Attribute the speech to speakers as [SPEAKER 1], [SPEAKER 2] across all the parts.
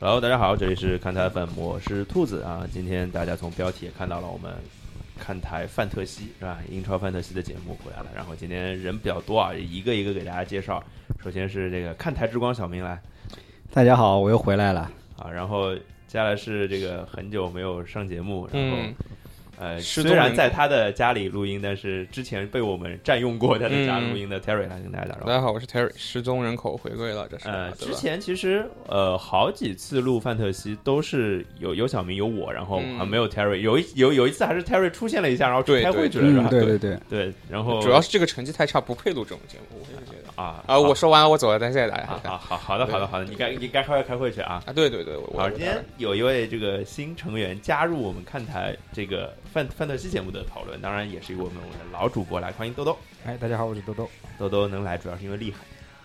[SPEAKER 1] Hello，大家好，这里是看台 FM，我是兔子啊。今天大家从标题也看到了，我们看台范特西是吧？英超范特西的节目回来了，然后今天人比较多啊，一个一个给大家介绍。首先是这个看台之光小明来
[SPEAKER 2] 大家好，我又回来了。
[SPEAKER 1] 啊，然后接下来是这个很久没有上节目，然后、
[SPEAKER 3] 嗯，
[SPEAKER 1] 呃，
[SPEAKER 3] 失
[SPEAKER 1] 虽
[SPEAKER 3] 踪
[SPEAKER 1] 然
[SPEAKER 3] 人
[SPEAKER 1] 在他的家里录音，但是之前被我们占用过他的家
[SPEAKER 3] 嗯
[SPEAKER 1] 录音的 Terry 来跟大家打招
[SPEAKER 3] 大
[SPEAKER 1] 呼。
[SPEAKER 3] 家好，我是 Terry，失踪人口回归了，这是
[SPEAKER 1] 呃，
[SPEAKER 3] 对
[SPEAKER 1] 之
[SPEAKER 3] 吧
[SPEAKER 1] 前其实呃好几次录范特西都是有有小明有我，然后
[SPEAKER 3] 嗯
[SPEAKER 1] 啊没有 Terry，有一有有一次还是 Terry 出现了一下，然后去
[SPEAKER 3] 对
[SPEAKER 1] 开会
[SPEAKER 3] 对
[SPEAKER 1] 去了是
[SPEAKER 2] 嗯，
[SPEAKER 1] 吧？
[SPEAKER 2] 对
[SPEAKER 3] 对
[SPEAKER 2] 对对，
[SPEAKER 1] 对，然后
[SPEAKER 3] 主要是这个成绩太差，不配录这种节目，我也是觉得。
[SPEAKER 1] 啊
[SPEAKER 3] 啊，我
[SPEAKER 1] 是
[SPEAKER 3] 说完了，我走了，再见大家
[SPEAKER 1] 啊
[SPEAKER 3] 好
[SPEAKER 1] 啊好好的好的好的，你该你该开会开会去啊。
[SPEAKER 3] 啊，对对对，我我
[SPEAKER 1] 好，今天有一位这个新成员加入我们看台这个范范特西节目的讨论，当然也是一个我们我的老主播来，欢迎豆豆。
[SPEAKER 4] 哎，大家好，我是豆豆。
[SPEAKER 1] 豆豆能来主要是因为厉害，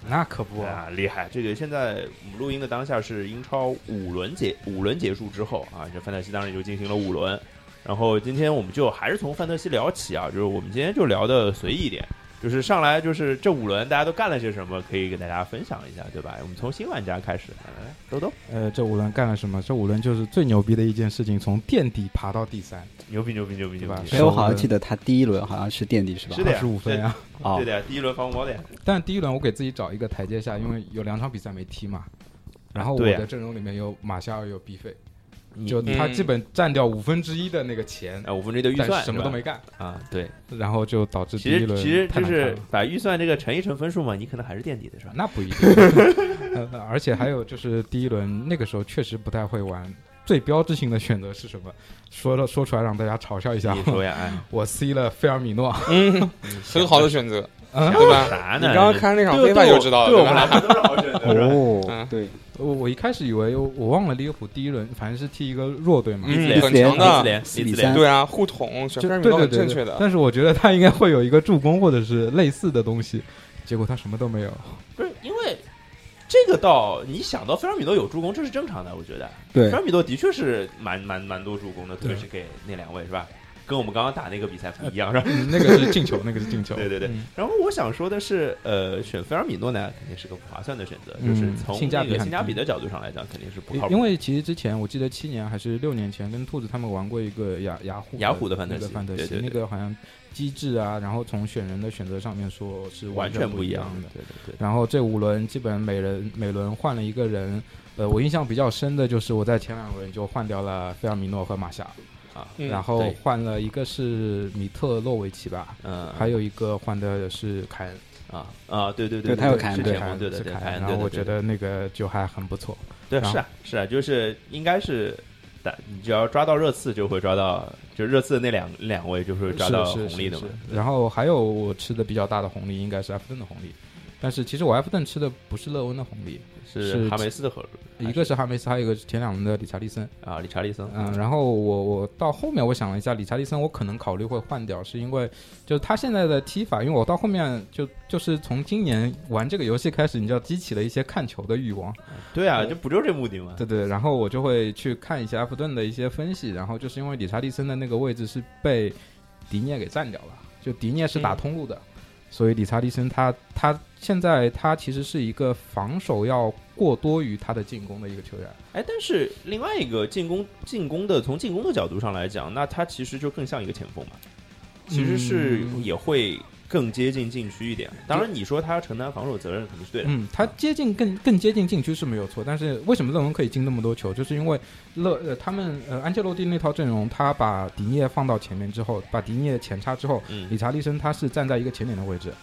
[SPEAKER 4] 那可不啊，
[SPEAKER 1] 啊，厉害！这个现在我们录音的当下是英超五轮结五轮结束之后啊，这范特西当然也就进行了五轮。然后今天我们就还是从范特西聊起啊，就是我们今天就聊的随意一点，就是上来就是这五轮大家都干了些什么，可以给大家分享一下，对吧？我们从新玩家开始，来豆豆
[SPEAKER 4] 呃，这五轮干了什么？这五轮就是最牛逼的一件事情，从垫底爬到第三，
[SPEAKER 1] 牛逼牛逼牛逼牛
[SPEAKER 4] 对吧
[SPEAKER 1] 逼！
[SPEAKER 2] 哎，我好像记得他第一轮好像是垫底是吧？
[SPEAKER 1] 是的
[SPEAKER 4] 二
[SPEAKER 1] 呀
[SPEAKER 4] 十五分啊！
[SPEAKER 2] 哦
[SPEAKER 1] 对的呀，第一轮防红包的呀，
[SPEAKER 4] 但第一轮我给自己找一个台阶下，因为有两场比赛没踢嘛。然后我
[SPEAKER 1] 对呀
[SPEAKER 4] 的阵容里面有马夏尔，有 B 费，
[SPEAKER 1] 你
[SPEAKER 4] 就他
[SPEAKER 3] 嗯
[SPEAKER 4] 基本占掉五分之一的那个钱，
[SPEAKER 1] 啊五分之一的预
[SPEAKER 4] 但
[SPEAKER 1] 算
[SPEAKER 4] 什么
[SPEAKER 1] 是
[SPEAKER 4] 都
[SPEAKER 1] 吧
[SPEAKER 4] 没干，
[SPEAKER 1] 啊，对，
[SPEAKER 4] 然后就导致第
[SPEAKER 1] 其
[SPEAKER 4] 一
[SPEAKER 1] 实
[SPEAKER 4] 轮
[SPEAKER 1] 其实
[SPEAKER 4] 太
[SPEAKER 1] 就
[SPEAKER 4] 难看
[SPEAKER 1] 是
[SPEAKER 4] 了
[SPEAKER 1] 把预算这个乘一乘分数嘛，你可能还是垫底的是吧？
[SPEAKER 4] 那不一 定。呃而且还有就是第一轮那个时候确实不太会玩，最标志性的选择是什么？说了说出来让大家嘲笑一下
[SPEAKER 1] 你，说呀，哎，
[SPEAKER 4] 我 C 了菲尔 米诺。
[SPEAKER 3] 嗯，很好的选择，
[SPEAKER 4] 啊，
[SPEAKER 3] 对吧？
[SPEAKER 1] 啥
[SPEAKER 3] 你
[SPEAKER 1] 呢？
[SPEAKER 3] 刚刚看那场
[SPEAKER 1] 哎对
[SPEAKER 3] 非法就知道了，
[SPEAKER 1] 对我
[SPEAKER 3] 对
[SPEAKER 1] 们
[SPEAKER 3] 吧？
[SPEAKER 1] 来说都是好选择。 是吧
[SPEAKER 2] 哦
[SPEAKER 3] 嗯，
[SPEAKER 2] 对，
[SPEAKER 4] 我我一开始以为我我忘了利物浦第一轮，反正是踢一个弱队嘛，
[SPEAKER 3] 嗯
[SPEAKER 1] 李子
[SPEAKER 3] 很
[SPEAKER 1] 莲
[SPEAKER 2] 强
[SPEAKER 3] 的
[SPEAKER 1] 李子
[SPEAKER 2] 四比
[SPEAKER 1] 莲，
[SPEAKER 2] 三
[SPEAKER 3] 对啊，互捅选
[SPEAKER 4] 就
[SPEAKER 3] 菲尔
[SPEAKER 4] 对
[SPEAKER 3] 米诺
[SPEAKER 4] 对
[SPEAKER 3] 很
[SPEAKER 4] 对
[SPEAKER 3] 正
[SPEAKER 4] 对
[SPEAKER 3] 确的，
[SPEAKER 4] 但是我觉得他应该会有一个助攻或者是类似的东西，结果他什么都没有。
[SPEAKER 1] 不是因为这个倒你想到菲尔米诺有助攻，这是正常的，我觉得菲
[SPEAKER 2] 对
[SPEAKER 1] 尔米诺的确是蛮蛮蛮多助攻的，特别
[SPEAKER 4] 对
[SPEAKER 1] 是给那两位是吧？跟我们刚刚打那个比赛不一样是吧？
[SPEAKER 4] 嗯那个是进球，那个是进球。
[SPEAKER 1] 对对对
[SPEAKER 4] 嗯
[SPEAKER 1] 然后我想说的是，呃，选菲尔米诺呢，肯定是个不划算的选择，
[SPEAKER 4] 嗯
[SPEAKER 1] 就是从
[SPEAKER 4] 性价
[SPEAKER 1] 那
[SPEAKER 4] 比
[SPEAKER 1] 个
[SPEAKER 4] 很
[SPEAKER 1] 性价比
[SPEAKER 4] 低
[SPEAKER 1] 的角度上来讲，肯定是不
[SPEAKER 4] 因
[SPEAKER 1] 靠谱。
[SPEAKER 4] 因为其实之前我记得七年还是六年前跟兔子他们玩过一个雅雅虎
[SPEAKER 1] 雅虎的范
[SPEAKER 4] 那
[SPEAKER 1] 特
[SPEAKER 4] 个
[SPEAKER 1] 西
[SPEAKER 4] 范特
[SPEAKER 1] 对对
[SPEAKER 4] 西，
[SPEAKER 1] 对
[SPEAKER 4] 那个好像机制啊，然后从选人的选择上面说是
[SPEAKER 1] 完全
[SPEAKER 4] 全
[SPEAKER 1] 不
[SPEAKER 4] 一
[SPEAKER 1] 一样
[SPEAKER 4] 的
[SPEAKER 1] 的，。对对对。
[SPEAKER 4] 然后这五轮基本每人每轮换了一个人，呃，我印象比较深的就是我在前两轮就换掉了菲尔米诺和马夏尔，
[SPEAKER 1] 啊，
[SPEAKER 3] 嗯
[SPEAKER 4] 然后
[SPEAKER 1] 对
[SPEAKER 4] 换了一个是米特洛维奇吧，
[SPEAKER 1] 嗯，
[SPEAKER 4] 还有一个换的是凯恩，
[SPEAKER 1] 啊啊，对对
[SPEAKER 2] 对他有
[SPEAKER 1] 凯恩，是
[SPEAKER 2] 凯恩对
[SPEAKER 1] 前
[SPEAKER 4] 凯
[SPEAKER 1] 锋
[SPEAKER 4] 恩
[SPEAKER 1] 对对
[SPEAKER 4] 是
[SPEAKER 1] 对，
[SPEAKER 4] 凯
[SPEAKER 1] 凯恩，
[SPEAKER 4] 然
[SPEAKER 1] 对
[SPEAKER 4] 后
[SPEAKER 1] 对
[SPEAKER 4] 我
[SPEAKER 1] 对
[SPEAKER 4] 觉得那个就还很不错，
[SPEAKER 1] 对，
[SPEAKER 4] 然
[SPEAKER 1] 是啊，是啊，就是应该是打，你只要抓到热刺就会抓到，就热刺的那两两位就会抓到
[SPEAKER 4] 是
[SPEAKER 1] 红
[SPEAKER 4] 是
[SPEAKER 1] 利
[SPEAKER 4] 是
[SPEAKER 1] 的嘛
[SPEAKER 4] 是。然后还有我吃的比较大的红利应该是埃弗顿的红利，但是其实我埃弗顿吃的不是勒温的红利，
[SPEAKER 1] 是
[SPEAKER 4] 是
[SPEAKER 1] 哈梅斯的合
[SPEAKER 4] 一个是哈梅斯，还有一个是前两轮的理查利森。
[SPEAKER 1] 啊，理查利森，
[SPEAKER 4] 嗯，然后我我到后面我想了一下，理查利森我可能考虑会换掉，是因为就是他现在的踢法，因为我到后面就就是从今年玩这个游戏开始，你就激起了一些看球的欲望，
[SPEAKER 1] 对啊，就不就这目的嘛。
[SPEAKER 4] 对对，然后我就会去看一下埃弗顿的一些分析，然后就是因为理查利森的那个位置是被迪涅给占掉了，就迪涅是打
[SPEAKER 3] 嗯
[SPEAKER 4] 通路的，所以理查利森他他现在他其实是一个防守要过多于他的进攻的一个球员，
[SPEAKER 1] 哎，但是另外一个进攻进攻的从进攻的角度上来讲，那他其实就更像一个前锋嘛，其实是
[SPEAKER 4] 嗯
[SPEAKER 1] 也会更接近禁区一点。当然，你说他承担防守责任肯定是对的，
[SPEAKER 4] 嗯，他接近更更接近禁区是没有错，但是为什么勒文可以进那么多球，就是因为勒呃他们呃安切洛蒂那套阵容，他把迪涅放到前面之后，把迪涅前插之后，
[SPEAKER 1] 嗯
[SPEAKER 4] 理查利森他是站在一个前点的位置，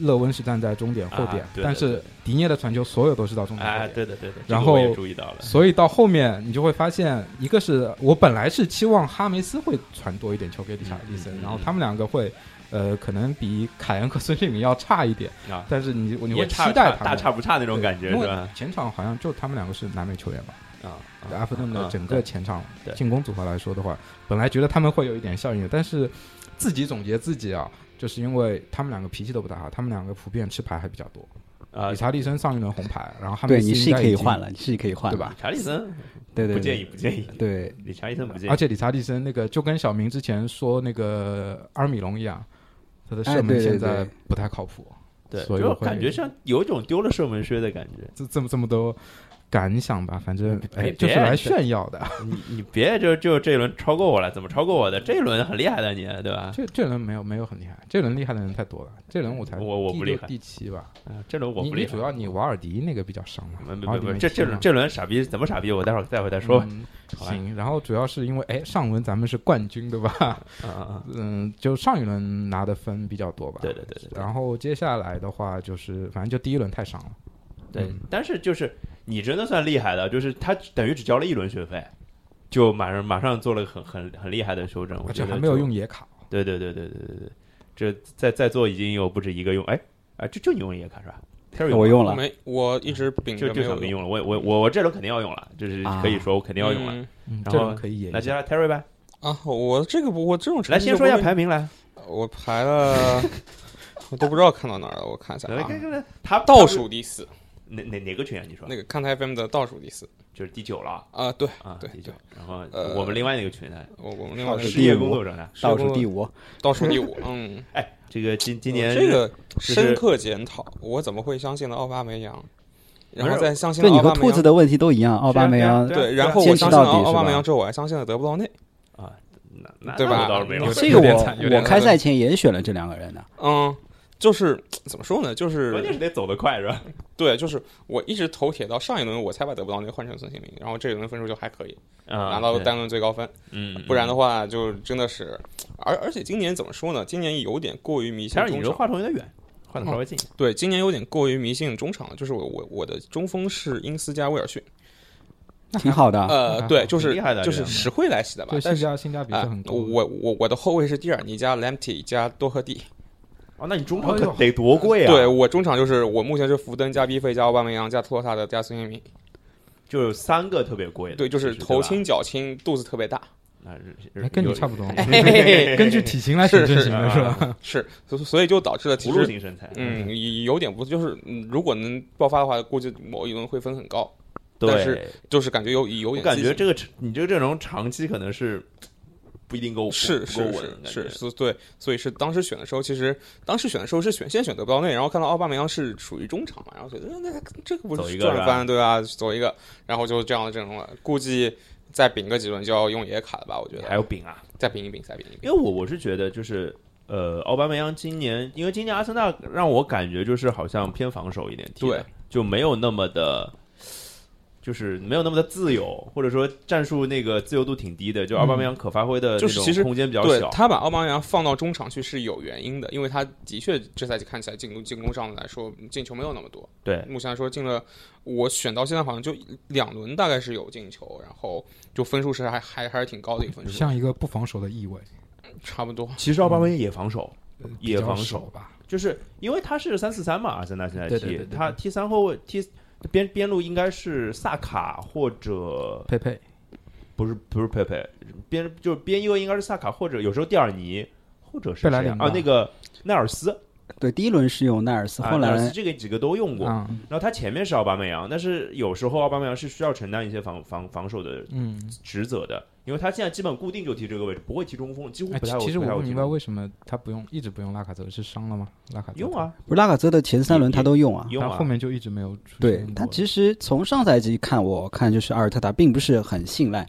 [SPEAKER 4] 勒温是站在中点后点，
[SPEAKER 1] 啊对
[SPEAKER 4] 但
[SPEAKER 1] 对
[SPEAKER 4] 是
[SPEAKER 1] 对
[SPEAKER 4] 迪涅的传球所有都是到中点后点。
[SPEAKER 1] 哎，对的对的，这
[SPEAKER 4] 然
[SPEAKER 1] 个我也
[SPEAKER 4] 后
[SPEAKER 1] 注意到了，
[SPEAKER 4] 所以到后面你就会发现，一个是我本来是期望哈梅斯会传多一点球给理查利森，
[SPEAKER 1] 嗯嗯嗯
[SPEAKER 4] 然后他们两个会，呃，可能比凯恩和孙兴慜要差一点，
[SPEAKER 1] 啊，
[SPEAKER 4] 但是你你
[SPEAKER 1] 也
[SPEAKER 4] 会期
[SPEAKER 1] 差
[SPEAKER 4] 待
[SPEAKER 1] 差
[SPEAKER 4] 他们
[SPEAKER 1] 大差不差那种
[SPEAKER 4] 对
[SPEAKER 1] 感觉
[SPEAKER 4] 因
[SPEAKER 1] 是
[SPEAKER 4] 为
[SPEAKER 1] 吧？
[SPEAKER 4] 前场好像就他们两个是南美球员吧？
[SPEAKER 1] 啊，
[SPEAKER 4] 埃弗顿的
[SPEAKER 1] 啊
[SPEAKER 4] 整个前场
[SPEAKER 1] 对
[SPEAKER 4] 进攻组合来说的话，本来觉得他们会有一点效应的，但是自己总结自己啊，就是因为他们两个脾气都不大好，他们两个普遍吃牌还比较多。
[SPEAKER 1] 啊
[SPEAKER 4] 理，查利森上一轮红牌，然后哈梅
[SPEAKER 2] 对，
[SPEAKER 4] 斯
[SPEAKER 2] 你是
[SPEAKER 4] 应该
[SPEAKER 2] 可以
[SPEAKER 4] 已经
[SPEAKER 2] 换，了，你是可以换
[SPEAKER 4] 对
[SPEAKER 2] 了
[SPEAKER 4] 吧？？
[SPEAKER 1] 查理森
[SPEAKER 2] 对 对，
[SPEAKER 1] 不建
[SPEAKER 2] 议。
[SPEAKER 1] 议，不建议。
[SPEAKER 2] 对，
[SPEAKER 1] 理查利森不建议
[SPEAKER 4] 而，且理查利森那个就跟小明之前说那个阿尔米隆一样，他的
[SPEAKER 2] 哎
[SPEAKER 4] 射门
[SPEAKER 2] 对对
[SPEAKER 4] 现在
[SPEAKER 2] 对
[SPEAKER 4] 不太靠谱。
[SPEAKER 1] 对，
[SPEAKER 4] 所以
[SPEAKER 1] 就
[SPEAKER 4] 我会
[SPEAKER 1] 感觉像有一种丢了射门靴的感觉。
[SPEAKER 4] 这这么这么多感想吧，反正哎
[SPEAKER 1] 别
[SPEAKER 4] 就是
[SPEAKER 1] 别
[SPEAKER 4] 来炫耀的。
[SPEAKER 1] 你你别就就这一轮超过我了，怎么超过我的？这一轮很厉害的你，对吧？
[SPEAKER 4] 这这轮没有没有很厉害，这轮厉害的人太多了，这轮我才
[SPEAKER 1] 我我
[SPEAKER 4] 第
[SPEAKER 1] 不
[SPEAKER 4] 六
[SPEAKER 1] 厉害
[SPEAKER 4] 第七吧。
[SPEAKER 1] 啊这轮我
[SPEAKER 4] 你
[SPEAKER 1] 不
[SPEAKER 4] 你
[SPEAKER 1] 厉害嗯
[SPEAKER 4] 主。要你瓦尔迪那个比较伤嘛
[SPEAKER 1] 没，
[SPEAKER 4] 瓦
[SPEAKER 1] 没
[SPEAKER 4] 尔迪
[SPEAKER 1] 没，
[SPEAKER 4] 没啊
[SPEAKER 1] 这
[SPEAKER 4] 踢
[SPEAKER 1] 这
[SPEAKER 4] 嘛
[SPEAKER 1] 轮这轮傻逼怎么傻逼？我待会儿再回来说吧。
[SPEAKER 4] 嗯
[SPEAKER 1] 好吧
[SPEAKER 4] 行，然后主要是因为哎上轮咱们是冠军对吧？
[SPEAKER 1] 啊啊啊！
[SPEAKER 4] 嗯，就上一轮拿的分比较多吧。
[SPEAKER 1] 对对对对对
[SPEAKER 4] 然后接下来的话就是，反正就第一轮太伤了。
[SPEAKER 1] 对
[SPEAKER 4] 嗯，
[SPEAKER 1] 但是就是你真的算厉害的，就是他等于只交了一轮学费，就马上马上做了很很很厉害的修正。我
[SPEAKER 4] 而
[SPEAKER 1] 觉
[SPEAKER 4] 且
[SPEAKER 1] 得
[SPEAKER 4] 还没有
[SPEAKER 1] 就
[SPEAKER 4] 用野卡，
[SPEAKER 1] 对对对对对对对，这在在座已经有不止一个用，哎啊，就就你用野卡是吧？Terry
[SPEAKER 2] 我
[SPEAKER 1] 吗
[SPEAKER 2] 用了，
[SPEAKER 3] 没，我一直秉
[SPEAKER 1] 就
[SPEAKER 3] 着
[SPEAKER 1] 就
[SPEAKER 3] 没
[SPEAKER 1] 想
[SPEAKER 3] 有
[SPEAKER 1] 没用了，我我我我这轮肯定要用了，就是
[SPEAKER 2] 啊
[SPEAKER 1] 可以说我肯定要用了。
[SPEAKER 3] 嗯
[SPEAKER 4] 嗯，
[SPEAKER 1] 然
[SPEAKER 4] 这
[SPEAKER 1] 后
[SPEAKER 4] 轮可以野一
[SPEAKER 1] 来，接下
[SPEAKER 4] 下。
[SPEAKER 1] 来 Terry 呗，
[SPEAKER 3] 啊！我这个不，我这种成
[SPEAKER 1] 来
[SPEAKER 3] 绩
[SPEAKER 1] 先
[SPEAKER 3] 就
[SPEAKER 1] 说一下
[SPEAKER 3] 不会
[SPEAKER 1] 排名来，
[SPEAKER 3] 我排了，我都不知道看到哪儿了，我看一下、
[SPEAKER 1] 来来来
[SPEAKER 3] 啊，
[SPEAKER 1] 来来，他
[SPEAKER 3] 倒数第四，
[SPEAKER 1] 哪哪哪个群啊？你说
[SPEAKER 3] 那个看台 FM 的倒数第四
[SPEAKER 1] 就是第九了
[SPEAKER 3] 啊，对，
[SPEAKER 1] 啊，
[SPEAKER 3] 对
[SPEAKER 1] 第
[SPEAKER 3] 对
[SPEAKER 1] 九。然后
[SPEAKER 3] 呃
[SPEAKER 1] 我们另外那个群呢，
[SPEAKER 3] 我我们另外
[SPEAKER 2] 倒
[SPEAKER 3] 的
[SPEAKER 2] 数
[SPEAKER 1] 失
[SPEAKER 2] 第
[SPEAKER 1] 业
[SPEAKER 2] 五
[SPEAKER 1] 工作者呢？
[SPEAKER 2] 倒数第五，
[SPEAKER 3] 倒数第五，嗯，
[SPEAKER 1] 哎，这个今今年
[SPEAKER 3] 呃这个
[SPEAKER 1] 是
[SPEAKER 3] 深刻检讨，我怎么会相信了奥巴梅扬，然后再相信
[SPEAKER 2] 对
[SPEAKER 3] 了
[SPEAKER 2] 你
[SPEAKER 3] 奥
[SPEAKER 2] 和
[SPEAKER 3] 巴梅
[SPEAKER 2] 兔子
[SPEAKER 3] 扬，
[SPEAKER 2] 的问题都一样，奥巴梅扬
[SPEAKER 1] 对啊
[SPEAKER 3] 对，然后
[SPEAKER 2] 坚
[SPEAKER 3] 我
[SPEAKER 2] 持
[SPEAKER 3] 相信了
[SPEAKER 2] 到底是吧
[SPEAKER 3] 奥巴梅扬之后，我还相信了德布劳内，
[SPEAKER 1] 啊，那那
[SPEAKER 3] 对吧
[SPEAKER 1] 那我倒是没有
[SPEAKER 4] 有，
[SPEAKER 2] 这个
[SPEAKER 4] 点惨有
[SPEAKER 2] 我
[SPEAKER 4] 点
[SPEAKER 2] 我
[SPEAKER 4] 惨
[SPEAKER 2] 开赛前也选了这两个人的，
[SPEAKER 3] 嗯，就是怎么说呢，就
[SPEAKER 1] 关键是
[SPEAKER 3] 是
[SPEAKER 1] 得走得快是 吧？
[SPEAKER 3] 对，就是我一直头铁到上一轮，我才把德布劳内换成孙兴民，然后这一轮分数就还可以，
[SPEAKER 1] 啊
[SPEAKER 3] 拿到了
[SPEAKER 1] 对
[SPEAKER 3] 单轮最高分。
[SPEAKER 1] 嗯，
[SPEAKER 3] 不然的
[SPEAKER 1] 话，
[SPEAKER 3] 话，就真的是，而而且今年怎么说呢？今年有点过于迷信
[SPEAKER 1] 先让你
[SPEAKER 3] 中
[SPEAKER 1] 这
[SPEAKER 3] 场。
[SPEAKER 1] 话筒有点远，话
[SPEAKER 3] 哦
[SPEAKER 1] 筒稍微近一点。
[SPEAKER 3] 对，今年有点过于迷信中场了。就是我我我的中锋是英斯加威尔逊，
[SPEAKER 2] 挺啊好的。
[SPEAKER 3] 呃
[SPEAKER 4] 还，好
[SPEAKER 3] 对，就
[SPEAKER 1] 挺
[SPEAKER 3] 是
[SPEAKER 1] 厉害的
[SPEAKER 3] 就
[SPEAKER 1] 这
[SPEAKER 3] 是
[SPEAKER 1] 样
[SPEAKER 3] 实惠莱西的吧
[SPEAKER 4] 就。
[SPEAKER 3] 但
[SPEAKER 4] 性
[SPEAKER 3] 是
[SPEAKER 4] 价性价比是
[SPEAKER 3] 啊、
[SPEAKER 4] 很高的。
[SPEAKER 3] 我我我的后卫是蒂尔尼加 Lamptey 加多赫蒂。
[SPEAKER 1] 哦，那你中
[SPEAKER 4] 哎呦
[SPEAKER 1] 得多贵啊
[SPEAKER 3] 对我中场就是我目前是福登加毕费加奥巴梅扬加托塔的加孙兴民。
[SPEAKER 1] 就有三个特别贵的，
[SPEAKER 3] 对，就是
[SPEAKER 1] 其实
[SPEAKER 3] 头轻，脚轻，肚子特别大。
[SPEAKER 1] 对吧那
[SPEAKER 4] 哎跟你差不多，
[SPEAKER 3] 嘿
[SPEAKER 4] 根据体型来选身形的是吧？
[SPEAKER 3] 是，所所以就导致了其
[SPEAKER 1] 葫芦
[SPEAKER 3] 实
[SPEAKER 1] 型身材，
[SPEAKER 3] 嗯，有有点不就是嗯如果能爆发的话，估计某一轮会分很高。但是
[SPEAKER 1] 对，
[SPEAKER 3] 就是感觉有有
[SPEAKER 1] 我
[SPEAKER 3] 点
[SPEAKER 1] 感
[SPEAKER 3] 畸
[SPEAKER 1] 觉
[SPEAKER 3] 形
[SPEAKER 1] 这个你这个阵容长期可能是不一定够
[SPEAKER 3] 是
[SPEAKER 1] 不够
[SPEAKER 3] 是
[SPEAKER 1] 稳
[SPEAKER 3] 是，
[SPEAKER 1] 感
[SPEAKER 3] 是
[SPEAKER 1] 觉
[SPEAKER 3] 是，对，所以是当时选的时候，其实当时选的时候是选先选德布劳内，然后看到奥巴梅扬是属于中场嘛，然后觉得呃那这个不
[SPEAKER 1] 走一
[SPEAKER 3] 是
[SPEAKER 1] 个是吧
[SPEAKER 3] 赚翻对吧？走一个，然后就这样的阵容了，估计再饼个几轮就要用野卡了吧？我觉
[SPEAKER 1] 还
[SPEAKER 3] 得
[SPEAKER 1] 有饼啊，
[SPEAKER 3] 再饼一饼，再饼一饼。
[SPEAKER 1] 因为我我是觉得就是。呃，奥巴梅扬今年，因为今年阿森纳让我感觉就是好像偏防守一点踢的，
[SPEAKER 3] 对
[SPEAKER 1] 就没有那么的，就是没有那么的自由，或者说战术那个自由度挺低的，就奥巴梅扬可发挥的
[SPEAKER 3] 嗯就是
[SPEAKER 1] 那种
[SPEAKER 3] 其实
[SPEAKER 1] 空间比较
[SPEAKER 3] 对
[SPEAKER 1] 小，
[SPEAKER 3] 他把奥巴梅扬放到中场去是有原因的，因为他的确这赛季看起来进攻进攻上来说进球没有那么多，
[SPEAKER 1] 对，
[SPEAKER 3] 目前来说进了，我选到现在好像就两轮大概是有进球，然后就分数是还还还是挺高的一个
[SPEAKER 1] 啊
[SPEAKER 3] 分数，
[SPEAKER 4] 像一个不防守的意味，
[SPEAKER 3] 差不多。
[SPEAKER 1] 其实奥巴梅扬也防守，
[SPEAKER 4] 呃
[SPEAKER 1] 也
[SPEAKER 4] 比较
[SPEAKER 1] 防
[SPEAKER 4] 少
[SPEAKER 1] 守
[SPEAKER 4] 吧。
[SPEAKER 1] 就是因为他是三四三嘛，阿森纳现在踢，
[SPEAKER 4] 对对对对对
[SPEAKER 1] 他踢三后卫踢边边路应该是萨卡或者
[SPEAKER 4] 佩佩
[SPEAKER 1] 不是不是佩佩边就是边右应该是萨卡或者有时候蒂尔尼或者是
[SPEAKER 4] 贝莱
[SPEAKER 1] 谁啊
[SPEAKER 4] 林吧
[SPEAKER 1] 啊那个奈尔斯
[SPEAKER 2] 对，第一轮是用奈尔斯，
[SPEAKER 1] 啊
[SPEAKER 2] 后
[SPEAKER 1] 奈尔斯
[SPEAKER 2] 来
[SPEAKER 1] 这个几个都用过。
[SPEAKER 4] 啊，
[SPEAKER 1] 然后他前面是奥巴梅扬，但是有时候奥巴梅扬是需要承担一些防防防守的
[SPEAKER 4] 嗯，
[SPEAKER 1] 职责的，因为他现在基本固定就踢这个位置，不会踢中锋，几乎
[SPEAKER 4] 哎，
[SPEAKER 1] 不
[SPEAKER 4] 其
[SPEAKER 1] 太会。
[SPEAKER 4] 其实
[SPEAKER 1] 不太
[SPEAKER 4] 我
[SPEAKER 1] 会
[SPEAKER 4] 不
[SPEAKER 1] 踢
[SPEAKER 4] 明白
[SPEAKER 1] 中锋
[SPEAKER 4] 为什么他不用，一直不用拉卡泽，是伤了吗？拉卡泽
[SPEAKER 1] 用啊，
[SPEAKER 2] 不是拉卡泽的前三轮他都用啊。
[SPEAKER 1] 用
[SPEAKER 4] 他
[SPEAKER 1] 啊
[SPEAKER 4] 后面就一直没有出
[SPEAKER 2] 对他其实从上赛季看，我看就是阿尔特塔并不是很信赖，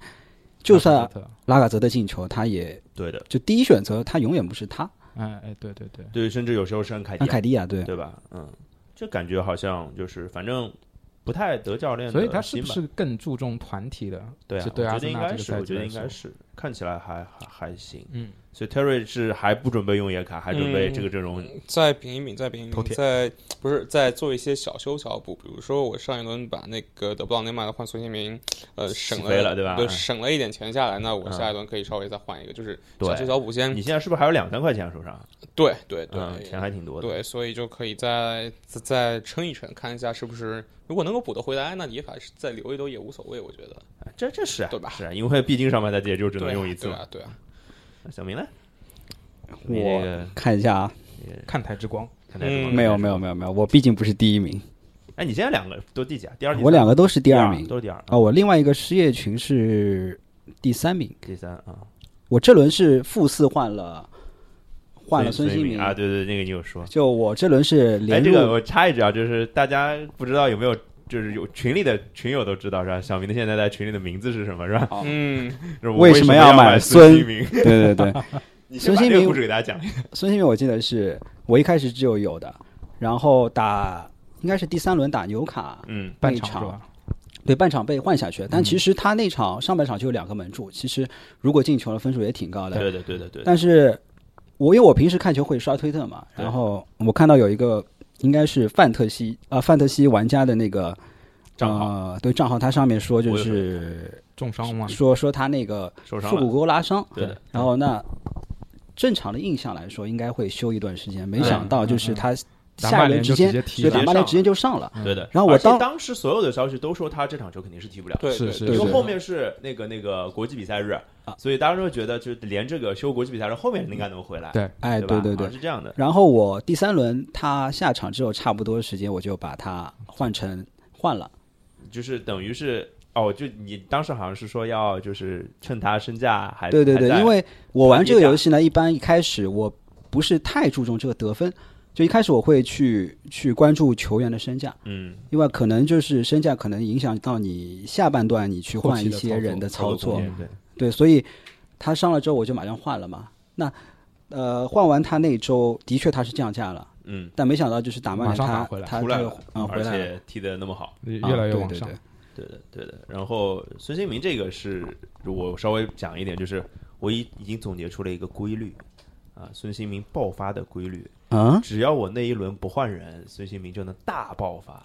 [SPEAKER 2] 就算拉卡泽的进球，他也
[SPEAKER 1] 对的，
[SPEAKER 2] 就第一选择，他永远不是他。
[SPEAKER 4] 哎哎，对对对，
[SPEAKER 1] 对，甚至有时候是恩凯迪
[SPEAKER 2] 那
[SPEAKER 1] 亚
[SPEAKER 2] 凯迪亚对，
[SPEAKER 1] 对吧？嗯，这感觉好像就是反正不太得教练的
[SPEAKER 4] 所以他是
[SPEAKER 1] 心
[SPEAKER 4] 不
[SPEAKER 1] 吧
[SPEAKER 4] 是更注重团体的？
[SPEAKER 1] 对啊
[SPEAKER 4] 这？对
[SPEAKER 1] 我
[SPEAKER 4] 阿
[SPEAKER 1] 觉得
[SPEAKER 4] 森
[SPEAKER 1] 应
[SPEAKER 4] 纳
[SPEAKER 1] 该
[SPEAKER 4] 这个
[SPEAKER 1] 是，
[SPEAKER 4] 赛
[SPEAKER 1] 我觉
[SPEAKER 4] 季
[SPEAKER 1] 得
[SPEAKER 4] 来
[SPEAKER 1] 应该
[SPEAKER 4] 说，
[SPEAKER 1] 是，看起来还还还行。
[SPEAKER 4] 嗯，
[SPEAKER 1] 所以 Terry 是还不准备用野卡，还准备
[SPEAKER 3] 嗯
[SPEAKER 1] 这个阵容。
[SPEAKER 3] 再饼一饼，再饼一
[SPEAKER 4] 头
[SPEAKER 3] 饼，
[SPEAKER 4] 铁
[SPEAKER 3] 再不是再做一些小修小补，比如说我上一轮把那个德布劳内卖了换孙兴民，呃，省
[SPEAKER 1] 飞了对吧
[SPEAKER 3] 对，
[SPEAKER 1] 嗯
[SPEAKER 3] 省了一点钱下来，那我
[SPEAKER 1] 嗯
[SPEAKER 3] 下一轮可以稍微再换一个，就是
[SPEAKER 1] 对
[SPEAKER 3] 小修小补先
[SPEAKER 1] 你。现在是不是还有两三块钱啊手上？
[SPEAKER 3] 对对嗯对，
[SPEAKER 1] 嗯，钱还挺多的。
[SPEAKER 3] 对，所以就可以再再再撑一撑，看一下是不是如果能够补得回来，那也还是再留一留也无所谓，我觉得。
[SPEAKER 1] 啊这这是啊
[SPEAKER 3] 对吧
[SPEAKER 1] 是啊，因为毕竟上半赛季也就只能
[SPEAKER 3] 对啊
[SPEAKER 1] 用一次
[SPEAKER 3] 对
[SPEAKER 1] 嘛。
[SPEAKER 3] 啊，对啊，
[SPEAKER 1] 小明呢？你那
[SPEAKER 2] 我
[SPEAKER 1] 个
[SPEAKER 2] 看一下啊，
[SPEAKER 4] 看台之光，
[SPEAKER 1] 看来怎么
[SPEAKER 3] 嗯
[SPEAKER 2] 没有没有。没有没有，我毕竟不是第一名，
[SPEAKER 1] 哎，你现在两个都第几啊？第二、第
[SPEAKER 2] 我
[SPEAKER 1] 三
[SPEAKER 2] 两个都是第
[SPEAKER 1] 第
[SPEAKER 2] 二名
[SPEAKER 1] 都是第二
[SPEAKER 2] 啊，我另外一个失业群是第三名。
[SPEAKER 1] 第三啊，
[SPEAKER 2] 我这轮是负四换了，换了
[SPEAKER 1] 孙
[SPEAKER 2] 孙兴民
[SPEAKER 1] 啊，对对，那个你有说。
[SPEAKER 2] 就我这轮是
[SPEAKER 1] 哎，
[SPEAKER 2] 连
[SPEAKER 1] 这个
[SPEAKER 2] 入
[SPEAKER 1] 我插一句啊，就是大家不知道有没有就是有群里的群友都知道是吧？小明的现在在群里的名字是什么是吧？
[SPEAKER 3] 嗯，
[SPEAKER 1] 就是我
[SPEAKER 2] 为
[SPEAKER 1] 为
[SPEAKER 2] 什么
[SPEAKER 1] 要
[SPEAKER 2] 要买
[SPEAKER 1] 孙
[SPEAKER 2] 孙
[SPEAKER 1] 兴民？
[SPEAKER 2] 对 对对，
[SPEAKER 1] 你先把
[SPEAKER 2] 孙
[SPEAKER 1] 这
[SPEAKER 2] 兴
[SPEAKER 1] 个
[SPEAKER 2] 民
[SPEAKER 1] 故事给大家讲一下。
[SPEAKER 2] 孙兴民我记得是我一开始只有有的，然后打应该是第三轮打纽卡，
[SPEAKER 1] 嗯
[SPEAKER 4] 半
[SPEAKER 2] 那
[SPEAKER 4] 场
[SPEAKER 2] 场
[SPEAKER 4] 是吧？
[SPEAKER 2] 对，半场被换下去了。但其实他那场上半场就有两个门柱，其实如果进球了，分数也挺高的。
[SPEAKER 1] 对的，对的，对的。
[SPEAKER 2] 但是我因为我平时看球会刷推特嘛，
[SPEAKER 1] 对
[SPEAKER 2] 然后我看到有一个应该是范特西啊、呃范特西玩家的那个
[SPEAKER 1] 账号
[SPEAKER 2] 呃、对账号，他上面说就
[SPEAKER 1] 我有
[SPEAKER 2] 是
[SPEAKER 4] 重伤吗？
[SPEAKER 2] 说说他那个
[SPEAKER 1] 受伤
[SPEAKER 2] 腹股
[SPEAKER 1] 了，
[SPEAKER 2] 沟拉伤，
[SPEAKER 1] 对的，
[SPEAKER 2] 然后那正常的印象来说，应该会休一段时间。没想到就是他
[SPEAKER 4] 打
[SPEAKER 2] 下
[SPEAKER 4] 曼
[SPEAKER 2] 一轮
[SPEAKER 4] 联就
[SPEAKER 2] 直接
[SPEAKER 4] 直接踢
[SPEAKER 2] 就
[SPEAKER 1] 对
[SPEAKER 2] 打
[SPEAKER 4] 了，
[SPEAKER 2] 曼联直接就上了。
[SPEAKER 1] 对的。
[SPEAKER 2] 嗯然后我
[SPEAKER 1] 而且
[SPEAKER 2] 当
[SPEAKER 1] 当时所有的消息都说他这场球肯定是啊踢不了，
[SPEAKER 3] 对，
[SPEAKER 4] 是
[SPEAKER 3] 对
[SPEAKER 4] 是
[SPEAKER 1] 因
[SPEAKER 2] 对
[SPEAKER 1] 为
[SPEAKER 2] 对
[SPEAKER 1] 后面是那个那个国际比赛日
[SPEAKER 2] 啊，
[SPEAKER 1] 所以大家都觉得就连这个休国际比赛日后面应该能回来，
[SPEAKER 4] 对
[SPEAKER 2] 哎，
[SPEAKER 1] 吧？啊好
[SPEAKER 2] 对对对
[SPEAKER 1] 像。是这样的。
[SPEAKER 2] 然后我第三轮他下场之后，差不多时间我就把他换成换了。
[SPEAKER 1] 就是等于是哦，就你当时好像是说要就是趁他身价还
[SPEAKER 2] 对对对
[SPEAKER 1] 还，在
[SPEAKER 2] 因为我玩这个
[SPEAKER 1] 还在
[SPEAKER 2] 游戏呢，一般一开始我不是太注重这个得分，就一开始我会去去关注球员的身价，
[SPEAKER 1] 嗯
[SPEAKER 2] 因为可能就是身价可能影响到你下半段你去
[SPEAKER 4] 后
[SPEAKER 2] 换
[SPEAKER 4] 期
[SPEAKER 2] 一
[SPEAKER 4] 的
[SPEAKER 2] 些
[SPEAKER 4] 操作
[SPEAKER 2] 人的
[SPEAKER 4] 操
[SPEAKER 2] 操
[SPEAKER 4] 作
[SPEAKER 2] 作
[SPEAKER 4] 空。
[SPEAKER 1] 对
[SPEAKER 4] 间
[SPEAKER 1] 对
[SPEAKER 2] 对，所以他上了之后我就马上换了嘛。那呃，换完他那一周的确他是降价了，
[SPEAKER 1] 嗯，
[SPEAKER 2] 但没想到就是打曼
[SPEAKER 4] 马
[SPEAKER 2] 联
[SPEAKER 4] 上
[SPEAKER 2] 他
[SPEAKER 4] 打回来
[SPEAKER 2] 他
[SPEAKER 1] 出来
[SPEAKER 2] 他又
[SPEAKER 1] 了
[SPEAKER 2] 嗯
[SPEAKER 1] 而
[SPEAKER 2] 回来了，
[SPEAKER 1] 且踢得那么好，
[SPEAKER 4] 越
[SPEAKER 2] 啊
[SPEAKER 4] 越来越
[SPEAKER 2] 对
[SPEAKER 4] 往
[SPEAKER 2] 对
[SPEAKER 4] 上
[SPEAKER 2] 对。
[SPEAKER 1] 对的对的。然后孙兴民这个是我稍微讲一点，就是我已已经总结出了一个规律啊，孙兴民爆发的规律，
[SPEAKER 2] 嗯，
[SPEAKER 1] 只要我那一轮不换人，孙兴民就能大爆发。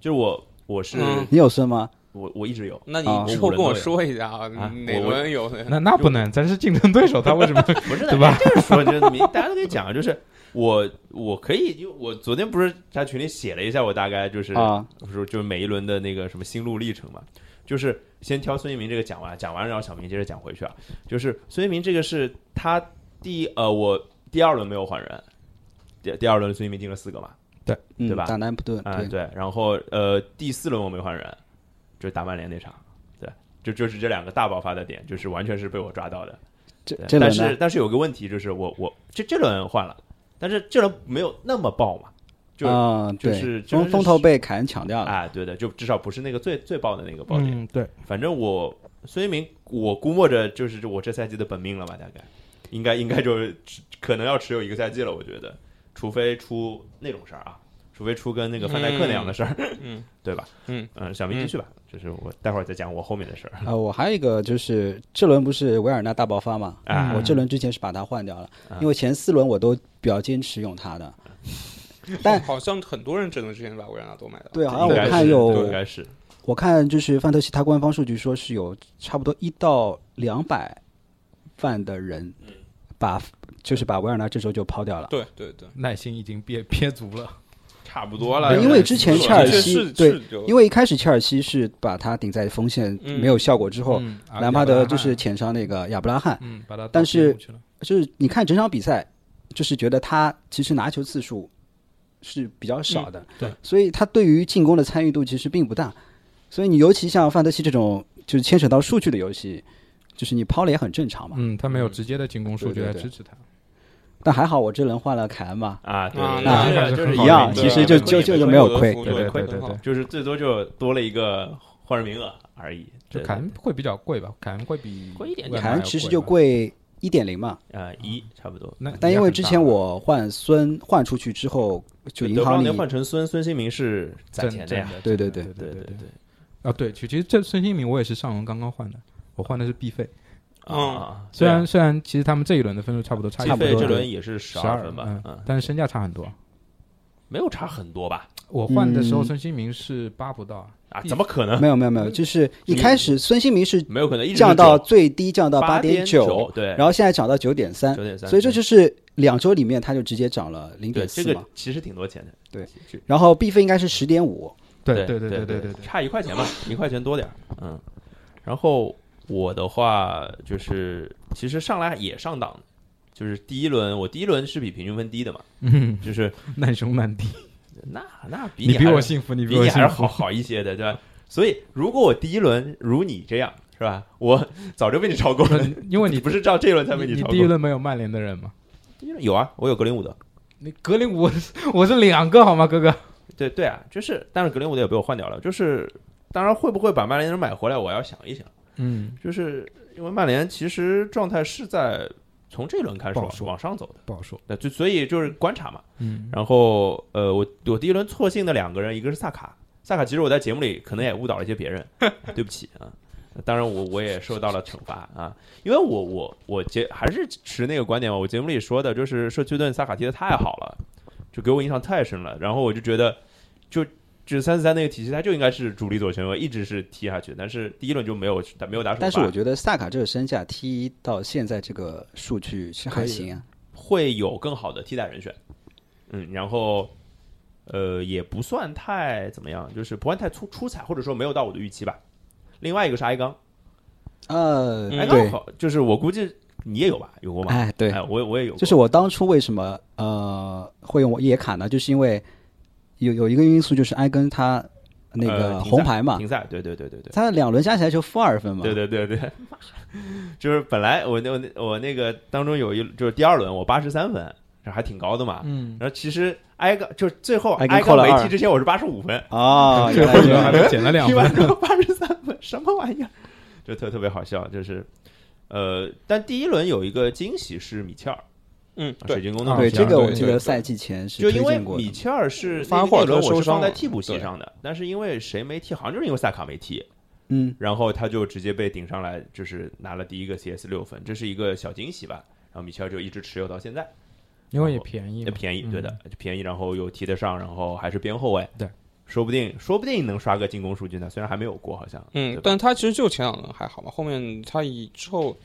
[SPEAKER 1] 就是我我是、
[SPEAKER 3] 嗯
[SPEAKER 2] 你有孙吗？
[SPEAKER 1] 我我一直有，
[SPEAKER 3] 那
[SPEAKER 2] 啊
[SPEAKER 3] 你之后跟我
[SPEAKER 1] 我
[SPEAKER 3] 说一下啊，
[SPEAKER 1] 啊
[SPEAKER 3] 哪
[SPEAKER 1] 我
[SPEAKER 3] 轮有的？
[SPEAKER 4] 那那不能，咱是竞争对手，他为 什么？
[SPEAKER 1] 不是的
[SPEAKER 4] 对吧？
[SPEAKER 1] 这个说就是明大家都可以讲，啊就是我我可以，因为我昨天不是在群里写了一下，我大概就是
[SPEAKER 2] 啊，
[SPEAKER 1] 不是就是每一轮的那个什么心路历程嘛，就是先挑孙一鸣这个讲完，讲完然后小明接着讲回去啊。就是孙一鸣这个是他第呃我第二轮没有换人，第第二轮孙一鸣进了四个嘛，
[SPEAKER 2] 嗯
[SPEAKER 1] 对吧
[SPEAKER 2] 打南普顿，
[SPEAKER 1] 啊、
[SPEAKER 2] 对，
[SPEAKER 1] 对，然后呃第四轮我没换人，就是打曼联那场，对，就就是这两个大爆发的点，就是完全是被我抓到的。
[SPEAKER 2] 这
[SPEAKER 1] 对
[SPEAKER 2] 这
[SPEAKER 1] 但
[SPEAKER 2] 轮
[SPEAKER 1] 是
[SPEAKER 2] 呢？
[SPEAKER 1] 但是有个问题就是我我这这轮换了，但是这轮没有那么爆嘛，就、
[SPEAKER 2] 啊，
[SPEAKER 1] 就
[SPEAKER 2] 对
[SPEAKER 1] 是就
[SPEAKER 2] 风
[SPEAKER 1] 是
[SPEAKER 2] 风头被凯恩抢掉了，
[SPEAKER 1] 啊对的，就至少不是那个最最爆的那个爆点。
[SPEAKER 4] 嗯，对，
[SPEAKER 1] 反正我孙兴民，我估摸着就是我这赛季的本命了吧，大概应该应该就是可能要持有一个赛季了，我觉得，除非出那种事儿啊，除非出跟那个范戴克那样的事儿，
[SPEAKER 3] 嗯，
[SPEAKER 1] 对吧？
[SPEAKER 3] 嗯
[SPEAKER 1] 嗯，小明继续吧，就是我待会儿再讲我后面的事儿。
[SPEAKER 2] 啊，我还有一个就是这轮不是维尔纳大爆发嘛？
[SPEAKER 1] 啊
[SPEAKER 2] 我这轮之前是把他换掉了
[SPEAKER 1] 啊，
[SPEAKER 2] 因为前四轮我都比较坚持用他的。但
[SPEAKER 3] 好像很多人真的之前把维尔纳都买了。
[SPEAKER 2] 对，好像
[SPEAKER 1] 应
[SPEAKER 2] 我
[SPEAKER 1] 该
[SPEAKER 2] 看
[SPEAKER 1] 是
[SPEAKER 2] 有
[SPEAKER 1] 应该是
[SPEAKER 2] 我看就是范特西，他官方数据说是有差不多一到两百万的人
[SPEAKER 1] 嗯
[SPEAKER 2] 把，就是把维尔纳这周就抛掉了。
[SPEAKER 3] 对对对，
[SPEAKER 4] 耐心已经憋憋足了。
[SPEAKER 1] 差不多了，
[SPEAKER 2] 因为之前切尔西
[SPEAKER 3] 是
[SPEAKER 2] 对，
[SPEAKER 3] 是有
[SPEAKER 2] 因为一开始切尔西是把他顶在锋线
[SPEAKER 3] 嗯
[SPEAKER 2] 没有效果之后，
[SPEAKER 4] 嗯
[SPEAKER 2] 兰帕德就是，前伤那个亚布拉罕
[SPEAKER 4] 啊，嗯，把他
[SPEAKER 2] 但
[SPEAKER 4] 打边
[SPEAKER 2] 是
[SPEAKER 4] 路去了
[SPEAKER 2] 就是你看整场比赛，就是觉得他其实拿球次数是比较少的，
[SPEAKER 4] 对，
[SPEAKER 2] 所以他对于进攻的参与度其实并不大。所以你尤其像范德西这种就是牵扯到数据的游戏，就是你抛了也很正常嘛。
[SPEAKER 4] 嗯，他没有直接的进攻数据
[SPEAKER 2] 对
[SPEAKER 4] 来
[SPEAKER 2] 对
[SPEAKER 4] 支持他。
[SPEAKER 2] 但还好我这轮换了凯恩嘛，
[SPEAKER 1] 啊，对，
[SPEAKER 3] 啊
[SPEAKER 1] 对
[SPEAKER 3] 那
[SPEAKER 1] 对对就是
[SPEAKER 2] 一样
[SPEAKER 1] 对
[SPEAKER 2] 其实
[SPEAKER 1] 对对
[SPEAKER 2] 就就
[SPEAKER 1] 对对
[SPEAKER 2] 就没有亏
[SPEAKER 3] 对
[SPEAKER 1] 对对
[SPEAKER 4] 对对对
[SPEAKER 1] 就是最多就多了一个换人名额而已，
[SPEAKER 4] 就
[SPEAKER 1] 对
[SPEAKER 4] 凯恩会比较贵吧？凯恩会比
[SPEAKER 1] 贵一点
[SPEAKER 4] 维尔纳
[SPEAKER 2] 凯
[SPEAKER 4] 要
[SPEAKER 2] 恩其实就
[SPEAKER 4] 吧。
[SPEAKER 2] 贵一点零嘛。
[SPEAKER 1] 啊一差不多。
[SPEAKER 4] 那
[SPEAKER 2] 但
[SPEAKER 4] 也
[SPEAKER 2] 因为
[SPEAKER 4] 很
[SPEAKER 2] 之
[SPEAKER 4] 大
[SPEAKER 2] 前
[SPEAKER 4] 了
[SPEAKER 2] 我换孙换出去之后，就银
[SPEAKER 1] 德布劳
[SPEAKER 2] 行
[SPEAKER 1] 内
[SPEAKER 2] 里
[SPEAKER 1] 换成孙孙兴民是攒
[SPEAKER 4] 挣
[SPEAKER 1] 钱的
[SPEAKER 4] 挣
[SPEAKER 1] 呀，
[SPEAKER 4] 的
[SPEAKER 2] 对
[SPEAKER 4] 挣
[SPEAKER 2] 对
[SPEAKER 4] 的
[SPEAKER 1] 对
[SPEAKER 4] 对
[SPEAKER 1] 对
[SPEAKER 4] 对。啊，对，其实这孙兴民我也是上轮刚刚换的，我换的是 B 费。
[SPEAKER 3] 嗯
[SPEAKER 1] 啊，
[SPEAKER 4] 虽然虽然其实他们这一轮的分数差不多，差一
[SPEAKER 1] 计
[SPEAKER 2] 不
[SPEAKER 1] 费
[SPEAKER 2] 多
[SPEAKER 1] 这
[SPEAKER 2] 对
[SPEAKER 1] 轮也是十
[SPEAKER 4] 十
[SPEAKER 1] 二
[SPEAKER 4] 二
[SPEAKER 1] 分吧，
[SPEAKER 4] 嗯
[SPEAKER 1] 嗯，，
[SPEAKER 4] 但是身价差很多。
[SPEAKER 1] 没有差很多吧？
[SPEAKER 4] 我换的时候
[SPEAKER 2] 嗯
[SPEAKER 4] 孙兴民是八不到啊，
[SPEAKER 1] 啊，
[SPEAKER 4] 一
[SPEAKER 1] 怎么可能？
[SPEAKER 2] 没有没有没有，就是一开始孙兴民是
[SPEAKER 1] 没有可能一直
[SPEAKER 2] 降到
[SPEAKER 1] 九
[SPEAKER 2] 最低降到八
[SPEAKER 1] 点
[SPEAKER 2] 点九，，
[SPEAKER 1] 对，
[SPEAKER 2] 然后现在涨到九点三
[SPEAKER 1] 九，点三，
[SPEAKER 2] 所以这就是两周里面它就直接涨了零
[SPEAKER 1] 对这
[SPEAKER 2] 点四
[SPEAKER 1] 个
[SPEAKER 2] 嘛。
[SPEAKER 1] 其实挺多钱的，
[SPEAKER 2] 对
[SPEAKER 1] 其实，
[SPEAKER 2] 然后 B 费应该是十点五，
[SPEAKER 4] 对
[SPEAKER 1] 对
[SPEAKER 4] 对
[SPEAKER 1] 对
[SPEAKER 4] 对对，
[SPEAKER 1] 差一块钱吧，一块钱多点儿，嗯。然后我的话就是，其实上来也上档，就是第一轮我第一轮是比平均分低的嘛，
[SPEAKER 4] 嗯，
[SPEAKER 1] 就是
[SPEAKER 4] 难兄难弟，
[SPEAKER 1] 那那比
[SPEAKER 4] 你比
[SPEAKER 1] 还是
[SPEAKER 4] 我幸福，你
[SPEAKER 1] 比
[SPEAKER 4] 我
[SPEAKER 1] 你还
[SPEAKER 4] 幸
[SPEAKER 1] 是
[SPEAKER 4] 福
[SPEAKER 1] 好，好一些的，对吧？所以如果我第一轮如你这样，是吧？我 早就被你超过了，
[SPEAKER 4] 因为 你
[SPEAKER 1] 不是照这一轮才被
[SPEAKER 4] 你
[SPEAKER 1] 超过。
[SPEAKER 4] 第一轮没有曼联的人嘛？
[SPEAKER 1] 第一轮有啊，我有格林伍德，
[SPEAKER 4] 你格林，我是我是两个好吗，哥哥？
[SPEAKER 1] 对对啊，就是，但是格林伍德也被我换掉了。就是，当然会不会把曼联人买回来，我要想一想。
[SPEAKER 4] 嗯，
[SPEAKER 1] 就是因为曼联其实状态是在从这一轮开始
[SPEAKER 4] 不好
[SPEAKER 1] 往
[SPEAKER 4] 说
[SPEAKER 1] 往上走的，
[SPEAKER 4] 不好说。
[SPEAKER 1] 那就所以就是观察嘛。
[SPEAKER 4] 嗯，
[SPEAKER 1] 然后呃，我我第一轮错信的两个人，一个是萨卡，萨卡其实我在节目里可能也误导了一些别 人，对不起啊。当然我我也受到了惩罚啊，因为我我我节还是持那个观点嘛，我节目里说的就是社区盾萨卡踢的太好了，就给我印象太深了。然后我就觉得就。就三四三那个体系，他就应该是主力左前卫，一直是踢下去。但是第一轮就没有打，没有打首发。
[SPEAKER 2] 但是我觉得萨卡这个身价踢到现在这个数据是还行啊，
[SPEAKER 1] 会有更好的替代人选。嗯，然后呃也不算太怎么样，就是不算太出出彩，或者说没有到我的预期吧。另外一个是埃刚，
[SPEAKER 2] 呃，
[SPEAKER 1] 埃刚
[SPEAKER 2] 对，
[SPEAKER 1] 好，就是我估计你也有吧，有过吗？
[SPEAKER 2] 哎对，
[SPEAKER 1] 哎，我也我也有过，
[SPEAKER 2] 就是我当初为什么呃会用我野卡呢？就是因为有有一个因素就是埃根他那
[SPEAKER 1] 呃
[SPEAKER 2] 个
[SPEAKER 1] 停赛
[SPEAKER 2] 红牌嘛，
[SPEAKER 1] 停赛，对对对对对。
[SPEAKER 2] 他两轮加起来就负二分嘛，
[SPEAKER 1] 对对对对， 就是本来我那我那我那个当中有一就是第二轮我八十三分，这还挺高的嘛。
[SPEAKER 4] 嗯，
[SPEAKER 1] 然后其实埃刚就是最后埃
[SPEAKER 2] 埃刚
[SPEAKER 1] 刚
[SPEAKER 2] 扣了
[SPEAKER 1] 没
[SPEAKER 2] 二
[SPEAKER 1] 踢之前我是八十五分，
[SPEAKER 2] 哦，
[SPEAKER 4] 这
[SPEAKER 2] 原
[SPEAKER 4] 个
[SPEAKER 2] 来 是这样
[SPEAKER 4] 混球还被减了两
[SPEAKER 1] 踢
[SPEAKER 4] 分。
[SPEAKER 1] 完之后八十三分，什么玩意儿？ 这特特别好笑，就是呃，但第一轮有一个惊喜是米切尔，啊
[SPEAKER 3] 嗯，
[SPEAKER 1] 水
[SPEAKER 3] 对，
[SPEAKER 1] 晶宫的
[SPEAKER 4] 啊
[SPEAKER 1] 米
[SPEAKER 2] 对
[SPEAKER 1] 切尔
[SPEAKER 2] 这个我
[SPEAKER 3] 对
[SPEAKER 2] 记
[SPEAKER 3] 对
[SPEAKER 2] 得
[SPEAKER 3] 对
[SPEAKER 2] 赛季前是
[SPEAKER 1] 就
[SPEAKER 2] 推
[SPEAKER 1] 因为
[SPEAKER 2] 荐过
[SPEAKER 1] 米
[SPEAKER 2] 的，
[SPEAKER 1] 切尔是
[SPEAKER 3] 发
[SPEAKER 1] 那
[SPEAKER 3] 霍尔
[SPEAKER 1] 那轮
[SPEAKER 3] 特
[SPEAKER 1] 我
[SPEAKER 3] 受
[SPEAKER 1] 是
[SPEAKER 3] 伤
[SPEAKER 1] 放在
[SPEAKER 3] 了
[SPEAKER 1] 替补席
[SPEAKER 3] 对
[SPEAKER 1] 上的，但是因为谁没踢，好像就是因为萨卡没踢，
[SPEAKER 2] 嗯，
[SPEAKER 1] 然后他就直接被顶上来，就是拿了第一个 CS 六分，这是一个小惊喜吧。然后米切尔就一直持有到现在，
[SPEAKER 4] 因为也便宜
[SPEAKER 1] 哦也
[SPEAKER 4] 嘛，
[SPEAKER 1] 便宜，
[SPEAKER 4] 嗯
[SPEAKER 1] 对的，便宜，然后又踢得上，然后还是边后卫，
[SPEAKER 4] 对，
[SPEAKER 1] 说不定说不定能刷个进攻数据呢，虽然还没有过，好像，对
[SPEAKER 3] 嗯
[SPEAKER 1] 吧，
[SPEAKER 3] 但他其实就前两轮还好嘛，后面他以之后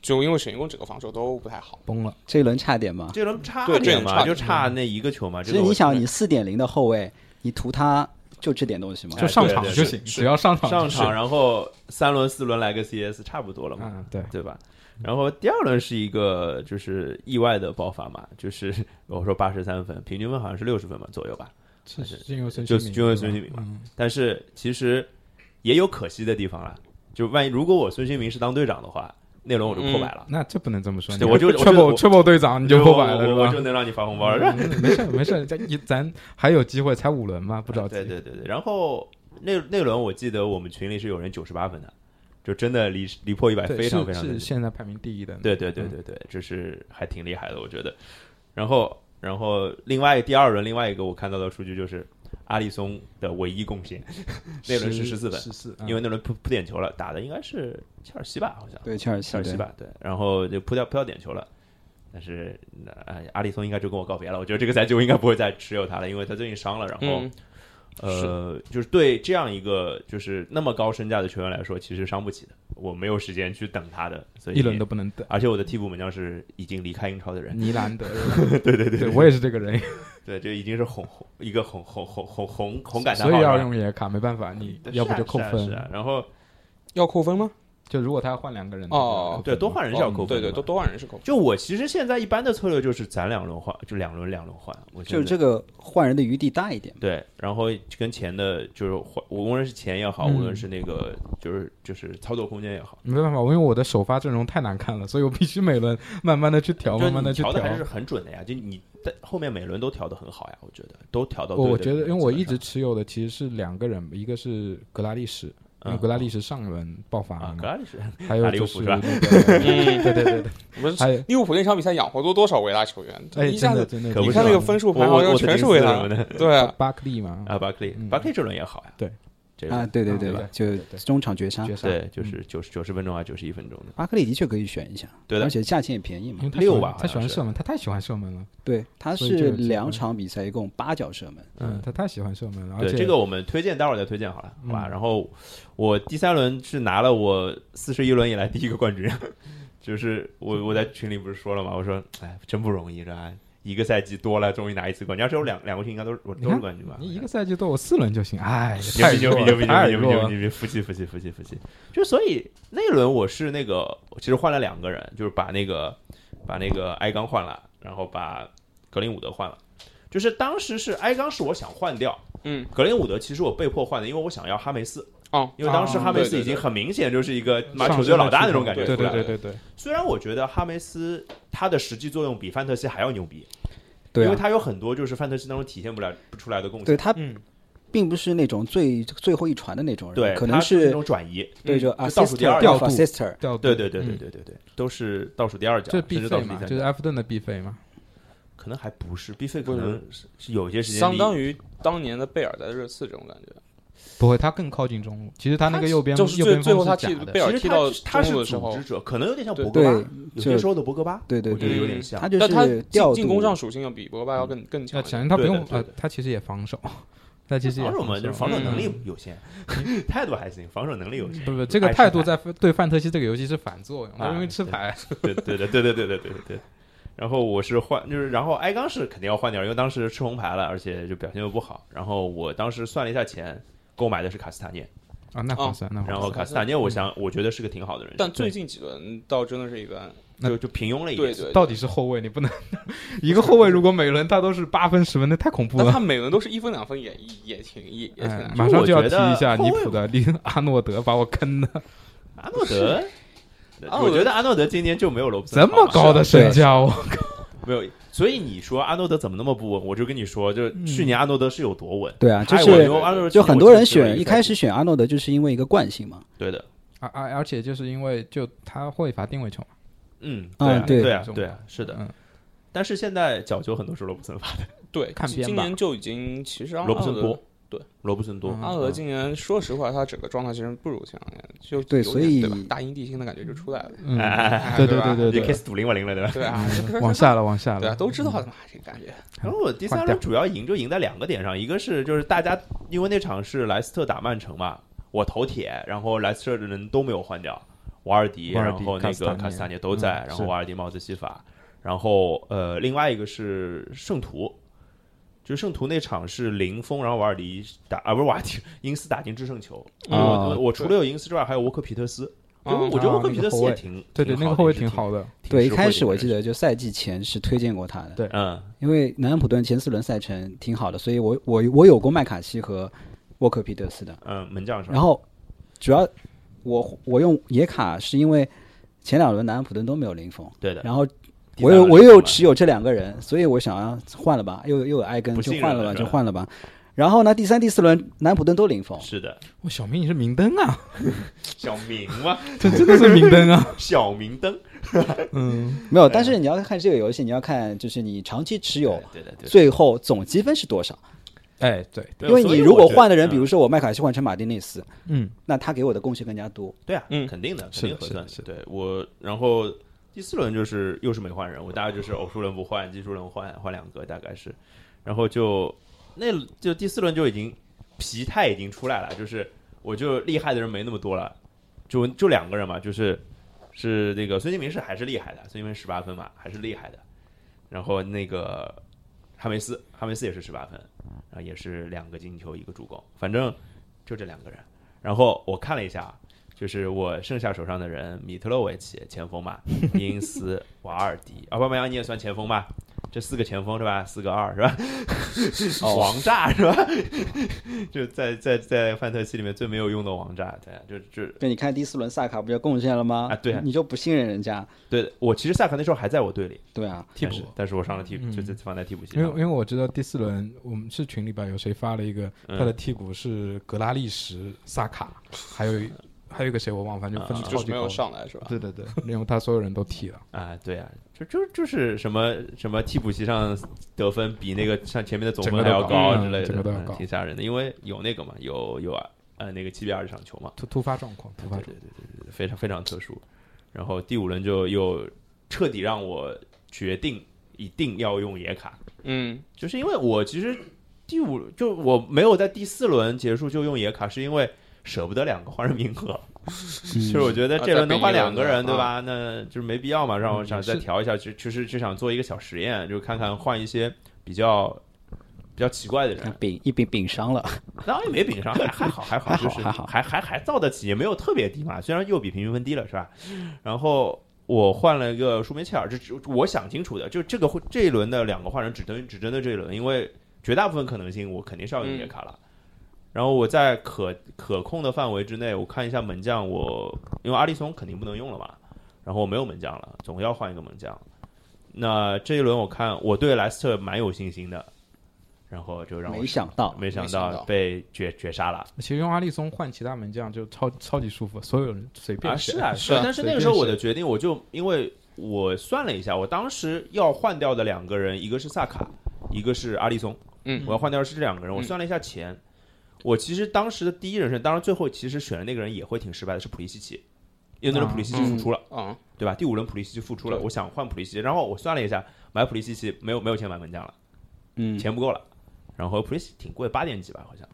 [SPEAKER 3] 就因为水晶宫整个防守都不太好，
[SPEAKER 4] 崩了。
[SPEAKER 2] 这一轮差点嘛，
[SPEAKER 1] 啊这轮差
[SPEAKER 3] 对这
[SPEAKER 1] 点
[SPEAKER 3] 轮
[SPEAKER 1] 嘛，
[SPEAKER 3] 差
[SPEAKER 1] 就差那一个球嘛。
[SPEAKER 2] 其
[SPEAKER 1] 啊这
[SPEAKER 2] 实
[SPEAKER 1] 个
[SPEAKER 2] 你
[SPEAKER 1] 我嗯
[SPEAKER 2] 想，你四点零的后卫，你图他就这点东西吗？
[SPEAKER 1] 哎
[SPEAKER 4] 就上场
[SPEAKER 1] 对对
[SPEAKER 4] 就是行，
[SPEAKER 3] 是
[SPEAKER 4] 只要上场
[SPEAKER 1] 上
[SPEAKER 4] 就
[SPEAKER 1] 场，
[SPEAKER 4] 行
[SPEAKER 1] 然后三轮四轮来个 CS，差不多了嘛，
[SPEAKER 4] 啊，对，
[SPEAKER 1] 对吧？然后第二轮是一个就是意外的爆发嘛，就是我说八十三分，平均分好像是六十分嘛左右吧。
[SPEAKER 4] 这是因为孙
[SPEAKER 1] 就是
[SPEAKER 4] 兴民，
[SPEAKER 1] 因为
[SPEAKER 4] 对
[SPEAKER 1] 孙
[SPEAKER 4] 吧
[SPEAKER 1] 兴民嘛
[SPEAKER 4] 嗯
[SPEAKER 1] 但是其实也有可惜的地方啦，就万一如果我孙兴民是当队长的话，那轮我就破百了，
[SPEAKER 4] 那这不能这么说，
[SPEAKER 1] 对我就我就
[SPEAKER 4] Trouble
[SPEAKER 1] 我
[SPEAKER 4] Trouble 队嗯长你就破百了
[SPEAKER 1] 我我我
[SPEAKER 4] 是
[SPEAKER 1] 就
[SPEAKER 4] 吧？
[SPEAKER 1] 能让你发红包了。
[SPEAKER 4] 嗯没事没事，咱咱还有机会，才五轮嘛，不着急。
[SPEAKER 1] 对对对对，然后那那轮我记得我们群里是有人九十八分的，就真的离离破一百
[SPEAKER 4] 对
[SPEAKER 1] 非常
[SPEAKER 4] 是
[SPEAKER 1] 非常
[SPEAKER 4] 是嗯
[SPEAKER 1] 的近。
[SPEAKER 4] 现在排名第一的，
[SPEAKER 1] 对对对对对，这是还挺厉害的，我觉得。然后然后另外第二轮另外一个我看到的数据就是阿里松的唯一贡献， 那轮是14分
[SPEAKER 4] 十四，嗯
[SPEAKER 1] 因为那轮扑扑点球了，打的应该是切尔西吧，好像
[SPEAKER 2] 对，切尔西，
[SPEAKER 1] 切尔西
[SPEAKER 2] 对，
[SPEAKER 1] 吧，对，然后就扑掉扑掉点球了。但是，那哎阿里松应该就跟我告别了。我觉得这个赛季我应该不会再持有他了，因为他最近伤了。然后，
[SPEAKER 3] 嗯，
[SPEAKER 1] 呃，就是对这样一个就是那么高身价的球员来说，其实伤不起的。我没有时间去等他的，所以
[SPEAKER 4] 一轮都不能等。
[SPEAKER 1] 而且我的替补门将是已经离开英超的人，
[SPEAKER 4] 尼兰德， 对对对，我也是这个人，
[SPEAKER 1] 对，这已经是哄哄一个哄哄哄哄哄哄感叹
[SPEAKER 4] 所
[SPEAKER 1] 号了
[SPEAKER 4] 以要用野卡，没办法，你
[SPEAKER 1] 对
[SPEAKER 4] 要不
[SPEAKER 1] 是啊
[SPEAKER 4] 就扣
[SPEAKER 1] 是啊是
[SPEAKER 4] 分
[SPEAKER 1] 啊。然后
[SPEAKER 3] 要扣分吗？
[SPEAKER 4] 就如果他要换两个人的话
[SPEAKER 3] 哦
[SPEAKER 1] 对，多换人是要扣分
[SPEAKER 3] 对
[SPEAKER 1] 的
[SPEAKER 3] 对，
[SPEAKER 1] 嘛
[SPEAKER 3] 都多换人是扣分，
[SPEAKER 1] 就我其实现在一般的策略就是攒两轮换，就两轮两轮换，我觉
[SPEAKER 2] 就
[SPEAKER 1] 得
[SPEAKER 2] 是这个换人的余地大一点。
[SPEAKER 1] 对，然后跟钱的就是换，无论是钱也好，
[SPEAKER 4] 嗯
[SPEAKER 1] 无论是那个就是就是操作空间也好，
[SPEAKER 4] 没办法，我因为我的首发阵容太难看了，所以我必须每轮 慢慢的去调，
[SPEAKER 1] 就
[SPEAKER 4] 慢慢
[SPEAKER 1] 你
[SPEAKER 4] 的去
[SPEAKER 1] 调
[SPEAKER 4] 调。
[SPEAKER 1] 的还是很准的呀，就你在后面每轮都调的很好呀，我觉得都调到
[SPEAKER 4] 我
[SPEAKER 1] 对
[SPEAKER 4] 我
[SPEAKER 1] 的
[SPEAKER 4] 觉得，
[SPEAKER 1] 地
[SPEAKER 4] 因
[SPEAKER 1] 方
[SPEAKER 4] 为我一
[SPEAKER 1] 基本
[SPEAKER 4] 直持有的其实是两个人，一个是格拉利什，因
[SPEAKER 1] 上
[SPEAKER 4] 为格拉利什上轮爆发
[SPEAKER 1] 嗯
[SPEAKER 4] 了
[SPEAKER 1] 啊，
[SPEAKER 4] 嘛，
[SPEAKER 1] 格拉利什
[SPEAKER 4] 还有就是
[SPEAKER 1] 打
[SPEAKER 4] 那
[SPEAKER 1] 利
[SPEAKER 4] 个， 对
[SPEAKER 3] 嗯，
[SPEAKER 4] 对对对，
[SPEAKER 3] 不是
[SPEAKER 4] 还有
[SPEAKER 3] 利物浦那场比赛养活多多少维拉球员，
[SPEAKER 4] 哎，
[SPEAKER 3] 一
[SPEAKER 4] 真
[SPEAKER 3] 下
[SPEAKER 4] 的
[SPEAKER 3] 子
[SPEAKER 4] 真的，
[SPEAKER 1] 可
[SPEAKER 3] 你
[SPEAKER 1] 不
[SPEAKER 3] 看
[SPEAKER 1] 是
[SPEAKER 3] 那个
[SPEAKER 1] 吗
[SPEAKER 3] 分数
[SPEAKER 1] 我
[SPEAKER 3] 排行
[SPEAKER 1] 我
[SPEAKER 3] 要
[SPEAKER 1] 我
[SPEAKER 3] 全是
[SPEAKER 1] 维
[SPEAKER 3] 维
[SPEAKER 1] 拉
[SPEAKER 3] 拉，
[SPEAKER 1] 的
[SPEAKER 3] 对啊，
[SPEAKER 4] 巴克利嘛，
[SPEAKER 1] 啊，巴克利，
[SPEAKER 4] 嗯
[SPEAKER 1] 巴克利这轮也好呀，
[SPEAKER 4] 对，
[SPEAKER 1] 这
[SPEAKER 2] 啊，
[SPEAKER 1] 轮
[SPEAKER 2] 对对
[SPEAKER 4] 对
[SPEAKER 2] 对
[SPEAKER 4] 吧，
[SPEAKER 2] 就
[SPEAKER 4] 对
[SPEAKER 2] 中场绝杀
[SPEAKER 4] 绝，
[SPEAKER 3] 啊
[SPEAKER 4] 杀
[SPEAKER 1] 对，就是九十九十分钟啊，九十一分钟的，
[SPEAKER 2] 巴克利的确可以选一下，
[SPEAKER 1] 对的
[SPEAKER 2] 而，且价钱也便宜嘛
[SPEAKER 4] 因为。他
[SPEAKER 1] 六
[SPEAKER 4] 喜
[SPEAKER 1] 吧
[SPEAKER 4] 欢
[SPEAKER 1] 好
[SPEAKER 4] 他喜
[SPEAKER 1] 像
[SPEAKER 4] 欢
[SPEAKER 1] 是
[SPEAKER 4] 射门，他太喜欢射门了，
[SPEAKER 2] 对，他
[SPEAKER 4] 嗯所以这
[SPEAKER 2] 是
[SPEAKER 4] 个机会
[SPEAKER 2] 两场比赛一共八脚射门，
[SPEAKER 1] 嗯
[SPEAKER 4] 嗯，他太喜欢射门了，而
[SPEAKER 1] 对，
[SPEAKER 4] 且
[SPEAKER 1] 这个我们推荐，待会儿再推荐好了，好吧？
[SPEAKER 4] 嗯
[SPEAKER 1] 然后我第三轮是拿了我四十一轮以来第一个冠军， 就是我我在群里不是说了嘛，我说哎，真不容易，这还一个赛季多了，终于拿一次冠军，而且我两两个球应该都是我
[SPEAKER 4] 你
[SPEAKER 1] 都
[SPEAKER 4] 看
[SPEAKER 1] 是冠军吧？
[SPEAKER 4] 你一个赛季都有四轮就行，哎，
[SPEAKER 1] 牛
[SPEAKER 4] 太
[SPEAKER 1] 逼牛
[SPEAKER 4] 弱
[SPEAKER 1] 逼牛
[SPEAKER 4] 了
[SPEAKER 1] 逼牛
[SPEAKER 4] 太
[SPEAKER 1] 逼牛逼
[SPEAKER 4] 弱
[SPEAKER 1] 牛
[SPEAKER 4] 了
[SPEAKER 1] 逼，牛逼！服气服气服气服气！就所以那一轮我是那个，其实换了两个人，就是把那个把那个埃刚换了，然后把格林伍德换了。就是当时是埃刚是我想换掉，
[SPEAKER 3] 嗯，
[SPEAKER 1] 格林伍德其实我被迫换的，因为我想要哈梅斯，
[SPEAKER 3] 哦，
[SPEAKER 1] 因为当时
[SPEAKER 4] 啊
[SPEAKER 1] 哈梅斯
[SPEAKER 3] 对对
[SPEAKER 1] 已经
[SPEAKER 3] 对
[SPEAKER 1] 很明显就是一个马
[SPEAKER 4] 上
[SPEAKER 1] 球队
[SPEAKER 4] 升
[SPEAKER 1] 老大
[SPEAKER 4] 的
[SPEAKER 1] 那种
[SPEAKER 4] 趋
[SPEAKER 1] 感
[SPEAKER 4] 同
[SPEAKER 1] 觉
[SPEAKER 4] 对
[SPEAKER 1] 出
[SPEAKER 4] 对
[SPEAKER 1] 来
[SPEAKER 4] 对
[SPEAKER 1] 了。
[SPEAKER 4] 对对，
[SPEAKER 1] 虽然我觉得哈梅斯他的实际作用比范特西还要牛逼，
[SPEAKER 2] 对
[SPEAKER 1] 因为
[SPEAKER 2] 啊，
[SPEAKER 1] 他有很多就是范特西当中体现不了不出来的贡献
[SPEAKER 2] 对。他
[SPEAKER 3] 嗯，
[SPEAKER 2] 并不是那种最最后一传的那种人，
[SPEAKER 1] 对，
[SPEAKER 2] 可
[SPEAKER 1] 他
[SPEAKER 2] 能
[SPEAKER 1] 是那
[SPEAKER 2] 是
[SPEAKER 1] 种转移，
[SPEAKER 2] 对就
[SPEAKER 1] 就倒数第
[SPEAKER 2] assistant
[SPEAKER 1] 二
[SPEAKER 2] of
[SPEAKER 4] 调度
[SPEAKER 2] assister，
[SPEAKER 4] 调度
[SPEAKER 1] 对对对对
[SPEAKER 4] 嗯
[SPEAKER 1] 对对对，都是倒数第二
[SPEAKER 4] 这
[SPEAKER 1] 奖
[SPEAKER 4] 是，
[SPEAKER 1] 甚
[SPEAKER 4] 必
[SPEAKER 1] 至倒
[SPEAKER 4] 费
[SPEAKER 1] 数第
[SPEAKER 4] 嘛，
[SPEAKER 1] 三
[SPEAKER 4] 就是
[SPEAKER 1] 奖，
[SPEAKER 4] 埃弗顿的必费嘛。
[SPEAKER 1] 可能还不是必费，
[SPEAKER 3] 不
[SPEAKER 1] 可
[SPEAKER 3] 是
[SPEAKER 1] 能是是有一些时间
[SPEAKER 3] 相当
[SPEAKER 1] 于
[SPEAKER 3] 于当年的贝尔在热刺这种感觉。
[SPEAKER 4] 不会，他更靠近中路。其实他那个右边
[SPEAKER 3] 就是
[SPEAKER 4] 右
[SPEAKER 3] 最
[SPEAKER 4] 边
[SPEAKER 3] 最后
[SPEAKER 4] 锋
[SPEAKER 3] 他
[SPEAKER 4] 假
[SPEAKER 3] 踢
[SPEAKER 4] 的
[SPEAKER 3] 贝，尔
[SPEAKER 1] 其实
[SPEAKER 3] 踢
[SPEAKER 1] 他
[SPEAKER 3] 到
[SPEAKER 1] 是他
[SPEAKER 3] 中路
[SPEAKER 1] 是
[SPEAKER 3] 的时候
[SPEAKER 1] 组织者，可能有点像
[SPEAKER 3] 对
[SPEAKER 1] 博格
[SPEAKER 2] 对
[SPEAKER 1] 巴，，有些
[SPEAKER 2] 就
[SPEAKER 1] 时候的博格巴，
[SPEAKER 2] 对对
[SPEAKER 1] 我觉得
[SPEAKER 2] 对，
[SPEAKER 1] 有点像
[SPEAKER 2] 他。就
[SPEAKER 3] 但他
[SPEAKER 2] 是调
[SPEAKER 3] 进
[SPEAKER 2] 度
[SPEAKER 3] 进攻上属性要比博格巴要更更强
[SPEAKER 4] 要
[SPEAKER 3] 一点。
[SPEAKER 4] 强，他不
[SPEAKER 1] 对对
[SPEAKER 4] 用
[SPEAKER 1] 对
[SPEAKER 4] 呃
[SPEAKER 1] 对，
[SPEAKER 4] 他其实也防守， 他其实也
[SPEAKER 1] 防守嘛，就是防守能力
[SPEAKER 4] 嗯
[SPEAKER 1] 有限，态度还行，防守能力有限。
[SPEAKER 4] 不不，这个态度在对范特西这个游戏是反作用，他容易吃牌。
[SPEAKER 1] 对对对对对对对对对。然后我是换，就是然后埃刚是肯定要换掉，因为当时吃红牌了，而且就表现又不好。然后我当时算了一下钱，购买的是卡斯塔涅，
[SPEAKER 4] 啊，那划算，那划
[SPEAKER 1] 然
[SPEAKER 4] 算。
[SPEAKER 1] 后卡斯塔涅，我想我觉得是个挺好的人选，
[SPEAKER 3] 但最近几轮倒真的是一般。
[SPEAKER 4] 那
[SPEAKER 1] 就就平庸了一
[SPEAKER 3] 对
[SPEAKER 1] 点。
[SPEAKER 3] 对，
[SPEAKER 4] 到底是后卫，你不能 一个后卫，如果每轮他都是八分十分，那太恐怖
[SPEAKER 3] 那
[SPEAKER 4] 了
[SPEAKER 3] 他。每轮都是一分两分也也挺也也挺
[SPEAKER 4] 哎
[SPEAKER 3] 难，受。
[SPEAKER 4] 马上就要提一下
[SPEAKER 1] 我觉得
[SPEAKER 4] 尼普的利阿诺德，把我坑的，
[SPEAKER 1] 阿诺 德，
[SPEAKER 3] 阿诺
[SPEAKER 1] 我
[SPEAKER 3] 德
[SPEAKER 1] 觉得阿诺德今年就没有罗布森
[SPEAKER 4] 这么
[SPEAKER 1] 好
[SPEAKER 4] 高的身价，哦我
[SPEAKER 1] 没有。所以你说阿诺德怎么那么不稳？我就跟你说，就去年阿诺德是有多稳。
[SPEAKER 2] 嗯对啊，就
[SPEAKER 1] 太稳
[SPEAKER 2] 是
[SPEAKER 1] 了阿诺德
[SPEAKER 2] 就很多人选一
[SPEAKER 1] 一
[SPEAKER 2] 开
[SPEAKER 1] 始
[SPEAKER 2] 始选阿诺德，就是因为一个惯性嘛，
[SPEAKER 1] 对的，
[SPEAKER 4] 而而而且就是因为就他会罚定位球嘛，
[SPEAKER 1] 嗯，
[SPEAKER 2] 啊
[SPEAKER 1] 对
[SPEAKER 2] 对
[SPEAKER 1] 啊对啊对啊，是的。
[SPEAKER 4] 嗯，
[SPEAKER 1] 但是现在角球很多是罗布森发的，
[SPEAKER 3] 对，
[SPEAKER 4] 看
[SPEAKER 3] 今
[SPEAKER 4] 边
[SPEAKER 3] 今
[SPEAKER 4] 吧
[SPEAKER 3] 年就已经其实阿
[SPEAKER 1] 罗布森
[SPEAKER 3] 德
[SPEAKER 1] 多，
[SPEAKER 3] 对，
[SPEAKER 1] 罗布森多，
[SPEAKER 4] 嗯
[SPEAKER 3] 阿德今年说实话，他整个状态其实不如前两年，就
[SPEAKER 2] 对
[SPEAKER 3] 有点
[SPEAKER 2] 所以
[SPEAKER 3] 对吧，大英帝星的感觉就出来了。
[SPEAKER 4] 嗯
[SPEAKER 1] 哎，
[SPEAKER 4] 对
[SPEAKER 3] 对吧
[SPEAKER 4] 对
[SPEAKER 1] 就
[SPEAKER 4] 对
[SPEAKER 1] 开
[SPEAKER 4] 对，
[SPEAKER 1] 始赌零吧零了，对吧？
[SPEAKER 3] 对啊，
[SPEAKER 4] 嗯往下了往下
[SPEAKER 3] 对啊，
[SPEAKER 4] 了，
[SPEAKER 3] 都知道的嘛，这个感觉。
[SPEAKER 1] 然后我第三轮主要赢就赢在两个点上，一个是就是大家因为那场是莱斯特打曼城嘛，我头铁，然后莱斯特的人都没有换掉，瓦尔迪，
[SPEAKER 4] 瓦尔
[SPEAKER 1] 然
[SPEAKER 4] 迪
[SPEAKER 1] 后那
[SPEAKER 4] 卡斯塔
[SPEAKER 1] 个
[SPEAKER 4] 涅
[SPEAKER 1] 卡斯塔涅都在，
[SPEAKER 4] 嗯
[SPEAKER 1] 然后
[SPEAKER 4] 是
[SPEAKER 1] 瓦尔迪、帽子戏法，然后呃，另外一个是圣徒。就圣徒那场是零封，然后瓦尔迪打啊，不是瓦尔迪，因斯打进制胜球。
[SPEAKER 4] 嗯
[SPEAKER 2] 啊
[SPEAKER 1] 我我我除了有因斯之外，还有沃克皮特斯。我
[SPEAKER 3] 嗯
[SPEAKER 1] 我觉得
[SPEAKER 4] 啊
[SPEAKER 1] 沃克皮特斯也
[SPEAKER 4] 哦那个后卫
[SPEAKER 1] 挺
[SPEAKER 4] 对对，
[SPEAKER 1] 挺好
[SPEAKER 4] 那个后卫
[SPEAKER 1] 也是
[SPEAKER 4] 挺好的，
[SPEAKER 2] 对，一开始我记
[SPEAKER 1] 得，
[SPEAKER 2] 得就赛季前是推荐过他的，
[SPEAKER 4] 对
[SPEAKER 1] 嗯，
[SPEAKER 2] 因为南安普顿前四轮赛程挺好的，所以我我我有过麦卡锡和沃克皮特斯的，
[SPEAKER 1] 嗯，门将是吧？
[SPEAKER 2] 然后主要我我用野卡是因为前两轮南安普顿都没有零封，
[SPEAKER 1] 对的。
[SPEAKER 2] 然后
[SPEAKER 1] 第
[SPEAKER 2] 我
[SPEAKER 1] 三
[SPEAKER 2] 有
[SPEAKER 1] 轮
[SPEAKER 2] 我
[SPEAKER 1] 是
[SPEAKER 2] 又
[SPEAKER 1] 吧
[SPEAKER 2] 持有这两个人，所以我想要换了吧，又又有艾根
[SPEAKER 1] 不
[SPEAKER 2] 就
[SPEAKER 1] 信任
[SPEAKER 2] 换了
[SPEAKER 1] 了
[SPEAKER 2] 吧，
[SPEAKER 1] 是
[SPEAKER 2] 就
[SPEAKER 1] 吧
[SPEAKER 2] 换了吧。然后呢，第三、第四轮南普顿都零封，
[SPEAKER 1] 是的，
[SPEAKER 4] 哇，小明你是明灯 啊，
[SPEAKER 1] 哦小明嘛，
[SPEAKER 4] 这真的是明 灯啊，
[SPEAKER 1] 小明灯，
[SPEAKER 4] 嗯，
[SPEAKER 2] 没有。但是你要看这个游戏，你要看就是你长期持有，
[SPEAKER 1] 啊对的对的
[SPEAKER 2] 最后总积分是多少。
[SPEAKER 4] 哎对，
[SPEAKER 1] 对，啊
[SPEAKER 2] 因为
[SPEAKER 1] 所
[SPEAKER 2] 你
[SPEAKER 1] 以
[SPEAKER 2] 如果
[SPEAKER 1] 我觉得
[SPEAKER 2] 换的人，
[SPEAKER 1] 嗯
[SPEAKER 2] 比如说我麦卡锡换成马丁内斯，
[SPEAKER 4] 嗯，
[SPEAKER 2] 那他给我的贡献更加多。
[SPEAKER 1] 对啊，
[SPEAKER 3] 嗯
[SPEAKER 1] 肯定的，
[SPEAKER 4] 是
[SPEAKER 1] 肯
[SPEAKER 4] 的
[SPEAKER 1] 定合算
[SPEAKER 4] 是的
[SPEAKER 1] 对我，然后第四轮就是又是没换人，我大概就是偶数轮不换，奇数轮换换两个，大概是，然后就那就第四轮就已经疲态已经出来了，就是我就厉害的人没那么多了，就就两个人嘛，就是是那个孙兴民是还是厉害的，孙兴民十八分嘛，还是厉害的，然后那个哈梅斯，哈梅斯也是十八分，然后也是两个进球一个助攻，反正就这两个人。然后我看了一下，啊就是我剩下手上的人，米特洛维奇前锋嘛，因斯、瓦尔迪、啊奥巴梅扬你也算前锋吧？这四个前锋是吧？四个二是吧？
[SPEAKER 4] 哦
[SPEAKER 1] 王炸是吧？ 就在在在范特西里面最没有用的王炸，对啊，就就
[SPEAKER 2] 对，你看第四轮萨卡不就贡献了吗？
[SPEAKER 1] 啊对啊
[SPEAKER 2] 你就不信任人家，
[SPEAKER 1] 对我其实萨卡那时候还在我队里，
[SPEAKER 2] 对啊，
[SPEAKER 4] 替补
[SPEAKER 1] 但是但是我上了替补，
[SPEAKER 4] 嗯
[SPEAKER 1] 就是放在替补席
[SPEAKER 4] 因为
[SPEAKER 1] 上
[SPEAKER 4] 因为我知道第四轮我们是群里边有谁发了一个
[SPEAKER 1] 嗯
[SPEAKER 4] 他的替补是格拉利什、萨卡，还有一还有一个谁我忘了，反正分
[SPEAKER 1] 啊
[SPEAKER 4] 的
[SPEAKER 3] 就
[SPEAKER 4] 超
[SPEAKER 3] 是
[SPEAKER 4] 级
[SPEAKER 3] 没有
[SPEAKER 4] 高。
[SPEAKER 3] 上来是吧？
[SPEAKER 4] 对对对，因为他所有人都踢了，
[SPEAKER 1] 啊，对啊，就就就是什么什么替补席上得分比那个上前面的总分还要
[SPEAKER 4] 整个都高
[SPEAKER 1] 之类
[SPEAKER 4] 嗯整
[SPEAKER 1] 的，
[SPEAKER 4] 个都要
[SPEAKER 1] 嗯
[SPEAKER 4] 高
[SPEAKER 1] 挺吓人的，因为有那个嘛，有有啊呃那个七比二这场球嘛，
[SPEAKER 4] 突突发状况，突发状况。
[SPEAKER 1] 非常非常特殊。然后第五轮就又彻底让我决定一定要用野卡，
[SPEAKER 3] 嗯，
[SPEAKER 1] 就是因为我其实第五就我没有在第四轮结束就用野卡，是因为舍不得两个换人名额。
[SPEAKER 4] 嗯
[SPEAKER 1] 就是我觉得这轮能换两个人，对吧？那就是没必要嘛，让我想再调一下，就其实就想做一个小实验，就看看换一些比较比较奇怪的
[SPEAKER 2] 那
[SPEAKER 1] 人。
[SPEAKER 2] 饼一饼饼伤了，
[SPEAKER 1] 那也没比上，还还好还好，
[SPEAKER 2] 还好
[SPEAKER 1] 就是
[SPEAKER 2] 还好
[SPEAKER 1] 还还还造得起，也没有特别低嘛。虽然又比平均分低了，是吧？然后我换了一个舒梅切尔，这这我想清楚的，就这个会这一轮的两个换人只针只针对这一轮，因为绝大部分可能性我肯定是要用野卡了。然后我在可可控的范围之内，我看一下门将我，因为阿利松肯定不能用了嘛，然后我没有门将了，总要换一个门将。那这一轮我看我对莱斯特蛮有信心的，然后就让我
[SPEAKER 2] 没想到，
[SPEAKER 1] 没想
[SPEAKER 3] 没想到啊
[SPEAKER 1] 被绝绝杀了
[SPEAKER 4] 其实用阿利松换其他门将就超超级舒服，所有人随便
[SPEAKER 1] 啊！
[SPEAKER 4] 选
[SPEAKER 1] 是啊，
[SPEAKER 3] 是啊
[SPEAKER 1] 但是那个时候我的决定，我就因为我算了一下，我当时要换掉的两个人，一个是萨卡，一个是阿利松，
[SPEAKER 3] 嗯
[SPEAKER 1] 我要换掉的是这两个人。我
[SPEAKER 3] 嗯
[SPEAKER 1] 算了一下钱，我其实当时的第一人选，当然最后其实选的那个人也会挺失败的，是普利西奇，因为那时候普利西奇复出了，
[SPEAKER 3] 嗯，
[SPEAKER 1] 对吧？第五轮普利西奇复出了，
[SPEAKER 3] 对
[SPEAKER 1] 我想换普利西奇，然后我算了一下，买普利西奇没有没有钱买门将了，
[SPEAKER 2] 嗯，
[SPEAKER 1] 钱不够了，然后普利西挺贵，八点几吧，好像。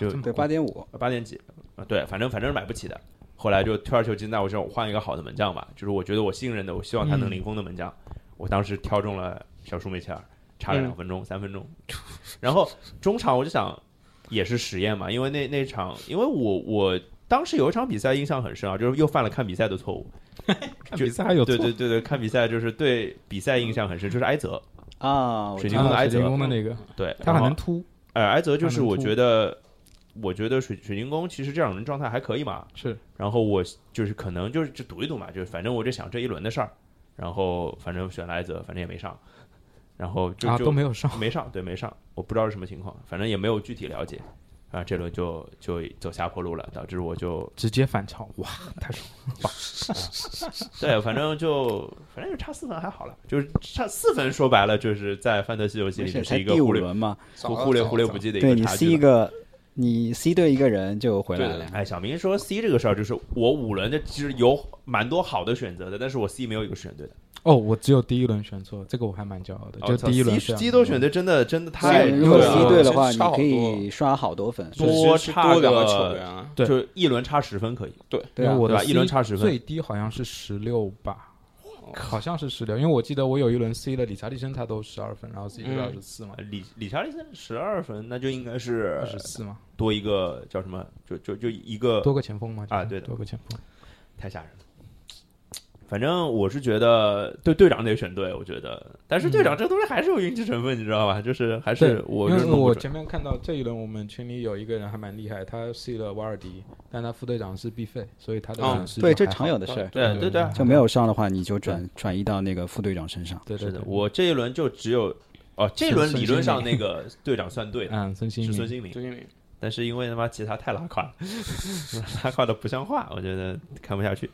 [SPEAKER 1] 就
[SPEAKER 4] 啊这么
[SPEAKER 2] 对，
[SPEAKER 4] 贵
[SPEAKER 2] 八点五，
[SPEAKER 1] 八点几，啊，对，反正反正是买不起的。后来就退而求其次，那我就换一个好的门将吧，就是我觉得我信任的，我希望他能
[SPEAKER 4] 嗯
[SPEAKER 1] 零封的门将。我当时挑中了小舒梅切尔，差了
[SPEAKER 4] 嗯
[SPEAKER 1] 两分钟、三分钟。 然后中场我就想，也是实验嘛，因为那那场，因为我我当时有一场比赛印象很深啊，就是又犯了看比赛的错误。
[SPEAKER 4] 看
[SPEAKER 1] 就
[SPEAKER 4] 比赛还有
[SPEAKER 1] 对
[SPEAKER 4] 错
[SPEAKER 1] 对对对，看比赛就是对比赛印象很深，就是埃泽，
[SPEAKER 2] 啊，我
[SPEAKER 1] 水
[SPEAKER 2] 知
[SPEAKER 1] 晶
[SPEAKER 2] 道
[SPEAKER 1] 宫
[SPEAKER 4] 啊
[SPEAKER 1] 的埃
[SPEAKER 4] 水晶
[SPEAKER 1] 泽
[SPEAKER 4] 宫的那个，
[SPEAKER 1] 对，
[SPEAKER 4] 他
[SPEAKER 1] 嗯然
[SPEAKER 4] 还
[SPEAKER 1] 后
[SPEAKER 4] 能突，
[SPEAKER 1] 呃，埃泽就是
[SPEAKER 4] 他能
[SPEAKER 1] 我
[SPEAKER 4] 突
[SPEAKER 1] 觉得，我觉得水水晶宫其实这两人状态还可以嘛，
[SPEAKER 4] 是
[SPEAKER 1] 然后我就是可能就是就赌一赌嘛，就是反正我就想这一轮的事儿，然后反正选了埃泽，反正也没上，然后就
[SPEAKER 4] 啊
[SPEAKER 1] 就
[SPEAKER 4] 都没有上，
[SPEAKER 1] 没上，对，没上，我不知道是什么情况，反正也没有具体了解，啊，这轮就就走下坡路了，导致我就
[SPEAKER 4] 直接反超，哇，太爽了！
[SPEAKER 1] 对，反正就反正就差四分还好了，就是差四分，说白了就是在范特西游戏
[SPEAKER 2] 而
[SPEAKER 1] 里
[SPEAKER 2] 且
[SPEAKER 1] 面是
[SPEAKER 2] 才
[SPEAKER 1] 一个
[SPEAKER 2] 第
[SPEAKER 1] 忽
[SPEAKER 2] 五
[SPEAKER 1] 略
[SPEAKER 2] 轮嘛，
[SPEAKER 1] 忽忽略忽略不
[SPEAKER 3] 计。
[SPEAKER 1] 计的一
[SPEAKER 2] 对
[SPEAKER 1] 个
[SPEAKER 2] 你
[SPEAKER 1] 差
[SPEAKER 2] C
[SPEAKER 1] 距
[SPEAKER 2] 一
[SPEAKER 1] 吧。
[SPEAKER 2] 个，你 C 对一个人就回来了，
[SPEAKER 1] 哎，小明说 C 这个事儿，就是我五轮的其实有蛮多好的选择的，但是我 C 没有一个选对的。
[SPEAKER 4] 哦，我只有第一轮选错，这个我还蛮骄傲的，
[SPEAKER 1] 哦
[SPEAKER 4] 就
[SPEAKER 1] 操
[SPEAKER 4] 第一轮
[SPEAKER 1] C
[SPEAKER 4] 是
[SPEAKER 1] C 都选的真的真的太多
[SPEAKER 2] 对如果
[SPEAKER 3] 对啊
[SPEAKER 2] C 对的话，你
[SPEAKER 3] 其实差好
[SPEAKER 2] 可以刷好多分，
[SPEAKER 1] 多差
[SPEAKER 3] 多两个
[SPEAKER 1] 个
[SPEAKER 3] 球员啊，
[SPEAKER 4] 对
[SPEAKER 1] 就一轮差十分可以。
[SPEAKER 2] 对
[SPEAKER 4] 因
[SPEAKER 2] 啊
[SPEAKER 4] 为，我
[SPEAKER 1] 对
[SPEAKER 4] 的
[SPEAKER 1] 吧一轮
[SPEAKER 4] C
[SPEAKER 1] 差10分
[SPEAKER 4] 最低好像是十六吧，好像是十六，因为我记得我有一轮 C 的理查利森他都十二分，然后
[SPEAKER 1] 嗯
[SPEAKER 4] C 就二十四嘛，
[SPEAKER 1] 理理查利森十二分，那就应该是
[SPEAKER 4] 二十四嘛，
[SPEAKER 1] 多一个叫什么？就就就一个
[SPEAKER 4] 多个前锋嘛，
[SPEAKER 1] 啊
[SPEAKER 4] 就是
[SPEAKER 1] 对的
[SPEAKER 4] 多个前锋，
[SPEAKER 1] 太吓人了。反正我是觉得对队长得选对，我觉得，但是队长这个东西还是有运气成分，你知道吧？就是还是
[SPEAKER 4] 对
[SPEAKER 1] 我
[SPEAKER 4] 因
[SPEAKER 1] 是
[SPEAKER 4] 为
[SPEAKER 1] 弄不
[SPEAKER 4] 我
[SPEAKER 1] 准
[SPEAKER 4] 前面看到这一轮我们群里有一个人还蛮厉害，他 C 了瓦尔迪，但他副队长是必费，所以他的
[SPEAKER 1] 嗯
[SPEAKER 3] 哦
[SPEAKER 4] 损失
[SPEAKER 2] 嗯对，
[SPEAKER 4] 就
[SPEAKER 2] 这
[SPEAKER 4] 还
[SPEAKER 2] 常
[SPEAKER 4] 好
[SPEAKER 2] 有的事儿，
[SPEAKER 1] 对对啊对，
[SPEAKER 2] 就没有上的话，你就
[SPEAKER 1] 嗯
[SPEAKER 2] 转转移到那个副队长 身上。
[SPEAKER 4] 对对
[SPEAKER 1] 是的
[SPEAKER 4] 对，，
[SPEAKER 1] 我这一轮就只有哦，这一
[SPEAKER 4] 孙
[SPEAKER 1] 轮
[SPEAKER 4] 孙
[SPEAKER 1] 理论
[SPEAKER 4] 兴
[SPEAKER 1] 上
[SPEAKER 4] 慜
[SPEAKER 1] 那个队长算对的，
[SPEAKER 4] 嗯，孙兴
[SPEAKER 1] 是孙
[SPEAKER 4] 慜，
[SPEAKER 1] 兴民，
[SPEAKER 3] 最近
[SPEAKER 1] 但是因为他妈其他太拉胯了， 拉胯的不像话，我觉得看不下去。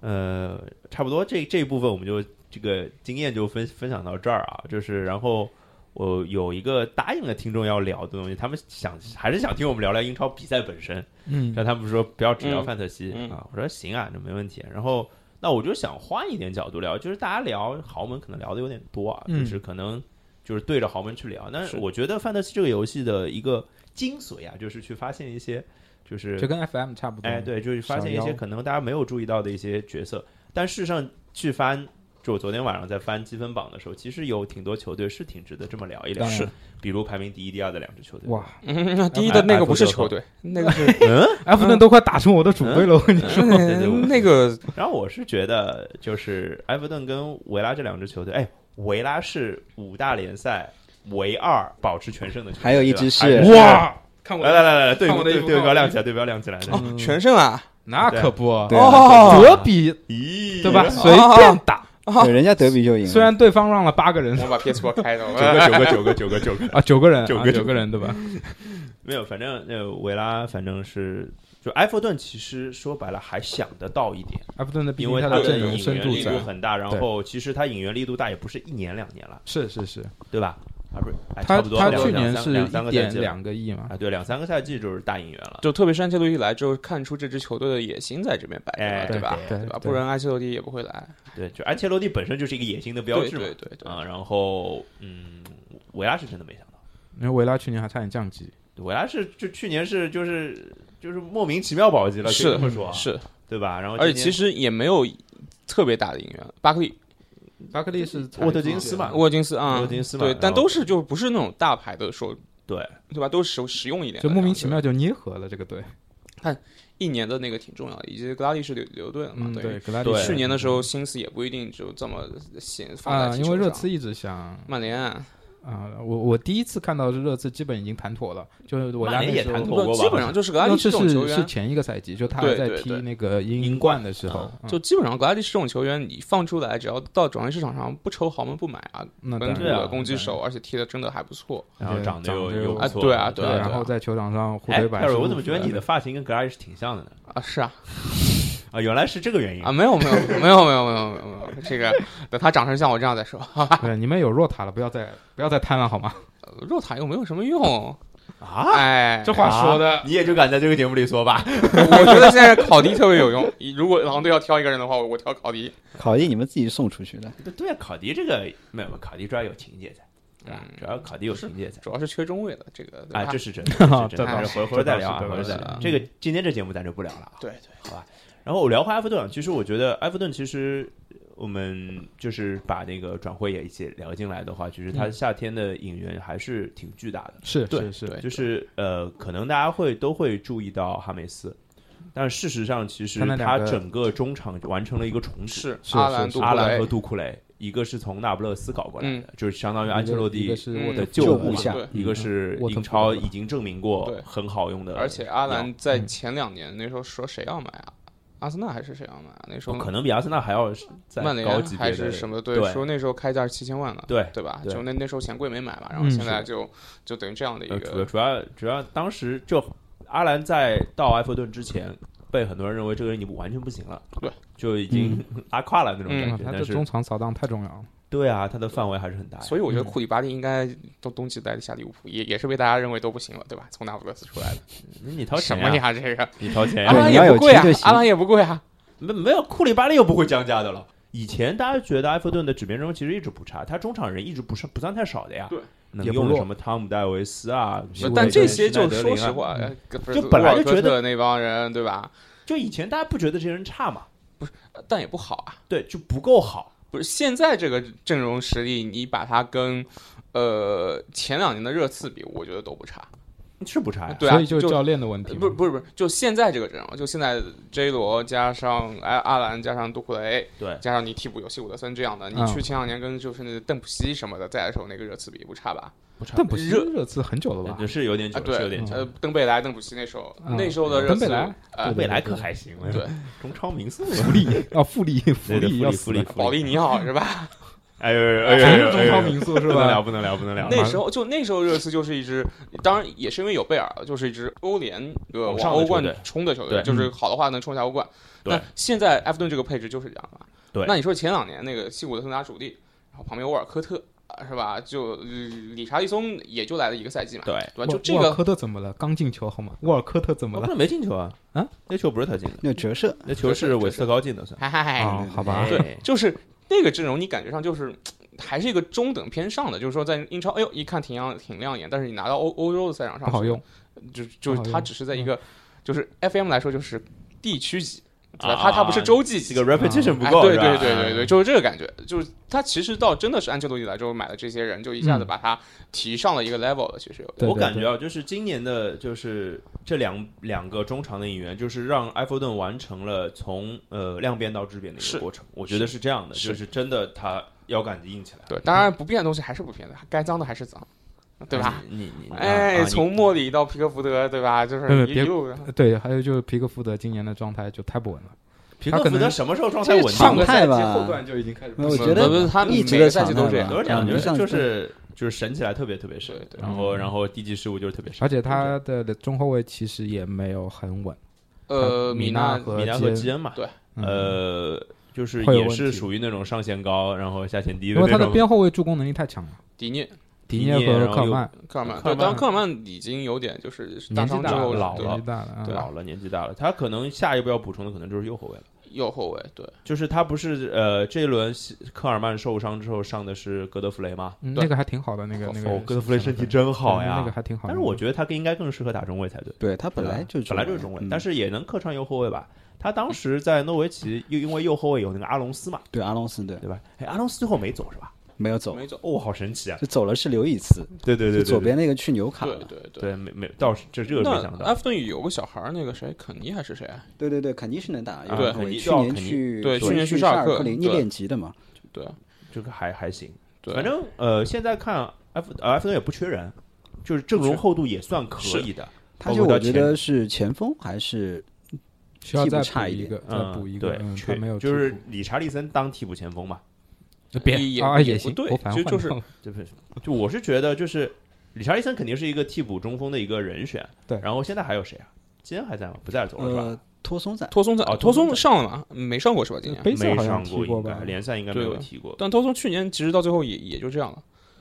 [SPEAKER 1] 呃，差不多这这一部分我们就这个经验就分分享到这儿啊，就是然后我有一个答应了听众要聊的东西，他们想还是想听我们聊聊英超比赛本身，
[SPEAKER 4] 嗯，
[SPEAKER 1] 但他们说不要只聊
[SPEAKER 3] 嗯
[SPEAKER 1] 范特西、
[SPEAKER 3] 嗯
[SPEAKER 1] 啊，我说行啊，那没问题。然后那我就想换一点角度聊，就是大家聊豪门可能聊的有点多啊，
[SPEAKER 4] 嗯
[SPEAKER 1] 就是可能就是对着豪门去聊。但
[SPEAKER 3] 是
[SPEAKER 1] 我觉得范特西这个游戏的一个精髓啊，就是去发现一些就是
[SPEAKER 4] 就跟 FM 差不多，
[SPEAKER 1] 哎，对，就是发现一
[SPEAKER 4] 小
[SPEAKER 1] 些
[SPEAKER 4] 妖
[SPEAKER 1] 可能大家没有注意到的一些角色，但事实上去翻，就我昨天晚上在翻积分榜的时候，其实有挺多球队是挺值得这么聊一聊，
[SPEAKER 4] 当然是，
[SPEAKER 1] 比如排名第一、第二的两支球队，
[SPEAKER 4] 哇，
[SPEAKER 3] 嗯，那第一的那个不是球队，那个是
[SPEAKER 1] 嗯，
[SPEAKER 4] 埃弗顿都快打成我的主队了，我跟你 说，
[SPEAKER 3] 那个
[SPEAKER 1] 然后我是觉得，就是埃弗顿跟维拉这两支球队，哎，维拉是五大联赛唯二保持全胜的球队，
[SPEAKER 2] 还有一支是
[SPEAKER 1] 对吧
[SPEAKER 4] 哇，看
[SPEAKER 1] 还有来来来来来，对
[SPEAKER 4] 看我的
[SPEAKER 1] 对
[SPEAKER 4] 衣服
[SPEAKER 1] 对
[SPEAKER 4] 看
[SPEAKER 1] 标
[SPEAKER 4] 我的
[SPEAKER 1] 亮
[SPEAKER 4] 衣
[SPEAKER 1] 起来，对标亮起来，对
[SPEAKER 3] 哦，全胜 啊，
[SPEAKER 4] 那
[SPEAKER 1] 对
[SPEAKER 4] 可不，
[SPEAKER 2] 对
[SPEAKER 3] 哦，
[SPEAKER 4] 德比
[SPEAKER 1] 咦，
[SPEAKER 4] 对吧？
[SPEAKER 1] 九
[SPEAKER 4] 随便
[SPEAKER 1] 哦
[SPEAKER 4] 打，
[SPEAKER 2] 对，人家德比就赢了。
[SPEAKER 4] 虽然对方让了八个人
[SPEAKER 3] 我把 PS4 开了，
[SPEAKER 1] 个九个九个九个九 个，
[SPEAKER 4] 啊，九个人，
[SPEAKER 1] 九
[SPEAKER 4] 啊
[SPEAKER 1] 个
[SPEAKER 4] 九个人对吧？
[SPEAKER 1] 没有，反正呃，维拉反正是。就埃弗顿其实说白了还想得到一点，
[SPEAKER 4] 埃弗顿的毕
[SPEAKER 1] 因
[SPEAKER 4] 竟
[SPEAKER 1] 为
[SPEAKER 4] 他
[SPEAKER 1] 的
[SPEAKER 4] 的
[SPEAKER 1] 这
[SPEAKER 4] 阵
[SPEAKER 1] 个
[SPEAKER 4] 容
[SPEAKER 1] 引
[SPEAKER 4] 深
[SPEAKER 1] 援
[SPEAKER 4] 度
[SPEAKER 1] 力度
[SPEAKER 4] 在，
[SPEAKER 1] 很大，然
[SPEAKER 4] 对
[SPEAKER 1] 后其实他引援力度大也不是一年两年了，
[SPEAKER 4] 是是是，
[SPEAKER 1] 对吧？啊，不是，哎
[SPEAKER 4] 他
[SPEAKER 1] 差不多
[SPEAKER 4] 他
[SPEAKER 1] 两
[SPEAKER 4] 去
[SPEAKER 1] 两
[SPEAKER 4] 年
[SPEAKER 1] 三
[SPEAKER 4] 是
[SPEAKER 1] 两三
[SPEAKER 4] 一
[SPEAKER 1] 个赛
[SPEAKER 4] 点
[SPEAKER 1] 季了
[SPEAKER 4] 两个亿嘛，
[SPEAKER 1] 啊，对，两三个赛季就是大引援了。
[SPEAKER 3] 就特别是安切洛蒂来之后，看出这支球队的野心在这边摆着
[SPEAKER 1] 哎
[SPEAKER 3] 嘛，对吧？
[SPEAKER 4] 对
[SPEAKER 3] 对吧？
[SPEAKER 4] 对
[SPEAKER 3] 不然安切洛蒂也不会来。
[SPEAKER 1] 对，就安切洛蒂本身就是一个野心的标
[SPEAKER 3] 对
[SPEAKER 1] 志嘛。
[SPEAKER 3] 对对对，
[SPEAKER 1] 啊，然后嗯，维拉是真的没想到，
[SPEAKER 4] 因为维拉去年还差点降级，
[SPEAKER 1] 维拉是就去年是就是就是莫名其妙保级了，可以
[SPEAKER 3] 是
[SPEAKER 1] 这么说啊，
[SPEAKER 3] 是，
[SPEAKER 1] 对吧？然后
[SPEAKER 3] 而且
[SPEAKER 1] 今
[SPEAKER 3] 其
[SPEAKER 1] 年
[SPEAKER 3] 实也没有特别大的引援，巴克利、
[SPEAKER 4] 巴克利是
[SPEAKER 1] 沃特金斯嘛，
[SPEAKER 3] 沃金斯啊，
[SPEAKER 1] 沃金斯嘛
[SPEAKER 3] 对，
[SPEAKER 1] 然
[SPEAKER 3] 但
[SPEAKER 1] 后
[SPEAKER 3] 都是就不是那种大牌的说，
[SPEAKER 1] 对
[SPEAKER 3] 对吧？都是实实用一点的，
[SPEAKER 4] 就莫名其妙就捏合了这个队，
[SPEAKER 3] 一年的那个挺重要的，以及格拉利是留留队了嘛，
[SPEAKER 4] 嗯，
[SPEAKER 3] 等于
[SPEAKER 4] 对，格拉利
[SPEAKER 1] 对嗯
[SPEAKER 4] 什
[SPEAKER 3] 去年的时候心思也不因为不一定就这么显放
[SPEAKER 4] 啊，
[SPEAKER 3] 在
[SPEAKER 4] 因为热刺一直想
[SPEAKER 3] 曼联啊
[SPEAKER 4] 啊、我我第一次看到热刺基本已经谈妥了，就是我
[SPEAKER 1] 曼
[SPEAKER 4] 家
[SPEAKER 1] 联
[SPEAKER 4] 那
[SPEAKER 1] 也
[SPEAKER 4] 时
[SPEAKER 1] 谈
[SPEAKER 4] 候
[SPEAKER 1] 妥过吧
[SPEAKER 3] 基本上就是格拉
[SPEAKER 4] 热
[SPEAKER 3] 利
[SPEAKER 4] 刺
[SPEAKER 3] 这种球
[SPEAKER 4] 是是
[SPEAKER 3] 员，
[SPEAKER 4] 前一个赛季，就他
[SPEAKER 3] 对
[SPEAKER 4] 还在
[SPEAKER 3] 对
[SPEAKER 4] 踢
[SPEAKER 3] 对
[SPEAKER 4] 那个英
[SPEAKER 1] 英
[SPEAKER 4] 冠的时候
[SPEAKER 3] 啊，
[SPEAKER 4] 嗯
[SPEAKER 3] 就基本上格拉利什这种球员，你放出来，只要到转会市场上不愁豪门不买啊，
[SPEAKER 4] 那当
[SPEAKER 3] 本
[SPEAKER 4] 然
[SPEAKER 3] 土
[SPEAKER 1] 对啊
[SPEAKER 3] 的攻击手，而且踢的真的还不错。
[SPEAKER 1] 然后长得又
[SPEAKER 4] 长得又
[SPEAKER 1] 又不错
[SPEAKER 3] 啊对啊
[SPEAKER 4] 对，
[SPEAKER 3] 对啊
[SPEAKER 4] 然后在球场上互
[SPEAKER 1] 哎，
[SPEAKER 4] 推白
[SPEAKER 1] 泰
[SPEAKER 4] 是
[SPEAKER 1] 瑞，
[SPEAKER 4] 无
[SPEAKER 1] 我怎么觉得
[SPEAKER 4] 所
[SPEAKER 1] 你
[SPEAKER 4] 谓
[SPEAKER 1] 的发型跟格拉利什挺像的呢？
[SPEAKER 3] 啊，是啊，
[SPEAKER 1] 啊，原来是这个原因
[SPEAKER 3] 啊，！没有没有没有没有没有没有没有，这个等他长成像我这样再说。
[SPEAKER 4] 对，你们有若塔了，不要再不要再贪了好吗？
[SPEAKER 3] 肉塔又没有什么用，
[SPEAKER 1] 啊，
[SPEAKER 3] 哎，
[SPEAKER 4] 这话说的，
[SPEAKER 1] 你也就敢在这个节目里说吧？
[SPEAKER 3] 我觉得现在考迪特别有用。如果狼队要挑一个人的话，我我挑考迪。
[SPEAKER 2] 考验你们自己送出去的。
[SPEAKER 1] 对对啊，考迪这个没有，没有考迪主要有情节在，对吧
[SPEAKER 3] 嗯？
[SPEAKER 1] 主要考迪有情节在。
[SPEAKER 3] 主要是缺中卫了，这个
[SPEAKER 1] 啊，
[SPEAKER 3] 对吧
[SPEAKER 1] 这是真的，这是
[SPEAKER 4] 这
[SPEAKER 1] 真
[SPEAKER 4] 倒
[SPEAKER 1] 的，
[SPEAKER 4] 是
[SPEAKER 1] 回回头再聊啊，
[SPEAKER 4] 这倒
[SPEAKER 1] 回
[SPEAKER 4] 是
[SPEAKER 1] 头再
[SPEAKER 4] 这
[SPEAKER 1] 聊
[SPEAKER 4] 倒。是
[SPEAKER 1] 这个今天这节目咱就不聊了啊。
[SPEAKER 3] 对对，
[SPEAKER 1] 然后我聊回埃弗顿，其实我觉得埃弗顿其实我们就是把那个转会也一起聊进来的话，其实它夏天的引援还是挺巨大的。
[SPEAKER 4] 是
[SPEAKER 1] 对
[SPEAKER 4] 是是，
[SPEAKER 3] 对
[SPEAKER 1] 就是呃，可能大家会都会注意到哈梅斯，但事实上其实
[SPEAKER 4] 他那
[SPEAKER 1] 他
[SPEAKER 4] 两个
[SPEAKER 1] 整个中场完成了一个重组，
[SPEAKER 3] 是
[SPEAKER 4] 是
[SPEAKER 3] 阿兰
[SPEAKER 4] 是
[SPEAKER 3] 杜
[SPEAKER 1] 阿
[SPEAKER 3] 库
[SPEAKER 1] 兰
[SPEAKER 3] 雷
[SPEAKER 1] 和杜库雷，一个是从那不勒斯搞过来的，就是相当于安
[SPEAKER 4] 一
[SPEAKER 1] 切
[SPEAKER 4] 个
[SPEAKER 1] 洛
[SPEAKER 4] 一
[SPEAKER 1] 蒂
[SPEAKER 4] 个是
[SPEAKER 3] 嗯
[SPEAKER 4] 我的
[SPEAKER 1] 的
[SPEAKER 4] 旧
[SPEAKER 1] 旧
[SPEAKER 2] 部
[SPEAKER 1] 部
[SPEAKER 2] 下
[SPEAKER 1] 嘛
[SPEAKER 3] 对，
[SPEAKER 1] 一个是
[SPEAKER 4] 嗯沃
[SPEAKER 1] 英
[SPEAKER 4] 特福德
[SPEAKER 1] 超
[SPEAKER 4] 的
[SPEAKER 1] 已经证明过
[SPEAKER 3] 对
[SPEAKER 1] 很好用的，
[SPEAKER 3] 而且阿兰
[SPEAKER 1] 鸟
[SPEAKER 3] 在前两年那时候说谁要买啊？阿森纳还是谁要买啊？那时候
[SPEAKER 1] 可能比阿森纳还要再
[SPEAKER 3] 曼
[SPEAKER 1] 高
[SPEAKER 3] 联
[SPEAKER 1] 级别
[SPEAKER 3] 还
[SPEAKER 1] 的
[SPEAKER 3] 是什么
[SPEAKER 1] 对
[SPEAKER 3] 说那时候开价是七千万了，
[SPEAKER 1] 对
[SPEAKER 3] 对吧？
[SPEAKER 1] 对
[SPEAKER 3] 就那那时候嫌贵没买嘛，然后
[SPEAKER 4] 嗯
[SPEAKER 3] 现在就就等于这样的一
[SPEAKER 1] 呃，主要
[SPEAKER 3] 个，
[SPEAKER 1] 主要主要当时就阿兰在到埃弗顿之前，被很多人认为这个人你不完全不行了，
[SPEAKER 3] 对，
[SPEAKER 1] 就已经 拉胯了那种感
[SPEAKER 4] 嗯
[SPEAKER 1] 觉。
[SPEAKER 4] 他
[SPEAKER 1] 但
[SPEAKER 4] 这
[SPEAKER 1] 是
[SPEAKER 4] 中场扫荡太重要了。
[SPEAKER 1] 对啊，他的范围还是很大呀。
[SPEAKER 3] 所以我觉得库里巴利应该冬冬季待下利物浦，也也是被大家认为都不行了，对吧？从那不勒斯出来的，
[SPEAKER 1] 以你掏
[SPEAKER 3] 什
[SPEAKER 1] 钱
[SPEAKER 3] 么呀？这个
[SPEAKER 1] 你掏钱
[SPEAKER 3] 阿
[SPEAKER 2] 对
[SPEAKER 1] 啊哎呀？
[SPEAKER 3] 兰
[SPEAKER 2] 你要
[SPEAKER 3] 也
[SPEAKER 2] 有
[SPEAKER 3] 不贵啊
[SPEAKER 2] 钱就，行
[SPEAKER 3] 阿兰也不贵啊，
[SPEAKER 1] 没没有库里巴利又不会降价的了。以前大家觉得埃弗顿的纸面阵容其实一直不差，他中场人一直不是不算太少的呀。
[SPEAKER 3] 对，
[SPEAKER 1] 能
[SPEAKER 4] 也不
[SPEAKER 1] 用的
[SPEAKER 4] 弱
[SPEAKER 1] 什么汤姆戴维斯啊，什么
[SPEAKER 3] 但这些
[SPEAKER 1] 施耐
[SPEAKER 3] 就
[SPEAKER 1] 德
[SPEAKER 3] 说
[SPEAKER 1] 林啊
[SPEAKER 3] 实话，呃不是
[SPEAKER 1] 就本来就
[SPEAKER 3] 沃尔
[SPEAKER 1] 觉得
[SPEAKER 3] 科特那帮人对吧？
[SPEAKER 1] 就以前大家不觉得这些人差嘛？
[SPEAKER 3] 但也不好啊。
[SPEAKER 1] 对，就不够好。
[SPEAKER 3] 不是现在这个阵容实力，你把它跟呃前两年的热刺比，我觉得都不差。
[SPEAKER 1] 是不差呀，
[SPEAKER 3] 对啊，
[SPEAKER 4] 所以就教练的问
[SPEAKER 3] 呃
[SPEAKER 4] 题嘛，
[SPEAKER 3] 不是不是不是，就现在这个阵容，就现在 J 罗加上阿阿兰加上杜库雷，
[SPEAKER 1] 对
[SPEAKER 3] 加上你替补有希伍德森这样的，你
[SPEAKER 4] 嗯
[SPEAKER 3] 去前两年跟就是那邓普西什么的在的时候，那个热刺比不差吧？
[SPEAKER 1] 不差
[SPEAKER 4] 但不是
[SPEAKER 3] 热
[SPEAKER 4] 热刺很久了吧？
[SPEAKER 1] 也是有点久，
[SPEAKER 3] 啊，对
[SPEAKER 1] 是有点，久。
[SPEAKER 3] 呃，邓贝莱、邓普西那时候，
[SPEAKER 4] 嗯
[SPEAKER 3] 那时候的热
[SPEAKER 4] 登
[SPEAKER 3] 刺
[SPEAKER 4] 贝莱，
[SPEAKER 3] 呃
[SPEAKER 4] 对，
[SPEAKER 1] 未来可还行，啊
[SPEAKER 3] 对，
[SPEAKER 1] 中超名宿
[SPEAKER 4] 福利啊，福利福
[SPEAKER 1] 对对
[SPEAKER 4] 利
[SPEAKER 1] 福
[SPEAKER 4] 要
[SPEAKER 1] 利
[SPEAKER 4] 死
[SPEAKER 1] 福利
[SPEAKER 4] 了，
[SPEAKER 1] 福
[SPEAKER 3] 保利尼奥 是吧？
[SPEAKER 1] 哎呦哎呦哎
[SPEAKER 4] 全
[SPEAKER 1] 呦
[SPEAKER 4] 是中
[SPEAKER 1] 哎
[SPEAKER 4] 超
[SPEAKER 1] 呦，
[SPEAKER 4] 名宿是
[SPEAKER 1] 不能聊
[SPEAKER 4] 吧？
[SPEAKER 1] 不能聊不能聊，
[SPEAKER 3] 那时候就那时候热刺就是一支，当然也是因为有贝尔，啊就是一支欧联
[SPEAKER 1] 往
[SPEAKER 3] 呃往
[SPEAKER 1] 上的
[SPEAKER 3] 欧冠
[SPEAKER 1] 球队
[SPEAKER 3] 冲的球队，
[SPEAKER 1] 对嗯
[SPEAKER 3] 就是好的话能冲一下欧冠。
[SPEAKER 1] 对
[SPEAKER 3] 那现在埃弗顿这个配置就是这样吧？
[SPEAKER 1] 对
[SPEAKER 3] 那你说前两年那个西古德森拿主力，然后旁边沃尔科特啊是吧？就呃理查利松也就来了一个赛季嘛，
[SPEAKER 1] 对，
[SPEAKER 3] 对吧？
[SPEAKER 4] 沃
[SPEAKER 3] 就这
[SPEAKER 4] 沃尔
[SPEAKER 3] 个
[SPEAKER 4] 科特怎么了？刚进球好吗？沃尔科特怎么
[SPEAKER 1] 我
[SPEAKER 4] 了？
[SPEAKER 1] 们没进球啊，
[SPEAKER 4] 啊，
[SPEAKER 1] 那球不是他进的，
[SPEAKER 2] 那折射
[SPEAKER 1] 那球是韦斯特高进的算。
[SPEAKER 3] 嗨嗨嗨，
[SPEAKER 4] 啊，好吧，
[SPEAKER 1] 对，
[SPEAKER 3] 就是那个阵容，你感觉上就是还是一个中等偏上的，就是说在英超，哎呦一看挺亮挺亮眼，但是你拿到欧欧洲的赛场上
[SPEAKER 4] 不好用，
[SPEAKER 3] 就就是
[SPEAKER 4] 好用嗯
[SPEAKER 3] 它只是在一个，就是 FM 来说就是地区级，对吧？
[SPEAKER 1] 啊
[SPEAKER 3] 它它不是洲际
[SPEAKER 1] 这
[SPEAKER 3] 级。
[SPEAKER 1] 个 repetition 不
[SPEAKER 3] 哎，
[SPEAKER 1] 够，
[SPEAKER 3] 对
[SPEAKER 1] 是吧嗯
[SPEAKER 3] 对对对对，，就是这个感觉，就是他其实到真的是安切洛蒂来之后买的这些人，就一下子
[SPEAKER 4] 嗯
[SPEAKER 3] 把他提上了一个 level 了。其实有点
[SPEAKER 4] 对
[SPEAKER 1] 我感觉啊，就是今年的，就是这两两个中场的引援，就是让埃弗顿完成了从呃量变到质变的一
[SPEAKER 3] 是
[SPEAKER 1] 个过程。我觉得是这样的，
[SPEAKER 3] 是
[SPEAKER 1] 就是真的他腰杆子硬起来了，
[SPEAKER 3] 对，当然不变的东西还是不变的，该脏的还是脏，对吧？？
[SPEAKER 1] 你嗯啊你
[SPEAKER 3] 哎，从
[SPEAKER 1] 末
[SPEAKER 3] 莫里到皮克福德，对吧？就是
[SPEAKER 4] 别
[SPEAKER 3] 一
[SPEAKER 4] 别呃
[SPEAKER 3] 路
[SPEAKER 4] 对，还有就是皮克福德今年的状态就太不稳了，
[SPEAKER 1] 皮
[SPEAKER 4] 他
[SPEAKER 1] 克
[SPEAKER 4] 可
[SPEAKER 1] 福德
[SPEAKER 4] 能
[SPEAKER 1] 什么时候状态稳定
[SPEAKER 2] 上
[SPEAKER 1] 了？
[SPEAKER 2] 个赛季后段
[SPEAKER 4] 后段就已经开始，
[SPEAKER 2] 不行我觉得
[SPEAKER 3] 不是他
[SPEAKER 2] 一
[SPEAKER 3] 每
[SPEAKER 2] 直
[SPEAKER 3] 个
[SPEAKER 2] 的
[SPEAKER 3] 赛季
[SPEAKER 2] 常态
[SPEAKER 3] 都这
[SPEAKER 2] 吧
[SPEAKER 1] 有点
[SPEAKER 2] 嗯
[SPEAKER 3] 样
[SPEAKER 1] 就
[SPEAKER 2] 像
[SPEAKER 1] 是就是就是神起来特别特别神
[SPEAKER 3] 对，对
[SPEAKER 1] 然后然后低级失误就是特别少，
[SPEAKER 4] 而且他的中后卫其实也没有很稳，
[SPEAKER 3] 呃，米
[SPEAKER 4] 纳
[SPEAKER 3] 娜
[SPEAKER 4] 和
[SPEAKER 1] 米兰和基恩嘛，
[SPEAKER 4] 嗯，
[SPEAKER 1] 呃，就是
[SPEAKER 4] 会有
[SPEAKER 1] 也
[SPEAKER 4] 问
[SPEAKER 1] 是
[SPEAKER 4] 题
[SPEAKER 1] 属于那种上限高然后下限低
[SPEAKER 4] 因
[SPEAKER 1] 的
[SPEAKER 4] 为他
[SPEAKER 1] 那
[SPEAKER 4] 的
[SPEAKER 1] 种。
[SPEAKER 4] 边后卫助攻能力太强了，
[SPEAKER 3] 迪涅、
[SPEAKER 4] 迪
[SPEAKER 1] 涅
[SPEAKER 4] 涅和
[SPEAKER 1] 然后
[SPEAKER 4] 科尔
[SPEAKER 1] 又
[SPEAKER 4] 嗯曼
[SPEAKER 3] 科尔曼，
[SPEAKER 1] 科尔
[SPEAKER 3] 对，
[SPEAKER 1] 曼
[SPEAKER 3] 当然科尔曼已经有点就是大
[SPEAKER 4] 年纪
[SPEAKER 3] 伤之
[SPEAKER 4] 大
[SPEAKER 3] 后
[SPEAKER 4] 了，
[SPEAKER 1] 老
[SPEAKER 3] 对
[SPEAKER 1] 了
[SPEAKER 4] 年纪大了，
[SPEAKER 3] 对
[SPEAKER 4] 嗯
[SPEAKER 1] 老了，年纪大了，他可能下一步要补充的可能就是右后卫了。
[SPEAKER 3] 右后卫，对，
[SPEAKER 1] 就是他不是呃，这一轮西科尔曼受伤之后上的是格德弗雷吗？
[SPEAKER 4] 嗯
[SPEAKER 3] 对
[SPEAKER 4] 那个还挺好的，那个那个
[SPEAKER 1] 哦，格德弗雷身体
[SPEAKER 4] 对
[SPEAKER 1] 真好
[SPEAKER 4] 那
[SPEAKER 1] 呀
[SPEAKER 4] 个。还挺好的。
[SPEAKER 1] 但是我觉得他应该更适合打中卫才对，
[SPEAKER 2] 对他本来就是
[SPEAKER 1] 本来就是中卫，
[SPEAKER 2] 嗯
[SPEAKER 1] 但是也能客串右后卫吧。他当时在诺维奇，又因为右后卫有那个阿隆斯嘛，
[SPEAKER 2] 对阿隆斯对
[SPEAKER 1] 对吧？哎，阿隆斯最后没走是吧？
[SPEAKER 2] 没有走，
[SPEAKER 3] 没走，
[SPEAKER 1] 哦，好神奇啊！
[SPEAKER 2] 就走了是留一次，
[SPEAKER 1] 对对对对，
[SPEAKER 2] 就左
[SPEAKER 1] 对
[SPEAKER 2] 边那个去纽卡
[SPEAKER 3] 对
[SPEAKER 2] 了，
[SPEAKER 3] 对对。
[SPEAKER 1] 对没没，倒是这这个没想
[SPEAKER 3] 那
[SPEAKER 1] 到
[SPEAKER 4] 啊
[SPEAKER 3] 埃。弗顿有个小孩儿，那个谁，肯尼还是谁啊？
[SPEAKER 2] 对对对，肯定是能打，
[SPEAKER 1] 啊
[SPEAKER 3] 对
[SPEAKER 2] 因为
[SPEAKER 1] 肯尼
[SPEAKER 2] 去年
[SPEAKER 1] 肯尼
[SPEAKER 2] 去
[SPEAKER 3] 对去年去
[SPEAKER 2] 沙
[SPEAKER 3] 沙尔
[SPEAKER 2] 克
[SPEAKER 3] 克
[SPEAKER 2] 林一
[SPEAKER 3] 对
[SPEAKER 2] 练级的嘛，
[SPEAKER 3] 对
[SPEAKER 1] 这个还还行，
[SPEAKER 3] 对，啊
[SPEAKER 1] 反正呃，现在看 F 呃 F N 也不缺人，就是阵容厚度也算可以的。
[SPEAKER 2] 他
[SPEAKER 1] 包
[SPEAKER 2] 就
[SPEAKER 1] 括
[SPEAKER 2] 我
[SPEAKER 1] 到
[SPEAKER 2] 觉
[SPEAKER 1] 前
[SPEAKER 2] 得是前锋还是
[SPEAKER 4] 需要
[SPEAKER 2] 替补
[SPEAKER 4] 再
[SPEAKER 2] 差
[SPEAKER 4] 补
[SPEAKER 2] 一
[SPEAKER 4] 一
[SPEAKER 2] 点
[SPEAKER 4] 个，
[SPEAKER 1] 嗯，
[SPEAKER 4] 再补一个，
[SPEAKER 1] 对，
[SPEAKER 4] 嗯
[SPEAKER 1] 缺
[SPEAKER 4] 他没有替补，
[SPEAKER 1] 就是理查利森当替补前锋嘛，
[SPEAKER 4] 别
[SPEAKER 3] 也
[SPEAKER 4] 啊
[SPEAKER 3] 也不
[SPEAKER 4] 行，
[SPEAKER 3] 对
[SPEAKER 4] 我反正
[SPEAKER 3] 就就是
[SPEAKER 4] 换掉了
[SPEAKER 1] 对不对？就我是觉得，就是理查利森肯定是一个替补中锋的一个人选。
[SPEAKER 4] 对
[SPEAKER 1] 然后现在还有谁啊？今天还在吗？不在走了是吧？
[SPEAKER 2] 呃托松在，
[SPEAKER 3] 托松在
[SPEAKER 1] 哦
[SPEAKER 3] 托
[SPEAKER 1] 托
[SPEAKER 3] 松
[SPEAKER 1] 松
[SPEAKER 3] 上了嘛？没上过是吧？今年，
[SPEAKER 4] 杯赛
[SPEAKER 1] 没
[SPEAKER 4] 好像
[SPEAKER 1] 上
[SPEAKER 4] 踢
[SPEAKER 1] 应
[SPEAKER 4] 过
[SPEAKER 1] 该
[SPEAKER 4] 吧？
[SPEAKER 1] 联赛应该没有踢过。
[SPEAKER 3] 但托松去年其实到最后也也就这样了。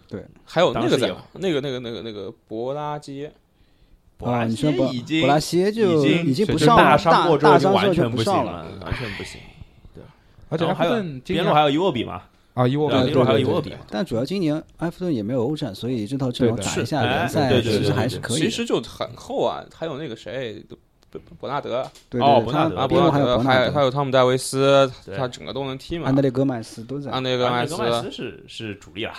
[SPEAKER 2] 对，
[SPEAKER 3] 还有那个
[SPEAKER 1] 当时
[SPEAKER 3] 在
[SPEAKER 1] 有
[SPEAKER 3] 哪那个那个那个那个博拉街，
[SPEAKER 1] 博拉
[SPEAKER 2] 啊，你
[SPEAKER 1] 西
[SPEAKER 2] 说博
[SPEAKER 1] 已经
[SPEAKER 2] 博拉西就
[SPEAKER 1] 已经
[SPEAKER 2] 已经不
[SPEAKER 4] 就
[SPEAKER 2] 上
[SPEAKER 1] 大
[SPEAKER 2] 了，
[SPEAKER 1] 伤
[SPEAKER 2] 大
[SPEAKER 1] 过之后
[SPEAKER 2] 大
[SPEAKER 1] 就
[SPEAKER 2] 伤
[SPEAKER 1] 完
[SPEAKER 2] 之
[SPEAKER 1] 全
[SPEAKER 2] 后就
[SPEAKER 1] 不行
[SPEAKER 2] 上
[SPEAKER 1] 了，
[SPEAKER 2] 了。
[SPEAKER 1] 完全不行。
[SPEAKER 4] 而且
[SPEAKER 1] 然后还
[SPEAKER 4] 埃弗
[SPEAKER 1] 有
[SPEAKER 4] 顿今
[SPEAKER 1] 边
[SPEAKER 4] 年
[SPEAKER 1] 路还有伊沃比嘛，
[SPEAKER 4] 啊，伊沃
[SPEAKER 1] 对
[SPEAKER 4] 比
[SPEAKER 1] 边路还有伊
[SPEAKER 4] 对
[SPEAKER 1] 沃
[SPEAKER 4] 对
[SPEAKER 1] 比嘛。
[SPEAKER 2] 但主要今年埃弗顿也没有欧战，所以这套阵容
[SPEAKER 4] 对的
[SPEAKER 2] 打
[SPEAKER 3] 是
[SPEAKER 2] 一下
[SPEAKER 1] 哎
[SPEAKER 2] 联赛
[SPEAKER 1] 对对
[SPEAKER 2] 其
[SPEAKER 1] 对
[SPEAKER 2] 实还是
[SPEAKER 1] 对
[SPEAKER 2] 可以
[SPEAKER 3] 其
[SPEAKER 2] 的。
[SPEAKER 3] 实就很厚啊。还有那个谁，博博纳德
[SPEAKER 2] 对
[SPEAKER 1] 哦伯
[SPEAKER 2] 对对，
[SPEAKER 1] 纳
[SPEAKER 2] 他
[SPEAKER 1] 德
[SPEAKER 3] 啊，
[SPEAKER 1] 边路
[SPEAKER 2] 博
[SPEAKER 3] 纳
[SPEAKER 2] 还
[SPEAKER 3] 德，
[SPEAKER 2] 有
[SPEAKER 3] 还
[SPEAKER 2] 纳
[SPEAKER 3] 有还，有汤姆戴维斯，
[SPEAKER 1] 对
[SPEAKER 3] 他整个都能踢嘛
[SPEAKER 2] 安。德烈戈麦斯都在
[SPEAKER 3] 安。德烈戈
[SPEAKER 1] 啊
[SPEAKER 3] 麦
[SPEAKER 1] 那麦
[SPEAKER 3] 斯
[SPEAKER 1] 斯是是主力啦，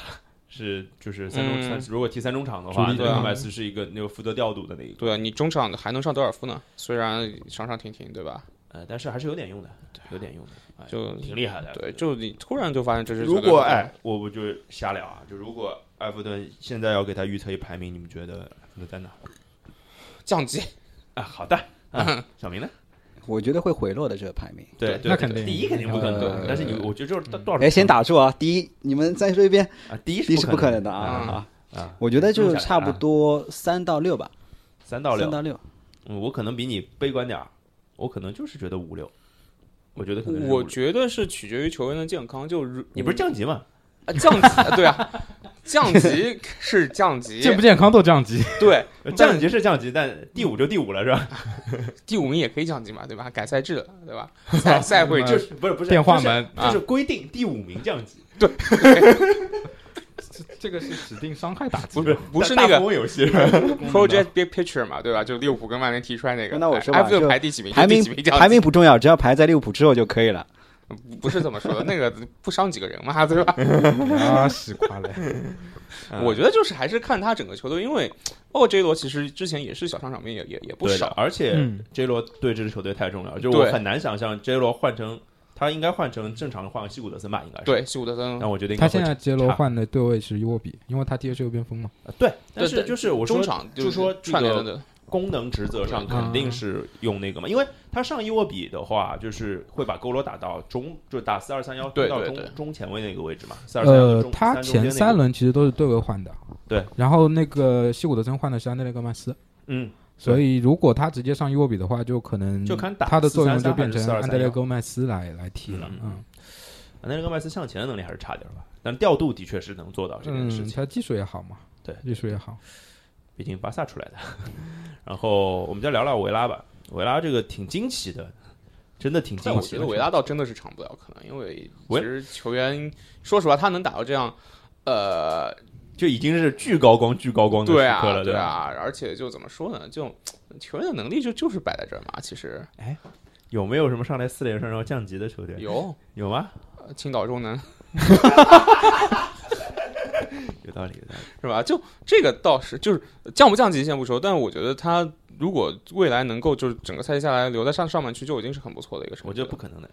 [SPEAKER 1] 是就是三中三，
[SPEAKER 3] 嗯
[SPEAKER 1] 如果踢三中场的话，
[SPEAKER 4] 主力
[SPEAKER 1] 那
[SPEAKER 3] 对啊
[SPEAKER 1] 戈麦斯是一个那个负责调度的那一个，
[SPEAKER 3] 对啊，你中场还能上德尔夫呢，虽然上上停停，对吧？
[SPEAKER 1] 呃，但是还是有点用的，有点用的，哎
[SPEAKER 3] 就
[SPEAKER 1] 挺厉害的。
[SPEAKER 3] 对，就你突然就发现这是
[SPEAKER 1] 如果哎，我我就瞎聊啊，就如果埃弗顿现在要给他预测一排名，你们觉得埃弗顿在哪？
[SPEAKER 3] 降级，
[SPEAKER 1] 啊，好的， 啊，小明呢？
[SPEAKER 2] 我觉得会回落的这个排名。
[SPEAKER 1] 对，
[SPEAKER 3] 对
[SPEAKER 1] 对
[SPEAKER 4] 那
[SPEAKER 1] 对
[SPEAKER 4] 肯
[SPEAKER 1] 对
[SPEAKER 4] 定
[SPEAKER 1] 第一肯定不可能，
[SPEAKER 2] 呃
[SPEAKER 1] 对但是你我觉得就是到
[SPEAKER 3] 嗯
[SPEAKER 1] 多少
[SPEAKER 2] 哎，先打住啊！第一，你们再说一遍，
[SPEAKER 1] 啊，第一
[SPEAKER 2] 第一是不可能的
[SPEAKER 1] 啊
[SPEAKER 2] 啊！
[SPEAKER 1] 啊，
[SPEAKER 2] 我觉得
[SPEAKER 1] 录
[SPEAKER 2] 就
[SPEAKER 1] 下来
[SPEAKER 2] 差不
[SPEAKER 1] 啊
[SPEAKER 2] 多三到六吧，
[SPEAKER 1] 三到
[SPEAKER 2] 三
[SPEAKER 1] 六，
[SPEAKER 2] 到六。
[SPEAKER 1] 嗯我可能比你悲观点儿，我可能就是觉得五六，我觉得可能是五
[SPEAKER 3] 我
[SPEAKER 1] 六
[SPEAKER 3] 觉得是取决于球员的健康。就如
[SPEAKER 1] 你不是降级吗？
[SPEAKER 3] 啊降级 啊对啊，降级是降级，
[SPEAKER 4] 健不健康都降级，
[SPEAKER 3] 对，
[SPEAKER 1] 降级是降级，但第五就第五了是吧？
[SPEAKER 3] 第五名也可以降级嘛，对吧？改赛制了，对吧？赛 赛会制，
[SPEAKER 1] 是不是不
[SPEAKER 4] 电话门
[SPEAKER 1] 就是
[SPEAKER 3] 啊
[SPEAKER 1] 就是规定第五名降级，
[SPEAKER 4] 这个是指定伤害打击
[SPEAKER 1] 不是
[SPEAKER 3] 不是
[SPEAKER 1] 大
[SPEAKER 3] 那个
[SPEAKER 1] 大富翁游戏
[SPEAKER 3] Project Big Picture 嘛，对吧？就利物浦跟曼联提出来那个，
[SPEAKER 2] 那我
[SPEAKER 3] 哎
[SPEAKER 2] 说吧
[SPEAKER 3] 埃弗顿
[SPEAKER 2] 就
[SPEAKER 3] 排第几名？
[SPEAKER 2] 排
[SPEAKER 3] 就第
[SPEAKER 2] 名
[SPEAKER 3] 几名降级？嗯
[SPEAKER 2] 排名不重要，只要排在利物浦之后就可以了。
[SPEAKER 3] 不是这么说的，那个不伤几个人嘛，对吧？
[SPEAKER 4] 啊，死垮了。
[SPEAKER 1] 嗯
[SPEAKER 3] 我觉得就是还是看他整个球队，因为哦，J 罗其实之前也是小上场面也也也不
[SPEAKER 1] 对的啊
[SPEAKER 3] 少，，
[SPEAKER 1] 而且
[SPEAKER 4] 嗯
[SPEAKER 1] J 罗对这支球队太重要，就是我
[SPEAKER 3] 对
[SPEAKER 1] 很难想象 J 罗换成他应该换成正常的换西古德森吧，应该是，
[SPEAKER 3] 对，西伍德森
[SPEAKER 1] 但我觉得应该
[SPEAKER 4] 他
[SPEAKER 1] 会
[SPEAKER 4] 现在杰罗
[SPEAKER 1] 差
[SPEAKER 4] 换的对位是伊沃比，因为他踢的是右边锋嘛。
[SPEAKER 1] 啊对，但
[SPEAKER 3] 对
[SPEAKER 1] 是
[SPEAKER 3] 对
[SPEAKER 1] 就是我
[SPEAKER 3] 中
[SPEAKER 1] 说
[SPEAKER 3] 场
[SPEAKER 1] 就说
[SPEAKER 3] 是
[SPEAKER 1] 这
[SPEAKER 3] 串联
[SPEAKER 1] 个
[SPEAKER 3] 的的，
[SPEAKER 1] 功能职责上肯定是用那个嘛，因为他上伊沃比的话，就是会把勾罗打到中，就打四二三幺
[SPEAKER 3] 对
[SPEAKER 1] 到
[SPEAKER 3] 对
[SPEAKER 1] 中
[SPEAKER 3] 对
[SPEAKER 1] 中前卫那个位置嘛，四二三幺
[SPEAKER 4] 呃
[SPEAKER 1] 中，
[SPEAKER 4] 他
[SPEAKER 1] 中间那
[SPEAKER 4] 前
[SPEAKER 1] 个
[SPEAKER 4] 三轮其实都是对位换的。
[SPEAKER 1] 对。
[SPEAKER 4] 然后那个西古德森换的是安德烈戈麦斯，
[SPEAKER 1] 嗯
[SPEAKER 4] 所以如果他直接上伊沃比的话，就可能
[SPEAKER 1] 就看打
[SPEAKER 4] 他的作用就
[SPEAKER 1] 4-3-3
[SPEAKER 4] 变成
[SPEAKER 1] 还是4-2-3-1
[SPEAKER 4] 安德烈戈麦斯来来踢了。
[SPEAKER 1] 嗯
[SPEAKER 4] 嗯
[SPEAKER 1] 那这个麦斯向前的能力还是差点儿吧，但调度的确是能做到这件事
[SPEAKER 4] 嗯，
[SPEAKER 1] 情，
[SPEAKER 4] 他技术也好嘛，
[SPEAKER 1] 对
[SPEAKER 4] 技术也好。
[SPEAKER 1] 毕竟巴萨出来的。 然后我们再聊聊维拉吧，维拉这个挺惊奇的，真的挺
[SPEAKER 3] 但
[SPEAKER 1] 惊
[SPEAKER 3] 我
[SPEAKER 1] 奇
[SPEAKER 3] 觉
[SPEAKER 1] 的。
[SPEAKER 3] 得维拉倒真的是长不了，可能因为
[SPEAKER 1] 维
[SPEAKER 3] 其实球员说实话，他能打到这样，呃，
[SPEAKER 1] 就已经是巨高光、巨高光的
[SPEAKER 3] 对
[SPEAKER 1] 时
[SPEAKER 3] 啊
[SPEAKER 1] 刻了，，吧？
[SPEAKER 3] 啊，而且就怎么说呢，就球员的能力就就是摆在这儿嘛。其实
[SPEAKER 1] 有没有什么上来四连胜然后降级的球队？
[SPEAKER 3] 有
[SPEAKER 1] 有吗？
[SPEAKER 3] 呃青岛中南
[SPEAKER 1] 有道理，有道理。
[SPEAKER 3] 是吧？就这个倒是就是降不降级先不说，但我觉得他如果未来能够就是整个赛季下来留在上上半区，就已经是很不错的一个成绩了，
[SPEAKER 1] 我觉得不可能的。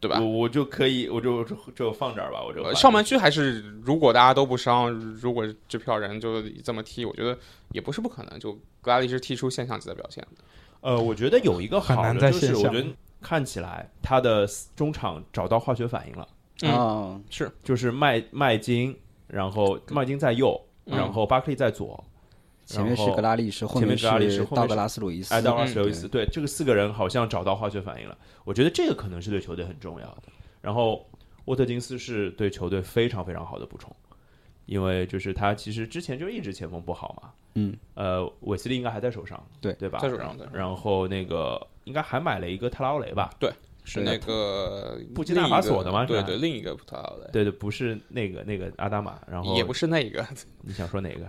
[SPEAKER 3] 对吧
[SPEAKER 1] 我？我就可以，我就就就放这儿吧，我就
[SPEAKER 3] 呃上半区还是，如果大家都不伤，如果这票人就这么踢，我觉得也不是不可能。就格拉利什踢出现象级的表现，
[SPEAKER 1] 呃，我觉得有一个好
[SPEAKER 4] 很难
[SPEAKER 1] 的
[SPEAKER 4] 在
[SPEAKER 1] 就是，
[SPEAKER 4] 线
[SPEAKER 1] 我
[SPEAKER 4] 下
[SPEAKER 1] 觉得看起来他的中场找到化学反应了，
[SPEAKER 3] 嗯
[SPEAKER 2] 啊，
[SPEAKER 1] 就是麦麦金，然后麦金在右，
[SPEAKER 3] 嗯
[SPEAKER 1] 然后巴克利在左，
[SPEAKER 2] 前面是
[SPEAKER 1] 然后
[SPEAKER 2] 格拉利什，后
[SPEAKER 1] 前面
[SPEAKER 2] 面
[SPEAKER 1] 格拉利什
[SPEAKER 2] 是
[SPEAKER 1] 后面
[SPEAKER 2] 道
[SPEAKER 1] 是哎
[SPEAKER 2] 格拉斯鲁伊斯
[SPEAKER 1] 埃。德华
[SPEAKER 3] 嗯
[SPEAKER 1] 史尤伊斯，对这个四个人好像找到化学反应了。我觉得这个可能是对球队很重要的。然后沃特金斯是对球队非常非常好的补充，因为就是他其实之前就一直前锋不好嘛。
[SPEAKER 2] 嗯，
[SPEAKER 1] 呃，韦斯利应该还在手上，
[SPEAKER 2] 对
[SPEAKER 1] 对吧？
[SPEAKER 3] 在手上对
[SPEAKER 1] 然然后那个应该还买了一个特拉奥雷吧？
[SPEAKER 3] 是那个
[SPEAKER 1] 布基纳
[SPEAKER 3] 另一
[SPEAKER 1] 法
[SPEAKER 3] 个
[SPEAKER 1] 索的吗
[SPEAKER 3] 对
[SPEAKER 1] 是吧
[SPEAKER 3] 对，另一个葡萄牙的，
[SPEAKER 1] 对对，不是那个那个阿达玛，然后
[SPEAKER 3] 也不是那个
[SPEAKER 1] 你想说哪个？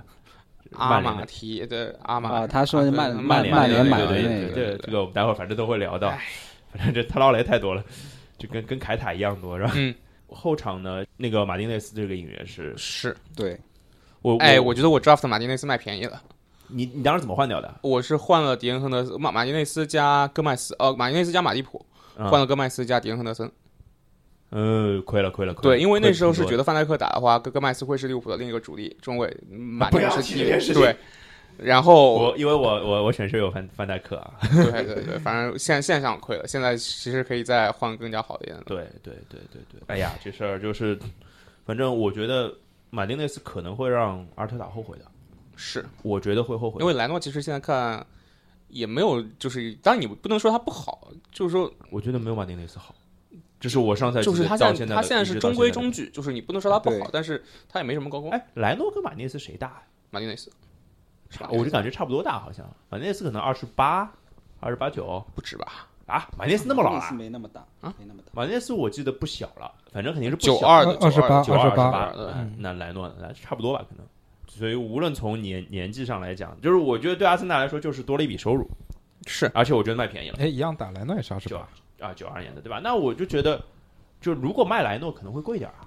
[SPEAKER 3] 阿
[SPEAKER 1] 曼联
[SPEAKER 3] 马
[SPEAKER 1] 的
[SPEAKER 3] 提对阿马
[SPEAKER 2] 啊，他说的
[SPEAKER 3] 对
[SPEAKER 2] 曼
[SPEAKER 3] 嗯曼
[SPEAKER 1] 联
[SPEAKER 2] 曼联
[SPEAKER 1] 对
[SPEAKER 2] 买的
[SPEAKER 1] 对
[SPEAKER 2] 那
[SPEAKER 1] 对
[SPEAKER 2] 个，
[SPEAKER 1] 对
[SPEAKER 3] 对对
[SPEAKER 1] 这个我们待会儿反正都会聊到
[SPEAKER 3] 哎，
[SPEAKER 1] 反正这特劳雷太多了，就跟跟凯塔一样多是吧？
[SPEAKER 3] 嗯。
[SPEAKER 1] 后场呢，那个马丁内斯这个引援是
[SPEAKER 3] 是
[SPEAKER 2] 对，
[SPEAKER 1] 我
[SPEAKER 3] 哎，我觉得我 draft 马丁内斯卖便宜了，
[SPEAKER 1] 你你当时怎么换掉的？
[SPEAKER 3] 我是换了迪恩亨德斯马马丁内斯加戈麦斯，呃，马丁内斯加马蒂普，
[SPEAKER 1] 嗯
[SPEAKER 3] 换了戈麦斯加迪恩亨德森，
[SPEAKER 1] 嗯，亏了亏了亏了。
[SPEAKER 3] 对，因为那时候是觉
[SPEAKER 1] 得
[SPEAKER 3] 得范戴克打的话，戈戈麦斯会是利物浦的另一个主力中卫，满
[SPEAKER 1] 啊不要
[SPEAKER 3] 脸是
[SPEAKER 1] 提
[SPEAKER 3] 踢
[SPEAKER 1] 这件事情
[SPEAKER 3] 对。然后，
[SPEAKER 1] 我因为我我我选是有范范戴克 啊，
[SPEAKER 3] 对对对，反正现现在想亏了，现在其实可以再换更加好一点的。
[SPEAKER 1] 对对对对对，哎呀，这事儿就是，反正我觉得马丁内斯可能会让阿尔特塔后悔的，
[SPEAKER 3] 是
[SPEAKER 1] 我觉得会后悔
[SPEAKER 3] 因。为莱诺其实现在看也没有，就是当然你不能说他不好，就是说
[SPEAKER 1] 我觉得没有马丁内斯好，这是我上赛季
[SPEAKER 3] 就是他
[SPEAKER 1] 到
[SPEAKER 3] 现
[SPEAKER 1] 在的
[SPEAKER 3] 在他现在是中规中。矩，就是你不能说他不
[SPEAKER 2] 对
[SPEAKER 3] 好，但是他也没什么高光。
[SPEAKER 1] 哎，莱诺跟马丁内斯谁大呀？
[SPEAKER 3] 马丁内斯，是吧
[SPEAKER 1] 我就感觉差不多大，好像马丁内斯可能二十八、二十八九
[SPEAKER 3] 不止吧，
[SPEAKER 1] 啊，马丁内斯那么老
[SPEAKER 2] 意
[SPEAKER 1] 了
[SPEAKER 2] 思。没那么大
[SPEAKER 3] 啊，
[SPEAKER 2] 没那么大。
[SPEAKER 1] 马丁内斯我记得不小了，反正肯定是不小
[SPEAKER 3] 九二的
[SPEAKER 4] 二十八
[SPEAKER 1] 九二
[SPEAKER 4] 二十八
[SPEAKER 1] 八，
[SPEAKER 3] 对
[SPEAKER 1] 嗯那莱诺来差不多吧，可能。所以无论从年年纪上来讲，就是我觉得对阿森纳来说就是多了一笔收入，
[SPEAKER 3] 是
[SPEAKER 1] 而且我觉得卖便宜了
[SPEAKER 4] 哎，一样打莱诺也是二十
[SPEAKER 1] 九
[SPEAKER 4] 八
[SPEAKER 1] 二，啊九二年的对吧？那我就觉得，就如果卖莱诺可能会贵一点啊，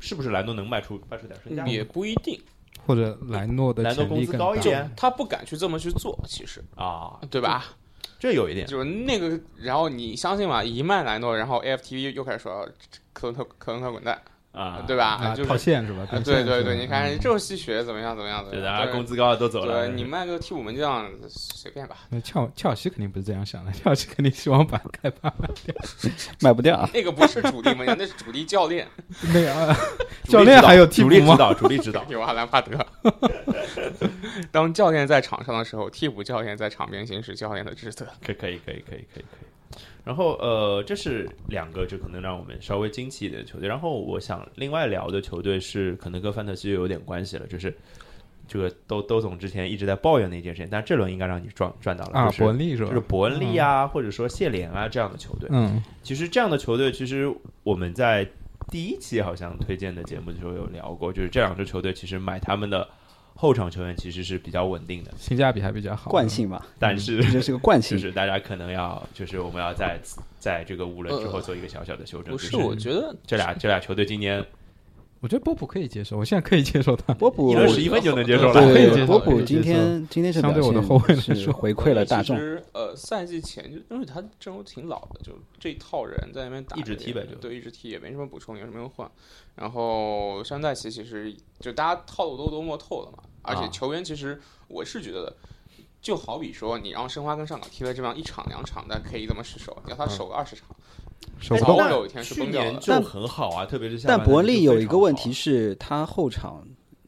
[SPEAKER 1] 是不是莱诺能卖出卖出点身价？
[SPEAKER 3] 也不一定，
[SPEAKER 4] 或者莱诺的
[SPEAKER 1] 莱诺
[SPEAKER 4] 潜
[SPEAKER 1] 工
[SPEAKER 4] 力
[SPEAKER 1] 资
[SPEAKER 4] 更
[SPEAKER 1] 高一
[SPEAKER 4] 大
[SPEAKER 1] 点
[SPEAKER 3] 他不敢去这么去做，其实
[SPEAKER 1] 啊，
[SPEAKER 3] 对吧？
[SPEAKER 1] 这有一点
[SPEAKER 3] 就是那个，然后你相信吗？一卖莱诺，然后 AFTV 又开始说克伦特克伦特滚蛋，
[SPEAKER 1] 啊，
[SPEAKER 3] 对吧？
[SPEAKER 4] 啊，
[SPEAKER 3] 就
[SPEAKER 4] 套
[SPEAKER 3] 是。
[SPEAKER 4] 线是吧？
[SPEAKER 3] 啊
[SPEAKER 4] 跟
[SPEAKER 3] 对
[SPEAKER 4] 线
[SPEAKER 3] 对
[SPEAKER 4] 是
[SPEAKER 3] 对，
[SPEAKER 4] 吧
[SPEAKER 3] 你看
[SPEAKER 4] 嗯
[SPEAKER 3] 这吸血怎么样怎么样怎
[SPEAKER 1] 对
[SPEAKER 3] 么
[SPEAKER 1] 的
[SPEAKER 3] 样？
[SPEAKER 1] 啊，
[SPEAKER 3] 对
[SPEAKER 1] 工资高的都走了，
[SPEAKER 3] 对你卖个替补门将随便吧。
[SPEAKER 4] 那切尔切尔西肯定不是这样想的，切 尔西肯定希望把开发
[SPEAKER 2] 卖不掉啊，
[SPEAKER 3] 那个不是主力 门将，那是主力教练，
[SPEAKER 4] 那个啊
[SPEAKER 1] 主力
[SPEAKER 4] 教练还有替
[SPEAKER 1] 主
[SPEAKER 4] 补
[SPEAKER 1] 力指
[SPEAKER 4] 吗？
[SPEAKER 1] 导， 主力指导，
[SPEAKER 3] 有阿兰帕德。 当教练在场上的时候，替补教练在场边行使教练的职责。
[SPEAKER 1] 可以可以可以可以可以可以。然后呃，这是两个就可能让我们稍微惊奇一点的球队。然后我想另外聊的球队是可能跟范特西有点关系了，就是这个兜兜总之前一直在抱怨的一件事情，但这轮应该让你赚赚到了，
[SPEAKER 4] 啊，
[SPEAKER 1] 就是
[SPEAKER 4] 伯恩利是吧？
[SPEAKER 1] 就是伯恩利啊，或者说谢联啊这样的球队。
[SPEAKER 4] 嗯，
[SPEAKER 1] 其实这样的球队，其实我们在第一期好像推荐的节目的时候有聊过，就是这两支球队其实买他们的后场球员其实是比较稳定的，
[SPEAKER 4] 性价比还比较好。
[SPEAKER 2] 惯性吧，
[SPEAKER 1] 但是
[SPEAKER 2] 这就是个惯
[SPEAKER 1] 就
[SPEAKER 2] 性。
[SPEAKER 1] 是大家可能要，就是我们要在在这个五轮之后做一个小小的修正。
[SPEAKER 3] 呃不，
[SPEAKER 1] 就是
[SPEAKER 3] 我觉得
[SPEAKER 1] 这俩这俩球队今年
[SPEAKER 4] 我觉得波普可以接受，我现在可以接受他。
[SPEAKER 2] 波普
[SPEAKER 1] 一轮十一分就能接受了，
[SPEAKER 4] 可以接
[SPEAKER 2] 对
[SPEAKER 4] 受
[SPEAKER 2] 波
[SPEAKER 4] 可以
[SPEAKER 2] 普
[SPEAKER 4] 接
[SPEAKER 2] 今天今天这
[SPEAKER 4] 相
[SPEAKER 2] 表
[SPEAKER 4] 对我的
[SPEAKER 2] 现
[SPEAKER 4] 后卫来
[SPEAKER 2] 是
[SPEAKER 4] 说
[SPEAKER 2] 回馈了大众
[SPEAKER 3] 其，实呃，赛季前就因为他阵容挺老的，就这套人在那边打
[SPEAKER 1] 一直
[SPEAKER 3] 着
[SPEAKER 1] 踢呗
[SPEAKER 3] 也
[SPEAKER 1] 就
[SPEAKER 3] 对，一直踢也没什么补充，也没什么换。然后山寨奇其实就大家套路都都摸透了嘛，而
[SPEAKER 1] 啊
[SPEAKER 3] 且球员其实我是觉得。就好比说，你让申花跟上港踢了这么样一场两场，但可以这么失手，你要
[SPEAKER 2] 嗯
[SPEAKER 3] 他守个二十场，
[SPEAKER 4] 手
[SPEAKER 2] 哎
[SPEAKER 3] 不
[SPEAKER 4] 不
[SPEAKER 3] 到
[SPEAKER 4] 到
[SPEAKER 3] 那有一哎天是
[SPEAKER 1] 去
[SPEAKER 3] 崩掉的
[SPEAKER 1] 年就很好啊，特别是下半
[SPEAKER 2] 但
[SPEAKER 1] 场
[SPEAKER 2] 伯恩利有一个问
[SPEAKER 1] 就
[SPEAKER 2] 题
[SPEAKER 1] 非
[SPEAKER 2] 是，他后场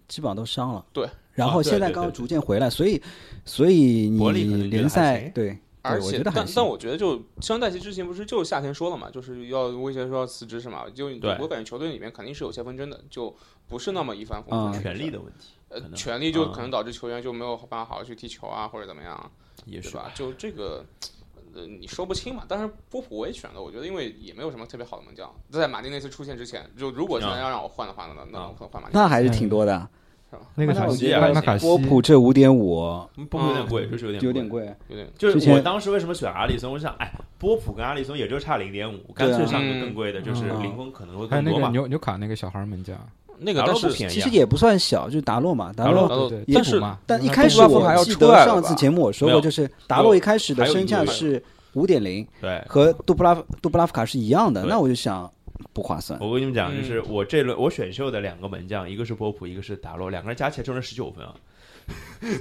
[SPEAKER 2] 基本上都伤了，
[SPEAKER 3] 对，
[SPEAKER 2] 然
[SPEAKER 1] 啊
[SPEAKER 2] 后
[SPEAKER 1] 对
[SPEAKER 2] 现在
[SPEAKER 1] 对
[SPEAKER 2] 刚
[SPEAKER 1] 对
[SPEAKER 2] 逐渐回来，所以所以
[SPEAKER 1] 伯恩利可能
[SPEAKER 2] 你
[SPEAKER 1] 觉得
[SPEAKER 2] 联
[SPEAKER 1] 还
[SPEAKER 2] 赛
[SPEAKER 1] 行
[SPEAKER 2] 对，
[SPEAKER 3] 而
[SPEAKER 2] 对我
[SPEAKER 3] 且
[SPEAKER 2] 觉得，还
[SPEAKER 3] 但
[SPEAKER 2] 行
[SPEAKER 3] 但我觉得就肖恩戴奇之前不是就夏天说了嘛，就是要威胁说要辞职是吗？就
[SPEAKER 1] 对
[SPEAKER 3] 我感觉球队里面肯定是有些纷争的，就不是那么一帆
[SPEAKER 1] 常
[SPEAKER 3] 风
[SPEAKER 1] 好
[SPEAKER 2] 嗯
[SPEAKER 3] 顺。
[SPEAKER 1] 权力的问题
[SPEAKER 3] 呃
[SPEAKER 1] 可，能
[SPEAKER 3] 权力就
[SPEAKER 1] 嗯
[SPEAKER 3] 可能导致球员就没有办法好好去踢球啊，或者怎么样，
[SPEAKER 1] 也
[SPEAKER 3] 对
[SPEAKER 1] 是
[SPEAKER 3] 吧？就这个。呃，你说不清嘛，但是波普我也选了，我觉得因为也没有什么特别好的门将，在马丁内斯出现之前，就如果现在要让我换的话，那那
[SPEAKER 1] 啊
[SPEAKER 3] 我可能换马丁内斯。
[SPEAKER 2] 那还是挺多的。
[SPEAKER 4] 那
[SPEAKER 1] 麦
[SPEAKER 4] 个
[SPEAKER 1] 卡
[SPEAKER 4] 卡
[SPEAKER 1] 锡
[SPEAKER 4] 西，
[SPEAKER 1] 啊
[SPEAKER 4] 麦卡西，
[SPEAKER 2] 波普这五点五
[SPEAKER 1] 波嗯普有点
[SPEAKER 3] 嗯
[SPEAKER 1] 贵，就是有点
[SPEAKER 2] 有点。贵，
[SPEAKER 3] 有点
[SPEAKER 1] 就是
[SPEAKER 2] 之
[SPEAKER 1] 我
[SPEAKER 2] 前
[SPEAKER 1] 当时为什么选阿里森，我想，哎，波普跟阿里森也就差零点五，干脆
[SPEAKER 2] 对啊
[SPEAKER 1] 上个更贵的，就是
[SPEAKER 2] 嗯
[SPEAKER 1] 零工可能会
[SPEAKER 4] 还有
[SPEAKER 1] 更
[SPEAKER 4] 那
[SPEAKER 1] 多
[SPEAKER 4] 个
[SPEAKER 1] 嘛。
[SPEAKER 4] 纽纽卡那个小孩门将，
[SPEAKER 3] 那
[SPEAKER 1] 达
[SPEAKER 3] 个，但
[SPEAKER 1] 洛不
[SPEAKER 3] 是
[SPEAKER 1] 便宜
[SPEAKER 2] 其
[SPEAKER 1] 啊，
[SPEAKER 2] 实也不算小，就是达洛嘛，达洛。
[SPEAKER 3] 达洛
[SPEAKER 4] 对对，
[SPEAKER 2] 也
[SPEAKER 3] 但
[SPEAKER 4] 替补
[SPEAKER 3] 是
[SPEAKER 4] 嘛
[SPEAKER 2] 但一
[SPEAKER 4] 那
[SPEAKER 2] 开始
[SPEAKER 3] 布拉夫
[SPEAKER 2] 我
[SPEAKER 3] 还要
[SPEAKER 2] 记
[SPEAKER 3] 出来
[SPEAKER 2] 得
[SPEAKER 3] 了
[SPEAKER 2] 上次
[SPEAKER 3] 吧
[SPEAKER 2] 节目我说
[SPEAKER 1] 没有
[SPEAKER 2] 过，就是达洛一开始的
[SPEAKER 1] 还有一
[SPEAKER 2] 身价
[SPEAKER 1] 个
[SPEAKER 2] 是五点零，
[SPEAKER 1] 对。
[SPEAKER 2] 和杜布拉杜布拉夫卡是一样的，
[SPEAKER 1] 对
[SPEAKER 2] 那我就想不划算。
[SPEAKER 1] 我跟你们讲，
[SPEAKER 3] 嗯
[SPEAKER 1] 就是我这轮我选秀的两个门将，一个是波普，一个是达洛，两个人加起来就能十九分啊！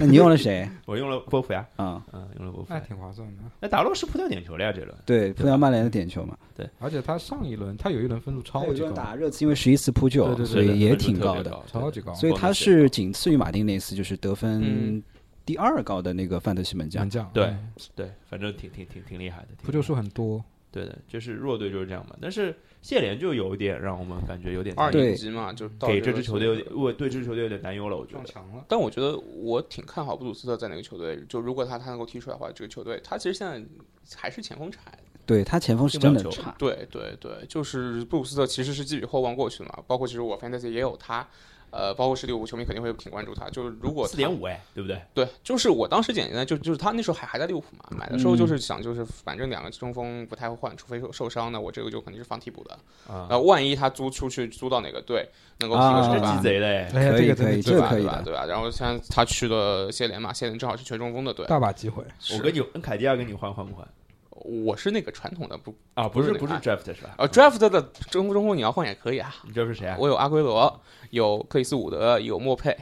[SPEAKER 2] 那你用了谁
[SPEAKER 1] 我用了波普呀，
[SPEAKER 2] 啊？
[SPEAKER 1] 嗯，用了波普
[SPEAKER 4] 那。挺划算的。
[SPEAKER 1] 那达洛是扑掉点球了呀，这轮
[SPEAKER 2] 对，葡萄牙曼联的点球嘛，
[SPEAKER 4] 而且他上一轮他有一轮分数超级高，
[SPEAKER 2] 打热刺，因为十一次扑
[SPEAKER 4] 对
[SPEAKER 2] 救，
[SPEAKER 4] 对对
[SPEAKER 2] 所以也挺高的，
[SPEAKER 4] 超级高，
[SPEAKER 2] 所以他是仅次于马丁内斯，就是得分
[SPEAKER 3] 嗯
[SPEAKER 2] 第二高的那个范德西门将
[SPEAKER 4] 门。将
[SPEAKER 1] 对
[SPEAKER 4] 哎
[SPEAKER 1] 对，反正挺挺挺挺厉害的。挺
[SPEAKER 4] 扑救数很多，
[SPEAKER 1] 对的，就是弱队就是这样嘛。但是谢联就有一点让我们感觉有点
[SPEAKER 3] 二
[SPEAKER 1] 担忧
[SPEAKER 2] 对
[SPEAKER 3] 年级嘛，就到
[SPEAKER 1] 给
[SPEAKER 3] 这
[SPEAKER 1] 这
[SPEAKER 3] 个
[SPEAKER 1] 支球队有点，我对这支球队有点担忧了。我觉
[SPEAKER 4] 撞
[SPEAKER 1] 得
[SPEAKER 4] 墙了。
[SPEAKER 3] 但我觉得我挺看好布鲁斯特在那个球队，就如果他他能够踢出来的话，这个球队他其实现在还是前锋柴。
[SPEAKER 2] 对他前锋是真的差，
[SPEAKER 3] 对对对，就是布鲁斯特其实是寄予厚望过去的嘛，包括其实我 fantasy 也有他。呃，包括是利物浦球迷肯定会挺关注他，就是如果
[SPEAKER 1] 四点五
[SPEAKER 3] 五，
[SPEAKER 1] 哎，对不对？
[SPEAKER 3] 对，就是我当时简单就就是他那时候还还在利物浦嘛，买的时候就是想就是反正两个中锋不太会换，除非受受伤呢，我这个就肯定是放替补的。
[SPEAKER 1] 啊，
[SPEAKER 3] 那万一他租出去租到哪个队能够踢
[SPEAKER 2] 啊
[SPEAKER 3] 个
[SPEAKER 1] 这
[SPEAKER 3] 首
[SPEAKER 1] 是
[SPEAKER 3] 发
[SPEAKER 1] 鸡，贼的 哎，
[SPEAKER 4] 哎呀，
[SPEAKER 2] 可
[SPEAKER 4] 这
[SPEAKER 2] 以
[SPEAKER 4] 个
[SPEAKER 2] 可以这
[SPEAKER 4] 真的
[SPEAKER 2] 个
[SPEAKER 3] 吧？
[SPEAKER 2] 可以
[SPEAKER 3] 对吧？
[SPEAKER 2] 的，
[SPEAKER 3] 对吧？然后现在他去了谢联嘛，谢联正好是全中锋的队，
[SPEAKER 4] 大把机会。
[SPEAKER 1] 我跟你恩凯迪亚跟你换换不换？
[SPEAKER 3] 我是那个传统的不
[SPEAKER 1] 啊，不是
[SPEAKER 3] 不
[SPEAKER 1] 不
[SPEAKER 3] 是
[SPEAKER 1] 是
[SPEAKER 3] 那
[SPEAKER 1] draft 是吧？
[SPEAKER 3] 呃 draft 的中锋中锋你要换也可以啊。
[SPEAKER 1] 你知道是谁啊？
[SPEAKER 3] 我有阿圭罗，有克里斯伍德，有莫佩，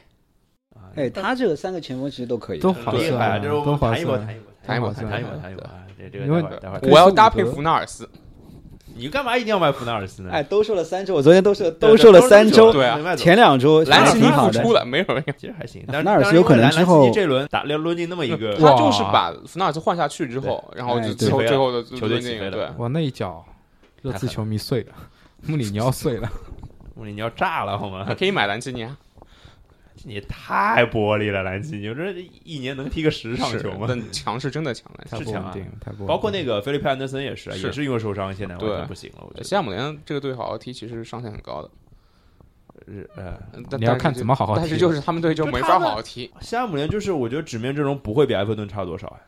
[SPEAKER 1] 啊
[SPEAKER 2] 哎，他这个三个前锋其实都可以，
[SPEAKER 4] 都
[SPEAKER 1] 很
[SPEAKER 4] 划
[SPEAKER 1] 厉害啊，
[SPEAKER 4] 算，
[SPEAKER 1] 这是我
[SPEAKER 4] 都
[SPEAKER 1] 们
[SPEAKER 4] 划
[SPEAKER 1] 谈一波，
[SPEAKER 4] 算。
[SPEAKER 1] 谈一波，
[SPEAKER 3] 谈一
[SPEAKER 1] 谈
[SPEAKER 3] 波谈
[SPEAKER 1] 一
[SPEAKER 3] 一波
[SPEAKER 1] 波，谈一波啊！这这
[SPEAKER 4] 因为
[SPEAKER 1] 个待会儿待会儿
[SPEAKER 4] 克里斯伍
[SPEAKER 3] 我
[SPEAKER 4] 德
[SPEAKER 3] 要搭配福纳尔斯。
[SPEAKER 1] 你干嘛一定要买普纳尔斯呢？
[SPEAKER 2] 哎，兜售了三周，我昨天兜售
[SPEAKER 1] 对，
[SPEAKER 2] 兜售了
[SPEAKER 1] 是
[SPEAKER 2] 三周，
[SPEAKER 3] 对啊
[SPEAKER 1] 没卖走
[SPEAKER 2] 前两周
[SPEAKER 3] 莱
[SPEAKER 1] 兰
[SPEAKER 3] 奇
[SPEAKER 1] 奇尼
[SPEAKER 3] 尼
[SPEAKER 2] 挺
[SPEAKER 1] 挺
[SPEAKER 2] 好
[SPEAKER 3] 复
[SPEAKER 2] 的
[SPEAKER 3] 出，了，没有没有，
[SPEAKER 1] 其实还行，
[SPEAKER 2] 福
[SPEAKER 1] 但是
[SPEAKER 2] 纳尔斯
[SPEAKER 1] 但是
[SPEAKER 2] 有可能
[SPEAKER 1] 兰
[SPEAKER 2] 之后
[SPEAKER 1] 兰奇这轮打落落进那么一个，
[SPEAKER 3] 他就是
[SPEAKER 4] 哇
[SPEAKER 3] 把福纳尔斯换下去之后，然后
[SPEAKER 2] 哎
[SPEAKER 3] 就
[SPEAKER 2] 对
[SPEAKER 3] 最后
[SPEAKER 1] 起飞
[SPEAKER 3] 最
[SPEAKER 1] 了
[SPEAKER 3] 后的
[SPEAKER 1] 球队起
[SPEAKER 3] 那
[SPEAKER 1] 飞了
[SPEAKER 3] 个对。
[SPEAKER 4] 哇，那一脚，热刺球迷碎了，穆里尼奥碎了。
[SPEAKER 1] 穆里尼奥炸了好吗
[SPEAKER 3] 还？可以买兰奇尼啊，
[SPEAKER 1] 你也太玻璃了，兰奇，你这一年能踢个十场球吗？
[SPEAKER 3] 但强是真的强了。
[SPEAKER 4] 太
[SPEAKER 1] 是
[SPEAKER 4] 不
[SPEAKER 1] 强
[SPEAKER 4] 稳
[SPEAKER 1] 啊
[SPEAKER 4] 定了，太不稳定了
[SPEAKER 1] 包括那个菲利佩安德森也是啊，
[SPEAKER 3] 是
[SPEAKER 1] 也是因为受伤，现在完
[SPEAKER 3] 对
[SPEAKER 1] 全不行了。我觉
[SPEAKER 3] 西汉姆联这个队好好踢，其实上限很高的，
[SPEAKER 1] 得，呃，
[SPEAKER 3] 嗯但
[SPEAKER 4] 你要
[SPEAKER 3] 但是
[SPEAKER 4] 看
[SPEAKER 3] 就
[SPEAKER 4] 怎么好好
[SPEAKER 3] 但
[SPEAKER 4] 踢
[SPEAKER 3] 是就是他们队就
[SPEAKER 1] 就
[SPEAKER 3] 没
[SPEAKER 1] 他
[SPEAKER 3] 法
[SPEAKER 1] 们
[SPEAKER 3] 好好踢，
[SPEAKER 1] 西汉姆联就是我觉得纸面阵容不会比埃弗顿差多少哎，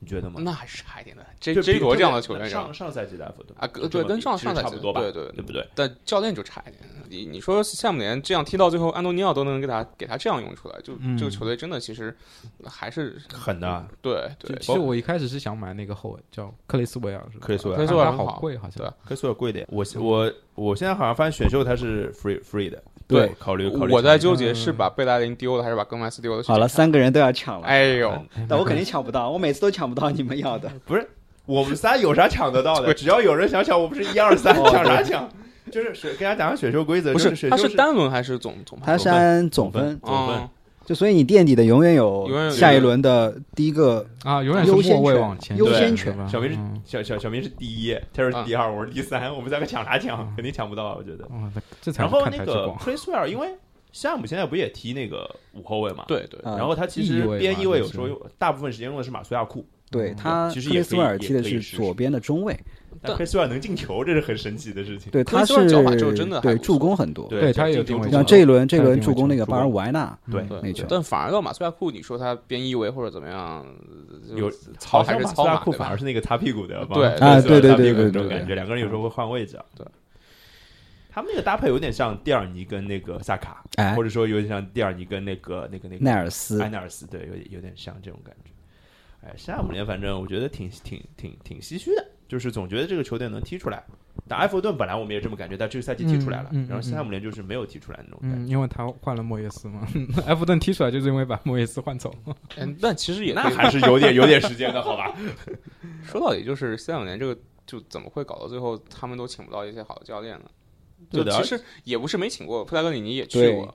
[SPEAKER 1] 你觉得吗？
[SPEAKER 3] 那还是差一点的。这
[SPEAKER 1] 就比
[SPEAKER 3] 这
[SPEAKER 1] 特
[SPEAKER 3] 国
[SPEAKER 1] 别
[SPEAKER 3] 这样的球员，
[SPEAKER 1] 上上赛季的埃弗顿
[SPEAKER 3] 啊，
[SPEAKER 1] 就这
[SPEAKER 3] 对，
[SPEAKER 1] 么
[SPEAKER 3] 跟
[SPEAKER 1] 比
[SPEAKER 3] 上
[SPEAKER 1] 其实
[SPEAKER 3] 上赛
[SPEAKER 1] 差
[SPEAKER 3] 季
[SPEAKER 1] 不多吧，
[SPEAKER 3] 对对
[SPEAKER 1] 对不对？
[SPEAKER 3] 但教练就差一点。你你说夏姆联这样踢到最后，安东尼奥都能给他给他这样用出来，就、
[SPEAKER 4] 嗯
[SPEAKER 3] 这个球队真的其实还是
[SPEAKER 1] 狠的，啊
[SPEAKER 3] 对
[SPEAKER 4] 就
[SPEAKER 3] 对
[SPEAKER 4] 其实我一开始是想买那个后卫，叫克雷斯维尔，是吧？
[SPEAKER 1] 克里斯维
[SPEAKER 3] 克
[SPEAKER 1] 尔
[SPEAKER 3] 雷斯维尔
[SPEAKER 4] 但
[SPEAKER 3] 很
[SPEAKER 4] 他
[SPEAKER 3] 好
[SPEAKER 4] 好贵，好像
[SPEAKER 3] 对
[SPEAKER 1] 克里斯维尔贵一点。我我我现在好像发现选秀它是 free free 的，
[SPEAKER 2] 对
[SPEAKER 1] 考虑考虑。
[SPEAKER 3] 我在纠结是把贝莱林丢了还是把更莱斯丢了。
[SPEAKER 2] 好了，
[SPEAKER 3] 是这样
[SPEAKER 2] 三个人都要抢了，
[SPEAKER 3] 哎
[SPEAKER 4] 嗯
[SPEAKER 3] 呦，
[SPEAKER 2] 但我肯定抢不到，我每次都抢不到你们要的。
[SPEAKER 1] 不是我们仨有啥抢得到的？只要有人想抢，我们是一二三
[SPEAKER 2] 哦
[SPEAKER 1] 抢啥抢？就是选跟大家讲下选秀规则，
[SPEAKER 3] 不
[SPEAKER 1] 就是选
[SPEAKER 3] 他
[SPEAKER 1] 秀
[SPEAKER 3] 是单轮还是总总
[SPEAKER 2] 他
[SPEAKER 3] 排？
[SPEAKER 2] 是按总分，
[SPEAKER 1] 总分
[SPEAKER 3] 嗯，
[SPEAKER 2] 就所以你垫底的永远有
[SPEAKER 3] 永远有
[SPEAKER 2] 下一轮的第一个，
[SPEAKER 4] 啊，永远是
[SPEAKER 2] 优先
[SPEAKER 4] 末位
[SPEAKER 2] 权
[SPEAKER 4] 往前
[SPEAKER 2] 优
[SPEAKER 4] 走
[SPEAKER 2] 先
[SPEAKER 4] 是
[SPEAKER 2] 权
[SPEAKER 4] 吧
[SPEAKER 1] 小明是
[SPEAKER 4] 嗯
[SPEAKER 1] 小小小明是第一，Terry
[SPEAKER 3] 啊
[SPEAKER 1] 是第二，我是第三， 我们三个抢啥抢？肯定抢不到，我觉得。
[SPEAKER 4] 哇，那这才
[SPEAKER 1] 然
[SPEAKER 4] 是
[SPEAKER 1] 后
[SPEAKER 4] 看
[SPEAKER 1] 那
[SPEAKER 4] 台之
[SPEAKER 1] 个
[SPEAKER 4] 光。
[SPEAKER 1] 克里斯维尔，因为夏姆现在不也踢那个五后卫嘛？。
[SPEAKER 3] 对对，
[SPEAKER 2] 啊
[SPEAKER 1] 然后他其
[SPEAKER 4] 翼
[SPEAKER 1] 实
[SPEAKER 4] 位
[SPEAKER 1] 边
[SPEAKER 4] 嘛
[SPEAKER 1] 翼位
[SPEAKER 4] 就
[SPEAKER 1] 有
[SPEAKER 4] 是
[SPEAKER 1] 时候用，大部分时间用的是马苏亚库，
[SPEAKER 2] 对他
[SPEAKER 1] 其实
[SPEAKER 2] 克
[SPEAKER 1] 也
[SPEAKER 2] 里
[SPEAKER 1] 可以
[SPEAKER 2] 斯维尔踢的
[SPEAKER 1] 也可
[SPEAKER 2] 是
[SPEAKER 1] 以试试
[SPEAKER 2] 左边的中卫，
[SPEAKER 1] 但克里斯维尔能进球，这是很神奇的事情。
[SPEAKER 2] 对
[SPEAKER 3] 克
[SPEAKER 2] 他
[SPEAKER 3] 里斯
[SPEAKER 2] 是
[SPEAKER 3] 维尔脚法就真的还
[SPEAKER 2] 对
[SPEAKER 3] 不错
[SPEAKER 2] 助攻很多。
[SPEAKER 4] 对
[SPEAKER 1] 他
[SPEAKER 4] 他也有
[SPEAKER 1] 进
[SPEAKER 4] 定
[SPEAKER 1] 球
[SPEAKER 4] 位
[SPEAKER 1] 助
[SPEAKER 4] 球
[SPEAKER 2] 像
[SPEAKER 1] 攻
[SPEAKER 2] 这一轮，这一
[SPEAKER 4] 他有
[SPEAKER 2] 轮
[SPEAKER 4] 定位
[SPEAKER 2] 助攻那
[SPEAKER 4] 球
[SPEAKER 2] 个
[SPEAKER 1] 助
[SPEAKER 2] 巴尔
[SPEAKER 1] 攻
[SPEAKER 2] 维纳，
[SPEAKER 1] 对
[SPEAKER 4] 嗯
[SPEAKER 2] 那
[SPEAKER 3] 对
[SPEAKER 2] 球，
[SPEAKER 3] 但反而到马苏亚库，你说他边翼位或者怎么样，嗯就
[SPEAKER 1] 有
[SPEAKER 3] 糙还是
[SPEAKER 1] 马
[SPEAKER 3] 糙
[SPEAKER 1] 斯拉
[SPEAKER 3] 嘛，
[SPEAKER 1] 库
[SPEAKER 3] 对
[SPEAKER 1] 反
[SPEAKER 3] 吧
[SPEAKER 1] 而？是那个擦屁股的，
[SPEAKER 3] 对
[SPEAKER 1] 帮马斯拉
[SPEAKER 2] 啊对对
[SPEAKER 1] 擦屁
[SPEAKER 2] 对
[SPEAKER 1] 股
[SPEAKER 2] 对
[SPEAKER 1] 这种
[SPEAKER 2] 对
[SPEAKER 1] 感觉，两个人有时候会换位置啊。
[SPEAKER 3] 对，
[SPEAKER 1] 他们那个搭配有点像蒂尔尼跟那个萨卡，
[SPEAKER 2] 哎
[SPEAKER 1] 或，者哎说有点像蒂尔尼跟那个那个那个
[SPEAKER 2] 奈尔斯
[SPEAKER 1] 埃，纳尔斯，对，有点有点像这种感觉。哎，夏姆联反正我觉得挺挺挺挺唏嘘的，就是总觉得这个球队能踢出来。打埃弗顿本来我们也这么感觉，但这个赛季踢出来了，
[SPEAKER 4] 嗯嗯嗯
[SPEAKER 1] 然后夏姆联就是没有踢出来那种感觉。
[SPEAKER 4] 嗯，因为他换了莫耶斯嘛， 埃弗顿踢出来就是因为把莫耶斯换走。
[SPEAKER 3] 嗯，但其实也
[SPEAKER 1] 那
[SPEAKER 3] 可以
[SPEAKER 1] 还是有点有点时间的，好吧？
[SPEAKER 3] 说到底就是三两年这个就怎么会搞到最后他们都请不到一些好的教练呢？
[SPEAKER 1] 对
[SPEAKER 3] 就
[SPEAKER 1] 的
[SPEAKER 3] 其实也不是没请过，佩莱格里尼也去
[SPEAKER 2] 对
[SPEAKER 3] 过。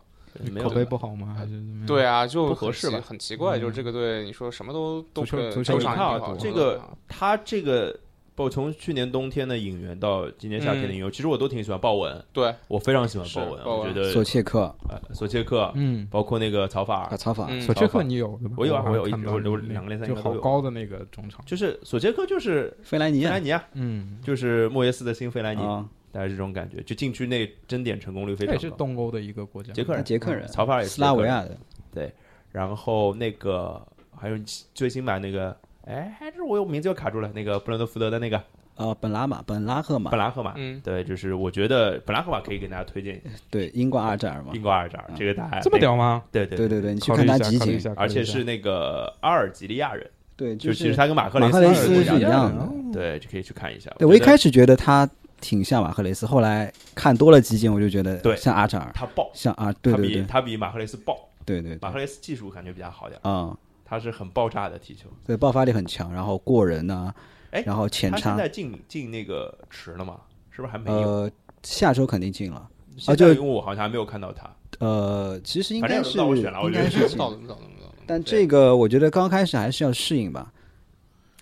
[SPEAKER 1] 没有
[SPEAKER 4] 口碑不好吗？还是怎么样？
[SPEAKER 3] 对啊，就
[SPEAKER 1] 不
[SPEAKER 3] 很
[SPEAKER 1] 合适
[SPEAKER 3] 奇
[SPEAKER 1] 吧
[SPEAKER 3] 很奇怪，
[SPEAKER 4] 嗯
[SPEAKER 3] 就是这个队，你说什么都都
[SPEAKER 4] 足球
[SPEAKER 3] 可以
[SPEAKER 4] 足
[SPEAKER 1] 球
[SPEAKER 3] 球场
[SPEAKER 1] 你看啊
[SPEAKER 3] 也挺好
[SPEAKER 1] 这
[SPEAKER 3] 的
[SPEAKER 1] 个他这个不从去年冬天的引援到今年夏天的引援，其实我都挺喜欢鲍文，
[SPEAKER 3] 对，
[SPEAKER 1] 我非常喜欢
[SPEAKER 3] 是
[SPEAKER 1] 鲍文，
[SPEAKER 3] 鲍
[SPEAKER 1] 我
[SPEAKER 3] 文
[SPEAKER 1] 觉得
[SPEAKER 2] 索切克
[SPEAKER 1] 呃索切克，
[SPEAKER 4] 嗯，
[SPEAKER 1] 包括那个曹法
[SPEAKER 2] 啊，
[SPEAKER 1] 尔，
[SPEAKER 2] 曹法
[SPEAKER 3] 嗯
[SPEAKER 4] 索切克你有对吧？
[SPEAKER 1] 我有啊
[SPEAKER 4] 好
[SPEAKER 1] 我有
[SPEAKER 4] 像看
[SPEAKER 1] 一
[SPEAKER 4] 到
[SPEAKER 1] 我有
[SPEAKER 4] 你
[SPEAKER 1] 两个联赛应
[SPEAKER 4] 就
[SPEAKER 1] 该
[SPEAKER 4] 好
[SPEAKER 1] 都有
[SPEAKER 4] 高的那个中场。
[SPEAKER 1] 就是索切克就是
[SPEAKER 2] 费莱尼啊
[SPEAKER 1] 费
[SPEAKER 2] 亚
[SPEAKER 1] 莱尼亚，
[SPEAKER 4] 嗯，
[SPEAKER 1] 就是莫耶斯的新费莱尼，
[SPEAKER 2] 啊，
[SPEAKER 1] 大概是这种感觉，就禁区内争点成功率非
[SPEAKER 4] 这
[SPEAKER 1] 常
[SPEAKER 4] 也是
[SPEAKER 1] 高。
[SPEAKER 4] 东欧的一个国家，
[SPEAKER 1] 捷克人，
[SPEAKER 2] 捷克人，
[SPEAKER 1] 曹法尔嗯也是
[SPEAKER 2] 斯拉维
[SPEAKER 1] 捷克人，
[SPEAKER 2] 亚的，
[SPEAKER 1] 然后那个还有最新版那个。哎，这我有名字又卡住了。那个布伦德福德的那个
[SPEAKER 2] 呃，本拉马、本拉赫马
[SPEAKER 1] 本，拉赫马，
[SPEAKER 3] 嗯，
[SPEAKER 1] 对，就是我觉得本拉赫马可以给大家推荐
[SPEAKER 2] 对，英冠阿扎尔嘛，
[SPEAKER 1] 英国二扎尔，这个大家
[SPEAKER 4] 这么屌吗？
[SPEAKER 1] 对对
[SPEAKER 2] 对啊对对，你去
[SPEAKER 4] 哎考虑
[SPEAKER 2] 看
[SPEAKER 4] 一下，
[SPEAKER 2] 他集
[SPEAKER 4] 考虑
[SPEAKER 2] 锦，
[SPEAKER 4] 一下，
[SPEAKER 1] 而
[SPEAKER 4] 考虑
[SPEAKER 1] 且
[SPEAKER 4] 一下
[SPEAKER 1] 是那个阿尔及利亚人，
[SPEAKER 2] 对，
[SPEAKER 1] 就其
[SPEAKER 2] 是
[SPEAKER 1] 实他跟马克雷
[SPEAKER 2] 马
[SPEAKER 1] 斯
[SPEAKER 2] 克雷斯
[SPEAKER 1] 是
[SPEAKER 2] 是一
[SPEAKER 1] 的，
[SPEAKER 2] 样的。
[SPEAKER 1] 对，就可以去看一下。
[SPEAKER 2] 对我一
[SPEAKER 1] 觉得
[SPEAKER 2] 开始觉得他挺像马赫雷斯，后来看多了集锦，我就觉得
[SPEAKER 1] 对
[SPEAKER 2] 像阿扎尔，
[SPEAKER 1] 他爆，
[SPEAKER 2] 像啊，对
[SPEAKER 1] 他
[SPEAKER 2] 对
[SPEAKER 1] 比
[SPEAKER 2] 对
[SPEAKER 1] 他比马克雷斯爆，
[SPEAKER 2] 对对对
[SPEAKER 1] 马，克雷斯技术感觉比较好点儿，
[SPEAKER 2] 啊，
[SPEAKER 1] 他是很爆炸的踢球。
[SPEAKER 2] 对，爆发力很强，然后过人呐
[SPEAKER 1] 哎，
[SPEAKER 2] 然后前
[SPEAKER 1] 他现
[SPEAKER 2] 插，
[SPEAKER 1] 在进进那个池了吗？是不是还没有？
[SPEAKER 2] 呃，下周肯定进了。
[SPEAKER 1] 现在
[SPEAKER 2] 啊就
[SPEAKER 1] 因为我好像还没有看到他。
[SPEAKER 2] 呃，其实应该是
[SPEAKER 1] 反正也轮不到我选了我
[SPEAKER 2] 应
[SPEAKER 1] 觉得
[SPEAKER 2] 该
[SPEAKER 1] 这
[SPEAKER 2] 是
[SPEAKER 1] 个
[SPEAKER 3] 轮
[SPEAKER 2] 进
[SPEAKER 3] 不到，轮不到，轮不到。
[SPEAKER 2] 但这个我觉得刚开始还是要适应吧，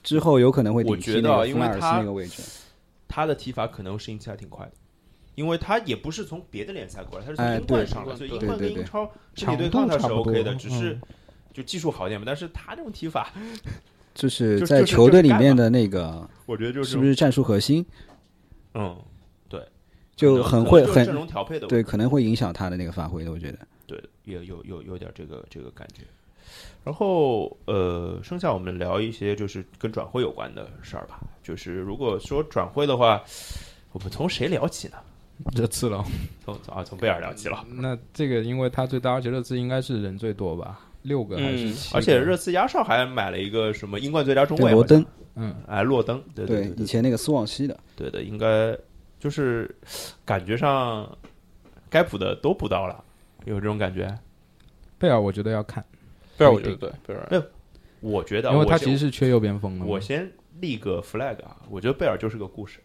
[SPEAKER 2] 之后有可能会
[SPEAKER 1] 我
[SPEAKER 2] 顶替
[SPEAKER 1] 觉得啊
[SPEAKER 2] 那个
[SPEAKER 1] 因
[SPEAKER 2] 弗
[SPEAKER 1] 为
[SPEAKER 2] 纳尔斯
[SPEAKER 1] 他
[SPEAKER 2] 那个位置。
[SPEAKER 1] 他的踢法可能适应起来挺快的，因为他也不是从别的联赛过来，他是从
[SPEAKER 2] 哎
[SPEAKER 1] 英冠
[SPEAKER 2] 对
[SPEAKER 1] 上来，所以英
[SPEAKER 2] 对
[SPEAKER 1] 冠
[SPEAKER 2] 对
[SPEAKER 1] 跟英
[SPEAKER 2] 对
[SPEAKER 1] 超身体
[SPEAKER 4] 强
[SPEAKER 1] 对
[SPEAKER 4] 度
[SPEAKER 1] 抗的
[SPEAKER 4] 差
[SPEAKER 1] 是
[SPEAKER 4] 不
[SPEAKER 1] OK
[SPEAKER 4] 多
[SPEAKER 1] 的，只是
[SPEAKER 4] 嗯
[SPEAKER 1] 就技术好一点嘛。但是他这种踢法，
[SPEAKER 2] 就是
[SPEAKER 1] 就
[SPEAKER 2] 在
[SPEAKER 1] 就是
[SPEAKER 2] 球队里
[SPEAKER 1] 就是干
[SPEAKER 2] 面
[SPEAKER 1] 嘛
[SPEAKER 2] 的那个
[SPEAKER 1] 我觉得就是
[SPEAKER 2] 不是战术核心，
[SPEAKER 1] 嗯，
[SPEAKER 2] 就
[SPEAKER 1] 可能
[SPEAKER 2] 很会
[SPEAKER 1] 就是阵
[SPEAKER 2] 很
[SPEAKER 1] 容调配的问题
[SPEAKER 2] 对，可能会影响他的那个发挥的。我觉得
[SPEAKER 1] 对，也有有有点这个这个感觉。然后呃，剩下我们聊一些就是跟转会有关的事儿吧。就是如果说转会的话，我们从谁聊起呢？
[SPEAKER 4] 热刺了。
[SPEAKER 1] 从从啊从贝尔聊起了，
[SPEAKER 4] 那这个因为他最大，而且热刺应该是人最多吧，六个还是
[SPEAKER 3] 嗯
[SPEAKER 4] 七个？
[SPEAKER 1] 而且热刺压哨还买了一个什么英冠最佳中
[SPEAKER 2] 对
[SPEAKER 1] 卫，
[SPEAKER 2] 罗
[SPEAKER 1] 好像
[SPEAKER 2] 登
[SPEAKER 4] 嗯，
[SPEAKER 1] 哎，洛登，对对
[SPEAKER 2] 以前那个斯旺西的，
[SPEAKER 1] 对的，应该就是感觉上该补的都补到了，有这种感觉。
[SPEAKER 4] 贝尔我觉得要看，
[SPEAKER 3] 贝尔我觉得对，贝尔
[SPEAKER 1] 我
[SPEAKER 3] 啊
[SPEAKER 1] 觉得，
[SPEAKER 4] 因为他
[SPEAKER 1] 我
[SPEAKER 4] 其实是缺右边锋的嘛。
[SPEAKER 1] 我先立个 flag 啊，我觉得贝尔就是个故事，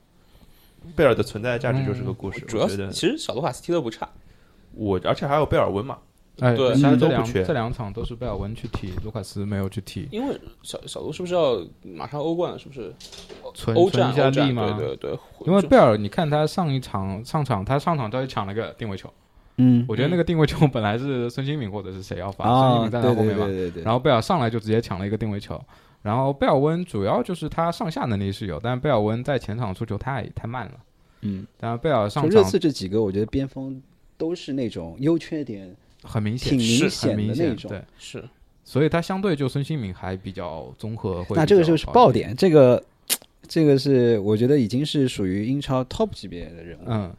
[SPEAKER 1] 贝尔的存在价值就是个
[SPEAKER 4] 嗯
[SPEAKER 1] 故事。
[SPEAKER 3] 主要
[SPEAKER 1] 我觉得
[SPEAKER 3] 其实小卢瓦斯踢的不差，
[SPEAKER 1] 我，而且还有贝尔温嘛，
[SPEAKER 4] 哎，
[SPEAKER 3] 对
[SPEAKER 4] 其实
[SPEAKER 1] 嗯
[SPEAKER 4] 这
[SPEAKER 1] 都不
[SPEAKER 4] 两
[SPEAKER 1] 缺
[SPEAKER 4] 这两场都是贝尔温去踢，卢卡斯没有去踢，
[SPEAKER 3] 因为小小卢是不是要马上欧冠了？是不是
[SPEAKER 4] 存
[SPEAKER 3] 哦欧
[SPEAKER 4] 存
[SPEAKER 3] 战
[SPEAKER 4] 一下
[SPEAKER 3] 欧
[SPEAKER 4] 力
[SPEAKER 3] 战？
[SPEAKER 4] 嘛。
[SPEAKER 3] 对对对，
[SPEAKER 4] 因为
[SPEAKER 3] 就
[SPEAKER 4] 贝尔，你看他上一场上场，他上场之后抢了个定位球，
[SPEAKER 2] 嗯
[SPEAKER 4] 我觉得那个定位球本来是孙兴敏或者是谁要罚，孙兴
[SPEAKER 2] 啊，对
[SPEAKER 4] 敏站在
[SPEAKER 2] 对
[SPEAKER 4] 后
[SPEAKER 2] 对
[SPEAKER 4] 面嘛，
[SPEAKER 2] 对对，
[SPEAKER 4] 然后贝尔上来就直接抢了一个定位球。然后贝尔温主要就是他上下能力是有，但贝尔温在前场出球太太慢了。
[SPEAKER 2] 嗯，
[SPEAKER 4] 然后贝尔
[SPEAKER 2] 就
[SPEAKER 4] 上
[SPEAKER 2] 热
[SPEAKER 4] 场
[SPEAKER 2] 刺这几个，我觉得边锋都是那种优缺点
[SPEAKER 4] 很明显，
[SPEAKER 2] 挺明
[SPEAKER 4] 很
[SPEAKER 2] 显
[SPEAKER 4] 明
[SPEAKER 2] 的
[SPEAKER 4] 显
[SPEAKER 2] 那种。
[SPEAKER 4] 对，
[SPEAKER 3] 是
[SPEAKER 4] 所以他相对就孙兴敏还比较综合会比较好一点。
[SPEAKER 2] 那这个就是爆点，这个这个是我觉得已经是属于英超 top 级别的人物
[SPEAKER 4] 嗯，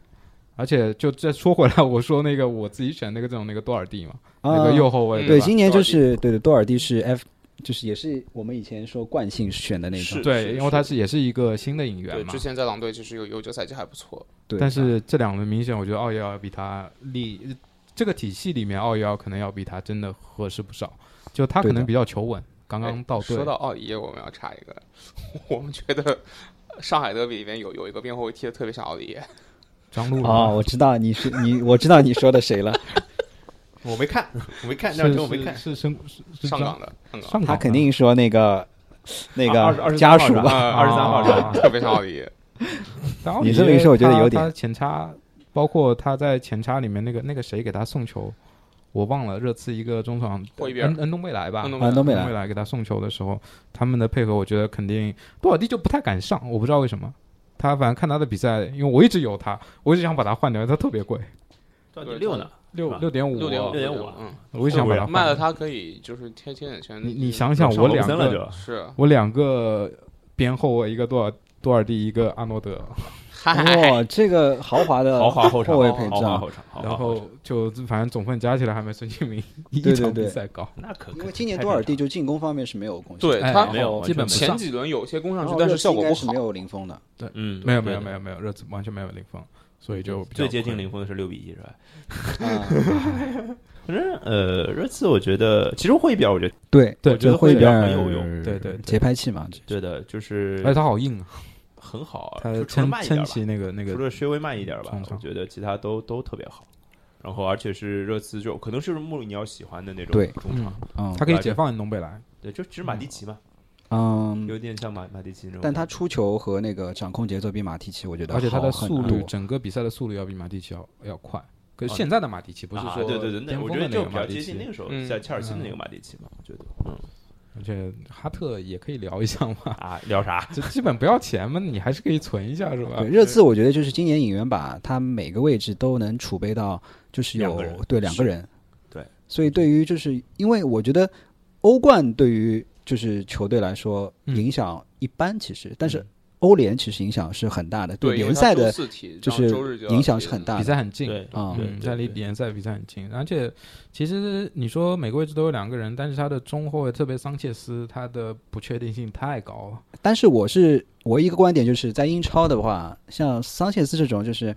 [SPEAKER 4] 而且就再说回来，我说那个我自己选那个这种那个多尔蒂嘛，那
[SPEAKER 2] 啊
[SPEAKER 4] 个。右后
[SPEAKER 3] 嗯
[SPEAKER 4] 卫
[SPEAKER 2] 对，
[SPEAKER 4] 吧？
[SPEAKER 2] 今年
[SPEAKER 3] 多
[SPEAKER 2] 就
[SPEAKER 3] 尔蒂
[SPEAKER 2] 是对的，多尔蒂是 F，就是也是我们以前说惯性选的那种
[SPEAKER 1] 是。
[SPEAKER 4] 对，因为他
[SPEAKER 1] 是
[SPEAKER 4] 是也是一个新的引
[SPEAKER 3] 对
[SPEAKER 4] 援，嘛
[SPEAKER 3] 之。前在狼队其实有有一个赛季还不错，
[SPEAKER 2] 对，
[SPEAKER 4] 但是这两轮明显，我觉得奥耶尔比他力这个体系里面，奥耶尔可能要比他真的合适不少。就他可
[SPEAKER 2] 对
[SPEAKER 4] 能
[SPEAKER 2] 的
[SPEAKER 4] 比较求稳，刚刚到队。
[SPEAKER 3] 哎说到奥耶，我们要插一个， 我们觉得上海德比里面有有一个边后卫踢的特别像奥耶，
[SPEAKER 4] 张路
[SPEAKER 2] 哦，我知道你是你，我知道你说的谁了，
[SPEAKER 1] 我没看， 我没看，
[SPEAKER 4] 是
[SPEAKER 1] 那场球我没
[SPEAKER 4] 是
[SPEAKER 1] 看。
[SPEAKER 4] 是是是是
[SPEAKER 3] 上
[SPEAKER 4] 张
[SPEAKER 3] 港的，上港
[SPEAKER 4] 上港
[SPEAKER 2] 他
[SPEAKER 4] 的
[SPEAKER 2] 肯定说那个那
[SPEAKER 1] 啊20
[SPEAKER 2] 个家属吧？
[SPEAKER 3] 吧
[SPEAKER 1] 二十三号是吧？
[SPEAKER 4] 啊
[SPEAKER 3] 特别像奥耶，
[SPEAKER 4] 但奥
[SPEAKER 2] 你
[SPEAKER 4] 里
[SPEAKER 2] 这么一说我觉得
[SPEAKER 4] 他
[SPEAKER 2] 有点
[SPEAKER 4] 他前插，包括他在前插里面那个那个谁给他送球，我忘了热刺一个中场
[SPEAKER 3] 霍伊比尔
[SPEAKER 4] 恩恩东贝莱吧，
[SPEAKER 3] 恩东
[SPEAKER 2] 啊，东
[SPEAKER 4] 贝
[SPEAKER 2] 北来，
[SPEAKER 4] 莱给他送球的时候，他们的配合我觉得肯定多少蒂就不太敢上，我不知道为什么。他反正看他的比赛，因为我一直有他，我一直想把他换掉，因为他特别贵，
[SPEAKER 1] 到底六呢？
[SPEAKER 4] 六
[SPEAKER 1] 吧
[SPEAKER 4] 六点五， 啊
[SPEAKER 3] 六点
[SPEAKER 1] 五6.5
[SPEAKER 3] 五，嗯，
[SPEAKER 4] 我一直想把他换
[SPEAKER 3] 卖了
[SPEAKER 4] 掉。
[SPEAKER 3] 他可以就是贴贴点钱。
[SPEAKER 4] 你你想想，
[SPEAKER 1] 上
[SPEAKER 4] 我
[SPEAKER 1] 罗
[SPEAKER 4] 两
[SPEAKER 1] 森了
[SPEAKER 4] 个
[SPEAKER 1] 就是
[SPEAKER 4] 我两个边后卫，一个多尔多尔蒂，一个阿诺德，
[SPEAKER 3] 哎
[SPEAKER 2] 哇、这个豪华的
[SPEAKER 1] 豪华后场，
[SPEAKER 2] 后卫配
[SPEAKER 1] 豪
[SPEAKER 2] 置
[SPEAKER 1] 华
[SPEAKER 2] 啊！
[SPEAKER 1] 后场，豪华
[SPEAKER 4] 然
[SPEAKER 1] 后
[SPEAKER 4] 后就反正总分加起来还没孙兴民一
[SPEAKER 2] 对对
[SPEAKER 4] 场比
[SPEAKER 2] 对
[SPEAKER 4] 赛高。
[SPEAKER 1] 那可
[SPEAKER 2] 因为今年多尔蒂就进攻方面是没有贡献，
[SPEAKER 3] 对
[SPEAKER 4] 哎
[SPEAKER 3] 他
[SPEAKER 1] 没有
[SPEAKER 4] 基本不
[SPEAKER 3] 前
[SPEAKER 4] 上，
[SPEAKER 3] 几轮有些攻
[SPEAKER 2] 然
[SPEAKER 3] 上去
[SPEAKER 2] 后，
[SPEAKER 3] 但
[SPEAKER 2] 热
[SPEAKER 3] 是
[SPEAKER 2] 刺
[SPEAKER 3] 效果
[SPEAKER 2] 应该
[SPEAKER 3] 不
[SPEAKER 2] 是
[SPEAKER 3] 好
[SPEAKER 2] 没。有零封的，
[SPEAKER 1] 嗯，
[SPEAKER 4] 没有没
[SPEAKER 1] 对
[SPEAKER 4] 有
[SPEAKER 1] 的
[SPEAKER 4] 没有没有，热刺完全没有零封，所以就比较
[SPEAKER 1] 最接近
[SPEAKER 4] 亏
[SPEAKER 1] 零。封的是六比一是吧？
[SPEAKER 2] 啊、
[SPEAKER 1] 反正呃，热刺我觉得其实会比较，我觉得
[SPEAKER 2] 对
[SPEAKER 4] 对
[SPEAKER 1] 我觉得
[SPEAKER 2] 会
[SPEAKER 1] 会比
[SPEAKER 2] 比
[SPEAKER 1] 较
[SPEAKER 2] 较
[SPEAKER 1] 很有用。
[SPEAKER 4] 对对对
[SPEAKER 2] 节拍器嘛，这
[SPEAKER 1] 对的，就是
[SPEAKER 4] 而且他好硬啊，
[SPEAKER 1] 很好，
[SPEAKER 4] 他
[SPEAKER 1] 啊就除了
[SPEAKER 4] 撑
[SPEAKER 1] 慢一点
[SPEAKER 4] 撑
[SPEAKER 1] 吧，
[SPEAKER 4] 起那个那
[SPEAKER 1] 除
[SPEAKER 4] 个，
[SPEAKER 1] 了稍微慢一点吧
[SPEAKER 4] 冲，
[SPEAKER 1] 我
[SPEAKER 4] 上
[SPEAKER 1] 觉得其他都都特别好。然后而且是热刺就可能就是穆里尼奥喜欢的那种
[SPEAKER 2] 对
[SPEAKER 1] 中场，
[SPEAKER 2] 嗯
[SPEAKER 4] 他可以解放东北来。
[SPEAKER 1] 对，就其实马蒂奇嘛，
[SPEAKER 2] 嗯，
[SPEAKER 1] 有点像马马蒂奇那种。
[SPEAKER 2] 但他出球和那个掌控节奏比马蒂奇，我觉得
[SPEAKER 4] 而且他的
[SPEAKER 2] 好很
[SPEAKER 4] 速
[SPEAKER 2] 多
[SPEAKER 4] 率，整个比赛的速率要比马蒂奇要要快。可是
[SPEAKER 1] 啊
[SPEAKER 4] 现在的马蒂奇不是
[SPEAKER 1] 啊
[SPEAKER 4] 说
[SPEAKER 1] 对对对，
[SPEAKER 4] 巅
[SPEAKER 1] 那我
[SPEAKER 4] 峰
[SPEAKER 1] 觉
[SPEAKER 4] 的
[SPEAKER 1] 得
[SPEAKER 4] 那
[SPEAKER 1] 就
[SPEAKER 4] 个
[SPEAKER 1] 比
[SPEAKER 4] 马
[SPEAKER 1] 较
[SPEAKER 4] 蒂
[SPEAKER 1] 接近那
[SPEAKER 4] 奇，
[SPEAKER 1] 个时候
[SPEAKER 3] 嗯
[SPEAKER 1] 在切尔西的那个
[SPEAKER 4] 嗯
[SPEAKER 1] 马蒂奇嘛，我觉得。嗯
[SPEAKER 4] 而且哈特也可以聊一下嘛，
[SPEAKER 1] 啊，聊啥？
[SPEAKER 4] 就基本不要钱嘛，你还是可以存一下是吧
[SPEAKER 3] 啊
[SPEAKER 2] 对？热刺，我觉得就是今年引援把他每个位置都能储备到，就是有
[SPEAKER 1] 两个人
[SPEAKER 2] 对两个人，
[SPEAKER 1] 对，
[SPEAKER 2] 所以对于就是因为我觉得欧冠对于就是球队来说
[SPEAKER 4] 嗯
[SPEAKER 2] 影响一般，其实、但是
[SPEAKER 4] 嗯
[SPEAKER 2] 欧联其实影响是很大的，
[SPEAKER 3] 对因为
[SPEAKER 2] 联
[SPEAKER 3] 他
[SPEAKER 2] 赛
[SPEAKER 3] 周
[SPEAKER 2] 的
[SPEAKER 3] 四踢
[SPEAKER 2] 就
[SPEAKER 3] 然后
[SPEAKER 2] 是
[SPEAKER 3] 周日就要
[SPEAKER 2] 影响
[SPEAKER 3] 踢
[SPEAKER 2] 是很
[SPEAKER 3] 了
[SPEAKER 2] 大
[SPEAKER 4] 比
[SPEAKER 2] 的
[SPEAKER 4] 赛很近，
[SPEAKER 1] 对
[SPEAKER 2] 啊
[SPEAKER 1] 对
[SPEAKER 4] 嗯，在离
[SPEAKER 1] 对
[SPEAKER 4] 联赛比赛很近，而且其实你说每个位置都有两个人，但是他的中后卫，特别桑切斯，他的不确定性太高了。
[SPEAKER 2] 但是我是我一个观点就是在英超的话，像桑切斯这种就是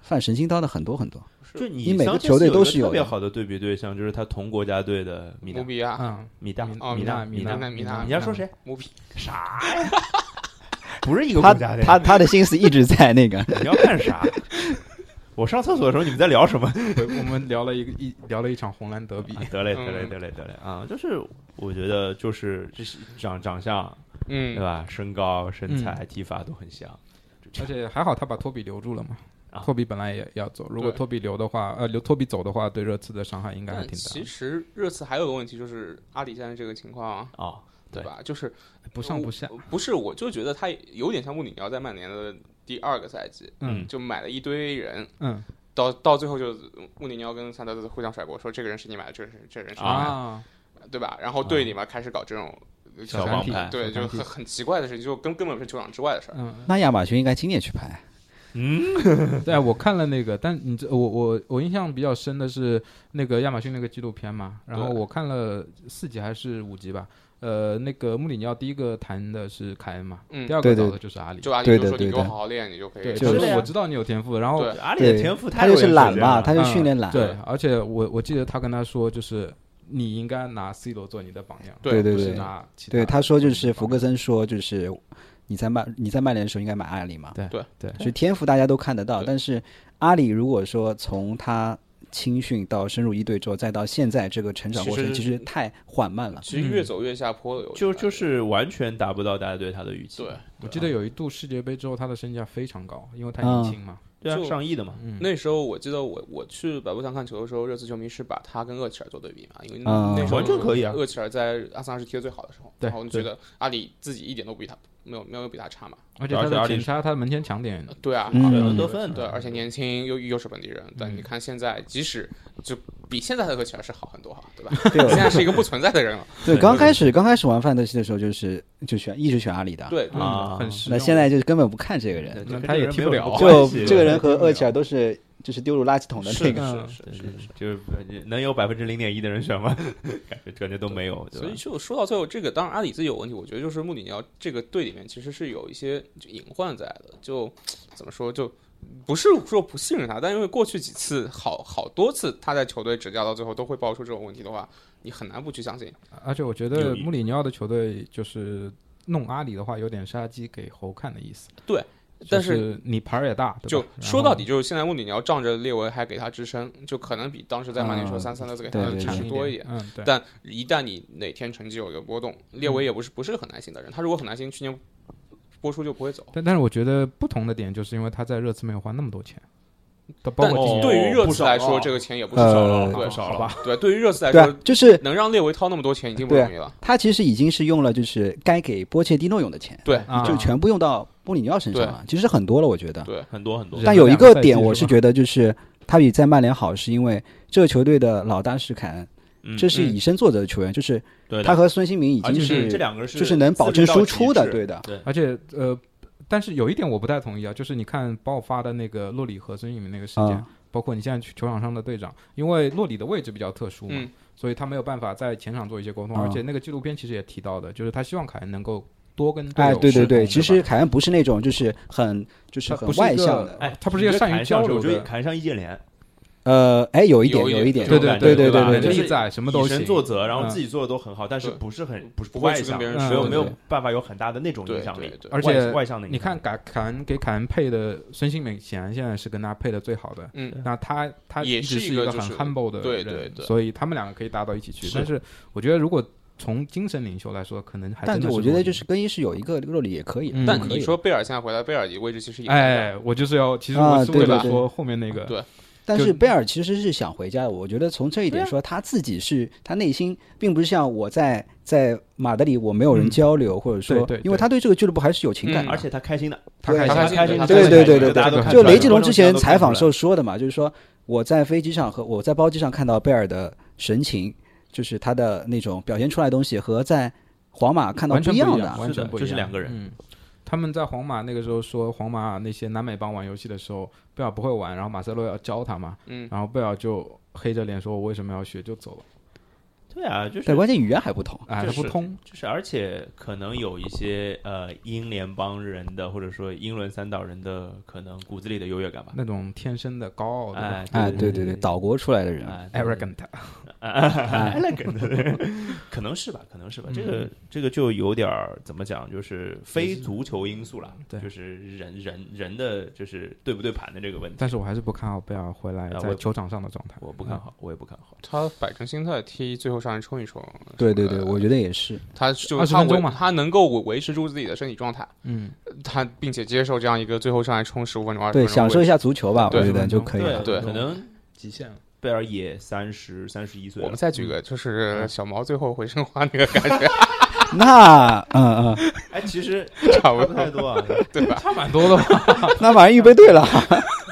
[SPEAKER 2] 犯神经刀的很多很多，
[SPEAKER 1] 就你
[SPEAKER 2] 你每个
[SPEAKER 1] 桑切
[SPEAKER 2] 球
[SPEAKER 1] 斯
[SPEAKER 2] 队
[SPEAKER 1] 有一
[SPEAKER 2] 都
[SPEAKER 1] 个
[SPEAKER 2] 是有
[SPEAKER 1] 特别
[SPEAKER 2] 的
[SPEAKER 1] 好的对比对象，就是他同国家队的米
[SPEAKER 3] 姆
[SPEAKER 1] 纳
[SPEAKER 3] 比亚、
[SPEAKER 4] 嗯，
[SPEAKER 1] 米大
[SPEAKER 4] 米
[SPEAKER 3] 哦
[SPEAKER 1] 米纳
[SPEAKER 4] 米
[SPEAKER 1] 纳
[SPEAKER 4] 纳
[SPEAKER 1] 米
[SPEAKER 4] 米纳
[SPEAKER 1] 你要说谁？
[SPEAKER 3] 姆比
[SPEAKER 1] 啥呀？不是一个
[SPEAKER 2] 他
[SPEAKER 1] 国家队，
[SPEAKER 2] 他他的心思一直在那个
[SPEAKER 1] 你要干啥？ 我上厕所的时候你们在聊什么？
[SPEAKER 4] 我们聊了一个一聊了一场红蓝德 比，
[SPEAKER 1] 得嘞得嘞得嘞得嘞啊！就是我觉得就是这是长长相对
[SPEAKER 3] 嗯，
[SPEAKER 1] 吧，身高、身材、踢法都很像。
[SPEAKER 4] 而且还好他把托比留住了嘛
[SPEAKER 1] 啊。
[SPEAKER 4] 托比本来也要走，如果
[SPEAKER 3] 对
[SPEAKER 4] 托比留的话，呃，留托比走的话，对热刺的伤害应该还
[SPEAKER 3] 但
[SPEAKER 4] 挺
[SPEAKER 3] 其
[SPEAKER 4] 大。
[SPEAKER 3] 实热刺还有个问题就是阿里现在这个情况，
[SPEAKER 1] 啊，对
[SPEAKER 3] 吧？就是
[SPEAKER 4] 不上不下，
[SPEAKER 3] 我不是，我就觉得他有点像穆里尼奥在曼联的第二个赛季，
[SPEAKER 4] 嗯
[SPEAKER 3] 就买了一堆人，
[SPEAKER 4] 嗯
[SPEAKER 3] 到到最后就穆里尼奥跟桑德斯互相甩锅，说这个人是你买的，这个人是这个人是你买的，
[SPEAKER 4] 啊，
[SPEAKER 3] 对吧？然后队里面开始搞这种
[SPEAKER 1] 小
[SPEAKER 4] 团
[SPEAKER 1] 王
[SPEAKER 4] 体
[SPEAKER 1] 牌，
[SPEAKER 3] 对，
[SPEAKER 4] 小
[SPEAKER 3] 就
[SPEAKER 4] 团
[SPEAKER 3] 很
[SPEAKER 4] 体
[SPEAKER 3] 很奇怪的事情，就根根本不是球场之外的事儿。
[SPEAKER 4] 嗯，
[SPEAKER 2] 那亚马逊应该今年去拍。
[SPEAKER 1] 嗯，
[SPEAKER 4] 对啊，我看了那个，但你这我我我印象比较深的是那个亚马逊那个纪录片嘛，然后
[SPEAKER 3] 对
[SPEAKER 4] 我看了四集还是五集吧，呃，那个穆里尼奥第一个谈的是凯恩嘛，
[SPEAKER 3] 嗯
[SPEAKER 4] 第二个
[SPEAKER 5] 对对
[SPEAKER 4] 找的就是阿里。
[SPEAKER 3] 就阿里
[SPEAKER 5] 对
[SPEAKER 3] 就
[SPEAKER 5] 的
[SPEAKER 3] 说你
[SPEAKER 5] 对
[SPEAKER 3] 给我
[SPEAKER 5] 的
[SPEAKER 3] 好好练，你就可以
[SPEAKER 4] 对，
[SPEAKER 2] 就
[SPEAKER 4] 就是是我知道你有天赋，然后
[SPEAKER 3] 对
[SPEAKER 1] 阿里的
[SPEAKER 5] 对
[SPEAKER 1] 天赋
[SPEAKER 2] 他
[SPEAKER 1] 有
[SPEAKER 2] 就是
[SPEAKER 1] 研究
[SPEAKER 2] 懒
[SPEAKER 1] 了
[SPEAKER 2] 嘛，他就
[SPEAKER 4] 嗯
[SPEAKER 2] 训练懒。
[SPEAKER 4] 对，而且我我记得他跟他说，就是你应该拿 C 罗做你的榜样，
[SPEAKER 5] 对对
[SPEAKER 4] 不是
[SPEAKER 5] 对
[SPEAKER 4] 拿其
[SPEAKER 2] 对，他说
[SPEAKER 1] 嗯
[SPEAKER 2] 就是福格
[SPEAKER 4] 森，
[SPEAKER 2] 森说就是你在曼你在曼联的时候应该买阿里嘛，
[SPEAKER 4] 对
[SPEAKER 3] 对
[SPEAKER 4] 对
[SPEAKER 2] 所以天赋大家都看得到，
[SPEAKER 3] 对
[SPEAKER 2] 但是阿里如果说从他青训到深入一队之后，再到现在这个成长过程，
[SPEAKER 1] 其实
[SPEAKER 2] 其实太缓慢了。
[SPEAKER 3] 其实越走越下坡了，有
[SPEAKER 1] 就
[SPEAKER 3] 点
[SPEAKER 1] 就
[SPEAKER 3] 感觉
[SPEAKER 1] 是完全达不到大家对他的预期。
[SPEAKER 3] 对。
[SPEAKER 4] 我
[SPEAKER 1] 啊
[SPEAKER 4] 记得有一度世界杯之后，他的身价非常高，因为他
[SPEAKER 2] 嗯
[SPEAKER 4] 年轻嘛。
[SPEAKER 1] 对啊，
[SPEAKER 3] 就
[SPEAKER 1] 上亿的嘛，
[SPEAKER 4] 嗯，
[SPEAKER 3] 那时候我记得我我去百步巷看球的时候，热刺球迷是把他跟厄齐尔做对比嘛，因为
[SPEAKER 2] 啊
[SPEAKER 3] 那时候
[SPEAKER 1] 完全可以啊
[SPEAKER 3] 厄齐尔在阿森纳是踢得最好的时候，
[SPEAKER 4] 对
[SPEAKER 3] 然后你觉得阿里自己一点都不比他没有没有比他差嘛？
[SPEAKER 4] 而且他
[SPEAKER 1] 而且阿
[SPEAKER 4] 的
[SPEAKER 1] 里
[SPEAKER 4] 前插，他的门前抢点，
[SPEAKER 3] 对啊，
[SPEAKER 2] 嗯
[SPEAKER 1] 对
[SPEAKER 2] 嗯
[SPEAKER 1] 能得分，
[SPEAKER 3] 对，而且年轻又又是本地人，但你看现在即使就比现在的厄齐尔是好很多哈，对吧？
[SPEAKER 2] 对
[SPEAKER 3] 现在是一个不存在的人了，
[SPEAKER 2] 对，
[SPEAKER 1] 对
[SPEAKER 2] 刚开始刚开始玩范德西的时候，就是就选一直选阿里的，
[SPEAKER 3] 对
[SPEAKER 1] 啊
[SPEAKER 4] 嗯很实
[SPEAKER 2] 那
[SPEAKER 4] 用。
[SPEAKER 2] 现在就是根本不看这个人，
[SPEAKER 1] 对
[SPEAKER 4] 那
[SPEAKER 1] 跟
[SPEAKER 4] 他
[SPEAKER 1] 这
[SPEAKER 4] 也
[SPEAKER 1] 人
[SPEAKER 4] 踢
[SPEAKER 1] 没
[SPEAKER 4] 不
[SPEAKER 1] 有什
[SPEAKER 4] 了
[SPEAKER 1] 么
[SPEAKER 4] 啊
[SPEAKER 1] 关
[SPEAKER 2] 就
[SPEAKER 1] 系
[SPEAKER 2] 这个
[SPEAKER 1] 对
[SPEAKER 2] 人和厄齐尔都是就是丢入垃圾桶的那个。
[SPEAKER 3] 是
[SPEAKER 4] 个
[SPEAKER 3] 是
[SPEAKER 1] 对
[SPEAKER 3] 是
[SPEAKER 1] 对
[SPEAKER 3] 是是。
[SPEAKER 1] 就是能有百分之零点一的人选吗？ 感觉感觉都没有，对吧
[SPEAKER 3] 所以就说到最后，这个当然阿里自己有问题，我觉得就是穆里尼奥这个队里面其实是有一些就隐患在的，就怎么说就。不是说不信任他，但因为过去几次好好多次他在球队执教到最后都会爆出这种问题的话，你很难不去相信。
[SPEAKER 4] 而且我觉
[SPEAKER 1] 有
[SPEAKER 4] 得
[SPEAKER 1] 一
[SPEAKER 4] 穆里尼奥的球队就是弄阿里的话，有点杀鸡给猴看的意思。
[SPEAKER 3] 对，
[SPEAKER 4] 就
[SPEAKER 3] 但
[SPEAKER 4] 是你牌儿也大，对
[SPEAKER 3] 就
[SPEAKER 4] 吧
[SPEAKER 3] 说到底，，就是现在穆里尼奥仗着列维还给他支撑，就可能比当时在曼联说
[SPEAKER 2] 嗯
[SPEAKER 3] 三三的给他
[SPEAKER 2] 对
[SPEAKER 3] 的
[SPEAKER 2] 对
[SPEAKER 3] 支
[SPEAKER 4] 然后
[SPEAKER 3] 持
[SPEAKER 4] 强
[SPEAKER 3] 多一
[SPEAKER 4] 一
[SPEAKER 3] 点。
[SPEAKER 4] 嗯，对。
[SPEAKER 3] 但一旦你哪天成绩有一个波动，列维也不是不是很耐心的人，他如果很耐心，去年播出就不会走。
[SPEAKER 4] 但但是我觉得不同的点就是因为他在热刺没有花那么多钱，都包
[SPEAKER 3] 但
[SPEAKER 4] 括
[SPEAKER 1] 哦
[SPEAKER 4] 今年
[SPEAKER 3] 对于热
[SPEAKER 1] 不
[SPEAKER 3] 刺
[SPEAKER 1] 少
[SPEAKER 3] 来
[SPEAKER 1] 了
[SPEAKER 3] 说，这个钱也不是
[SPEAKER 2] 呃
[SPEAKER 3] 少了，
[SPEAKER 1] 不
[SPEAKER 3] 对
[SPEAKER 1] 少了
[SPEAKER 4] 吧？
[SPEAKER 3] 对，对于热刺来
[SPEAKER 2] 对啊
[SPEAKER 3] 说，，
[SPEAKER 2] 就是
[SPEAKER 3] 能让列维掏那么多钱已经不容易了。
[SPEAKER 2] 他其实已经是用了就是该给波切蒂诺用的钱，
[SPEAKER 3] 对，
[SPEAKER 4] 啊
[SPEAKER 2] 哦就全部用到穆里尼奥身上了，其实很多了，我觉得。
[SPEAKER 3] 对，
[SPEAKER 1] 很多很多
[SPEAKER 4] 人
[SPEAKER 2] 但有一
[SPEAKER 4] 两
[SPEAKER 2] 个
[SPEAKER 4] 个赛
[SPEAKER 2] 点，
[SPEAKER 4] 季
[SPEAKER 2] 我
[SPEAKER 4] 是
[SPEAKER 2] 是
[SPEAKER 4] 吧
[SPEAKER 2] 觉得就是他比在曼联好，是因为这个球队的老大是凯恩，
[SPEAKER 1] 嗯
[SPEAKER 2] 这是
[SPEAKER 3] 嗯
[SPEAKER 2] 以身作则的球员，就是
[SPEAKER 1] 对的
[SPEAKER 2] 他和孙兴民已
[SPEAKER 1] 而且
[SPEAKER 2] 经
[SPEAKER 1] 是这两个人
[SPEAKER 2] 就是能保证输出的，对的。
[SPEAKER 1] 对
[SPEAKER 4] 而且呃，但是有一点我不太同意啊，就是你看爆发的那个洛里和孙兴民那个事件，
[SPEAKER 2] 啊
[SPEAKER 4] 包括你现在去球场上的队长，因为洛里的位置比较特殊嘛，
[SPEAKER 3] 嗯
[SPEAKER 4] 所以他没有办法在前场做一些沟通，
[SPEAKER 2] 啊
[SPEAKER 4] 而且那个纪录片其实也提到的，就是他希望凯恩能够多跟队友
[SPEAKER 2] 哎，对
[SPEAKER 4] 沟
[SPEAKER 2] 对
[SPEAKER 4] 通对
[SPEAKER 2] 对，
[SPEAKER 4] 吧，
[SPEAKER 2] 其实凯恩不是那种就是很就是
[SPEAKER 4] 他
[SPEAKER 2] 很
[SPEAKER 4] 不是
[SPEAKER 2] 外
[SPEAKER 4] 一个
[SPEAKER 2] 向的，
[SPEAKER 1] 哎，
[SPEAKER 4] 他不是一个
[SPEAKER 1] 你觉得
[SPEAKER 4] 善于
[SPEAKER 1] 砍
[SPEAKER 4] 交
[SPEAKER 1] 上
[SPEAKER 4] 流
[SPEAKER 1] 我觉得
[SPEAKER 4] 的
[SPEAKER 1] 砍上易建联，
[SPEAKER 2] 呃，哎，有一点
[SPEAKER 3] 有一
[SPEAKER 2] 有一点，
[SPEAKER 3] 点
[SPEAKER 1] 这种
[SPEAKER 4] 对对
[SPEAKER 1] 感
[SPEAKER 2] 对
[SPEAKER 1] 觉对
[SPEAKER 2] 对对
[SPEAKER 1] 就
[SPEAKER 2] 对
[SPEAKER 1] 是
[SPEAKER 4] 力在什么都
[SPEAKER 1] 以
[SPEAKER 4] 行
[SPEAKER 1] 身，作则，然后
[SPEAKER 4] 嗯
[SPEAKER 1] 自己做的都很好，但是不是很不是
[SPEAKER 3] 不会
[SPEAKER 1] 外
[SPEAKER 3] 去跟
[SPEAKER 1] 向，
[SPEAKER 3] 别人
[SPEAKER 1] 没
[SPEAKER 4] 说
[SPEAKER 1] 有
[SPEAKER 4] 对
[SPEAKER 1] 没有
[SPEAKER 4] 对
[SPEAKER 1] 办法有很大的那种
[SPEAKER 3] 对
[SPEAKER 1] 影响
[SPEAKER 3] 对
[SPEAKER 1] 力，
[SPEAKER 3] 对
[SPEAKER 4] 而
[SPEAKER 1] 外
[SPEAKER 4] 且
[SPEAKER 1] 外向的影响力。
[SPEAKER 4] 你看凯凯恩给凯恩配的孙兴慜，显然现在是跟他配的最好的。
[SPEAKER 3] 嗯，
[SPEAKER 4] 那他他
[SPEAKER 3] 也
[SPEAKER 4] 一直
[SPEAKER 3] 是一
[SPEAKER 4] 一
[SPEAKER 3] 个
[SPEAKER 4] 个
[SPEAKER 3] 就
[SPEAKER 4] 很
[SPEAKER 3] 是
[SPEAKER 4] humble 的人，
[SPEAKER 3] 对对对
[SPEAKER 4] 所以他们两个可以搭到一起去。
[SPEAKER 1] 是
[SPEAKER 4] 但是我觉得，如果从精神领袖来说，可能还
[SPEAKER 2] 但
[SPEAKER 4] 真的
[SPEAKER 2] 我觉得
[SPEAKER 4] 洛里
[SPEAKER 2] 就是更衣室有一个洛里也可以
[SPEAKER 4] 嗯，
[SPEAKER 3] 但
[SPEAKER 2] 可
[SPEAKER 3] 你
[SPEAKER 2] 以
[SPEAKER 3] 说贝尔现在回来，贝尔位置其实也
[SPEAKER 4] 哎，我就是要，其实
[SPEAKER 2] 啊
[SPEAKER 4] 我是为
[SPEAKER 2] 对
[SPEAKER 4] 了
[SPEAKER 2] 对对
[SPEAKER 4] 说后面那个，
[SPEAKER 3] 对
[SPEAKER 2] 但是
[SPEAKER 4] 就
[SPEAKER 2] 贝尔其实是想回家的，我觉得从这一点说，他自己是他内心并不是像我在在马德里我没有人交流，或者说
[SPEAKER 4] 对对，对
[SPEAKER 2] 因为他对这个俱乐部还是有情感
[SPEAKER 3] 嗯
[SPEAKER 2] 的
[SPEAKER 1] 而。且他开心的，
[SPEAKER 4] 他开
[SPEAKER 2] 对
[SPEAKER 4] 心
[SPEAKER 1] 他
[SPEAKER 3] 他
[SPEAKER 1] 开心的，
[SPEAKER 3] 他
[SPEAKER 2] 对
[SPEAKER 1] 他
[SPEAKER 2] 对
[SPEAKER 1] 开心
[SPEAKER 2] 对
[SPEAKER 1] 的
[SPEAKER 2] 对
[SPEAKER 1] 大家都
[SPEAKER 2] 对，
[SPEAKER 1] 看
[SPEAKER 2] 就
[SPEAKER 1] 出来
[SPEAKER 2] 雷
[SPEAKER 1] 了
[SPEAKER 2] 吉隆之前
[SPEAKER 1] 观
[SPEAKER 2] 采
[SPEAKER 1] 众
[SPEAKER 2] 访
[SPEAKER 1] 都看
[SPEAKER 2] 时
[SPEAKER 1] 出来
[SPEAKER 2] 候
[SPEAKER 1] 了
[SPEAKER 2] 说的嘛，就是说我在飞机上和我在包机上看到贝尔的神情，就是他的那种表现出来的东西和在皇马看到
[SPEAKER 4] 完全
[SPEAKER 2] 一
[SPEAKER 4] 不
[SPEAKER 2] 样
[SPEAKER 4] 样，
[SPEAKER 2] 的。
[SPEAKER 4] 完全
[SPEAKER 1] 是的
[SPEAKER 4] 不一
[SPEAKER 1] 这
[SPEAKER 4] 样，
[SPEAKER 1] 是两个人
[SPEAKER 4] 嗯，他们在皇马那个时候说，皇马那些南美帮玩游戏的时候，贝尔不会玩，然后马塞洛要教他嘛，
[SPEAKER 3] 嗯，
[SPEAKER 4] 然后贝尔就黑着脸说：“我为什么要学？”就走了。
[SPEAKER 1] 对啊，就是
[SPEAKER 2] 对，关键语言还不同。
[SPEAKER 4] 哎，
[SPEAKER 1] 就
[SPEAKER 4] 他不
[SPEAKER 1] 是
[SPEAKER 4] 通，
[SPEAKER 1] 就是，而且可能有一些呃英联邦人的，或者说英伦三岛人的，可能骨子里的优越感吧。
[SPEAKER 4] 那种天生的高傲
[SPEAKER 1] 哎
[SPEAKER 4] 的，
[SPEAKER 2] 哎，对对对，岛国出来的人，
[SPEAKER 1] 哎对
[SPEAKER 4] arrogant，
[SPEAKER 2] 哎
[SPEAKER 1] elegant，可能是吧，可能是吧。这
[SPEAKER 3] 嗯
[SPEAKER 1] 个这个就有点儿怎么讲，就是非足球因素了，
[SPEAKER 4] 对
[SPEAKER 1] 就是人人人的就是对不对盘的这个问题，
[SPEAKER 4] 但是我还是不看好贝尔回来
[SPEAKER 1] 啊
[SPEAKER 4] 在
[SPEAKER 1] 我
[SPEAKER 4] 球场上的状态。
[SPEAKER 1] 我不看好，我也不看好。
[SPEAKER 3] 他摆正心态踢最后上来冲一冲。
[SPEAKER 2] 对对对，我觉得也是。
[SPEAKER 3] 他就
[SPEAKER 4] 20
[SPEAKER 3] 他
[SPEAKER 4] 分钟
[SPEAKER 3] 维
[SPEAKER 4] 嘛
[SPEAKER 3] 他能够维维持住自己的身体状态，
[SPEAKER 4] 嗯，
[SPEAKER 3] 他并且接受这样一个最后上来冲十五分钟、二十
[SPEAKER 2] 对，
[SPEAKER 3] 分钟的位
[SPEAKER 2] 享
[SPEAKER 3] 置，
[SPEAKER 2] 受一下足球吧，我
[SPEAKER 3] 对
[SPEAKER 2] 觉得就可以了。
[SPEAKER 3] 哎对
[SPEAKER 1] 可能
[SPEAKER 4] 极限了。
[SPEAKER 1] 贝尔也三十三十一岁
[SPEAKER 3] 我
[SPEAKER 1] 了
[SPEAKER 3] 们。再举个，就是小毛最后回申花那个感觉
[SPEAKER 2] 那嗯嗯，
[SPEAKER 1] 哎，其实
[SPEAKER 3] 差
[SPEAKER 1] 差
[SPEAKER 3] 不
[SPEAKER 1] 不太
[SPEAKER 3] 多，
[SPEAKER 1] 多啊。
[SPEAKER 3] 对吧？
[SPEAKER 4] 差蛮 多的吧？
[SPEAKER 2] 那马上预备队了。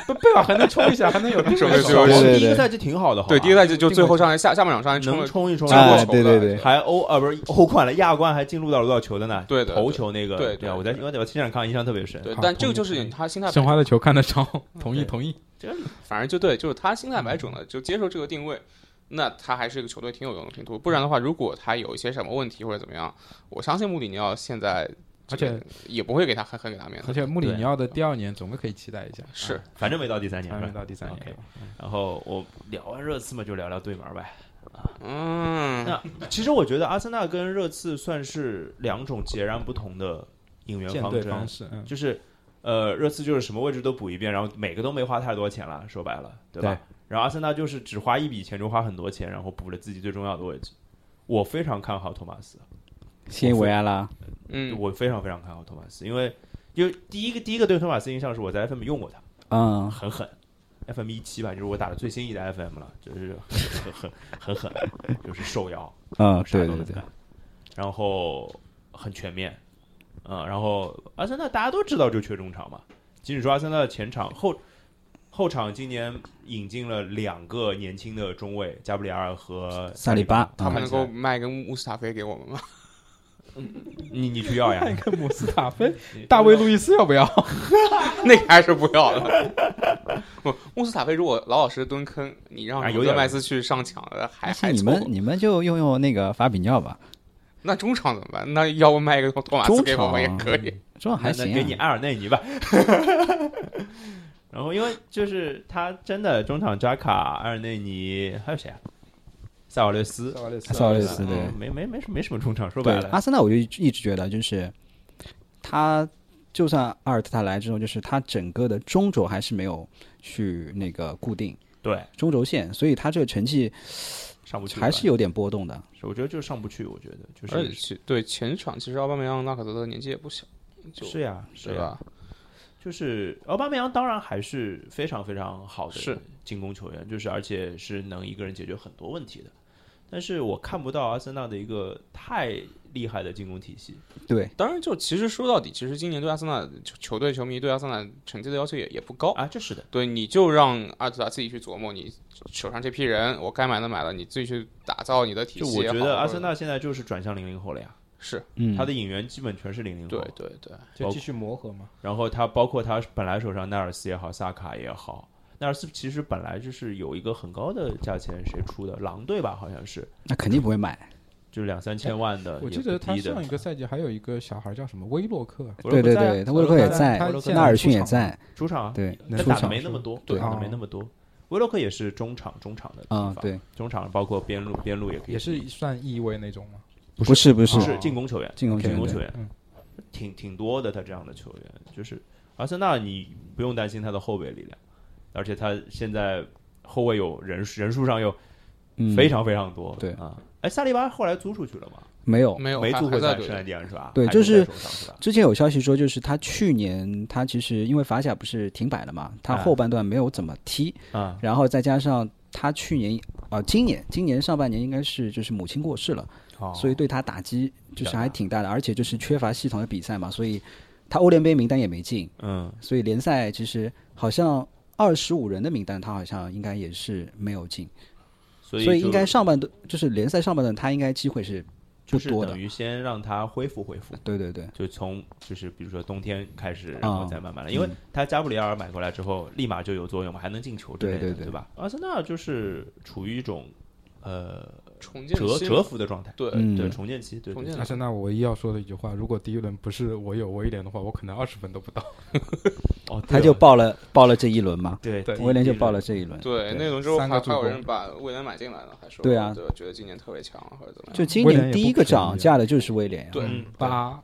[SPEAKER 4] 不贝尔还能冲一下，还能有
[SPEAKER 3] 准备
[SPEAKER 4] 手
[SPEAKER 3] 就
[SPEAKER 1] 我
[SPEAKER 3] 是
[SPEAKER 1] 们第一
[SPEAKER 2] 对
[SPEAKER 1] 个
[SPEAKER 2] 对
[SPEAKER 1] 赛季挺好的，好吧
[SPEAKER 3] 对，第一个赛季就最后上来下下半场上来冲
[SPEAKER 1] 能
[SPEAKER 3] 了，
[SPEAKER 1] 冲一冲，
[SPEAKER 3] 进过
[SPEAKER 2] 哎，
[SPEAKER 3] 球
[SPEAKER 2] 对对对，
[SPEAKER 1] 还欧啊，不是欧冠了，亚冠还进入到了多少球的呢？
[SPEAKER 3] 对的
[SPEAKER 1] 头球那个，
[SPEAKER 3] 对对
[SPEAKER 1] 啊，我在我在我现场看印象特别深。
[SPEAKER 3] 对
[SPEAKER 4] 好，
[SPEAKER 3] 但
[SPEAKER 4] 同
[SPEAKER 3] 这个
[SPEAKER 4] 意
[SPEAKER 3] 就是
[SPEAKER 4] 同
[SPEAKER 3] 你他心态摆
[SPEAKER 4] 申花的球看得少，同意
[SPEAKER 1] 对
[SPEAKER 4] 同意。
[SPEAKER 3] 反正就对，就是他心态摆准了，就接受这个定位。那他还是一个球队挺有用的拼图。不然的话，如果他有一些什么问题或者怎么样，我相信穆里尼奥现在
[SPEAKER 4] 而且
[SPEAKER 3] 这个也不会给他很很给他面子
[SPEAKER 4] 而。且穆里尼奥的第二年总归可以期待一下，
[SPEAKER 3] 是
[SPEAKER 1] 反正没到第三年
[SPEAKER 4] 参与
[SPEAKER 1] 吧。
[SPEAKER 4] 到第三年
[SPEAKER 1] OK。然后我聊完热刺嘛，就聊聊对门呗。
[SPEAKER 3] 嗯，
[SPEAKER 1] 那其实我觉得阿森纳跟热刺算是两种截然不同的引援
[SPEAKER 4] 舰
[SPEAKER 1] 方
[SPEAKER 4] 队
[SPEAKER 1] 针，
[SPEAKER 4] 方式，嗯，
[SPEAKER 1] 就是呃，热刺就是什么位置都补一遍，然后每个都没花太多钱了，说白了，对吧？
[SPEAKER 4] 对
[SPEAKER 1] 然后阿森纳就是只花一笔钱就花很多钱，然后补了自己最重要的位置。我非常看好托马斯，
[SPEAKER 2] 新维埃拉，
[SPEAKER 3] 嗯，
[SPEAKER 1] 我非常非常看好托马斯，因为因为第一个第一个对托马斯印象是我在 FM 用过他，
[SPEAKER 2] 嗯，
[SPEAKER 1] 很狠。FM 一七吧，就是我打的最新一代 FM 了，就是很很很很狠，就是受摇，
[SPEAKER 2] 嗯，
[SPEAKER 1] 啥
[SPEAKER 2] 对
[SPEAKER 1] 都
[SPEAKER 2] 对
[SPEAKER 1] 能
[SPEAKER 2] 对
[SPEAKER 1] 干，，然后很全面，嗯，然后阿森纳大家都知道就缺中场嘛，即使说阿森纳的前场后后场今年引进了两个年轻的中卫加布里埃尔和
[SPEAKER 2] 萨里巴，
[SPEAKER 3] 他
[SPEAKER 2] 嗯
[SPEAKER 3] 们能够卖个穆斯塔菲给我们吗？
[SPEAKER 1] 你你去要 呀，
[SPEAKER 4] 看姆斯塔 菲、大卫·路易斯要不要？
[SPEAKER 3] 那个还是不要了。不，穆斯塔菲如果老老实实蹲坑，你让
[SPEAKER 1] 啊有
[SPEAKER 3] 罗德
[SPEAKER 1] 点
[SPEAKER 3] 麦斯去上抢，呃还
[SPEAKER 2] 而
[SPEAKER 3] 还
[SPEAKER 2] 且你
[SPEAKER 3] 凑
[SPEAKER 2] 们
[SPEAKER 3] 合
[SPEAKER 2] 你们就用用那个法比尼奥吧，
[SPEAKER 3] 那中场怎么办？那要不卖一个托马斯给我们也
[SPEAKER 2] 中嗯
[SPEAKER 3] 可以。
[SPEAKER 2] 这还
[SPEAKER 1] 那
[SPEAKER 2] 行、
[SPEAKER 1] 给你
[SPEAKER 2] 啊。
[SPEAKER 1] 埃尔内尼吧。 然后因为就是他真的中场扎卡、埃尔内尼还有谁啊？塞瓦略斯，
[SPEAKER 4] 瓦雷斯
[SPEAKER 2] 萨瓦雷斯
[SPEAKER 1] 嗯
[SPEAKER 2] 对
[SPEAKER 1] 没没没什没什么中场，说
[SPEAKER 2] 对啊
[SPEAKER 1] 白，了
[SPEAKER 2] 阿，森纳我就一直一直觉得就是他。就算阿尔特塔来之后，就是他整个的中轴还是没有去那个固定
[SPEAKER 1] 对
[SPEAKER 2] 中轴线，所以他这个成绩
[SPEAKER 1] 上不去
[SPEAKER 2] 还
[SPEAKER 1] 吧
[SPEAKER 2] 是有点波动的。
[SPEAKER 1] 我觉得就是上不去，我觉得就
[SPEAKER 3] 而且
[SPEAKER 1] 是啊
[SPEAKER 3] 其对前场，其实奥巴梅扬、纳卡泽德年纪也不小，就是
[SPEAKER 1] 呀，
[SPEAKER 3] 是
[SPEAKER 1] 呀？
[SPEAKER 3] 吧？
[SPEAKER 1] 啊就是奥巴梅扬当然还是非常非常好
[SPEAKER 3] 是
[SPEAKER 1] 的进攻球员，就是而且是能一个人解决很多问题的。但是我看不到阿森纳的一个太厉害的进攻体系，
[SPEAKER 2] 对，
[SPEAKER 3] 当然，就其实说到底，其实今年对阿森纳球球队球迷对阿森纳成绩的要求也也不高。
[SPEAKER 1] 啊，这是的，
[SPEAKER 3] 对，你就让阿尔特塔自己去琢磨，你手上这批人，我该买的买了，你自己去打造你的体
[SPEAKER 1] 就
[SPEAKER 3] 系
[SPEAKER 1] 我
[SPEAKER 3] 也好。
[SPEAKER 1] 觉得阿森
[SPEAKER 3] 或者
[SPEAKER 1] 纳现在就是转向零零后了呀，
[SPEAKER 3] 是
[SPEAKER 2] 嗯，
[SPEAKER 1] 他的引援基本全是零零
[SPEAKER 3] 对
[SPEAKER 1] 后，
[SPEAKER 3] 对对，
[SPEAKER 4] 就继续磨合嘛。
[SPEAKER 1] 然后他包括他本来手上奈尔斯也好，萨卡也好，奈尔斯其实本来就是有一个很高的价钱，谁出的？狼队吧，好像是，
[SPEAKER 2] 那肯定不会买。
[SPEAKER 1] 就两三千万的，
[SPEAKER 4] 我
[SPEAKER 1] 也
[SPEAKER 4] 记
[SPEAKER 1] 不
[SPEAKER 4] 得他
[SPEAKER 1] 呃低的
[SPEAKER 4] 上一个赛季还有一个小孩叫什么威洛克，
[SPEAKER 1] 我说不
[SPEAKER 2] 对对
[SPEAKER 1] 在啊
[SPEAKER 2] 对，他
[SPEAKER 1] 我
[SPEAKER 2] 威
[SPEAKER 1] 说
[SPEAKER 2] 洛克
[SPEAKER 1] 不
[SPEAKER 2] 也
[SPEAKER 1] 在啊
[SPEAKER 2] 在
[SPEAKER 4] 他现，在
[SPEAKER 2] 纳尔逊也
[SPEAKER 4] 出场
[SPEAKER 2] 在，
[SPEAKER 1] 主场啊，
[SPEAKER 2] 对，
[SPEAKER 1] 但
[SPEAKER 4] 出
[SPEAKER 1] 打的
[SPEAKER 4] 场
[SPEAKER 1] 没
[SPEAKER 4] 是
[SPEAKER 1] 那么
[SPEAKER 4] 吧
[SPEAKER 1] 多，
[SPEAKER 3] 对
[SPEAKER 1] 打的
[SPEAKER 4] 哦
[SPEAKER 1] 没那么多。威洛克也是中场，中场的地
[SPEAKER 2] 嗯
[SPEAKER 1] 方，，
[SPEAKER 2] 对，
[SPEAKER 1] 中场包括边路，边路也可以，
[SPEAKER 4] 也是算翼位那种嘛。
[SPEAKER 2] 不是不是
[SPEAKER 1] 不
[SPEAKER 4] 哦
[SPEAKER 1] 是进攻球员，
[SPEAKER 2] 进攻球
[SPEAKER 1] 进
[SPEAKER 2] 员
[SPEAKER 1] 攻
[SPEAKER 2] 对
[SPEAKER 1] 球员
[SPEAKER 4] 嗯，
[SPEAKER 1] 挺挺多的。他这样的球员，就是阿森纳，你不用担心他的后卫力量，而且他现在后卫有人数人数上又
[SPEAKER 2] 嗯
[SPEAKER 1] 非常非常多，
[SPEAKER 2] 对
[SPEAKER 1] 啊。哎，萨利巴后来租出去了吗？
[SPEAKER 2] 没有。
[SPEAKER 3] 没有
[SPEAKER 1] 没
[SPEAKER 3] 还
[SPEAKER 1] 租
[SPEAKER 3] 还
[SPEAKER 1] 回
[SPEAKER 3] 在
[SPEAKER 1] 在
[SPEAKER 3] 队
[SPEAKER 1] 圣
[SPEAKER 3] 里
[SPEAKER 1] 安地安是吧？
[SPEAKER 2] 对
[SPEAKER 1] 还
[SPEAKER 2] 就
[SPEAKER 1] 在
[SPEAKER 2] 是
[SPEAKER 1] 手上是吧？
[SPEAKER 2] 之前有消息说，就是他去年他其实因为法甲不是停摆了嘛，他
[SPEAKER 1] 哎
[SPEAKER 2] 后半段没有怎么踢，
[SPEAKER 1] 啊，
[SPEAKER 2] 然后再加上他去年啊、今年今年上半年应该是就是母亲过世了，
[SPEAKER 1] 哦
[SPEAKER 2] 所以对他打击就是
[SPEAKER 1] 天哪
[SPEAKER 2] 还挺大的，而且就是缺乏系统的比赛嘛，所以他欧联杯名单也没进，
[SPEAKER 1] 嗯，
[SPEAKER 2] 所以联赛其实好像二十五人的名单他好像应该也是没有进，
[SPEAKER 1] 所
[SPEAKER 2] 所以
[SPEAKER 1] 就
[SPEAKER 2] 应该上半段就是联赛上半段他应该机会是
[SPEAKER 1] 就
[SPEAKER 2] 不
[SPEAKER 1] 是
[SPEAKER 2] 多的
[SPEAKER 1] 等，于先让他恢复恢复，
[SPEAKER 2] 对对对，
[SPEAKER 1] 就从就是比如说冬天开始，
[SPEAKER 2] 啊
[SPEAKER 1] 然后再慢慢来，因为
[SPEAKER 2] 嗯
[SPEAKER 1] 他加布里埃尔买过来之后，立马就有作用嘛，还能进球之类的，
[SPEAKER 2] 对对对
[SPEAKER 1] 对吧？阿森纳就是处于一种呃
[SPEAKER 3] 重建
[SPEAKER 1] 蛰
[SPEAKER 3] 新
[SPEAKER 1] 蛰伏的状态，
[SPEAKER 3] 对
[SPEAKER 2] 嗯
[SPEAKER 1] 对，重建期，对
[SPEAKER 3] 重
[SPEAKER 1] 对
[SPEAKER 3] 建
[SPEAKER 4] 阿森纳唯一要说的一句话，如果第一轮不是我有威廉的话，我可能二十分都不到。
[SPEAKER 1] 哦，对
[SPEAKER 2] 他就报了报了这一轮嘛，
[SPEAKER 1] 对
[SPEAKER 4] 对
[SPEAKER 2] 威廉就报
[SPEAKER 1] 爆
[SPEAKER 2] 了，这一轮，对
[SPEAKER 3] 对，那轮之后还
[SPEAKER 4] 三个
[SPEAKER 3] 还
[SPEAKER 4] 助
[SPEAKER 3] 有
[SPEAKER 4] 攻
[SPEAKER 3] 人把威廉买进来了，还说
[SPEAKER 2] 对啊
[SPEAKER 3] 对，觉得今年特别强啊或者怎么样。
[SPEAKER 2] 就今
[SPEAKER 4] 威廉
[SPEAKER 2] 年
[SPEAKER 4] 也
[SPEAKER 2] 第
[SPEAKER 4] 不
[SPEAKER 2] 一个
[SPEAKER 4] 便宜
[SPEAKER 2] 涨价的就是威廉，
[SPEAKER 3] 对
[SPEAKER 1] 嗯，
[SPEAKER 4] 八，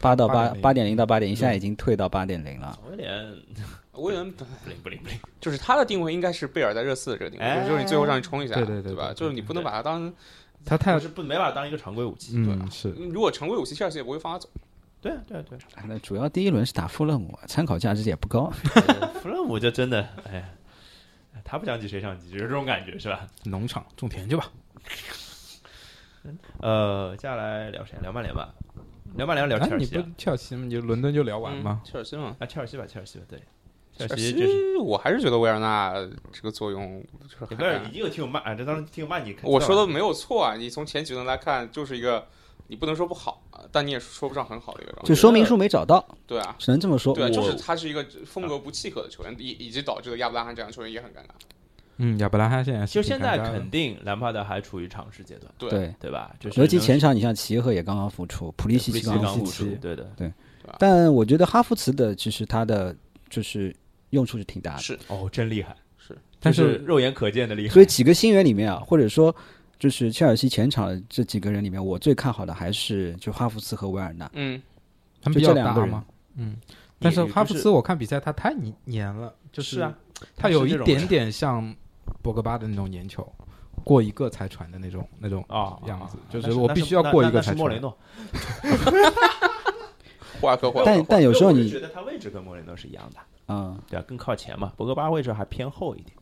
[SPEAKER 2] 八到八
[SPEAKER 4] 8.0
[SPEAKER 2] 八点零到八点一，现在已经退到八点零了。
[SPEAKER 1] 威廉
[SPEAKER 3] 威廉本
[SPEAKER 1] 不灵不灵不灵，
[SPEAKER 3] 就是他的定位应该是贝尔在热刺的这个定位，
[SPEAKER 1] 哎
[SPEAKER 3] 就是你最后让你冲一下，
[SPEAKER 4] 对对
[SPEAKER 3] 对
[SPEAKER 4] 对
[SPEAKER 3] 吧？
[SPEAKER 4] 对对
[SPEAKER 3] 就是你不能把它当
[SPEAKER 4] 他太
[SPEAKER 1] 就是不没把它当一个常规武器，对
[SPEAKER 4] 嗯是
[SPEAKER 3] 如果成为武器，切尔西也不会放他走。
[SPEAKER 1] 对啊对啊对 啊，
[SPEAKER 2] 那主要第一轮是打富勒姆，啊参考价值也不高。
[SPEAKER 1] 弗洛姆就真的哎。他不想挤谁想挤，就是这种感觉是吧？
[SPEAKER 4] 农场种田去吧。
[SPEAKER 1] 呃，接下来聊谁？聊曼联吧，聊曼联聊切
[SPEAKER 4] 哎，
[SPEAKER 1] 尔
[SPEAKER 4] 你
[SPEAKER 1] 西
[SPEAKER 4] 不
[SPEAKER 1] 啊，
[SPEAKER 4] 切尔西吗？你伦敦就聊完吗
[SPEAKER 3] 嗯？切尔西嘛，
[SPEAKER 1] 啊切尔西吧，切尔西吧，对，切
[SPEAKER 3] 切
[SPEAKER 1] 尔
[SPEAKER 3] 尔
[SPEAKER 1] 西就是
[SPEAKER 3] 西，我还是觉得维尔纳这个作用就是
[SPEAKER 1] 也
[SPEAKER 3] 很
[SPEAKER 1] 不是已
[SPEAKER 3] 大。
[SPEAKER 1] 经有听友骂啊，这当时听友骂你，
[SPEAKER 3] 我说的没有错啊，你从前几轮来看，就是一个你不能说不好，但你也说不上很好的一个状态。
[SPEAKER 2] 就说明书没找到，
[SPEAKER 3] 对啊，
[SPEAKER 2] 只能这么说。
[SPEAKER 3] 对啊，
[SPEAKER 1] 我
[SPEAKER 3] 就是他是一个风格不契合的球员，以以及导致的亚布拉罕这样的球员也很尴尬。
[SPEAKER 4] 嗯，亚伯拉罕现在是
[SPEAKER 1] 就
[SPEAKER 4] 挺
[SPEAKER 1] 现
[SPEAKER 4] 尴
[SPEAKER 1] 在
[SPEAKER 4] 尬的
[SPEAKER 1] 肯定兰帕德还处于尝试阶段，
[SPEAKER 3] 对
[SPEAKER 2] 对，
[SPEAKER 1] 对吧？就是
[SPEAKER 2] 尤其前
[SPEAKER 1] 能
[SPEAKER 2] 场，你像齐耶赫也刚刚复出，普利西
[SPEAKER 1] 维
[SPEAKER 2] 奇
[SPEAKER 1] 希
[SPEAKER 2] 刚
[SPEAKER 1] 刚
[SPEAKER 2] 复
[SPEAKER 1] 复出
[SPEAKER 2] 出，，
[SPEAKER 1] 对的。
[SPEAKER 2] 但我觉得哈弗茨的其实他的就是用处是挺大的，
[SPEAKER 3] 是
[SPEAKER 1] 哦，真厉害！
[SPEAKER 4] 但
[SPEAKER 1] 就是
[SPEAKER 4] 是
[SPEAKER 1] 肉眼可见的厉害。
[SPEAKER 2] 所以几个新援里面啊，或者说就是切尔西前场的这几个人里面，我最看好的还是就哈弗茨和维尔纳。
[SPEAKER 3] 嗯，
[SPEAKER 4] 他们
[SPEAKER 2] 就
[SPEAKER 4] 比
[SPEAKER 2] 这
[SPEAKER 4] 较
[SPEAKER 2] 两
[SPEAKER 4] 大
[SPEAKER 2] 个人
[SPEAKER 4] 嘛，嗯。但是
[SPEAKER 1] 也
[SPEAKER 4] 哈弗
[SPEAKER 1] 就是
[SPEAKER 4] 茨，我看比赛他太黏黏了，就是
[SPEAKER 1] 啊，
[SPEAKER 4] 他
[SPEAKER 1] 是
[SPEAKER 4] 有
[SPEAKER 1] 这
[SPEAKER 4] 一
[SPEAKER 1] 种
[SPEAKER 4] 点
[SPEAKER 1] 人
[SPEAKER 4] 点像博格巴的那种粘球，过一个才传的那种那种
[SPEAKER 1] 啊
[SPEAKER 4] 样子
[SPEAKER 1] 啊，
[SPEAKER 4] 就
[SPEAKER 1] 那
[SPEAKER 4] 我
[SPEAKER 1] 那
[SPEAKER 4] 必须要过
[SPEAKER 1] 那
[SPEAKER 4] 一个
[SPEAKER 1] 那
[SPEAKER 4] 才
[SPEAKER 1] 是莫雷
[SPEAKER 4] 传。
[SPEAKER 1] 诺，
[SPEAKER 3] 画科画
[SPEAKER 2] 但
[SPEAKER 3] 科
[SPEAKER 2] 但有时候
[SPEAKER 1] 我是
[SPEAKER 2] 你
[SPEAKER 1] 觉得他位置跟莫雷诺是一样的，
[SPEAKER 2] 嗯，
[SPEAKER 1] 对啊，更靠前嘛。博格巴位置还偏后一点。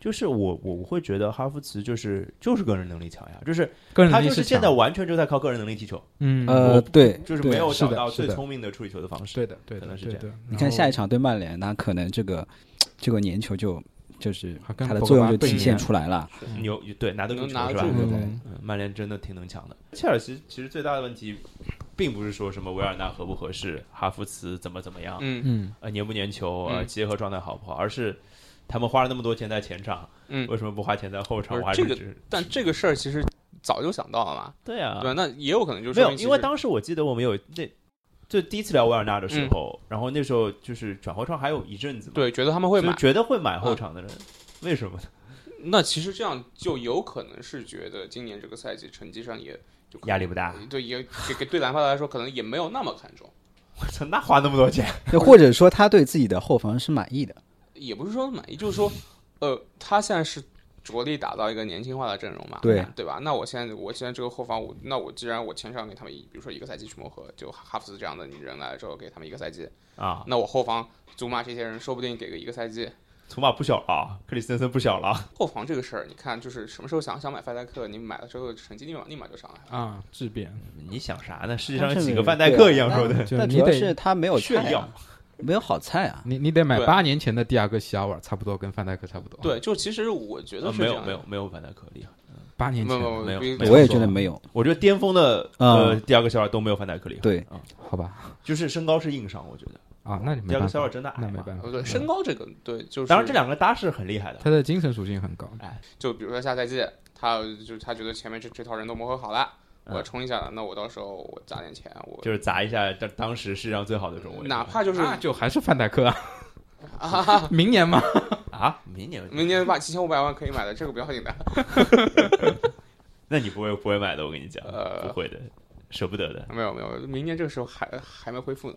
[SPEAKER 1] 就是我我我会觉得哈弗茨就是就是个人能力强呀，就是
[SPEAKER 4] 个人
[SPEAKER 1] 他
[SPEAKER 4] 能
[SPEAKER 1] 就
[SPEAKER 4] 力
[SPEAKER 1] 是现
[SPEAKER 4] 强
[SPEAKER 1] 在，完全就在靠个人能力踢球，
[SPEAKER 4] 嗯，
[SPEAKER 2] 呃，
[SPEAKER 1] 我
[SPEAKER 2] 对，
[SPEAKER 1] 就是
[SPEAKER 2] 对
[SPEAKER 1] 没有
[SPEAKER 4] 是的
[SPEAKER 1] 找到
[SPEAKER 4] 是
[SPEAKER 1] 最
[SPEAKER 4] 的
[SPEAKER 1] 聪明的处理球的方式。
[SPEAKER 4] 对的，对
[SPEAKER 1] 可
[SPEAKER 4] 的，
[SPEAKER 1] 能是
[SPEAKER 4] 对
[SPEAKER 1] 这
[SPEAKER 4] 的。
[SPEAKER 2] 你看下一
[SPEAKER 4] 场，
[SPEAKER 2] 场对曼联，那可能这个这个粘球就就是
[SPEAKER 4] 还跟
[SPEAKER 2] 它的
[SPEAKER 4] 博格
[SPEAKER 2] 作用
[SPEAKER 4] 巴
[SPEAKER 2] 就
[SPEAKER 4] 对
[SPEAKER 2] 体
[SPEAKER 4] 粘
[SPEAKER 2] 现出来 了。
[SPEAKER 4] 嗯
[SPEAKER 1] 牛对拿得住
[SPEAKER 3] 能
[SPEAKER 1] 球
[SPEAKER 3] 拿
[SPEAKER 1] 是
[SPEAKER 3] 住
[SPEAKER 1] 吧？
[SPEAKER 2] 对对
[SPEAKER 4] 嗯
[SPEAKER 1] 嗯，曼联真的挺能抢的。切尔西其实最大的问题，并不是说什么维尔纳合不合适，哈弗茨怎么怎么样，
[SPEAKER 3] 嗯
[SPEAKER 4] 嗯，
[SPEAKER 1] 呃，粘不粘球，呃，
[SPEAKER 3] 嗯
[SPEAKER 1] 结合状态好不好，而是他们花了那么多钱在前场，
[SPEAKER 3] 嗯，
[SPEAKER 1] 为什么不花钱在后场？
[SPEAKER 3] 不是
[SPEAKER 1] 我还是
[SPEAKER 3] 这个
[SPEAKER 1] 只
[SPEAKER 3] 但这个事儿其实早就想到了嘛，
[SPEAKER 1] 对啊
[SPEAKER 3] 对，吧？那也有可能就是
[SPEAKER 1] 没有，因为当时我记得我们有那就第一次聊维尔纳
[SPEAKER 3] 嗯
[SPEAKER 1] 的时候，然后那时候就是转会窗还有一阵子嘛，
[SPEAKER 3] 对觉得他们会
[SPEAKER 1] 就
[SPEAKER 3] 买，嗯
[SPEAKER 1] 觉得会买后场的人，为什么呢？
[SPEAKER 3] 那其实这样就有可能是觉得今年这个赛季成绩上也就可能
[SPEAKER 1] 压力不大，
[SPEAKER 3] 对，也给给对兰帕德来说可能也没有那么看重，
[SPEAKER 1] 我操，那花那么多钱，
[SPEAKER 2] 就或者说他对自己的后防是满意的，
[SPEAKER 3] 也不是说满意，就是说，呃，他现在是着力打造一个年轻化的阵容嘛，
[SPEAKER 2] 对
[SPEAKER 3] 对吧？那我现在我现在这个后防，我那我既然我前场给他们一，比如说一个赛季去磨合，就哈哈弗斯这样的人来了之后给他们一个赛季，
[SPEAKER 1] 啊，
[SPEAKER 3] 那我后防祖马这些人说不定给个一个赛季。
[SPEAKER 1] 祖马不小了啊，克里斯滕森不小了啊，
[SPEAKER 3] 后防这个事儿，你看就是什么时候想想买范戴克，你买了之后成绩立马立马就上来了。
[SPEAKER 4] 啊，质变，
[SPEAKER 1] 你想啥呢？世界上有
[SPEAKER 2] 但是
[SPEAKER 1] 几个范戴克一样
[SPEAKER 2] 对啊
[SPEAKER 1] 说的？
[SPEAKER 4] 就
[SPEAKER 2] 那主
[SPEAKER 4] 你
[SPEAKER 2] 要是
[SPEAKER 4] 得
[SPEAKER 2] 他没有
[SPEAKER 1] 炫
[SPEAKER 2] 菜
[SPEAKER 1] 耀
[SPEAKER 2] 啊，没有好菜啊。
[SPEAKER 4] 你你得买
[SPEAKER 3] 对
[SPEAKER 4] 八年前的第二个西奥尔，差不多跟范戴克差不多。，
[SPEAKER 3] 对，就其实我觉得
[SPEAKER 1] 呃
[SPEAKER 3] 是
[SPEAKER 1] 没
[SPEAKER 3] 这
[SPEAKER 1] 有
[SPEAKER 3] 样的、
[SPEAKER 1] 没有没有范戴克厉害，
[SPEAKER 4] 八年
[SPEAKER 3] 没有没
[SPEAKER 4] 前，
[SPEAKER 3] 有
[SPEAKER 1] 没有
[SPEAKER 3] 比
[SPEAKER 1] 没有
[SPEAKER 2] 我也
[SPEAKER 1] 错
[SPEAKER 2] 觉得没有，
[SPEAKER 1] 我觉得巅峰的呃
[SPEAKER 2] 嗯
[SPEAKER 1] 第二个小尔都没有范戴克厉害，
[SPEAKER 2] 对
[SPEAKER 1] 啊，
[SPEAKER 4] 好吧？
[SPEAKER 1] 就是身高是硬伤，我觉得
[SPEAKER 4] 啊，那你
[SPEAKER 1] 第
[SPEAKER 4] 没
[SPEAKER 1] 二
[SPEAKER 4] 办
[SPEAKER 1] 个小尔
[SPEAKER 4] 法，
[SPEAKER 1] 真的矮
[SPEAKER 4] 那
[SPEAKER 1] 嘛
[SPEAKER 4] 没办法。
[SPEAKER 3] 呃对身高这个对就是
[SPEAKER 1] 当然这两个搭是很厉害的，
[SPEAKER 4] 他的精神属性很高，
[SPEAKER 3] 就比如说下赛季，他就是他觉得前面这这套人都磨合好了，
[SPEAKER 1] 嗯
[SPEAKER 3] 我要冲一下了，那我到时候我砸点钱，我
[SPEAKER 1] 就是砸一下当当时世界上最好的中卫，
[SPEAKER 3] 哪怕就是
[SPEAKER 4] 那就还是范戴克
[SPEAKER 3] 啊
[SPEAKER 4] 啊。
[SPEAKER 3] 哈 哈，
[SPEAKER 4] 明年嘛，
[SPEAKER 1] 啊，明年
[SPEAKER 3] 明年把七千五百万可以买的，这个不要紧的。
[SPEAKER 1] 那你不会不会买的，我跟你讲，
[SPEAKER 3] 呃
[SPEAKER 1] 不会的，舍不得的。
[SPEAKER 3] 没有没有，明年这个时候还还没恢复呢，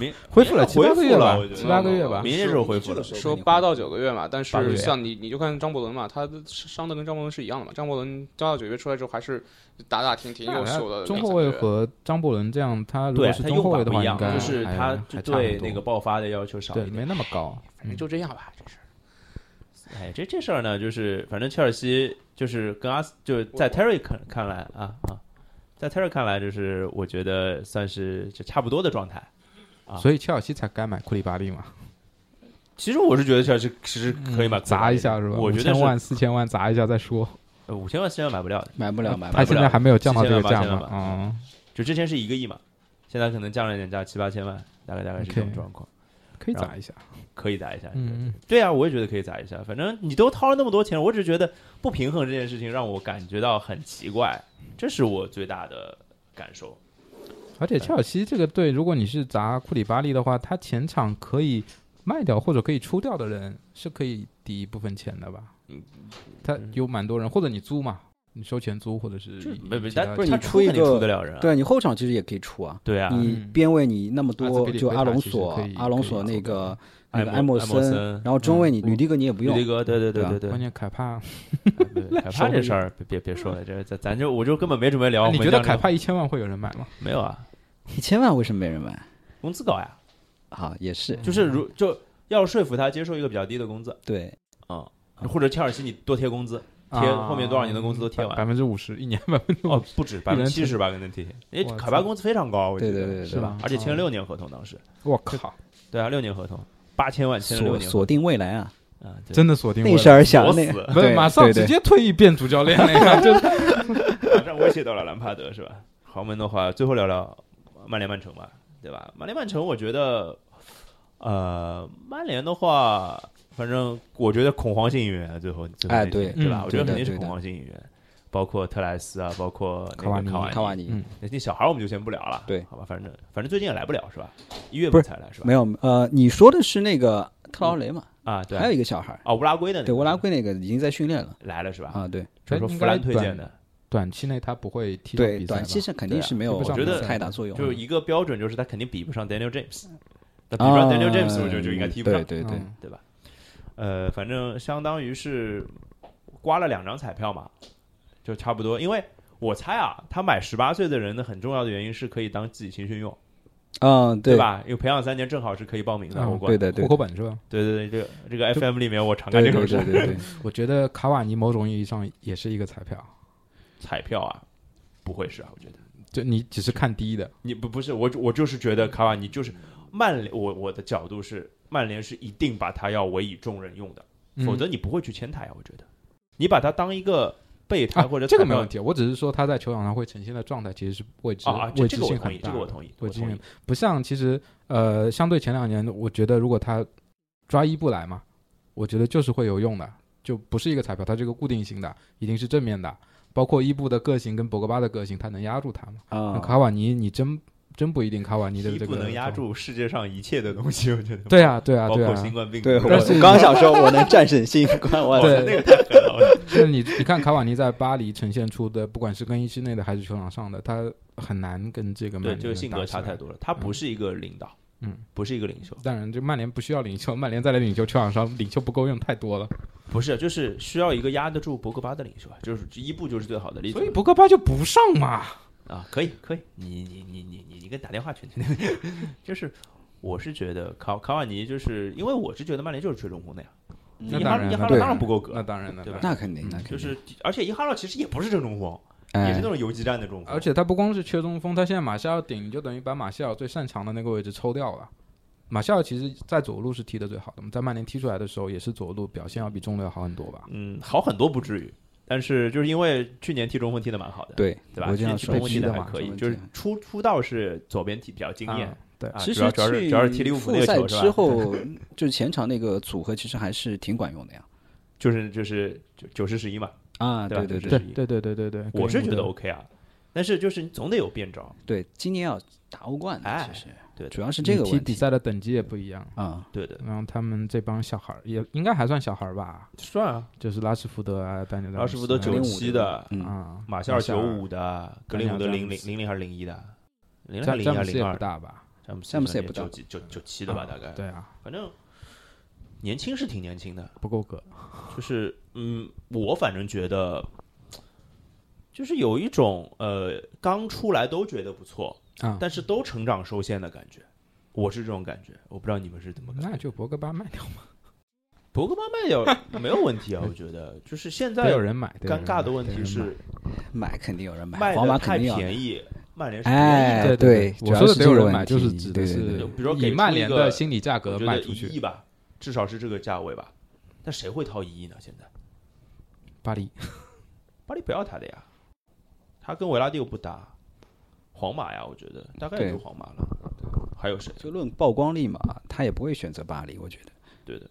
[SPEAKER 1] 明
[SPEAKER 4] 恢复了七
[SPEAKER 1] 恢
[SPEAKER 4] 八
[SPEAKER 1] 复
[SPEAKER 4] 个月吧
[SPEAKER 1] 了，我觉，得
[SPEAKER 4] 七八个月吧。
[SPEAKER 1] 明年时候恢复了，
[SPEAKER 3] 说八到九个月嘛。但
[SPEAKER 1] 八个
[SPEAKER 3] 是
[SPEAKER 1] 月
[SPEAKER 3] 像你，你就看张伯伦嘛，他伤的跟张伯伦是一样的嘛。张伯伦八到九月出来之后，还是打打停停，
[SPEAKER 4] 那
[SPEAKER 3] 又
[SPEAKER 4] 他
[SPEAKER 3] 秀了
[SPEAKER 4] 中
[SPEAKER 3] 两三
[SPEAKER 4] 后
[SPEAKER 3] 个
[SPEAKER 4] 卫
[SPEAKER 3] 月。
[SPEAKER 4] 和张伯伦这样，他如
[SPEAKER 1] 对
[SPEAKER 4] 果
[SPEAKER 1] 啊
[SPEAKER 4] 是
[SPEAKER 1] 他
[SPEAKER 4] 中
[SPEAKER 1] 用
[SPEAKER 4] 后
[SPEAKER 1] 法
[SPEAKER 4] 卫的
[SPEAKER 1] 不
[SPEAKER 4] 话，
[SPEAKER 1] 一
[SPEAKER 4] 应
[SPEAKER 1] 样，
[SPEAKER 4] 该
[SPEAKER 1] 就是
[SPEAKER 4] 还
[SPEAKER 1] 他
[SPEAKER 4] 还
[SPEAKER 1] 就
[SPEAKER 4] 差不
[SPEAKER 1] 对
[SPEAKER 4] 多
[SPEAKER 1] 那个嗯爆发的要求少
[SPEAKER 4] 对
[SPEAKER 1] 一
[SPEAKER 4] 没
[SPEAKER 1] 点。
[SPEAKER 4] 那么 高，啊
[SPEAKER 3] 反正就这样吧，这事儿。
[SPEAKER 1] 哎，这这事儿呢，就是反正切尔西就是跟阿斯，就是在 Terry 看看来啊啊，在 Terry 看来，就是我觉得算是就差不多的状态。啊
[SPEAKER 4] 嗯所以切尔西才该买库里巴利嘛，嗯
[SPEAKER 1] 其实我是觉得切尔西其实 可以买
[SPEAKER 4] 砸一下是吧？
[SPEAKER 1] 我觉得
[SPEAKER 4] 五千
[SPEAKER 1] 是
[SPEAKER 4] 万、四千万砸一下再说。
[SPEAKER 1] 呃五千万现在买不了的，
[SPEAKER 2] 买不了，买不
[SPEAKER 4] 他
[SPEAKER 2] 了。
[SPEAKER 4] 现在还没有降到这个价
[SPEAKER 1] 七千万
[SPEAKER 4] 嘛
[SPEAKER 1] 八？千万
[SPEAKER 4] 嗯，
[SPEAKER 1] 就之前是一个亿嘛，现在可能降了一点价，七八千万，大概大概是这种
[SPEAKER 4] OK
[SPEAKER 1] 状况，
[SPEAKER 4] 可以砸一下。
[SPEAKER 1] 可以砸一下。
[SPEAKER 4] 嗯，
[SPEAKER 1] 对啊，我也觉得可以砸一下。反正你都掏了那么多钱，我只是觉得不平衡这件事情让我感觉到很奇怪，这是我最大的感受。
[SPEAKER 4] 而且切尔西这个队，如果你是砸库里巴利的话，他前场可以卖掉或者可以出掉的人是可以抵一部分钱的吧？
[SPEAKER 1] 嗯
[SPEAKER 4] 他有蛮多人，或者你租嘛，你收钱租，或者是
[SPEAKER 1] 这
[SPEAKER 4] 以
[SPEAKER 1] 嗯没没，
[SPEAKER 4] 其他
[SPEAKER 1] 但
[SPEAKER 4] 的
[SPEAKER 2] 不是
[SPEAKER 1] 他
[SPEAKER 2] 你出一
[SPEAKER 1] 肯定
[SPEAKER 2] 个
[SPEAKER 1] 出得了人、啊，
[SPEAKER 2] 对你后场其实也可以出啊，
[SPEAKER 1] 对啊，
[SPEAKER 2] 你
[SPEAKER 4] 嗯
[SPEAKER 2] 边位你那么
[SPEAKER 4] 阿兹
[SPEAKER 2] 多
[SPEAKER 4] 皮，利
[SPEAKER 2] 就
[SPEAKER 4] 奎
[SPEAKER 2] 阿
[SPEAKER 4] 塔
[SPEAKER 2] 隆
[SPEAKER 4] 其实
[SPEAKER 2] 索
[SPEAKER 4] 可以、
[SPEAKER 2] 阿隆
[SPEAKER 4] 可以
[SPEAKER 2] 索
[SPEAKER 4] 走
[SPEAKER 2] 那
[SPEAKER 4] 掉
[SPEAKER 2] 个那个
[SPEAKER 1] 埃
[SPEAKER 2] 埃
[SPEAKER 1] 莫
[SPEAKER 2] 莫
[SPEAKER 1] 埃莫森
[SPEAKER 2] 然后中卫你
[SPEAKER 4] 嗯
[SPEAKER 2] 吕迪格你也不
[SPEAKER 1] 吕迪
[SPEAKER 2] 用，
[SPEAKER 1] 格，对对对对对
[SPEAKER 4] 关。键凯帕，
[SPEAKER 1] 对凯帕这事儿别别别说了，这咱咱就我就根本没准备聊。我
[SPEAKER 4] 你
[SPEAKER 1] 们
[SPEAKER 4] 觉得
[SPEAKER 1] 这样
[SPEAKER 4] 凯帕一千万会有人买吗？
[SPEAKER 1] 没有啊？
[SPEAKER 2] 一千万为什么没人买？
[SPEAKER 1] 工资高呀，
[SPEAKER 2] 好，也是
[SPEAKER 1] 就是如就要说服他接受一个比较低的工资
[SPEAKER 2] 对，
[SPEAKER 1] 啊、或者切尔西你多贴工资，贴
[SPEAKER 4] 啊
[SPEAKER 1] 后面多少年的工资都贴完
[SPEAKER 4] 百分之五十一年百分之
[SPEAKER 1] 哦，不止百分
[SPEAKER 4] 人
[SPEAKER 1] 之七十吧，可能贴。因为
[SPEAKER 4] 我
[SPEAKER 1] 凯巴
[SPEAKER 4] 操
[SPEAKER 1] 工资非常高，我觉
[SPEAKER 2] 对
[SPEAKER 1] 得
[SPEAKER 2] 对对对
[SPEAKER 4] 是吧？哦
[SPEAKER 1] 而且签了六年合同，当时
[SPEAKER 4] 我靠，
[SPEAKER 1] 对啊，六年合同，八千万签了六
[SPEAKER 2] 锁
[SPEAKER 1] 年合
[SPEAKER 2] 锁定未来啊，
[SPEAKER 1] 同啊，对
[SPEAKER 4] 真的锁定位
[SPEAKER 2] 那
[SPEAKER 4] 了
[SPEAKER 2] 时候想
[SPEAKER 1] 锁
[SPEAKER 2] 那
[SPEAKER 1] 死，
[SPEAKER 4] 不是
[SPEAKER 2] 对
[SPEAKER 4] 马上
[SPEAKER 2] 对
[SPEAKER 4] 直
[SPEAKER 2] 对
[SPEAKER 4] 接退役变主教练了呀？就
[SPEAKER 1] 马上威胁到了兰帕德是吧？豪门的话，最后聊聊曼联曼城吧，对吧？曼联曼城，我觉得，呃，曼联的话，反正我觉得恐慌性引援，啊最后最后
[SPEAKER 2] 哎
[SPEAKER 1] 那
[SPEAKER 2] 对
[SPEAKER 1] 天对吧？
[SPEAKER 4] 嗯
[SPEAKER 1] 我觉得
[SPEAKER 2] 对的
[SPEAKER 1] 肯定是
[SPEAKER 2] 对的
[SPEAKER 1] 恐慌性引援，包括特莱斯啊，包括那个
[SPEAKER 4] 卡瓦尼
[SPEAKER 1] 卡
[SPEAKER 2] 卡瓦
[SPEAKER 1] 尼。
[SPEAKER 2] 尼、
[SPEAKER 4] 嗯
[SPEAKER 1] 那那小孩我们就先不聊了，
[SPEAKER 2] 对
[SPEAKER 1] 好吧，反正反正最近也来不了是吧？一月
[SPEAKER 2] 不
[SPEAKER 1] 份
[SPEAKER 2] 是
[SPEAKER 1] 才来是吧
[SPEAKER 2] 没？有呃，你说的是那个特劳雷嘛？
[SPEAKER 1] 啊，对，
[SPEAKER 2] 还有一个小孩儿，
[SPEAKER 1] 啊，乌拉圭的那个
[SPEAKER 2] 对，乌拉圭那个已经在训练了
[SPEAKER 1] 来了是吧？
[SPEAKER 2] 啊，对
[SPEAKER 1] 就是说
[SPEAKER 4] 应
[SPEAKER 1] 弗
[SPEAKER 4] 该
[SPEAKER 1] 兰推荐
[SPEAKER 4] 短
[SPEAKER 1] 的，
[SPEAKER 4] 短期内他不会踢上
[SPEAKER 2] 对，
[SPEAKER 4] 比赛吧
[SPEAKER 2] 短期上肯定是没
[SPEAKER 4] 对啊
[SPEAKER 2] 有
[SPEAKER 4] 比不上
[SPEAKER 1] 我觉得
[SPEAKER 2] 太大作用，
[SPEAKER 1] 就是一个标准就是他肯定比不上 Daniel James，那比不
[SPEAKER 2] 啊
[SPEAKER 1] 上 Daniel James 我觉得就应该踢不上
[SPEAKER 2] 对，对对，
[SPEAKER 4] 嗯
[SPEAKER 1] 对吧？呃，反正相当于是刮了两张彩票嘛，就差不多。因为我猜啊，他买十八岁的人呢，很重要的原因是可以当自己青训用，
[SPEAKER 2] 嗯，
[SPEAKER 1] 对
[SPEAKER 2] 对？
[SPEAKER 1] 吧？因为培养三年正好是可以报名的。
[SPEAKER 4] 嗯
[SPEAKER 1] 我管
[SPEAKER 2] 对的，对
[SPEAKER 4] 户
[SPEAKER 2] 的
[SPEAKER 4] 口本是吧？
[SPEAKER 1] 对对对，这个这个
[SPEAKER 4] 就
[SPEAKER 1] FM 里面我常干
[SPEAKER 2] 对
[SPEAKER 1] 这
[SPEAKER 2] 对
[SPEAKER 1] 种
[SPEAKER 2] 对
[SPEAKER 1] 事，
[SPEAKER 2] 对对，
[SPEAKER 4] 我觉得卡瓦尼某种意义上也是一个彩票，
[SPEAKER 1] 彩票啊，不会是啊，我觉得
[SPEAKER 4] 就你只是看低的，
[SPEAKER 1] 你不不是我，我就是觉得卡瓦尼就是曼联，我我的角度是曼联是一定把他要委以重任用的，否
[SPEAKER 4] 嗯
[SPEAKER 1] 则你不会去签他呀。我觉得你把他当一个备胎
[SPEAKER 4] 啊
[SPEAKER 1] 或者
[SPEAKER 4] 这个
[SPEAKER 1] 彩
[SPEAKER 4] 没
[SPEAKER 1] 票
[SPEAKER 4] 问题。我只是说他在球场上会呈现的状态其实是未知
[SPEAKER 1] 啊啊，这
[SPEAKER 4] 未
[SPEAKER 1] 这
[SPEAKER 4] 知
[SPEAKER 1] 个我
[SPEAKER 4] 性
[SPEAKER 1] 同意
[SPEAKER 4] 很，大
[SPEAKER 1] 这个我
[SPEAKER 4] 的，
[SPEAKER 1] 同意，我
[SPEAKER 4] 未知
[SPEAKER 1] 同
[SPEAKER 4] 性
[SPEAKER 1] 意。
[SPEAKER 4] 不像其实呃，相对前两年，我觉得如果他抓伊布来嘛，我觉得就是会有用的，就不是一个彩票，它是一个固定性的，一定是正面的。包括伊布的个性跟博格巴的个性，他能压住他嘛？
[SPEAKER 1] 嗯
[SPEAKER 4] 那
[SPEAKER 2] 啊，
[SPEAKER 4] 卡瓦尼你真真不一定，卡瓦尼的
[SPEAKER 1] 一
[SPEAKER 4] 这
[SPEAKER 1] 不
[SPEAKER 4] 个
[SPEAKER 1] 能压
[SPEAKER 4] 状态。
[SPEAKER 1] 住世界上一切的东西，我觉得。
[SPEAKER 4] 对啊，对啊，
[SPEAKER 1] 包
[SPEAKER 4] 对
[SPEAKER 1] 括
[SPEAKER 4] 啊
[SPEAKER 1] 新，冠病毒。
[SPEAKER 2] 对我
[SPEAKER 4] 但是
[SPEAKER 2] 我刚想说我能战胜新冠，我
[SPEAKER 4] 对
[SPEAKER 1] 那个太狠了。
[SPEAKER 4] 就是你你看卡瓦尼在巴黎呈现出的，不管是更衣室内的还是球场上的，他很难跟这个曼
[SPEAKER 1] 对，
[SPEAKER 4] 联
[SPEAKER 1] 这个性格差太
[SPEAKER 4] 多。
[SPEAKER 1] 多了，他不是一个领导，
[SPEAKER 4] 嗯，
[SPEAKER 1] 不是一个领袖，
[SPEAKER 4] 当然，这曼联不需要领袖，曼联再来领袖，球场上领袖不够用太多了，
[SPEAKER 1] 不是，就是需要一个压得住博格巴的领袖啊，就是伊布就是最好的例子
[SPEAKER 4] 所以博格巴就不上嘛。
[SPEAKER 1] 啊，可以可以，你你你你你你跟打电话去， 就是我是觉得卡卡瓦尼，就是因为我是觉得曼联就是吹龙红的呀，
[SPEAKER 4] 那
[SPEAKER 1] 伊
[SPEAKER 4] 当
[SPEAKER 1] 哈
[SPEAKER 4] 然
[SPEAKER 1] 伊哈
[SPEAKER 4] 对
[SPEAKER 1] 勒当然不够格
[SPEAKER 4] 那，当然了，
[SPEAKER 1] 对吧
[SPEAKER 2] 那肯定，那肯定
[SPEAKER 1] 就是而且伊哈勒其实也不是正中锋，也是
[SPEAKER 2] 哎
[SPEAKER 1] 那，种游击战的中锋，
[SPEAKER 4] 而且他不光是缺中锋，他现在马夏尔顶，就等于把马夏尔最擅长的那个位置抽掉了。马夏尔其实，在左路是踢的最好的，我们在曼联踢出来的时候，也是左路表现要比中路要好很多吧。
[SPEAKER 1] 嗯，好很多不至于，但是就是因为去年踢中锋踢的蛮好的，
[SPEAKER 2] 对
[SPEAKER 1] 对吧？
[SPEAKER 2] 我
[SPEAKER 1] 去
[SPEAKER 2] 就
[SPEAKER 1] 年
[SPEAKER 2] 想
[SPEAKER 1] 踢
[SPEAKER 2] 说
[SPEAKER 1] 中锋踢的
[SPEAKER 4] 踢得
[SPEAKER 1] 还
[SPEAKER 4] 蛮
[SPEAKER 1] 可以，
[SPEAKER 2] 好
[SPEAKER 1] 就是
[SPEAKER 2] 的
[SPEAKER 1] 出出道是左边踢比较惊艳
[SPEAKER 4] 啊，对
[SPEAKER 1] 啊
[SPEAKER 2] 其
[SPEAKER 1] 主
[SPEAKER 2] 实
[SPEAKER 1] 要主要是
[SPEAKER 2] 去
[SPEAKER 1] 主要是踢利物浦那个
[SPEAKER 2] 复赛
[SPEAKER 1] 球是
[SPEAKER 2] 之
[SPEAKER 1] 吧？
[SPEAKER 2] 后，就是前场那个组合其实还是挺 管用的呀。
[SPEAKER 1] 就是就是九九十十一嘛，
[SPEAKER 2] 啊，
[SPEAKER 1] 对吧
[SPEAKER 2] 对对
[SPEAKER 1] 就是
[SPEAKER 4] 对
[SPEAKER 1] 一
[SPEAKER 4] 对对对对对，
[SPEAKER 1] 我是觉得
[SPEAKER 4] 格林伍
[SPEAKER 1] OK 啊，但是就是你总得有变招，
[SPEAKER 2] 对，今年要打欧冠
[SPEAKER 1] 哎
[SPEAKER 2] 的，其实
[SPEAKER 1] 对的
[SPEAKER 2] 主要是
[SPEAKER 4] 德
[SPEAKER 2] 这个
[SPEAKER 4] 你踢
[SPEAKER 2] 问
[SPEAKER 4] 比
[SPEAKER 2] 题
[SPEAKER 4] 赛的等级也不一样。
[SPEAKER 2] 啊。
[SPEAKER 1] 对的，
[SPEAKER 4] 然后他们这帮小孩儿也应该还算小孩儿吧，
[SPEAKER 1] 算啊，
[SPEAKER 4] 就是拉什福德啊、班尼
[SPEAKER 1] 然后是不是都
[SPEAKER 2] 格林
[SPEAKER 1] 九
[SPEAKER 2] 伍德
[SPEAKER 1] 七的，
[SPEAKER 2] 嗯
[SPEAKER 4] 啊，
[SPEAKER 1] 马夏尔九五的，格林伍德
[SPEAKER 4] 詹姆斯
[SPEAKER 1] 零零零零还是零一的，零零还
[SPEAKER 4] 詹
[SPEAKER 1] 是零一
[SPEAKER 4] 詹姆
[SPEAKER 1] 还
[SPEAKER 4] 斯
[SPEAKER 1] 是零
[SPEAKER 4] 也不
[SPEAKER 1] 二，哎
[SPEAKER 4] 大吧？
[SPEAKER 1] 詹姆斯
[SPEAKER 2] 詹姆斯也不
[SPEAKER 1] 九
[SPEAKER 2] 大
[SPEAKER 1] 几九九七的吧，大概，
[SPEAKER 4] 对啊，
[SPEAKER 1] 反正年轻是挺年轻的，
[SPEAKER 4] 不够格。
[SPEAKER 1] 就是嗯，我反正觉得，就是有一种呃，刚出来都觉得不错，
[SPEAKER 4] 啊
[SPEAKER 1] 但是都成长受限的感觉。我是这种感觉，我不知道你们是怎么感觉。
[SPEAKER 4] 那就博格巴卖掉吧，
[SPEAKER 1] 博格巴卖掉没有问题啊，我觉得就是现
[SPEAKER 4] 得
[SPEAKER 1] 在
[SPEAKER 4] 有人买。得有人
[SPEAKER 1] 尴尬的
[SPEAKER 4] 买
[SPEAKER 1] 问题，
[SPEAKER 4] 得有人买
[SPEAKER 1] 是
[SPEAKER 2] 买肯定有人买，
[SPEAKER 1] 卖
[SPEAKER 2] 皇马
[SPEAKER 1] 的
[SPEAKER 2] 肯
[SPEAKER 1] 太
[SPEAKER 2] 定要买。
[SPEAKER 1] 便宜，曼联是不愿意
[SPEAKER 2] 哎
[SPEAKER 1] 的。
[SPEAKER 4] 对
[SPEAKER 2] 对主
[SPEAKER 4] 我
[SPEAKER 2] 要
[SPEAKER 4] 说的
[SPEAKER 2] 是
[SPEAKER 4] 得
[SPEAKER 2] 这个
[SPEAKER 4] 有人
[SPEAKER 2] 问
[SPEAKER 4] 买，就是
[SPEAKER 2] 题
[SPEAKER 4] 指的
[SPEAKER 2] 对对
[SPEAKER 4] 是
[SPEAKER 2] 对
[SPEAKER 1] 比如说给
[SPEAKER 4] 以
[SPEAKER 1] 出
[SPEAKER 4] 曼
[SPEAKER 1] 一
[SPEAKER 4] 联
[SPEAKER 1] 个
[SPEAKER 4] 的心理价
[SPEAKER 1] 我
[SPEAKER 4] 格
[SPEAKER 1] 觉
[SPEAKER 4] 卖
[SPEAKER 1] 得一
[SPEAKER 4] 出
[SPEAKER 1] 亿
[SPEAKER 4] 去。
[SPEAKER 1] 吧，至少是这个价位吧。但谁会掏一亿呢？现在
[SPEAKER 4] 巴黎
[SPEAKER 1] 巴黎不要他的呀，他跟维拉蒂又不搭，皇马呀，我觉得大概也
[SPEAKER 2] 对
[SPEAKER 1] 就皇马了。还有谁？
[SPEAKER 2] 就论曝光力嘛，他也不会选择巴黎，我觉得。
[SPEAKER 1] 对的，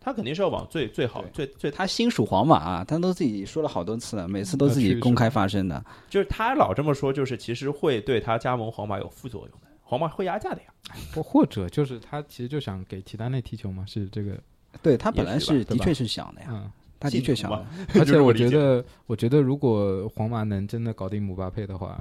[SPEAKER 1] 他肯定是要往最最好、最最他
[SPEAKER 2] 他新属皇马、啊，他都自己说了好多次了，每次都自己公开发声的。
[SPEAKER 1] 就是他老这么说，就是其实会对他加盟皇马有副作用的，皇马会压价的呀。
[SPEAKER 4] 或或者就是他其实就想给齐达内踢球嘛，是这个
[SPEAKER 2] 对他本来
[SPEAKER 1] 也
[SPEAKER 2] 是
[SPEAKER 4] 吧对
[SPEAKER 2] 的
[SPEAKER 4] 吧
[SPEAKER 2] 确是想哎的呀，
[SPEAKER 4] 嗯。
[SPEAKER 2] 他的确想的。
[SPEAKER 4] 而
[SPEAKER 1] 就
[SPEAKER 4] 且
[SPEAKER 1] 是我
[SPEAKER 4] 我
[SPEAKER 1] 理解
[SPEAKER 4] 觉得，我觉得如果皇马能真的搞定姆巴佩的话，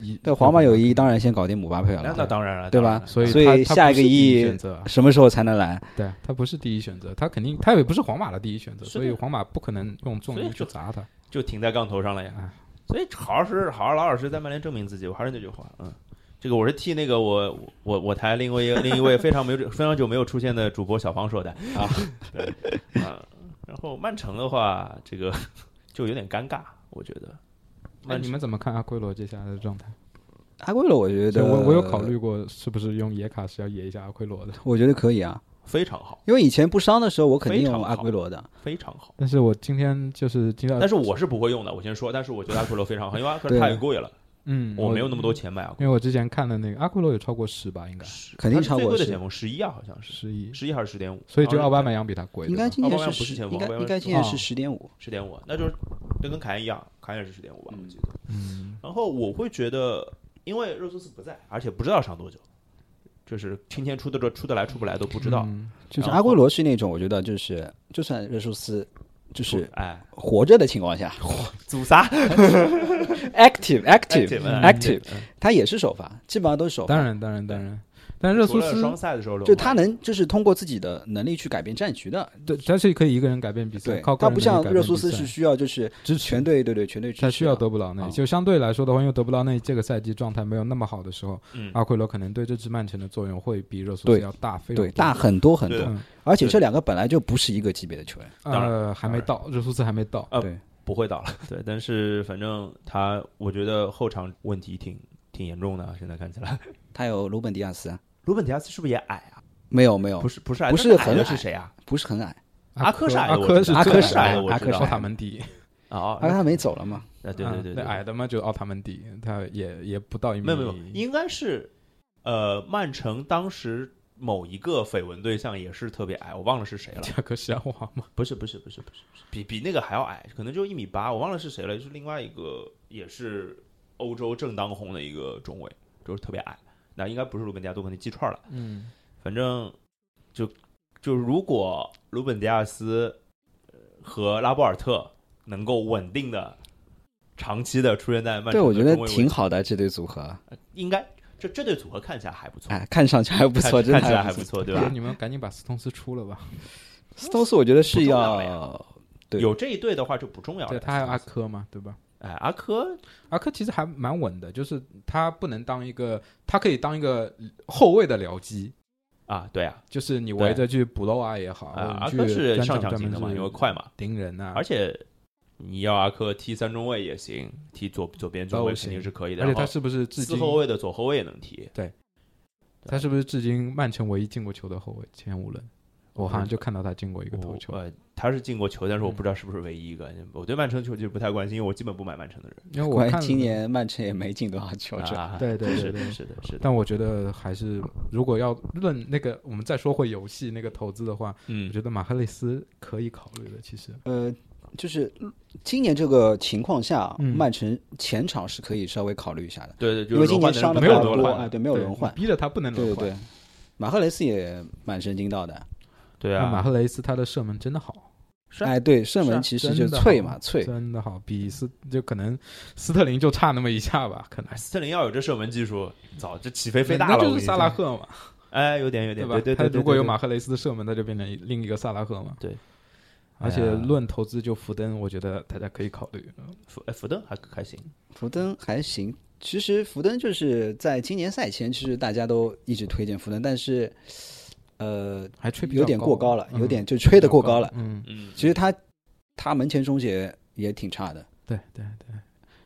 [SPEAKER 4] 一
[SPEAKER 2] 对皇马有一亿，当然先搞定姆巴佩
[SPEAKER 1] 那
[SPEAKER 2] 了。
[SPEAKER 1] 那当然了，
[SPEAKER 2] 对吧
[SPEAKER 1] 当然了
[SPEAKER 4] 所以
[SPEAKER 2] 所
[SPEAKER 4] 他
[SPEAKER 2] 以
[SPEAKER 4] 他
[SPEAKER 2] 下
[SPEAKER 4] 不
[SPEAKER 2] 一个 E
[SPEAKER 4] 是第
[SPEAKER 2] 亿
[SPEAKER 4] 选择啊，
[SPEAKER 2] 什么时候才能来？
[SPEAKER 4] 对他不是第一选择，他肯定他也不是皇马的第一选择，
[SPEAKER 1] 是的
[SPEAKER 4] 所以皇马不可能用重
[SPEAKER 1] 所以
[SPEAKER 4] 金
[SPEAKER 1] 就
[SPEAKER 4] 去砸哎他。
[SPEAKER 1] 就停在杠头上了呀。
[SPEAKER 4] 哎
[SPEAKER 1] 所以好好是好好老老实实在曼联证明自己。我还是那句话，嗯，这个我是替那个我我我台另外一个 另一位非常没有非常久没有出现的主播小芳说的啊， 对啊。然后曼城的话，这个 就有点尴尬，我觉得。
[SPEAKER 4] 那你们怎么看阿圭罗接下来的状态？
[SPEAKER 2] 阿圭罗，我觉
[SPEAKER 4] 对
[SPEAKER 2] 得
[SPEAKER 4] 我我有考虑过，是不是用野卡是要野一下阿圭罗的？
[SPEAKER 2] 我觉得可以啊，
[SPEAKER 1] 非常好，
[SPEAKER 2] 因为以前不伤的时候，我肯定
[SPEAKER 1] 非常
[SPEAKER 2] 用
[SPEAKER 1] 好
[SPEAKER 2] 阿圭罗的。
[SPEAKER 1] 非常好。
[SPEAKER 4] 但是我今天就是今天，
[SPEAKER 1] 但是我是不会用的，我先说。但是我觉得阿奎罗非常好，因为阿奎罗
[SPEAKER 2] 对
[SPEAKER 1] 太贵了，
[SPEAKER 4] 嗯，
[SPEAKER 1] 我没有那么多钱买阿啊库
[SPEAKER 4] 因为我之前看的那个阿奎罗有超过十吧，应该
[SPEAKER 2] 肯定
[SPEAKER 1] 他
[SPEAKER 2] 超
[SPEAKER 1] 是最
[SPEAKER 2] 过
[SPEAKER 1] 贵的
[SPEAKER 2] 十
[SPEAKER 1] 前。锋十一啊，好像是
[SPEAKER 4] 十亿，
[SPEAKER 1] 十一还是十点五，
[SPEAKER 4] 所以只有奥巴马扬比他贵。
[SPEAKER 2] 应该
[SPEAKER 4] 对吧
[SPEAKER 2] 今年
[SPEAKER 1] 奥巴马
[SPEAKER 2] 是
[SPEAKER 1] 不是
[SPEAKER 2] 十，
[SPEAKER 1] 前锋
[SPEAKER 2] 应该
[SPEAKER 1] 奥巴马
[SPEAKER 2] 应该今年
[SPEAKER 4] 是
[SPEAKER 2] 是十点五。
[SPEAKER 1] 十点五，那就是那跟凯恩一样，凯恩也是十点五吧，我记得。
[SPEAKER 4] 嗯，
[SPEAKER 1] 然后我会觉得，因为热苏斯不在，而且不知道上多久，就是今天出得这出得来出不来都不知道。
[SPEAKER 4] 嗯
[SPEAKER 2] 就是
[SPEAKER 1] 然后
[SPEAKER 2] 阿圭罗是那种，我觉得就是就算热苏斯就是
[SPEAKER 1] 哎，
[SPEAKER 2] 活着的情况下
[SPEAKER 1] 祖萨
[SPEAKER 2] ，active active
[SPEAKER 1] active 嗯
[SPEAKER 2] active，他也是首发，基本上都是首
[SPEAKER 4] 嗯当
[SPEAKER 2] 发。
[SPEAKER 4] 然，当然，当然。但热
[SPEAKER 1] 除
[SPEAKER 4] 苏
[SPEAKER 1] 了
[SPEAKER 4] 斯
[SPEAKER 1] 双赛的时候轮换，
[SPEAKER 2] 就他能就是通过自己的能力去改变战局的，
[SPEAKER 4] 对，他是可以一个人改变比赛，
[SPEAKER 2] 对
[SPEAKER 4] 靠，
[SPEAKER 2] 他
[SPEAKER 4] 个人
[SPEAKER 2] 不
[SPEAKER 4] 能力
[SPEAKER 2] 像
[SPEAKER 4] 改变
[SPEAKER 2] 热苏
[SPEAKER 4] 比
[SPEAKER 2] 斯
[SPEAKER 4] 赛
[SPEAKER 2] 是需要就是
[SPEAKER 4] 支持
[SPEAKER 2] 全队对对全队支持
[SPEAKER 4] 他
[SPEAKER 2] 的，
[SPEAKER 4] 需要德布劳内，
[SPEAKER 2] 啊
[SPEAKER 4] 就相对来说的话，因为德布劳内这个赛季状态没有那么好的时候，
[SPEAKER 1] 嗯
[SPEAKER 4] 阿奎罗可能对这支曼城的作用会比热苏斯
[SPEAKER 2] 对
[SPEAKER 4] 要大非常
[SPEAKER 2] 对
[SPEAKER 4] 多。
[SPEAKER 2] 大很多很
[SPEAKER 1] 对
[SPEAKER 2] 多
[SPEAKER 1] 的，
[SPEAKER 2] 而且
[SPEAKER 1] 对
[SPEAKER 2] 这两个本来就不是一个级别的球员，
[SPEAKER 1] 当然
[SPEAKER 4] 呃还没到，热苏斯还没到。
[SPEAKER 1] 呃
[SPEAKER 2] 对，
[SPEAKER 1] 不会倒了。 对，但是反正他，我觉得后场问题挺挺严重的啊，现在看起来。
[SPEAKER 2] 他有鲁本迪亚斯啊，
[SPEAKER 1] 鲁本迪亚斯是不是也矮啊？
[SPEAKER 2] 没有没有
[SPEAKER 1] 不，是，不是矮，
[SPEAKER 2] 不是
[SPEAKER 1] 那矮的
[SPEAKER 2] 很
[SPEAKER 1] 是
[SPEAKER 2] 矮
[SPEAKER 1] 谁啊？
[SPEAKER 2] 不是很矮，
[SPEAKER 1] 阿科是矮
[SPEAKER 4] 阿
[SPEAKER 1] 的我
[SPEAKER 4] 科
[SPEAKER 1] 知
[SPEAKER 4] 是
[SPEAKER 1] 道，
[SPEAKER 2] 阿科
[SPEAKER 1] 是
[SPEAKER 2] 是
[SPEAKER 1] 矮
[SPEAKER 2] 矮
[SPEAKER 1] 的，我
[SPEAKER 2] 阿
[SPEAKER 1] 知
[SPEAKER 2] 科
[SPEAKER 1] 道
[SPEAKER 2] 是
[SPEAKER 4] 奥
[SPEAKER 2] 矮
[SPEAKER 4] 塔门迪，
[SPEAKER 1] 哦，
[SPEAKER 2] 而且他没走了嘛，
[SPEAKER 1] 那对对对
[SPEAKER 4] 啊
[SPEAKER 1] 对，
[SPEAKER 4] 那矮的嘛就是奥塔门迪，他也也不到一米。
[SPEAKER 1] 没有没有，应该是呃，曼城当时某一个绯闻对象也是特别矮，我忘了是谁了。
[SPEAKER 4] 加科西亚瓦 嘛，
[SPEAKER 1] 不是不是不是不是，不是比比那个还要矮，可能就一米八，我忘了是谁了，就是另外一个也是欧洲正当红的一个中卫，就是特别矮。那应该不是鲁本迪亚多，可能记串了。
[SPEAKER 4] 嗯，
[SPEAKER 1] 反正就就如果鲁本迪亚斯和拉波尔特能够稳定的、长期的出现在曼城的
[SPEAKER 2] 对我觉得
[SPEAKER 1] 中卫位
[SPEAKER 2] 挺
[SPEAKER 1] 置
[SPEAKER 2] 好的啊这对组合，
[SPEAKER 1] 应该这这对组合看起来还不错，
[SPEAKER 2] 哎，看上去还不 错，
[SPEAKER 1] 看
[SPEAKER 2] 真的
[SPEAKER 1] 看起来还
[SPEAKER 2] 不
[SPEAKER 1] 不
[SPEAKER 2] 错。
[SPEAKER 1] 错，对
[SPEAKER 4] 就是
[SPEAKER 1] 吧？
[SPEAKER 4] 你们赶紧把斯通斯出了吧。
[SPEAKER 2] 斯通斯我觉得是
[SPEAKER 1] 不重要了
[SPEAKER 2] 要对
[SPEAKER 1] 有这一对的话就不重要了。
[SPEAKER 4] 对，他还有阿科嘛，对吧？
[SPEAKER 1] 哎，阿科
[SPEAKER 4] 阿科其实还蛮稳的，就是他不能当一个，他可以当一个后卫的僚机，
[SPEAKER 1] 啊，对啊，
[SPEAKER 4] 就是你
[SPEAKER 1] 对
[SPEAKER 4] 围着去补漏啊也好，
[SPEAKER 1] 啊
[SPEAKER 4] 或
[SPEAKER 1] 阿
[SPEAKER 4] 者
[SPEAKER 1] 科
[SPEAKER 4] 你去
[SPEAKER 1] 是
[SPEAKER 4] 专
[SPEAKER 1] 上抢
[SPEAKER 4] 场专
[SPEAKER 1] 型
[SPEAKER 4] 门
[SPEAKER 1] 的嘛，
[SPEAKER 4] 是
[SPEAKER 1] 因为快嘛，
[SPEAKER 4] 盯人啊呐、
[SPEAKER 1] 而且你要阿科踢三中卫也行，踢左左边中卫
[SPEAKER 4] 都
[SPEAKER 1] 肯
[SPEAKER 4] 行
[SPEAKER 1] 定是可以的。
[SPEAKER 4] 而且
[SPEAKER 1] 然后
[SPEAKER 4] 他是不是至
[SPEAKER 1] 四
[SPEAKER 4] 今
[SPEAKER 1] 后卫的左后卫也能踢，
[SPEAKER 4] 他是不是至今曼城唯一进过球的后卫前五轮？我好像就看到他进过一个头
[SPEAKER 1] 我
[SPEAKER 4] 球，嗯
[SPEAKER 1] 呃，他是进过球，但是我不知道是不是唯一一个。我对曼城球其实不太关心，因为我基本不买曼城的人。
[SPEAKER 4] 因为我
[SPEAKER 2] 关
[SPEAKER 4] 看
[SPEAKER 2] 于
[SPEAKER 4] 了
[SPEAKER 2] 今，年曼城也没进多少球，这
[SPEAKER 1] 啊，
[SPEAKER 4] 对对对
[SPEAKER 1] 是的，
[SPEAKER 4] 对
[SPEAKER 1] 是的，是的。
[SPEAKER 4] 但我觉得还是如果要论那个，我们再说回游戏那个投资的话，我
[SPEAKER 1] 嗯，
[SPEAKER 4] 觉得马赫雷斯可以考虑的。其实，
[SPEAKER 2] 呃，就是今年这个情况下，
[SPEAKER 4] 嗯
[SPEAKER 2] 曼城前场是可以稍微考虑一下的，
[SPEAKER 1] 对对，就
[SPEAKER 2] 因为今年伤
[SPEAKER 1] 的
[SPEAKER 2] 的
[SPEAKER 4] 没
[SPEAKER 2] 比
[SPEAKER 4] 有
[SPEAKER 2] 较
[SPEAKER 4] 轮
[SPEAKER 2] 多
[SPEAKER 4] 换
[SPEAKER 2] 啊，对，没有
[SPEAKER 4] 对
[SPEAKER 2] 轮换，
[SPEAKER 4] 逼着他不能
[SPEAKER 2] 对
[SPEAKER 4] 轮
[SPEAKER 2] 对
[SPEAKER 4] 换。
[SPEAKER 2] 对。马赫雷斯也蛮神经到的，
[SPEAKER 1] 对
[SPEAKER 4] 那马
[SPEAKER 1] 啊，
[SPEAKER 4] 赫雷斯他的射门真的好，
[SPEAKER 1] 是啊
[SPEAKER 2] 哎，对，射
[SPEAKER 1] 是啊
[SPEAKER 2] 门其实
[SPEAKER 4] 真
[SPEAKER 2] 就
[SPEAKER 4] 的
[SPEAKER 2] 脆
[SPEAKER 4] 好
[SPEAKER 2] 嘛，脆，
[SPEAKER 4] 真的好，比斯就可能斯特林就差那么一下吧，可能。
[SPEAKER 1] 斯特林要有这射门技术，早就起飞飞大
[SPEAKER 4] 那
[SPEAKER 1] 了。我
[SPEAKER 4] 就
[SPEAKER 1] 跟
[SPEAKER 4] 是
[SPEAKER 1] 你
[SPEAKER 4] 萨拉
[SPEAKER 1] 讲，
[SPEAKER 4] 赫嘛，
[SPEAKER 1] 哎，有点有点，
[SPEAKER 4] 吧
[SPEAKER 1] 对？对
[SPEAKER 4] 他
[SPEAKER 1] 对，对
[SPEAKER 4] 如果有
[SPEAKER 1] 对
[SPEAKER 4] 马赫雷斯的射门，那就变成另一个萨拉赫嘛。
[SPEAKER 1] 对，
[SPEAKER 4] 而且
[SPEAKER 1] 哎呀
[SPEAKER 4] 论投资就福登，我觉得大家可以考虑。
[SPEAKER 1] 福哎福登还还行，
[SPEAKER 2] 福登还行。其实福登就是在今年赛前，其实大家都一直推荐福登，但是，呃，
[SPEAKER 4] 还吹比较
[SPEAKER 2] 有点过高了，有点就
[SPEAKER 4] 嗯
[SPEAKER 2] 吹得过高了。
[SPEAKER 4] 嗯，
[SPEAKER 1] 嗯，
[SPEAKER 2] 其实他他门前终结也挺差的，
[SPEAKER 4] 对对对，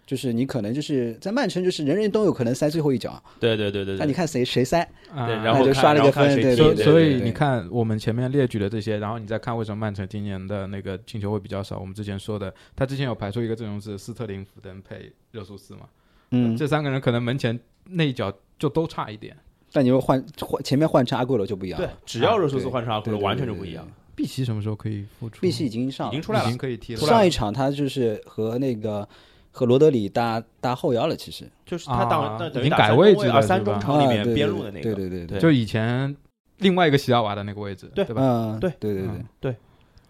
[SPEAKER 2] 就是你可能就是在曼城，就是人人都有可能塞最后一脚，啊
[SPEAKER 1] 对对对对
[SPEAKER 2] 那
[SPEAKER 1] 对
[SPEAKER 2] 你。看谁谁塞，
[SPEAKER 4] 啊
[SPEAKER 1] 对，然
[SPEAKER 2] 那
[SPEAKER 1] 后
[SPEAKER 2] 就
[SPEAKER 1] 看
[SPEAKER 2] 刷了
[SPEAKER 1] 然
[SPEAKER 2] 一
[SPEAKER 1] 后
[SPEAKER 2] 个
[SPEAKER 1] 看
[SPEAKER 2] 分
[SPEAKER 1] 谁踢
[SPEAKER 2] 对
[SPEAKER 4] 所
[SPEAKER 2] 对
[SPEAKER 4] 以
[SPEAKER 2] 对
[SPEAKER 4] 所
[SPEAKER 2] 对
[SPEAKER 4] 以
[SPEAKER 2] 对
[SPEAKER 4] 你看，我们前面列举的这些，然后你再看为什么曼城今年的那个进球会比较少。我们之前说的，他之前有排出一个阵容是斯特林、福登配热苏斯嘛，
[SPEAKER 2] 嗯，
[SPEAKER 4] 这三个人可能门前那一脚就都差一点。
[SPEAKER 2] 但你又换换前面换成阿圭罗就不一样
[SPEAKER 1] 对
[SPEAKER 2] 了，，
[SPEAKER 1] 只要
[SPEAKER 2] 啊
[SPEAKER 1] 热苏斯
[SPEAKER 2] 对
[SPEAKER 1] 换上阿奎
[SPEAKER 2] 对
[SPEAKER 1] 罗，
[SPEAKER 2] 对
[SPEAKER 1] 完
[SPEAKER 2] 对
[SPEAKER 1] 全就
[SPEAKER 2] 对
[SPEAKER 1] 不一
[SPEAKER 2] 对
[SPEAKER 1] 样。
[SPEAKER 4] 碧玺什么时候可以复出？
[SPEAKER 2] 碧玺已经上
[SPEAKER 1] 已经
[SPEAKER 2] 了，
[SPEAKER 1] 出来
[SPEAKER 4] 已
[SPEAKER 1] 了
[SPEAKER 4] 经，可以踢了。
[SPEAKER 1] 出来了
[SPEAKER 2] 上一场他就是和那个和罗德里搭搭后腰了，其实
[SPEAKER 1] 就是他当
[SPEAKER 4] 啊
[SPEAKER 1] 那等
[SPEAKER 4] 已
[SPEAKER 1] 于
[SPEAKER 4] 经
[SPEAKER 1] 打
[SPEAKER 4] 改
[SPEAKER 1] 三
[SPEAKER 4] 位
[SPEAKER 1] 中
[SPEAKER 4] 置
[SPEAKER 1] 啊，
[SPEAKER 4] 了
[SPEAKER 1] 三
[SPEAKER 4] 是
[SPEAKER 1] 中
[SPEAKER 4] 吧
[SPEAKER 1] 场里
[SPEAKER 2] 啊
[SPEAKER 1] 面
[SPEAKER 2] 对
[SPEAKER 1] 边
[SPEAKER 2] 对
[SPEAKER 1] 路的那
[SPEAKER 2] 对
[SPEAKER 1] 个，
[SPEAKER 2] 对对
[SPEAKER 1] 对
[SPEAKER 4] 就以前另外一个席尔瓦的那个位置，
[SPEAKER 1] 对
[SPEAKER 4] 对吧？
[SPEAKER 2] 嗯，
[SPEAKER 1] 对
[SPEAKER 2] 对对
[SPEAKER 4] 嗯
[SPEAKER 2] 对。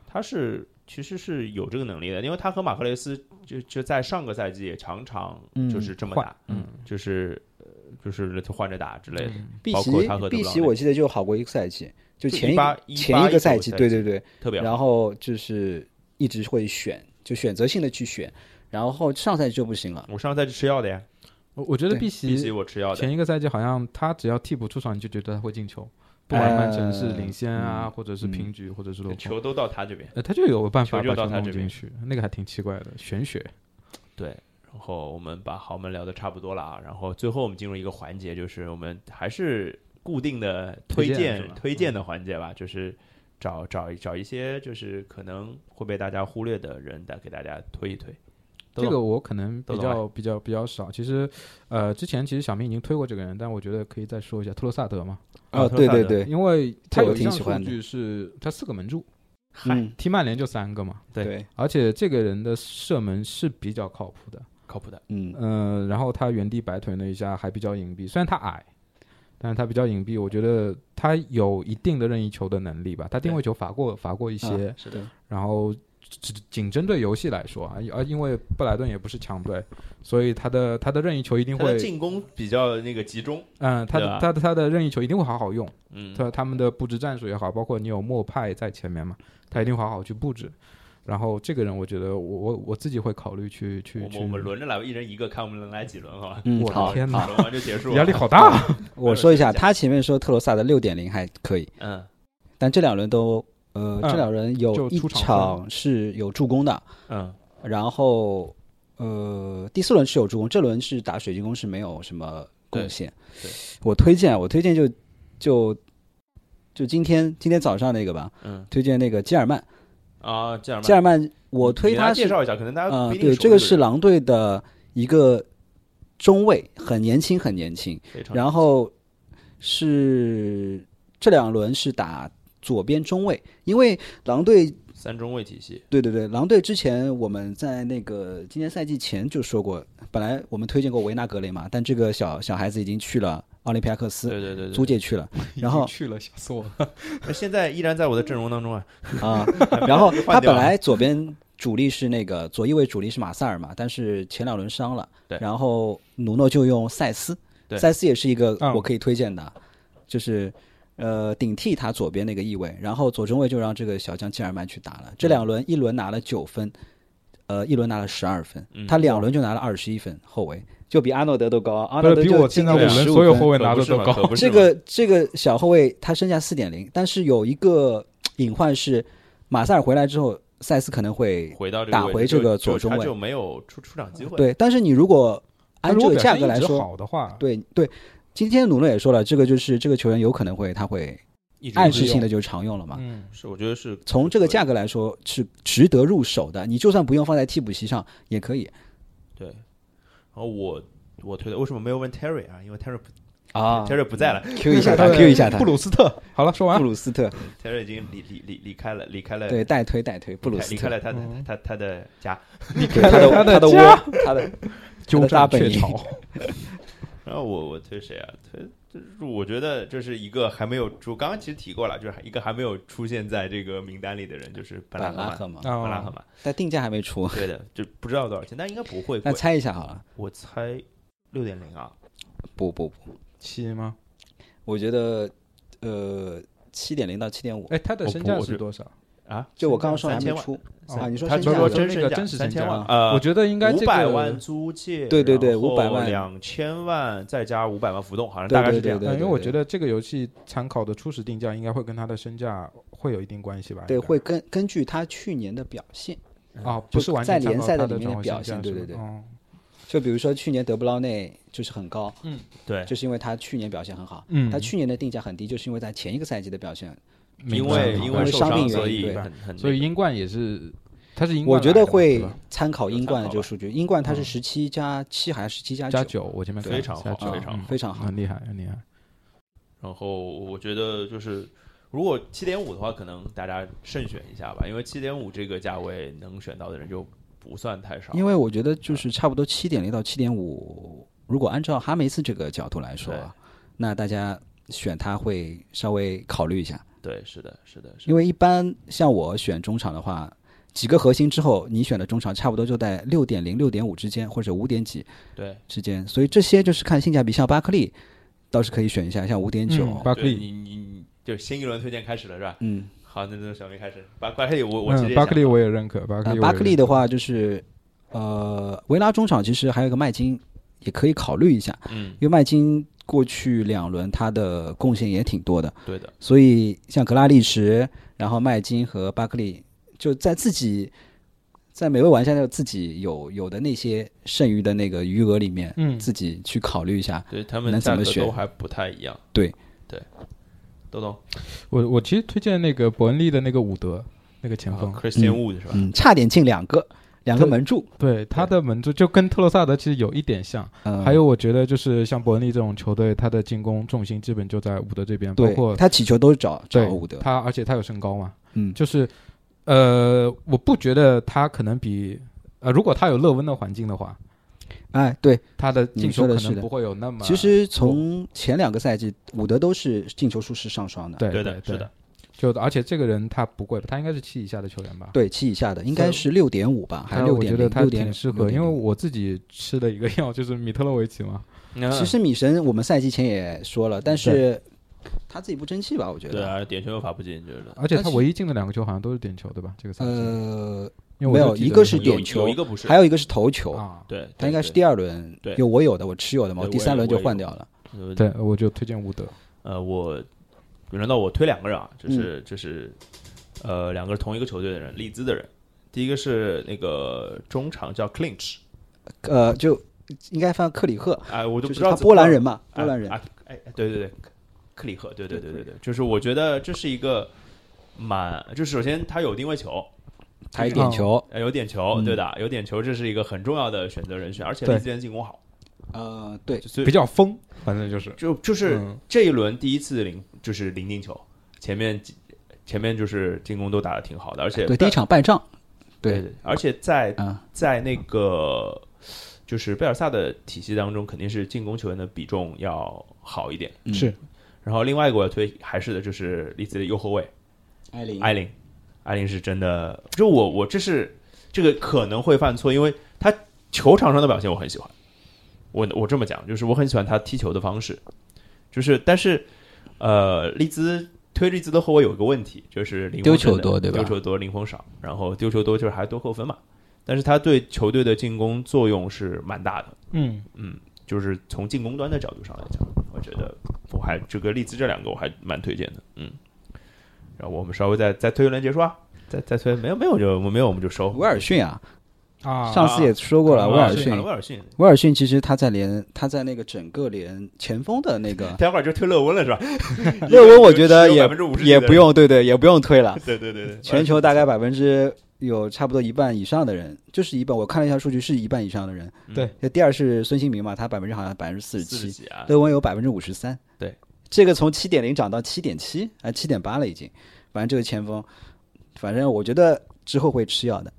[SPEAKER 1] 他是其实是有这个能力的，因为他和马克雷斯就就在上个赛季也常常
[SPEAKER 2] 嗯
[SPEAKER 1] 就是这么
[SPEAKER 4] 换
[SPEAKER 1] 打，
[SPEAKER 4] 嗯，
[SPEAKER 1] 就是呃就是换着打之类的。
[SPEAKER 4] 嗯
[SPEAKER 2] 碧
[SPEAKER 1] 包括
[SPEAKER 2] 玺
[SPEAKER 1] 他和德布劳内
[SPEAKER 2] 碧玺我记得就好过一个赛季，就
[SPEAKER 1] 就
[SPEAKER 2] 前一
[SPEAKER 1] 18
[SPEAKER 2] 个前一
[SPEAKER 1] 18
[SPEAKER 2] 个赛季，
[SPEAKER 1] 一九
[SPEAKER 2] 对对对，
[SPEAKER 1] 特别好。
[SPEAKER 2] 然后就是一直会选，就选择性的去选，然后上赛季就不行了。
[SPEAKER 1] 我上赛季吃药的呀，嗯
[SPEAKER 4] 我我觉得
[SPEAKER 2] 对
[SPEAKER 4] 碧
[SPEAKER 1] 碧玺
[SPEAKER 4] 玺
[SPEAKER 1] 我吃药的
[SPEAKER 4] 前，一个赛季好像他只要替补出场，你就觉得他会进球，不管曼城是领先啊，
[SPEAKER 2] 嗯
[SPEAKER 4] 或者是平局，或者是落后。
[SPEAKER 1] 球都到他这边。
[SPEAKER 4] 呃，他就有办法
[SPEAKER 1] 球就
[SPEAKER 4] 把
[SPEAKER 1] 到
[SPEAKER 4] 球
[SPEAKER 1] 他
[SPEAKER 4] 弄
[SPEAKER 1] 这边
[SPEAKER 4] 进去，那个还挺奇怪的，玄学。
[SPEAKER 1] 对，然后我们把豪门聊的差不多了啊，然后最后我们进入一个环节，就是我们还是固定的推
[SPEAKER 4] 推荐
[SPEAKER 1] 荐
[SPEAKER 4] 是嗯吧
[SPEAKER 1] 推荐的环节吧，就是找找找一些就是可能会被大家忽略的人，来给大家推一推。都
[SPEAKER 4] 这
[SPEAKER 1] 懂
[SPEAKER 4] 个嗯我可能
[SPEAKER 1] 都懂
[SPEAKER 4] 比较比较比较少。其实，呃，之前其实小明已经推过这个人，但我觉得可以再说一下特洛萨德嘛，
[SPEAKER 1] 啊
[SPEAKER 2] 哦，对对对，
[SPEAKER 4] 因为他
[SPEAKER 2] 这我
[SPEAKER 4] 有一
[SPEAKER 2] 挺
[SPEAKER 4] 项
[SPEAKER 2] 喜
[SPEAKER 4] 数
[SPEAKER 2] 欢的
[SPEAKER 4] 据是他四个门柱，
[SPEAKER 1] 嗨，
[SPEAKER 2] 嗯，
[SPEAKER 4] 踢曼联就三个嘛，
[SPEAKER 1] 对
[SPEAKER 2] 对，
[SPEAKER 4] 而且这个人的射门是比较靠谱的，
[SPEAKER 1] 靠谱的，
[SPEAKER 2] 嗯，
[SPEAKER 4] 嗯，然后他原地摆腿那一下还比较隐蔽，虽然他矮，但是他比较隐蔽，我觉得他有一定的任意球的能力吧。他定位球罚过罚过一些，
[SPEAKER 1] 啊
[SPEAKER 2] 是的，
[SPEAKER 4] 然后只仅针对游戏来说啊，而因为布莱顿也不是强队，所以他的他的任意球一定
[SPEAKER 1] 他的
[SPEAKER 4] 会，
[SPEAKER 1] 进攻比较那个集中，
[SPEAKER 4] 嗯，他
[SPEAKER 1] 对吧
[SPEAKER 4] 的他的他的任意球一定会好好用。
[SPEAKER 1] 嗯，
[SPEAKER 4] 他他们的布置战术也好，包括你有莫派在前面嘛，他一定好好去布置。然后这个人，我觉得我我我自己会考虑去去
[SPEAKER 1] 我
[SPEAKER 4] 去
[SPEAKER 1] 们我。们轮着来吧，一人一个，看我们能来几轮，好吧？
[SPEAKER 2] 嗯
[SPEAKER 4] 我，的
[SPEAKER 2] 好，
[SPEAKER 4] 天哪
[SPEAKER 1] 几轮完就 结束了，
[SPEAKER 4] 压力好大啊，
[SPEAKER 2] 我说一
[SPEAKER 1] 没有
[SPEAKER 2] 下，
[SPEAKER 1] 这个
[SPEAKER 2] 他前面说特罗萨的六点零还可以，
[SPEAKER 1] 嗯
[SPEAKER 2] 但这两轮都，呃，
[SPEAKER 4] 嗯
[SPEAKER 2] 这两轮有
[SPEAKER 4] 就
[SPEAKER 2] 一
[SPEAKER 4] 出场
[SPEAKER 2] 场是有助攻的，
[SPEAKER 1] 嗯，
[SPEAKER 2] 然后呃，第四轮是有助攻，这轮是打水晶宫是没有什么贡献
[SPEAKER 1] 对对。
[SPEAKER 2] 我推荐，我推荐就就就今天今天早上那个吧，
[SPEAKER 1] 嗯
[SPEAKER 2] 推荐那个基尔曼。
[SPEAKER 1] 啊，这样吧
[SPEAKER 2] 基，尔曼，我推
[SPEAKER 1] 你给大
[SPEAKER 2] 他
[SPEAKER 1] 家
[SPEAKER 2] 是
[SPEAKER 1] 介绍一下，可能大家
[SPEAKER 4] 呃
[SPEAKER 2] 啊、
[SPEAKER 1] 不一定
[SPEAKER 2] 对，
[SPEAKER 1] 熟
[SPEAKER 2] 这个
[SPEAKER 1] 人
[SPEAKER 2] 是狼队的一个中卫，很年轻，很年轻。
[SPEAKER 1] 非常
[SPEAKER 2] 然后是这两轮是打左边中卫，因为狼队
[SPEAKER 1] 三中卫体系，
[SPEAKER 2] 对对对，狼队之前我们在那个今年赛季前就说过，本来我们推荐过维纳格雷嘛，但这个小小孩子已经去了奥林匹亚克
[SPEAKER 1] 对
[SPEAKER 2] 斯，
[SPEAKER 1] 对对对
[SPEAKER 2] 租，借去了然
[SPEAKER 4] 啊已经
[SPEAKER 2] 后
[SPEAKER 4] 去了，吓死我了。
[SPEAKER 1] 那现在依然在我的阵容当中啊，
[SPEAKER 2] 啊。然后
[SPEAKER 1] 换
[SPEAKER 2] 他
[SPEAKER 1] 掉
[SPEAKER 2] 本
[SPEAKER 1] 了
[SPEAKER 2] 来左边主力是那个左翼位主力是马塞尔嘛，但是前两轮伤了，
[SPEAKER 1] 对
[SPEAKER 2] 然后努诺就用塞斯
[SPEAKER 1] 对，
[SPEAKER 2] 塞斯也是一个
[SPEAKER 4] 嗯
[SPEAKER 2] 我可以推荐的，就是。呃，顶替他左边那个翼位，然后左中卫就让这个小将基尔曼去打了。这两轮一轮拿了九分，呃，一轮拿了十二分，
[SPEAKER 1] 嗯
[SPEAKER 2] 他两轮就拿了二十一分，后卫就比阿诺德都高，阿
[SPEAKER 4] 不
[SPEAKER 2] 诺德
[SPEAKER 4] 是比
[SPEAKER 2] 就
[SPEAKER 4] 我现在五
[SPEAKER 2] 进了
[SPEAKER 4] 轮
[SPEAKER 2] 15
[SPEAKER 4] 所有
[SPEAKER 2] 分
[SPEAKER 4] 后卫拿
[SPEAKER 1] 可不
[SPEAKER 4] 的
[SPEAKER 1] 是
[SPEAKER 4] 都
[SPEAKER 1] 嘛，
[SPEAKER 4] 高
[SPEAKER 1] 可。不是
[SPEAKER 2] 这
[SPEAKER 1] 嘛
[SPEAKER 2] 个这个小后卫他身价四点零，但是有一个隐患是，马塞尔回来之后，塞斯可能会
[SPEAKER 1] 回到这个
[SPEAKER 2] 打
[SPEAKER 1] 位置
[SPEAKER 2] 回这
[SPEAKER 1] 就
[SPEAKER 2] 个
[SPEAKER 1] 就
[SPEAKER 2] 左中
[SPEAKER 1] 他
[SPEAKER 2] 卫
[SPEAKER 1] 就没有出出场机会，
[SPEAKER 2] 对。但是你如果按这个价格来
[SPEAKER 4] 他如果表现一直
[SPEAKER 2] 说，
[SPEAKER 4] 好的话，
[SPEAKER 2] 对对，今天努诺也说了，这个就是这个球员有可能会他会
[SPEAKER 1] 一直
[SPEAKER 2] 暗
[SPEAKER 1] 不
[SPEAKER 2] 示
[SPEAKER 1] 是
[SPEAKER 2] 性的就常用了嘛。
[SPEAKER 4] 嗯，
[SPEAKER 1] 是我觉得是
[SPEAKER 2] 从这个价
[SPEAKER 1] 格
[SPEAKER 2] 格来说是值得入手的，你就算不用放在替补席上也可以
[SPEAKER 1] 对，然后呃我我推的为什么没有问 Terry 啊？因为 Terry 不
[SPEAKER 2] 啊
[SPEAKER 1] Terry 不在了
[SPEAKER 2] Q 一下他，Q 一下他
[SPEAKER 4] 布，鲁斯啊特。好了，说完
[SPEAKER 2] 布
[SPEAKER 4] 了。
[SPEAKER 2] 鲁斯特，
[SPEAKER 1] ，Terry 已经离离离离开了，离开了
[SPEAKER 2] 嗯对，代推代推，布鲁
[SPEAKER 1] 离开
[SPEAKER 2] 斯
[SPEAKER 1] 离开
[SPEAKER 2] 特，
[SPEAKER 1] 了他的
[SPEAKER 4] 嗯
[SPEAKER 1] 他他的家，
[SPEAKER 2] 对他的
[SPEAKER 4] 他
[SPEAKER 2] 他
[SPEAKER 4] 的
[SPEAKER 2] 的
[SPEAKER 4] 家
[SPEAKER 2] 窝，他的
[SPEAKER 4] 鸠占鹊
[SPEAKER 2] 他的大
[SPEAKER 4] 巢。
[SPEAKER 1] 然后我我推谁啊？推就是我觉得这是一个还没有出，刚刚其实提过了，就是一个还没有出现在这个名单里的人，就是本拉
[SPEAKER 2] 本
[SPEAKER 1] 赫
[SPEAKER 2] 拉
[SPEAKER 1] 马。
[SPEAKER 2] 赫嘛，
[SPEAKER 1] 本拉赫
[SPEAKER 4] 啊，
[SPEAKER 1] 马，
[SPEAKER 2] 但定价还没出，
[SPEAKER 1] 对的，就不知道多少钱，但应该不会
[SPEAKER 2] 那
[SPEAKER 1] 贵。
[SPEAKER 2] 猜一下好了。
[SPEAKER 1] 我猜六点零啊，
[SPEAKER 2] 不不不，
[SPEAKER 4] 七吗？
[SPEAKER 2] 我觉得呃七点零到七点五，
[SPEAKER 4] 哎，他的
[SPEAKER 1] 我
[SPEAKER 4] 身
[SPEAKER 1] 不
[SPEAKER 4] 价
[SPEAKER 1] 我
[SPEAKER 4] 是
[SPEAKER 1] 觉
[SPEAKER 4] 多少？
[SPEAKER 1] 啊，
[SPEAKER 2] 就我刚刚说还
[SPEAKER 1] 三
[SPEAKER 2] 没
[SPEAKER 1] 千万
[SPEAKER 2] 出
[SPEAKER 4] 哦
[SPEAKER 2] 啊。你说
[SPEAKER 1] 他
[SPEAKER 2] 身
[SPEAKER 1] 就
[SPEAKER 2] 价
[SPEAKER 1] 说
[SPEAKER 4] 说
[SPEAKER 2] 呢
[SPEAKER 1] 真
[SPEAKER 4] 那
[SPEAKER 1] 身
[SPEAKER 4] 个
[SPEAKER 1] 价
[SPEAKER 4] 真实
[SPEAKER 1] 三
[SPEAKER 4] 身
[SPEAKER 1] 千
[SPEAKER 4] 价
[SPEAKER 1] 万
[SPEAKER 4] 啊
[SPEAKER 1] 呃
[SPEAKER 4] 我觉得应该
[SPEAKER 1] 五
[SPEAKER 4] 这
[SPEAKER 1] 百
[SPEAKER 4] 个
[SPEAKER 1] 万租借，
[SPEAKER 2] 对对对500万
[SPEAKER 1] 两千万再加五百万浮动，好像
[SPEAKER 2] 对
[SPEAKER 1] 大概是
[SPEAKER 2] 对
[SPEAKER 1] 这样
[SPEAKER 2] 对
[SPEAKER 1] 的。
[SPEAKER 2] 对，
[SPEAKER 4] 嗯，因为我觉
[SPEAKER 2] 得
[SPEAKER 4] 得这个游戏参考的初始定价应该会跟它的身价会有一定关系吧？
[SPEAKER 2] 对
[SPEAKER 4] 应该
[SPEAKER 2] 会根根据他去年的表现，
[SPEAKER 4] 啊，不是完全
[SPEAKER 2] 在联赛
[SPEAKER 4] 参考
[SPEAKER 2] 的
[SPEAKER 4] 它的
[SPEAKER 2] 里面的
[SPEAKER 4] 转会
[SPEAKER 2] 表
[SPEAKER 4] 身
[SPEAKER 2] 现
[SPEAKER 4] 价
[SPEAKER 2] 对
[SPEAKER 4] 是
[SPEAKER 2] 对对
[SPEAKER 4] 吧哦
[SPEAKER 2] 就比如说去年德布劳内就是很高，
[SPEAKER 1] 对，
[SPEAKER 2] 就是因为他去年表现很好，
[SPEAKER 4] 嗯
[SPEAKER 2] 他去年的定价很低，就是因为在前一个赛季的表现，
[SPEAKER 1] 因
[SPEAKER 4] 明白
[SPEAKER 1] 为
[SPEAKER 4] 了
[SPEAKER 1] 因
[SPEAKER 2] 为
[SPEAKER 1] 受
[SPEAKER 2] 伤
[SPEAKER 1] 伤，
[SPEAKER 2] 病原
[SPEAKER 1] 所
[SPEAKER 2] 因
[SPEAKER 1] 以
[SPEAKER 2] 对
[SPEAKER 1] 很很
[SPEAKER 4] 所以
[SPEAKER 1] 那个
[SPEAKER 4] 英冠也是，他是英冠
[SPEAKER 2] 我
[SPEAKER 4] 来的
[SPEAKER 2] 觉得
[SPEAKER 4] 嘛，对
[SPEAKER 2] 会
[SPEAKER 4] 吧
[SPEAKER 2] 参考英冠的这个数据，英冠它是
[SPEAKER 1] 嗯
[SPEAKER 2] 十七加七还是十七加
[SPEAKER 4] 加九，我前面
[SPEAKER 1] 非
[SPEAKER 4] 看了
[SPEAKER 1] 常
[SPEAKER 4] 加
[SPEAKER 1] 好
[SPEAKER 4] 九
[SPEAKER 1] 非
[SPEAKER 2] 啊
[SPEAKER 1] 常好
[SPEAKER 2] 非常好，
[SPEAKER 4] 很厉害，很厉害。
[SPEAKER 1] 然后我觉得就是，如果七点五的话，可能大家慎选一下吧，因为七点五这个价位能选到的人就不算太少。
[SPEAKER 2] 因为我觉得就是差不多七点零到七点五，如果按照哈梅斯这个角度来说啊，那大家选他会稍微考虑一下，
[SPEAKER 1] 对，是的，是的，是的。
[SPEAKER 2] 因为一般像我选中场的话，几个核心之后，你选的中场差不多就在六点零、六点五之间，或者五点几
[SPEAKER 1] 对，
[SPEAKER 2] 之间，所以这些就是看性价比，像巴克利倒是可以选一下，像五点九
[SPEAKER 4] 嗯，巴克
[SPEAKER 1] 对你
[SPEAKER 4] 利，
[SPEAKER 1] 你你就新一轮推荐开始了是吧？
[SPEAKER 2] 嗯，
[SPEAKER 1] 好，那那小明开始，巴巴克利，我我直接想
[SPEAKER 4] 嗯，巴克利我也认可，巴克
[SPEAKER 2] 呃
[SPEAKER 4] 利，
[SPEAKER 2] 巴克利
[SPEAKER 4] 的，
[SPEAKER 2] 的话就是，呃，维拉中场其实还有一个麦金呃也可以考虑一下，
[SPEAKER 1] 嗯
[SPEAKER 2] 因，为麦金过去两轮他的贡献也挺多的。
[SPEAKER 1] 对的，
[SPEAKER 2] 所以像格拉利什，然后麦金和巴克利，就在自己在每位玩家的自己有有的那些剩余的那个余额里面，
[SPEAKER 4] 嗯
[SPEAKER 2] 自己去考虑一下。
[SPEAKER 1] 对他们
[SPEAKER 2] 能怎
[SPEAKER 1] 价格
[SPEAKER 2] 么选
[SPEAKER 1] 都还不太一样。
[SPEAKER 2] 对
[SPEAKER 1] 对，豆豆
[SPEAKER 4] 我我其实推荐那个伯恩利的那个伍德那个前锋，
[SPEAKER 1] 啊
[SPEAKER 2] 嗯
[SPEAKER 1] ，Christian Wood 是吧？
[SPEAKER 2] 嗯，差点进两个，两个门柱，
[SPEAKER 4] 对他的门柱就跟特洛萨德其实有一点像，
[SPEAKER 2] 嗯，
[SPEAKER 4] 还有我觉得就是像伯恩利这种球队，他的进攻重心基本就在伍德这边，包
[SPEAKER 2] 对
[SPEAKER 4] 括
[SPEAKER 2] 他起球都是找
[SPEAKER 4] 对
[SPEAKER 2] 找伍德，
[SPEAKER 4] 他，而且他有身高嘛，
[SPEAKER 2] 嗯，
[SPEAKER 4] 就是呃，我不觉得他可能比呃，如果他有勒温的环境的话，
[SPEAKER 2] 哎，对，
[SPEAKER 4] 他的
[SPEAKER 2] 你
[SPEAKER 4] 进
[SPEAKER 2] 说
[SPEAKER 4] 球
[SPEAKER 2] 的
[SPEAKER 4] 可
[SPEAKER 2] 是
[SPEAKER 4] 能
[SPEAKER 2] 的
[SPEAKER 4] 不会有那么
[SPEAKER 2] 其实从前两个赛季，伍德都是进球数是上双的，
[SPEAKER 4] 对
[SPEAKER 1] 对的
[SPEAKER 4] 对，
[SPEAKER 1] 是的，
[SPEAKER 4] 就而且这个人他不贵，他应该是七以下的球员吧？
[SPEAKER 2] 对，七以下的应该是六点五吧，还
[SPEAKER 4] 还
[SPEAKER 2] 六
[SPEAKER 4] 有呃我
[SPEAKER 2] 点
[SPEAKER 4] 觉得
[SPEAKER 2] 零，
[SPEAKER 4] 他
[SPEAKER 2] 六点
[SPEAKER 4] 挺适合，因为我自己吃的一个药就是米特洛维奇嘛，
[SPEAKER 1] 嗯
[SPEAKER 2] 其实米神我们赛季前也说了，但是他自己不争气吧，我觉
[SPEAKER 1] 对
[SPEAKER 2] 得。
[SPEAKER 1] 啊，点球又罚不进，觉得
[SPEAKER 4] 而且他
[SPEAKER 2] 但是
[SPEAKER 4] 唯一进的两个球好像都是点球，对吧？这个赛季，
[SPEAKER 2] 呃，
[SPEAKER 4] 因为
[SPEAKER 2] 没
[SPEAKER 4] 我
[SPEAKER 2] 有
[SPEAKER 4] 就记得
[SPEAKER 2] 一个是
[SPEAKER 4] 有
[SPEAKER 2] 点
[SPEAKER 1] 有
[SPEAKER 2] 球
[SPEAKER 1] 有一个不是，
[SPEAKER 2] 还有一个是头球，
[SPEAKER 4] 啊，
[SPEAKER 1] 对，
[SPEAKER 2] 他应该是
[SPEAKER 1] 对
[SPEAKER 2] 第二轮
[SPEAKER 1] 对
[SPEAKER 2] 有我有的，我持有的嘛，
[SPEAKER 1] 对
[SPEAKER 2] 第三轮就换掉了。
[SPEAKER 1] 对
[SPEAKER 4] 对，我就推荐伍德，
[SPEAKER 1] 呃，我轮到我推两个人啊，
[SPEAKER 2] 嗯
[SPEAKER 1] 这是这是呃两个是同一个球队的人，利兹的人。第一个是那个中场叫 Clinch，
[SPEAKER 2] 呃，就应该放克里赫，
[SPEAKER 1] 哎，我就
[SPEAKER 2] 就
[SPEAKER 1] 不
[SPEAKER 2] 是
[SPEAKER 1] 知道
[SPEAKER 2] 他
[SPEAKER 1] 怎么
[SPEAKER 2] 波兰人嘛，
[SPEAKER 1] 哎
[SPEAKER 2] 波兰人
[SPEAKER 1] 啊，哎，哎对对对，克里赫，对对对对对，就是我觉得这是一个蛮，就首先他有定位球，
[SPEAKER 2] 他一点球，
[SPEAKER 1] 呃有点球，
[SPEAKER 2] 嗯
[SPEAKER 1] 对的，有点球，这是一个很重要的选择人选，而且
[SPEAKER 4] 对
[SPEAKER 1] 利兹联进攻好，
[SPEAKER 2] 呃，对，
[SPEAKER 1] 就所以
[SPEAKER 4] 比较疯，反正就是
[SPEAKER 1] 就就是
[SPEAKER 4] 嗯
[SPEAKER 1] 这一轮第一次零就是零进球，前面几前面就是进攻都打得挺好的，而且
[SPEAKER 2] 对，第一场败仗，对，，
[SPEAKER 1] 而且在
[SPEAKER 2] 啊，
[SPEAKER 1] 在那个就是贝尔萨的体系当中，肯定是进攻球员的比重要好一点。
[SPEAKER 2] 嗯
[SPEAKER 4] 是
[SPEAKER 1] 然后另外一个我要推还是的就是利兹的右后卫
[SPEAKER 2] 埃林，
[SPEAKER 1] 艾琳，艾琳是真的，就我我这是这个可能会犯错，因为他球场上的表现我很喜欢。我我这么讲，就是我很喜欢他踢球的方式，就是但是呃，利兹推利兹的后卫有一个问题，就是零封
[SPEAKER 2] 丢球
[SPEAKER 1] 真的
[SPEAKER 2] 多对吧
[SPEAKER 1] 丢球多，零封少，然后丢球多就是还多扣分嘛。但是他对球队的进攻作用是蛮大的，
[SPEAKER 4] 嗯，
[SPEAKER 1] 嗯，就是从进攻端的角度上来讲，我觉得我还这个利兹这两个我还蛮推荐的，嗯。然后我们稍微再再推一轮结束啊，再再推没有没有就没有我们就收。
[SPEAKER 2] 威尔逊啊，
[SPEAKER 4] 啊，
[SPEAKER 2] 上次也说过了，
[SPEAKER 1] 啊
[SPEAKER 2] 威尔
[SPEAKER 1] 好了
[SPEAKER 2] 逊
[SPEAKER 1] 威，尔逊，
[SPEAKER 2] 威尔逊其实他在联他在那个整个联前锋的那 个
[SPEAKER 1] 待会儿就推勒温了是吧？
[SPEAKER 2] 热温，我 觉得也
[SPEAKER 1] 50%
[SPEAKER 2] 也不用，对对，也不用推了。
[SPEAKER 1] 对对对对，
[SPEAKER 2] 全球大概百分之有差不多一半以上的人，就是一半。我看了一下数据，是一半以上的人。
[SPEAKER 4] 对
[SPEAKER 2] 那第二是孙兴民嘛，他百分之好像百分嗯之四十
[SPEAKER 1] 四十
[SPEAKER 2] 七，
[SPEAKER 1] 几啊，
[SPEAKER 2] 乐温有百分之五十三。
[SPEAKER 1] 对，
[SPEAKER 2] 这个从七点零涨到七点七，啊，七点八了已经。反正这个前锋，反正我觉得之后会吃药的。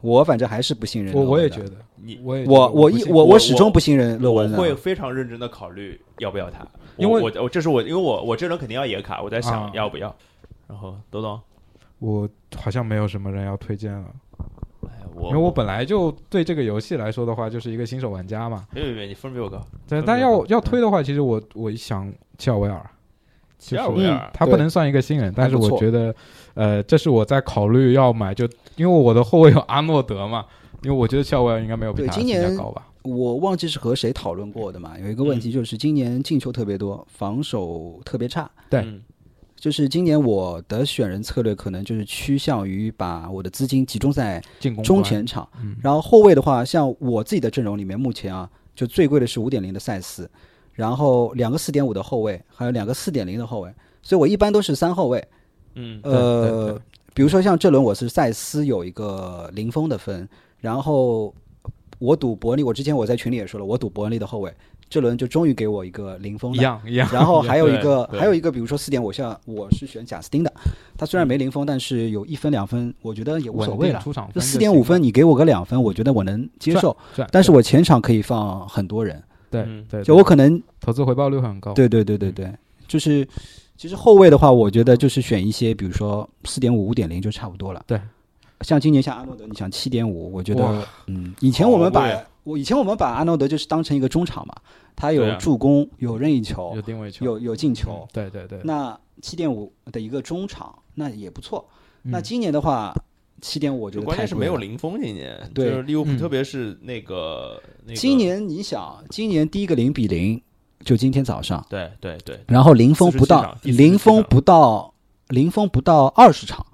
[SPEAKER 2] 我反正还是不信任
[SPEAKER 4] 我
[SPEAKER 2] 勒
[SPEAKER 4] 我
[SPEAKER 2] 温
[SPEAKER 4] 也
[SPEAKER 2] 的
[SPEAKER 4] 觉得，
[SPEAKER 1] 你
[SPEAKER 4] 我也觉得
[SPEAKER 2] 我我
[SPEAKER 4] 不
[SPEAKER 2] 一
[SPEAKER 4] 信
[SPEAKER 2] 我
[SPEAKER 1] 我
[SPEAKER 2] 始终不信任乐温啊
[SPEAKER 1] 我会
[SPEAKER 2] 的。
[SPEAKER 1] 非常认真的考虑要不要他，
[SPEAKER 4] 因为
[SPEAKER 1] 我我我这是我因为我我这轮肯定要野卡，我在想
[SPEAKER 4] 啊
[SPEAKER 1] 要不要。然后董董，
[SPEAKER 4] 我好像没有什么人要推荐了，
[SPEAKER 1] 哎
[SPEAKER 4] 因
[SPEAKER 1] 我
[SPEAKER 4] 为我本来就对这个游戏来说的话，就是一个新手玩家嘛。
[SPEAKER 1] 没有没有，你分比我高，
[SPEAKER 4] 对，
[SPEAKER 1] 嗯
[SPEAKER 4] 但
[SPEAKER 1] 明
[SPEAKER 4] 要
[SPEAKER 1] 白
[SPEAKER 4] 要推的话，其实我我一想切尔维尔，
[SPEAKER 1] 切尔维尔
[SPEAKER 4] 他不能算一个新人，但是
[SPEAKER 2] 还不
[SPEAKER 4] 我
[SPEAKER 2] 错
[SPEAKER 4] 觉得，呃，这是我在考虑要买，就因为我的后卫有阿诺德嘛，因为我觉得切尔维尔应该没有比
[SPEAKER 2] 对
[SPEAKER 4] 他
[SPEAKER 2] 今
[SPEAKER 4] 身价
[SPEAKER 2] 年
[SPEAKER 4] 高吧。
[SPEAKER 2] 我忘记是和谁讨论过的嘛，有一个问
[SPEAKER 4] 嗯
[SPEAKER 2] 题就是今年进球特别多，防守特别差。
[SPEAKER 4] 对
[SPEAKER 1] 嗯
[SPEAKER 2] 就是今年我的选人策略可能就是趋向于把我的资金集中在
[SPEAKER 4] 进攻
[SPEAKER 2] 中
[SPEAKER 4] 端，
[SPEAKER 2] 前场，
[SPEAKER 4] 嗯，
[SPEAKER 2] 然后后卫的话，像我自己的阵容里面，目前啊，就最贵的是五点零的塞斯，然后两个四点五的后卫，还有两个四点零的后卫，所以我一般都是三后卫。
[SPEAKER 1] 嗯
[SPEAKER 4] 对
[SPEAKER 2] 呃
[SPEAKER 4] 对，
[SPEAKER 2] 比如说像这轮我是塞斯有一个零封的分，然后我赌伯恩利，我之前我在群里也说了，我赌伯恩利的后卫，这轮就终于给我一个零封
[SPEAKER 4] 一
[SPEAKER 2] 的，
[SPEAKER 4] 样一 样。
[SPEAKER 2] 然后还有一个，
[SPEAKER 1] 对对
[SPEAKER 2] 还有一个，比如说四点，我像我是选贾斯汀的，他虽然没零封，但是有一分两分，我觉得也无所谓
[SPEAKER 4] 稳定
[SPEAKER 2] 了。
[SPEAKER 4] 出场
[SPEAKER 2] 就
[SPEAKER 4] 就
[SPEAKER 2] 四点五分，
[SPEAKER 4] 行了，
[SPEAKER 2] 你给我个两分，我觉得我能接受。
[SPEAKER 4] 赚
[SPEAKER 2] 但是我前场可以放很多人，
[SPEAKER 4] 对
[SPEAKER 1] 嗯
[SPEAKER 4] 对，
[SPEAKER 2] 就
[SPEAKER 4] 对
[SPEAKER 2] 我可能，
[SPEAKER 4] 投资回报率
[SPEAKER 1] 哦
[SPEAKER 4] 很高。
[SPEAKER 2] 对对对对对，就是其实后卫的话，我觉得就是选一些，比如说四点五、五点零就差不多了。
[SPEAKER 4] 对，
[SPEAKER 2] 像今年像阿诺德，你想七点五，我觉
[SPEAKER 4] 哇
[SPEAKER 2] 得，嗯，以前我们
[SPEAKER 1] 好
[SPEAKER 2] 把
[SPEAKER 1] 贵啊
[SPEAKER 2] 我以前我们把阿诺德就是当成一个中场嘛，他
[SPEAKER 1] 对
[SPEAKER 2] 有
[SPEAKER 1] 啊
[SPEAKER 2] 助攻，有任意球
[SPEAKER 4] 有，定位球，
[SPEAKER 2] 有有进球
[SPEAKER 4] 嗯，，对对对。
[SPEAKER 2] 那七点五的一个中场，那也不错。那
[SPEAKER 4] 嗯
[SPEAKER 2] 今年的话，七点五我觉
[SPEAKER 1] 就
[SPEAKER 2] 得
[SPEAKER 1] 关键
[SPEAKER 2] 太
[SPEAKER 1] 是
[SPEAKER 2] 贵
[SPEAKER 1] 没有
[SPEAKER 2] 了。
[SPEAKER 1] 零封今年，
[SPEAKER 2] 对
[SPEAKER 1] 就是利物浦，
[SPEAKER 4] 嗯
[SPEAKER 1] 特别是那个那个，
[SPEAKER 2] 今年你想，今年第一个零比零，就今天早上，
[SPEAKER 1] 对对对，
[SPEAKER 2] 然后零封不
[SPEAKER 1] 47
[SPEAKER 2] 到
[SPEAKER 1] 场第47
[SPEAKER 2] 零封
[SPEAKER 1] 场
[SPEAKER 2] 不到零封不到二十场，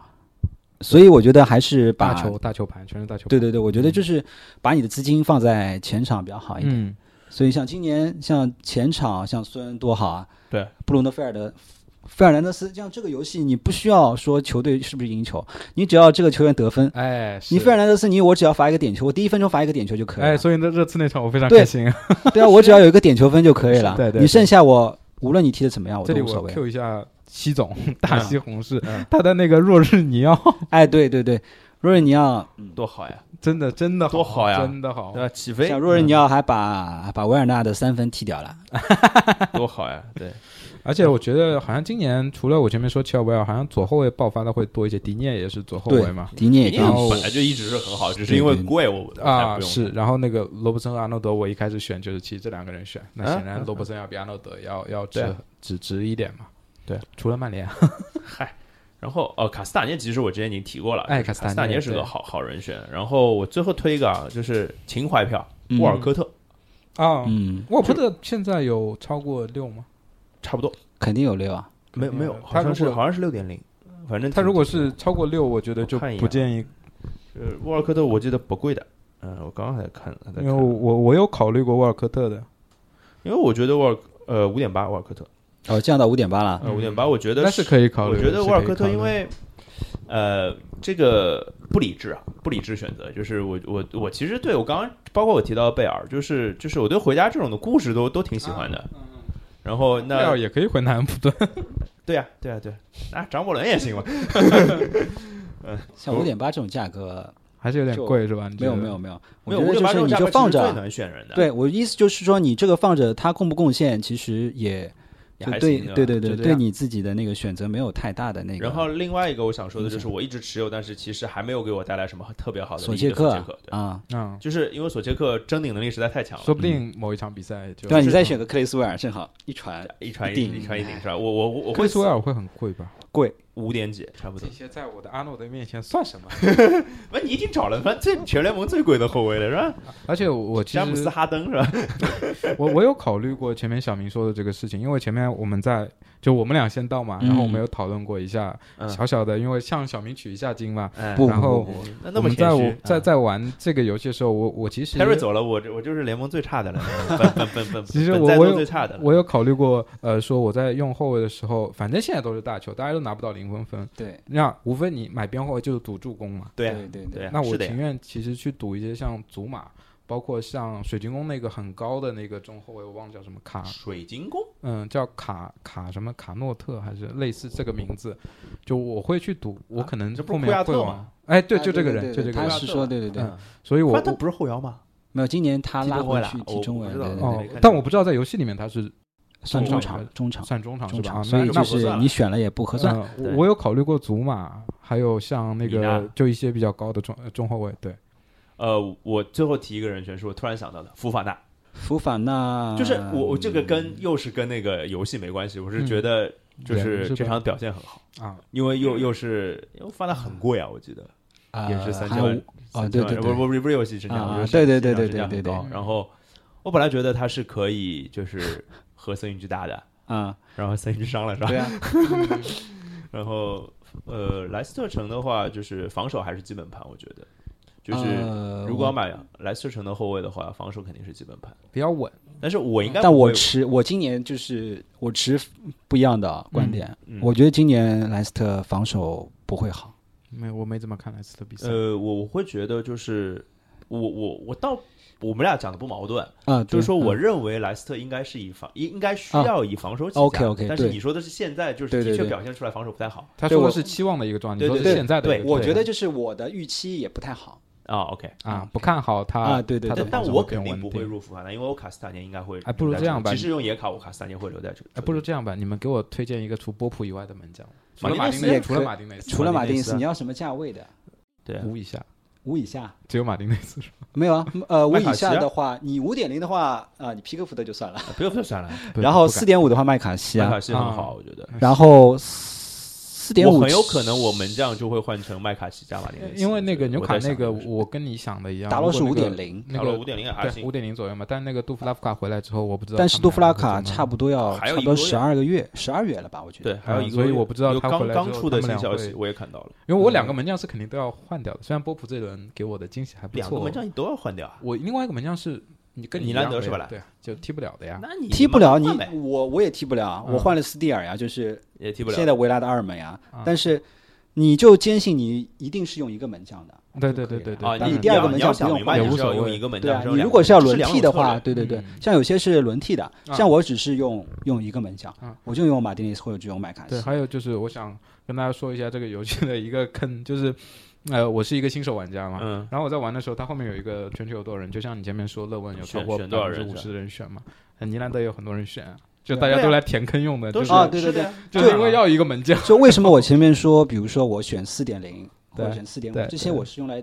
[SPEAKER 2] 所以我觉得还是把
[SPEAKER 4] 大球大球盘全是大球盘。
[SPEAKER 2] 对对对，我觉得就是把你的资金放在前场比较好一点。
[SPEAKER 4] 嗯，
[SPEAKER 2] 所以像今年像前场像孙多好啊，
[SPEAKER 1] 对，
[SPEAKER 2] 布鲁诺费尔德费尔南德斯，这样这个游戏你不需要说球队是不是赢球，你只要这个球员得分，
[SPEAKER 4] 哎，
[SPEAKER 2] 你
[SPEAKER 4] 是
[SPEAKER 2] 费尔南德斯，你我只要罚一个点球，我第一分钟罚一个点球就可以了。
[SPEAKER 4] 哎，所以那热刺那场我非常
[SPEAKER 2] 对
[SPEAKER 4] 开心啊。
[SPEAKER 2] 对啊，我只要有一个点球分就可以了。
[SPEAKER 4] 是对对对
[SPEAKER 2] 你剩下我无论你踢的怎么样，我
[SPEAKER 4] 这
[SPEAKER 2] 都
[SPEAKER 4] 里
[SPEAKER 2] 无所
[SPEAKER 4] 我
[SPEAKER 2] 谓。
[SPEAKER 4] Q 一下西总， 大西红柿，
[SPEAKER 1] 嗯
[SPEAKER 4] 他的那个若日尼奥，
[SPEAKER 2] 哎，对对对，若日尼奥，
[SPEAKER 1] 多好呀，
[SPEAKER 4] 真的真的
[SPEAKER 1] 多好呀
[SPEAKER 4] 嗯哦真的好
[SPEAKER 1] 对。吧？起飞
[SPEAKER 2] 像若日尼奥还把把维尔纳的三分踢掉了。
[SPEAKER 1] 多好呀， 对，
[SPEAKER 4] 而且我觉得好像今年除了我前面说切尔维尔，好像左后卫爆发的会多一些，迪涅也是左后
[SPEAKER 2] 对
[SPEAKER 4] 卫嘛，。
[SPEAKER 2] 迪涅也
[SPEAKER 1] 因
[SPEAKER 2] 跟
[SPEAKER 4] 然后
[SPEAKER 1] 为本来就一直是很好，只是因为贵我我才
[SPEAKER 4] 啊，
[SPEAKER 1] 哎不用
[SPEAKER 4] 是，然后那个罗伯森和阿诺德，我一开始选就是其实这两个人选，那显然罗伯森要比阿诺德要要
[SPEAKER 1] 对
[SPEAKER 4] 值
[SPEAKER 1] 啊
[SPEAKER 4] 值值一点嘛。
[SPEAKER 1] 对，
[SPEAKER 4] 除了曼联，啊
[SPEAKER 1] 然后呃，卡斯塔涅其实我之前已经提过了，
[SPEAKER 4] 哎
[SPEAKER 1] 就是
[SPEAKER 4] 卡
[SPEAKER 1] 卡
[SPEAKER 4] 斯
[SPEAKER 1] 斯
[SPEAKER 4] 塔涅
[SPEAKER 1] 涅是
[SPEAKER 4] 对
[SPEAKER 1] 个好好人选。然后我最后推一个啊，就是情怀票，
[SPEAKER 4] 嗯
[SPEAKER 1] 沃尔科特
[SPEAKER 4] 啊，
[SPEAKER 2] 嗯，
[SPEAKER 4] 沃普特现在有超过六吗？
[SPEAKER 1] 差不多，
[SPEAKER 2] 肯定有六啊。
[SPEAKER 1] 没
[SPEAKER 4] 嗯
[SPEAKER 1] 没有，
[SPEAKER 4] 他
[SPEAKER 1] 好像
[SPEAKER 4] 如果
[SPEAKER 1] 是好像是六点零，反正
[SPEAKER 4] 他
[SPEAKER 1] 挺
[SPEAKER 4] 如果是超过六，我觉得就
[SPEAKER 1] 我看一眼
[SPEAKER 4] 不建议，
[SPEAKER 1] 呃沃尔科特，我记得不贵的。嗯，我刚刚还看，还在
[SPEAKER 4] 因
[SPEAKER 1] 看
[SPEAKER 4] 为我我有考虑过沃尔科特的，
[SPEAKER 1] 因为我觉得沃尔呃五点八沃尔科特，
[SPEAKER 2] 哦，降到五点八了。
[SPEAKER 1] 呃五点八，我觉得
[SPEAKER 4] 但是可以考虑
[SPEAKER 1] 我
[SPEAKER 4] 的。
[SPEAKER 1] 觉得
[SPEAKER 4] 是
[SPEAKER 1] 沃尔
[SPEAKER 4] 可以
[SPEAKER 1] 科特
[SPEAKER 4] 考虑
[SPEAKER 1] 因
[SPEAKER 4] 的
[SPEAKER 1] 为呃这个不理智啊，不理智选择，就是我我我其实对我刚刚包括我提到的贝尔，就是就是我对回家这种的故事都都挺喜欢的。然后那
[SPEAKER 4] 料也可以回南普顿，
[SPEAKER 1] 对呀、对呀、对、啊，张伯伦也行嘛。
[SPEAKER 2] 像五点八这种价格，
[SPEAKER 4] 还是有点
[SPEAKER 2] 就
[SPEAKER 4] 贵是吧？你
[SPEAKER 2] 没
[SPEAKER 4] 觉
[SPEAKER 2] 有
[SPEAKER 4] 得
[SPEAKER 2] 没有没有，我
[SPEAKER 1] 没有
[SPEAKER 2] 觉
[SPEAKER 1] 五
[SPEAKER 2] 得
[SPEAKER 1] 六
[SPEAKER 2] 就
[SPEAKER 1] 八这
[SPEAKER 2] 是
[SPEAKER 1] 种
[SPEAKER 2] 你
[SPEAKER 1] 价
[SPEAKER 2] 就
[SPEAKER 1] 格
[SPEAKER 2] 放
[SPEAKER 1] 其实最
[SPEAKER 2] 着。啊
[SPEAKER 1] 能选人的，
[SPEAKER 2] 对我意思就是说，你这个放着，它贡不贡献，其实也
[SPEAKER 1] 也
[SPEAKER 2] 就
[SPEAKER 1] 还
[SPEAKER 2] 对
[SPEAKER 1] 行吧
[SPEAKER 2] 对对
[SPEAKER 1] 就
[SPEAKER 2] 对，
[SPEAKER 1] 这
[SPEAKER 2] 对
[SPEAKER 1] 样
[SPEAKER 2] 你自己的那个选择没有太大的那个。
[SPEAKER 1] 然后另外一个我想说的就是，我一直持有，但是其实还没有给我带来什么特别好的
[SPEAKER 2] 索
[SPEAKER 1] 利益
[SPEAKER 2] 切
[SPEAKER 1] 的索
[SPEAKER 2] 克
[SPEAKER 1] 切
[SPEAKER 2] 啊
[SPEAKER 1] 克，对，
[SPEAKER 2] 啊，
[SPEAKER 4] 嗯，
[SPEAKER 1] 就是因为索切克争顶能力实在太强了，
[SPEAKER 4] 说不定某一场比赛就
[SPEAKER 2] 对啊，你再
[SPEAKER 4] 在
[SPEAKER 2] 选个克里斯维尔，正好一传
[SPEAKER 1] 一传一
[SPEAKER 2] 顶哎
[SPEAKER 1] 一传一顶是吧？我我我我
[SPEAKER 4] 克
[SPEAKER 1] 会
[SPEAKER 4] 里斯维尔会很贵吧？
[SPEAKER 2] 贵。
[SPEAKER 1] 五点几差不
[SPEAKER 4] 这
[SPEAKER 1] 多，
[SPEAKER 4] 些在我的阿诺德面前算什么？
[SPEAKER 1] 那你已经找了反正最全联盟最贵的后卫了是吧？
[SPEAKER 4] 而且我其
[SPEAKER 1] 詹姆斯啊
[SPEAKER 4] 实
[SPEAKER 1] 哈登是吧？
[SPEAKER 4] 我我有考虑过前面小明说的这个事情，因为前面我们在就我们俩先到嘛，
[SPEAKER 2] 嗯
[SPEAKER 4] 然后我们有讨论过一下
[SPEAKER 1] 嗯
[SPEAKER 4] 小小的，因为向小明取一下经嘛。
[SPEAKER 1] 哎
[SPEAKER 2] 不
[SPEAKER 4] 然后
[SPEAKER 2] 不
[SPEAKER 1] 那那
[SPEAKER 4] 我
[SPEAKER 1] 么
[SPEAKER 4] 们在
[SPEAKER 1] 谦虚
[SPEAKER 4] 我在
[SPEAKER 1] 啊
[SPEAKER 4] 在玩这个游戏的时候，我我其实
[SPEAKER 1] Terry 走了，我这我就是联盟最差的 了，本本本本
[SPEAKER 4] 其实
[SPEAKER 1] 本
[SPEAKER 4] 我
[SPEAKER 1] 在座
[SPEAKER 4] 我有
[SPEAKER 1] 最差的了，
[SPEAKER 4] 我有考虑过，呃，说我在用后卫的时候，反正现在都是大球，大家都拿不到零分分，
[SPEAKER 2] 对
[SPEAKER 4] 那无非你买边后卫就是赌助攻嘛。
[SPEAKER 1] 对啊
[SPEAKER 2] 对对
[SPEAKER 1] 对啊，
[SPEAKER 4] 那我
[SPEAKER 1] 是的呀
[SPEAKER 4] 情愿其实去赌一些像祖马，包括像水晶宫那个很高的那个中后卫，我忘了叫什么卡，
[SPEAKER 1] 水晶宫
[SPEAKER 4] 嗯，叫卡卡什么卡诺特还是类似这个名字，就我会去赌，我可能
[SPEAKER 1] 这不
[SPEAKER 4] 后
[SPEAKER 1] 是
[SPEAKER 4] 面
[SPEAKER 1] 库亚
[SPEAKER 4] 会
[SPEAKER 1] 特
[SPEAKER 4] 往
[SPEAKER 1] 吗，
[SPEAKER 4] 哎，对，
[SPEAKER 2] 啊
[SPEAKER 4] 就这个
[SPEAKER 2] 对
[SPEAKER 4] 人，
[SPEAKER 2] 对
[SPEAKER 4] 就
[SPEAKER 2] 对
[SPEAKER 4] 这
[SPEAKER 2] 他
[SPEAKER 4] 个人，
[SPEAKER 2] 是说对对对，
[SPEAKER 4] 嗯所以我
[SPEAKER 1] 他他
[SPEAKER 4] 我
[SPEAKER 1] 不是后腰吗？
[SPEAKER 2] 没有，今年他
[SPEAKER 1] 踢
[SPEAKER 2] 拉
[SPEAKER 1] 中
[SPEAKER 2] 回
[SPEAKER 1] 卫
[SPEAKER 2] 去
[SPEAKER 1] 了
[SPEAKER 2] 踢
[SPEAKER 1] 我
[SPEAKER 2] 中
[SPEAKER 1] 不
[SPEAKER 2] 卫，
[SPEAKER 1] 知
[SPEAKER 2] 对
[SPEAKER 1] 道
[SPEAKER 2] 对
[SPEAKER 1] 哦
[SPEAKER 2] 对，
[SPEAKER 4] 哦
[SPEAKER 1] 没看，
[SPEAKER 4] 但
[SPEAKER 1] 见
[SPEAKER 4] 我不知道在游戏里面他是
[SPEAKER 2] 算中
[SPEAKER 1] 中
[SPEAKER 2] 场
[SPEAKER 4] 场
[SPEAKER 2] 中场
[SPEAKER 4] 算中场是
[SPEAKER 2] 中
[SPEAKER 4] 吧？啊
[SPEAKER 2] 场，
[SPEAKER 4] 那
[SPEAKER 2] 所以
[SPEAKER 4] 那
[SPEAKER 2] 就
[SPEAKER 4] 不
[SPEAKER 1] 算
[SPEAKER 2] 是
[SPEAKER 1] 了
[SPEAKER 2] 你选了也不合算。
[SPEAKER 4] 嗯，我
[SPEAKER 1] 对
[SPEAKER 4] 我有考虑过祖马，还有像那
[SPEAKER 1] 米
[SPEAKER 4] 个
[SPEAKER 1] 纳
[SPEAKER 4] 就一些比较高的中呃中后卫，对，
[SPEAKER 1] 呃，我最后提一个人选，是我突然想到的，福法纳。
[SPEAKER 2] 福法
[SPEAKER 4] 啊
[SPEAKER 2] 纳
[SPEAKER 1] 就是我我这个跟又是跟那个游戏没关系，我是觉得就
[SPEAKER 4] 人
[SPEAKER 1] 是
[SPEAKER 4] 嗯是
[SPEAKER 1] 这
[SPEAKER 4] 吧
[SPEAKER 1] 场表现很好，
[SPEAKER 4] 啊，
[SPEAKER 1] 因为又又是因为福法纳很贵啊，我记得
[SPEAKER 2] 呃
[SPEAKER 1] 也是三
[SPEAKER 2] 还
[SPEAKER 1] 千万
[SPEAKER 2] 有哦对对
[SPEAKER 1] 不
[SPEAKER 2] 对
[SPEAKER 1] 不不不是游戏身价，
[SPEAKER 2] 啊
[SPEAKER 1] 我觉得
[SPEAKER 2] 对对
[SPEAKER 1] 身价
[SPEAKER 2] 对对
[SPEAKER 1] 身价
[SPEAKER 2] 对对
[SPEAKER 1] 很
[SPEAKER 2] 对
[SPEAKER 1] 高
[SPEAKER 4] 对
[SPEAKER 1] 然后我本来觉得他是可以就是和森林巨大的，
[SPEAKER 2] 啊，
[SPEAKER 1] 然后森林巨伤了是吧
[SPEAKER 2] 对？啊，
[SPEAKER 1] 然后呃，莱斯特城的话就是防守还是基本盘，我觉得 就是
[SPEAKER 2] 呃
[SPEAKER 1] 如果
[SPEAKER 2] 我
[SPEAKER 1] 要买莱斯特城的后卫的话，防守肯定是基本盘。
[SPEAKER 4] 比较稳，
[SPEAKER 1] 但是我应该
[SPEAKER 2] 但
[SPEAKER 1] 不
[SPEAKER 2] 我
[SPEAKER 1] 会
[SPEAKER 2] 持我今年就是我持不一样的观点
[SPEAKER 1] 嗯，嗯
[SPEAKER 2] 我觉得今年莱斯特防守不会好。
[SPEAKER 4] 没有我没怎么看莱斯特比赛，
[SPEAKER 1] 呃，我我会觉得就是我我我倒我们俩讲的不矛盾，
[SPEAKER 2] 啊，
[SPEAKER 1] 就是说
[SPEAKER 4] 嗯
[SPEAKER 1] 我
[SPEAKER 2] 对
[SPEAKER 1] 认为莱斯特应该是以防应应该需
[SPEAKER 2] 啊
[SPEAKER 1] 要以防守起家。
[SPEAKER 2] OK，OK，
[SPEAKER 1] 但是
[SPEAKER 2] 对
[SPEAKER 1] 你说的是现在就是
[SPEAKER 2] 对对
[SPEAKER 1] 的确
[SPEAKER 2] 对
[SPEAKER 1] 表现出来防守不太好
[SPEAKER 4] 他
[SPEAKER 2] 对
[SPEAKER 4] 说的
[SPEAKER 2] 我
[SPEAKER 4] 是期望的一个状态，
[SPEAKER 1] 对
[SPEAKER 4] 你说
[SPEAKER 1] 对
[SPEAKER 4] 的是
[SPEAKER 2] 对
[SPEAKER 4] 现在的
[SPEAKER 1] 对
[SPEAKER 4] 一个
[SPEAKER 2] 嗯
[SPEAKER 4] 状态，
[SPEAKER 2] 我觉得就是我的预期也不太好。
[SPEAKER 1] 啊。OK，
[SPEAKER 4] 啊，不看好他
[SPEAKER 2] 啊对对
[SPEAKER 4] 他的
[SPEAKER 1] 但
[SPEAKER 2] 对
[SPEAKER 1] 但
[SPEAKER 4] 防守
[SPEAKER 1] 我
[SPEAKER 4] 会
[SPEAKER 1] 肯
[SPEAKER 4] 变
[SPEAKER 1] 定
[SPEAKER 4] 稳
[SPEAKER 1] 不会
[SPEAKER 4] 定
[SPEAKER 1] 入福凡的，因为我卡斯塔年应该会。
[SPEAKER 4] 哎不如这样吧
[SPEAKER 1] 其实用野卡，我卡斯塔年会留在这。
[SPEAKER 4] 哎，不如这样吧，你们给我推荐一个除波普以外的门将，除
[SPEAKER 1] 马丁内
[SPEAKER 4] 了马丁
[SPEAKER 1] 斯
[SPEAKER 4] 内
[SPEAKER 2] 也
[SPEAKER 4] 斯，除了
[SPEAKER 2] 可
[SPEAKER 4] 马丁内斯，
[SPEAKER 2] 除了马丁
[SPEAKER 1] 内
[SPEAKER 2] 内
[SPEAKER 1] 斯
[SPEAKER 2] 斯，你要什么价位的？
[SPEAKER 1] 对啊，
[SPEAKER 4] 五以下，
[SPEAKER 2] 五以下
[SPEAKER 4] 只有马丁内斯是吧，
[SPEAKER 2] 没有啊？呃，五
[SPEAKER 1] 麦卡
[SPEAKER 2] 以
[SPEAKER 1] 锡
[SPEAKER 2] 下
[SPEAKER 1] 啊
[SPEAKER 2] 的话，你五点零的话，啊，你皮克福德就算了。
[SPEAKER 1] 不用不用算了，
[SPEAKER 2] 然后
[SPEAKER 4] 不敢
[SPEAKER 2] 四点五的话，麦卡锡
[SPEAKER 1] 麦
[SPEAKER 2] 啊
[SPEAKER 1] 卡，锡很好，我觉得。
[SPEAKER 2] 然后四点
[SPEAKER 1] 我
[SPEAKER 2] 五
[SPEAKER 1] 很有可能我门将就会换成麦卡锡加马丁内斯，
[SPEAKER 4] 因为那个纽
[SPEAKER 1] 我
[SPEAKER 4] 卡
[SPEAKER 1] 在想
[SPEAKER 4] 那个，
[SPEAKER 1] 这事
[SPEAKER 4] 我跟你想的一样，
[SPEAKER 2] 达洛是
[SPEAKER 4] 如
[SPEAKER 2] 五
[SPEAKER 4] 果那个
[SPEAKER 2] 点，零，
[SPEAKER 4] 那
[SPEAKER 1] 好了五
[SPEAKER 4] 个
[SPEAKER 1] 点零也还
[SPEAKER 4] 对
[SPEAKER 1] 行
[SPEAKER 4] 五，点零左右嘛。但那个杜夫拉夫卡回来之后，我不知道他
[SPEAKER 2] 但
[SPEAKER 4] 们俩会
[SPEAKER 2] 是
[SPEAKER 4] 怎么样。
[SPEAKER 2] 杜夫拉卡差不多要
[SPEAKER 1] 还
[SPEAKER 2] 差
[SPEAKER 1] 有
[SPEAKER 2] 不
[SPEAKER 1] 一
[SPEAKER 2] 多
[SPEAKER 1] 个
[SPEAKER 2] 十二个月，十二月了吧？我觉得
[SPEAKER 1] 对，还有
[SPEAKER 4] 啊
[SPEAKER 1] 一个
[SPEAKER 4] 所以
[SPEAKER 1] 月
[SPEAKER 4] 我不知道
[SPEAKER 1] 有
[SPEAKER 4] 他
[SPEAKER 1] 刚
[SPEAKER 4] 回来之
[SPEAKER 1] 刚
[SPEAKER 4] 后
[SPEAKER 1] 出
[SPEAKER 4] 他
[SPEAKER 1] 的
[SPEAKER 4] 们
[SPEAKER 1] 新
[SPEAKER 4] 俩
[SPEAKER 1] 消
[SPEAKER 4] 会
[SPEAKER 1] 息，我也看到了。
[SPEAKER 4] 因为我
[SPEAKER 2] 嗯
[SPEAKER 4] 两个门将是肯定都要换掉的。虽然波普这轮给我的惊喜还不
[SPEAKER 1] 两个
[SPEAKER 4] 错
[SPEAKER 1] 门，将你都要换掉啊？
[SPEAKER 4] 我另外一个门将是你跟
[SPEAKER 1] 米
[SPEAKER 4] 一
[SPEAKER 1] 兰
[SPEAKER 4] 样
[SPEAKER 1] 德
[SPEAKER 4] 的
[SPEAKER 1] 是
[SPEAKER 4] 呀
[SPEAKER 1] 吧
[SPEAKER 4] 对啊，就踢不了的呀。
[SPEAKER 1] 那你
[SPEAKER 2] 踢不了你
[SPEAKER 1] 慢慢呗，
[SPEAKER 2] 我我也踢不了，啊
[SPEAKER 4] 嗯
[SPEAKER 2] 我换了斯蒂尔呀，就是
[SPEAKER 1] 也踢不了。
[SPEAKER 2] 现在维拉的二门呀
[SPEAKER 4] 啊，
[SPEAKER 2] 但是你就坚信你一定是用一个门将的，
[SPEAKER 4] 对对对
[SPEAKER 2] 就可以
[SPEAKER 4] 对
[SPEAKER 2] 了
[SPEAKER 4] 对
[SPEAKER 1] 啊，
[SPEAKER 2] 当
[SPEAKER 1] 你
[SPEAKER 2] 然
[SPEAKER 1] 你
[SPEAKER 2] 第二个
[SPEAKER 1] 要
[SPEAKER 2] 门
[SPEAKER 1] 你
[SPEAKER 2] 将
[SPEAKER 1] 要
[SPEAKER 2] 不
[SPEAKER 1] 想
[SPEAKER 2] 用
[SPEAKER 1] 明白，
[SPEAKER 4] 也
[SPEAKER 1] 你
[SPEAKER 4] 无
[SPEAKER 1] 是要
[SPEAKER 4] 所
[SPEAKER 1] 用
[SPEAKER 4] 谓
[SPEAKER 1] 一个门
[SPEAKER 2] 对
[SPEAKER 1] 将
[SPEAKER 2] 啊，
[SPEAKER 1] 是有两个，
[SPEAKER 2] 你如果是要
[SPEAKER 1] 这
[SPEAKER 2] 轮
[SPEAKER 1] 两
[SPEAKER 2] 替
[SPEAKER 1] 种
[SPEAKER 2] 的
[SPEAKER 1] 策略
[SPEAKER 2] 话，对对对
[SPEAKER 4] 嗯，
[SPEAKER 2] 像有些是轮替的，
[SPEAKER 4] 啊
[SPEAKER 2] 像我只是用用一个门将
[SPEAKER 4] 啊，
[SPEAKER 2] 我就用马丁内斯或者就用麦卡
[SPEAKER 4] 对，
[SPEAKER 2] 锡，
[SPEAKER 4] 还有就是我想跟大家说一下这个游戏的一个坑，就是呃，我是一个新手玩家嘛，
[SPEAKER 1] 嗯
[SPEAKER 4] 然后我在玩的时候，它后面有一个全球有多少人，就像你前面说乐问有超
[SPEAKER 1] 选
[SPEAKER 4] 过
[SPEAKER 1] 选
[SPEAKER 4] 百
[SPEAKER 1] 多少
[SPEAKER 4] 分之
[SPEAKER 1] 人
[SPEAKER 4] 五
[SPEAKER 1] 是
[SPEAKER 4] 十人选嘛，呃尼兰德也有很多人选啊，就
[SPEAKER 2] 对
[SPEAKER 4] 大家
[SPEAKER 1] 对
[SPEAKER 4] 都
[SPEAKER 1] 啊
[SPEAKER 4] 来填坑用的，
[SPEAKER 1] 都
[SPEAKER 4] 就是是
[SPEAKER 2] 啊对对对
[SPEAKER 1] 是的呀
[SPEAKER 4] 就
[SPEAKER 2] 对
[SPEAKER 4] 是因为要一个门将，
[SPEAKER 2] 就为什么我前面说，比如说我选四点零或
[SPEAKER 4] 对
[SPEAKER 2] 者选四点
[SPEAKER 4] 对
[SPEAKER 2] 五，这些我是用来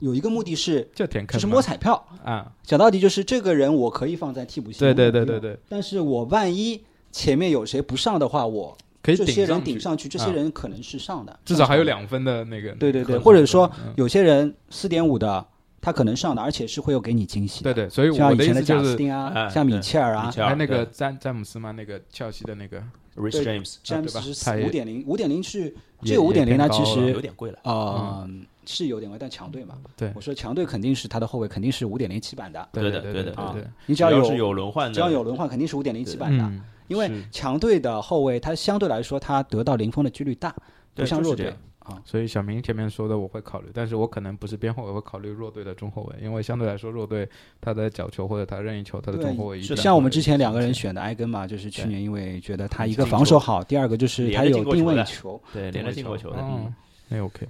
[SPEAKER 2] 有一个目的是
[SPEAKER 4] 就填坑嘛，
[SPEAKER 2] 就是摸彩票，
[SPEAKER 4] 啊，
[SPEAKER 2] 讲到底就是这个人我可以放在替补席，
[SPEAKER 4] 对对对
[SPEAKER 2] 我可以
[SPEAKER 4] 对
[SPEAKER 2] 用，
[SPEAKER 4] 对，
[SPEAKER 2] 但是我万一前面有谁不上的话，我
[SPEAKER 4] 可以
[SPEAKER 2] 这些人
[SPEAKER 4] 顶
[SPEAKER 2] 顶
[SPEAKER 4] 上去，
[SPEAKER 2] 上去，这
[SPEAKER 4] 啊
[SPEAKER 2] 些人可能是上的，
[SPEAKER 4] 至少还有两分的那个，
[SPEAKER 2] 对对对
[SPEAKER 4] 可能
[SPEAKER 2] 或者说
[SPEAKER 4] 嗯
[SPEAKER 2] 有些人四点五的，他可能上的，而且是会有给你惊喜的。
[SPEAKER 4] 对对，所以我
[SPEAKER 2] 像以
[SPEAKER 4] 的意
[SPEAKER 2] 前
[SPEAKER 4] 思
[SPEAKER 2] 贾
[SPEAKER 4] 就
[SPEAKER 2] 斯
[SPEAKER 4] 是。
[SPEAKER 2] 汀
[SPEAKER 1] 哎
[SPEAKER 2] 啊，像米切尔啊
[SPEAKER 1] 米切，尔
[SPEAKER 4] 还有那个詹詹姆斯嘛，那个切尔西的那个，
[SPEAKER 1] Rich
[SPEAKER 2] 对
[SPEAKER 1] James
[SPEAKER 2] 詹姆
[SPEAKER 4] 啊对吧
[SPEAKER 2] 斯
[SPEAKER 4] 他
[SPEAKER 2] 是
[SPEAKER 4] 也
[SPEAKER 2] 五点零，五点零是
[SPEAKER 4] 也
[SPEAKER 2] 这个五点零呢，
[SPEAKER 4] 也偏
[SPEAKER 2] 其
[SPEAKER 4] 高嗯
[SPEAKER 2] 实
[SPEAKER 1] 有点贵了。
[SPEAKER 2] 呃是有点贵，但强队嘛。
[SPEAKER 4] 对
[SPEAKER 2] 我说强队肯定是他的后卫肯定是五点零起板的，
[SPEAKER 1] 对的
[SPEAKER 4] 对
[SPEAKER 1] 对的
[SPEAKER 4] 对
[SPEAKER 2] 啊
[SPEAKER 4] 对，
[SPEAKER 2] 你
[SPEAKER 1] 只
[SPEAKER 2] 只要
[SPEAKER 1] 是
[SPEAKER 2] 有
[SPEAKER 1] 有轮换的，
[SPEAKER 2] 只要有轮换，肯定是五点零起板的，
[SPEAKER 4] 嗯，
[SPEAKER 2] 因为
[SPEAKER 4] 是
[SPEAKER 2] 强队的后卫他相对来说他得到零封的几率大，
[SPEAKER 1] 对
[SPEAKER 2] 不像
[SPEAKER 1] 就是
[SPEAKER 2] 弱
[SPEAKER 1] 这
[SPEAKER 2] 队
[SPEAKER 1] 样。
[SPEAKER 4] 所以小明前面说的我会考虑，但是我可能不是边后卫，我会考虑弱队的中后卫，因为相对来说弱队他的角球或者他任意球，他的
[SPEAKER 2] 对
[SPEAKER 4] 中后卫一定
[SPEAKER 2] 像我们
[SPEAKER 4] 会
[SPEAKER 2] 之前两个人
[SPEAKER 4] 先
[SPEAKER 2] 选的埃根嘛，就是去
[SPEAKER 4] 对
[SPEAKER 2] 年因为觉得他
[SPEAKER 1] 嗯
[SPEAKER 2] 一个
[SPEAKER 1] 进
[SPEAKER 2] 防
[SPEAKER 1] 球
[SPEAKER 2] 守好，第二个就是
[SPEAKER 1] 连
[SPEAKER 2] 他
[SPEAKER 1] 着
[SPEAKER 2] 有
[SPEAKER 1] 进过
[SPEAKER 2] 定
[SPEAKER 1] 球
[SPEAKER 2] 位
[SPEAKER 1] 的
[SPEAKER 2] 球，
[SPEAKER 1] 对连着进过球的，
[SPEAKER 4] 嗯，那 OK，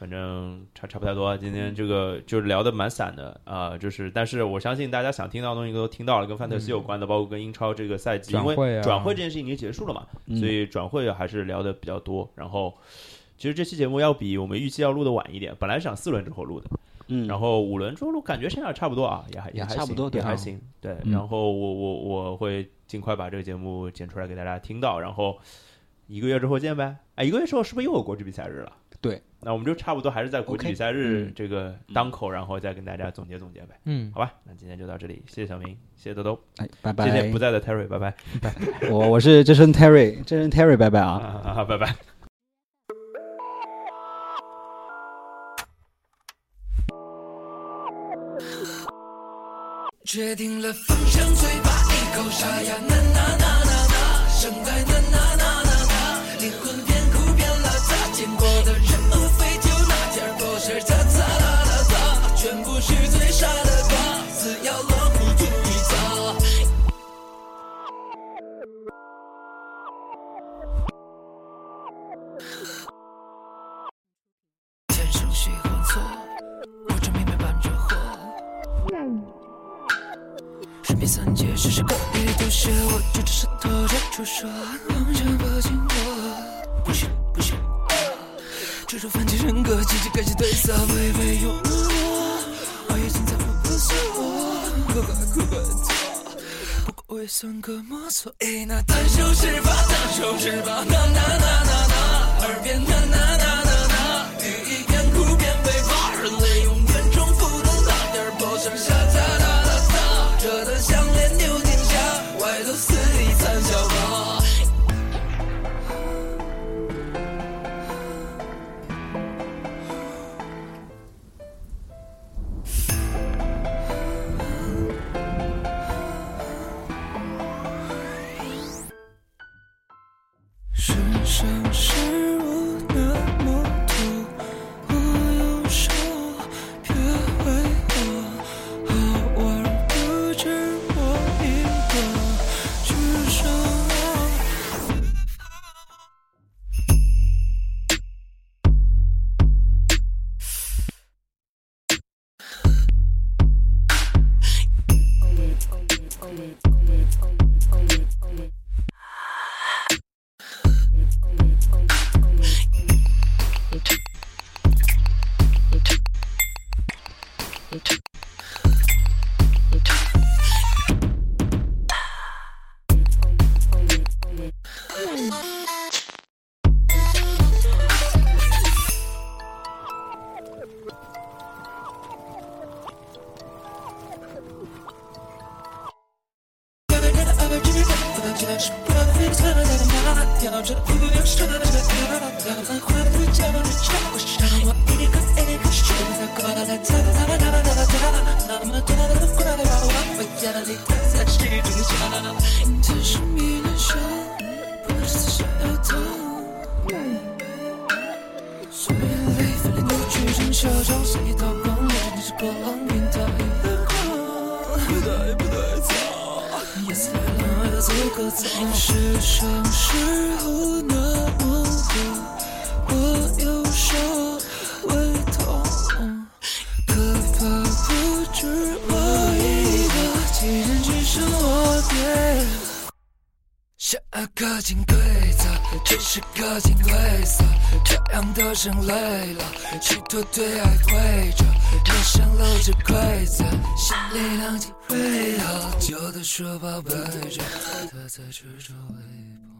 [SPEAKER 1] 反正差差不太多。啊今天这个就是聊的蛮散的啊、就是但是我相信大家想听到的东西都听到了，跟范特西
[SPEAKER 2] 嗯
[SPEAKER 1] 有关的，包括跟英超这个赛季，
[SPEAKER 4] 转
[SPEAKER 1] 因
[SPEAKER 4] 会啊
[SPEAKER 1] 为转会这件事情已经结束了嘛，
[SPEAKER 2] 嗯
[SPEAKER 1] 所以转会还是聊的比较多。然后其实这期节目要比我们预期要录的晚一点，本来是想四轮之后录的，
[SPEAKER 2] 嗯，
[SPEAKER 1] 然后五轮之后录感觉现在差不多啊，也还
[SPEAKER 2] 也
[SPEAKER 1] 还
[SPEAKER 2] 差不
[SPEAKER 1] 行
[SPEAKER 2] 多
[SPEAKER 1] 也
[SPEAKER 2] 对
[SPEAKER 1] 还
[SPEAKER 4] 啊
[SPEAKER 1] 行。对，
[SPEAKER 4] 嗯
[SPEAKER 1] 然后我我我会尽快把这个节目剪出来给大家听到，然后一个月之后见呗。哎，一个月之后是不是又有国际比赛日了？
[SPEAKER 2] 对，
[SPEAKER 1] 那我们就差不多还是在国际
[SPEAKER 2] OK，
[SPEAKER 1] 比赛日
[SPEAKER 2] 嗯
[SPEAKER 1] 这个当口，然后再跟大家总结总结呗，
[SPEAKER 4] 嗯，
[SPEAKER 1] 好吧？那今天就到这里，谢谢小明，谢谢豆豆，
[SPEAKER 2] 哎，拜
[SPEAKER 1] 谢
[SPEAKER 2] 拜
[SPEAKER 1] 谢不。在的 Terry，拜拜
[SPEAKER 2] 我我是这身 Terry，这身 Terry，拜拜啊。
[SPEAKER 1] 啊，拜拜。
[SPEAKER 5] 确定了方向，嘴巴一口沙哑，呐呐呐呐呐，声带呐呐呐呐呐，灵魂变酷变拉杂，见过的人无非就那点儿破事儿，擦擦啦啦擦，全部是最傻的瓜，死要老虎就一砸。天生喜欢错，我这明明伴着火。身边三界时时刻刻都是我，就只是拖着就说，梦想不经过，不行不行，这种反击人格，积极改写对色，微微有冷漠，我已经在不不是我，乖乖乖乖做。不过我也算个摸索，哎，那单手是吧，单手是吧，呐呐呐呐呐，耳边呐呐呐呐呐，语义边哭边被骂，人类永远重复的那点儿破事儿，下哒哒哒哒，这段项链丢天下，外头肆意惨笑吧。世上事物那么多，我右手别为我，好玩不止我一个，至少我。眼泪分裂扭曲成嚣张，像一道光，流着你是波浪，云它一个光，不带不带走。夜色冷，爱到足够早，是伤是无能忘乎，我右手胃痛。可怕不止我一个，既然只剩我对。下课请规则，只是课请规则，这样的人累了，企图对爱跪着，脸上露着馈赠，心里亮起锐了，旧的书包背着，他在执着微博。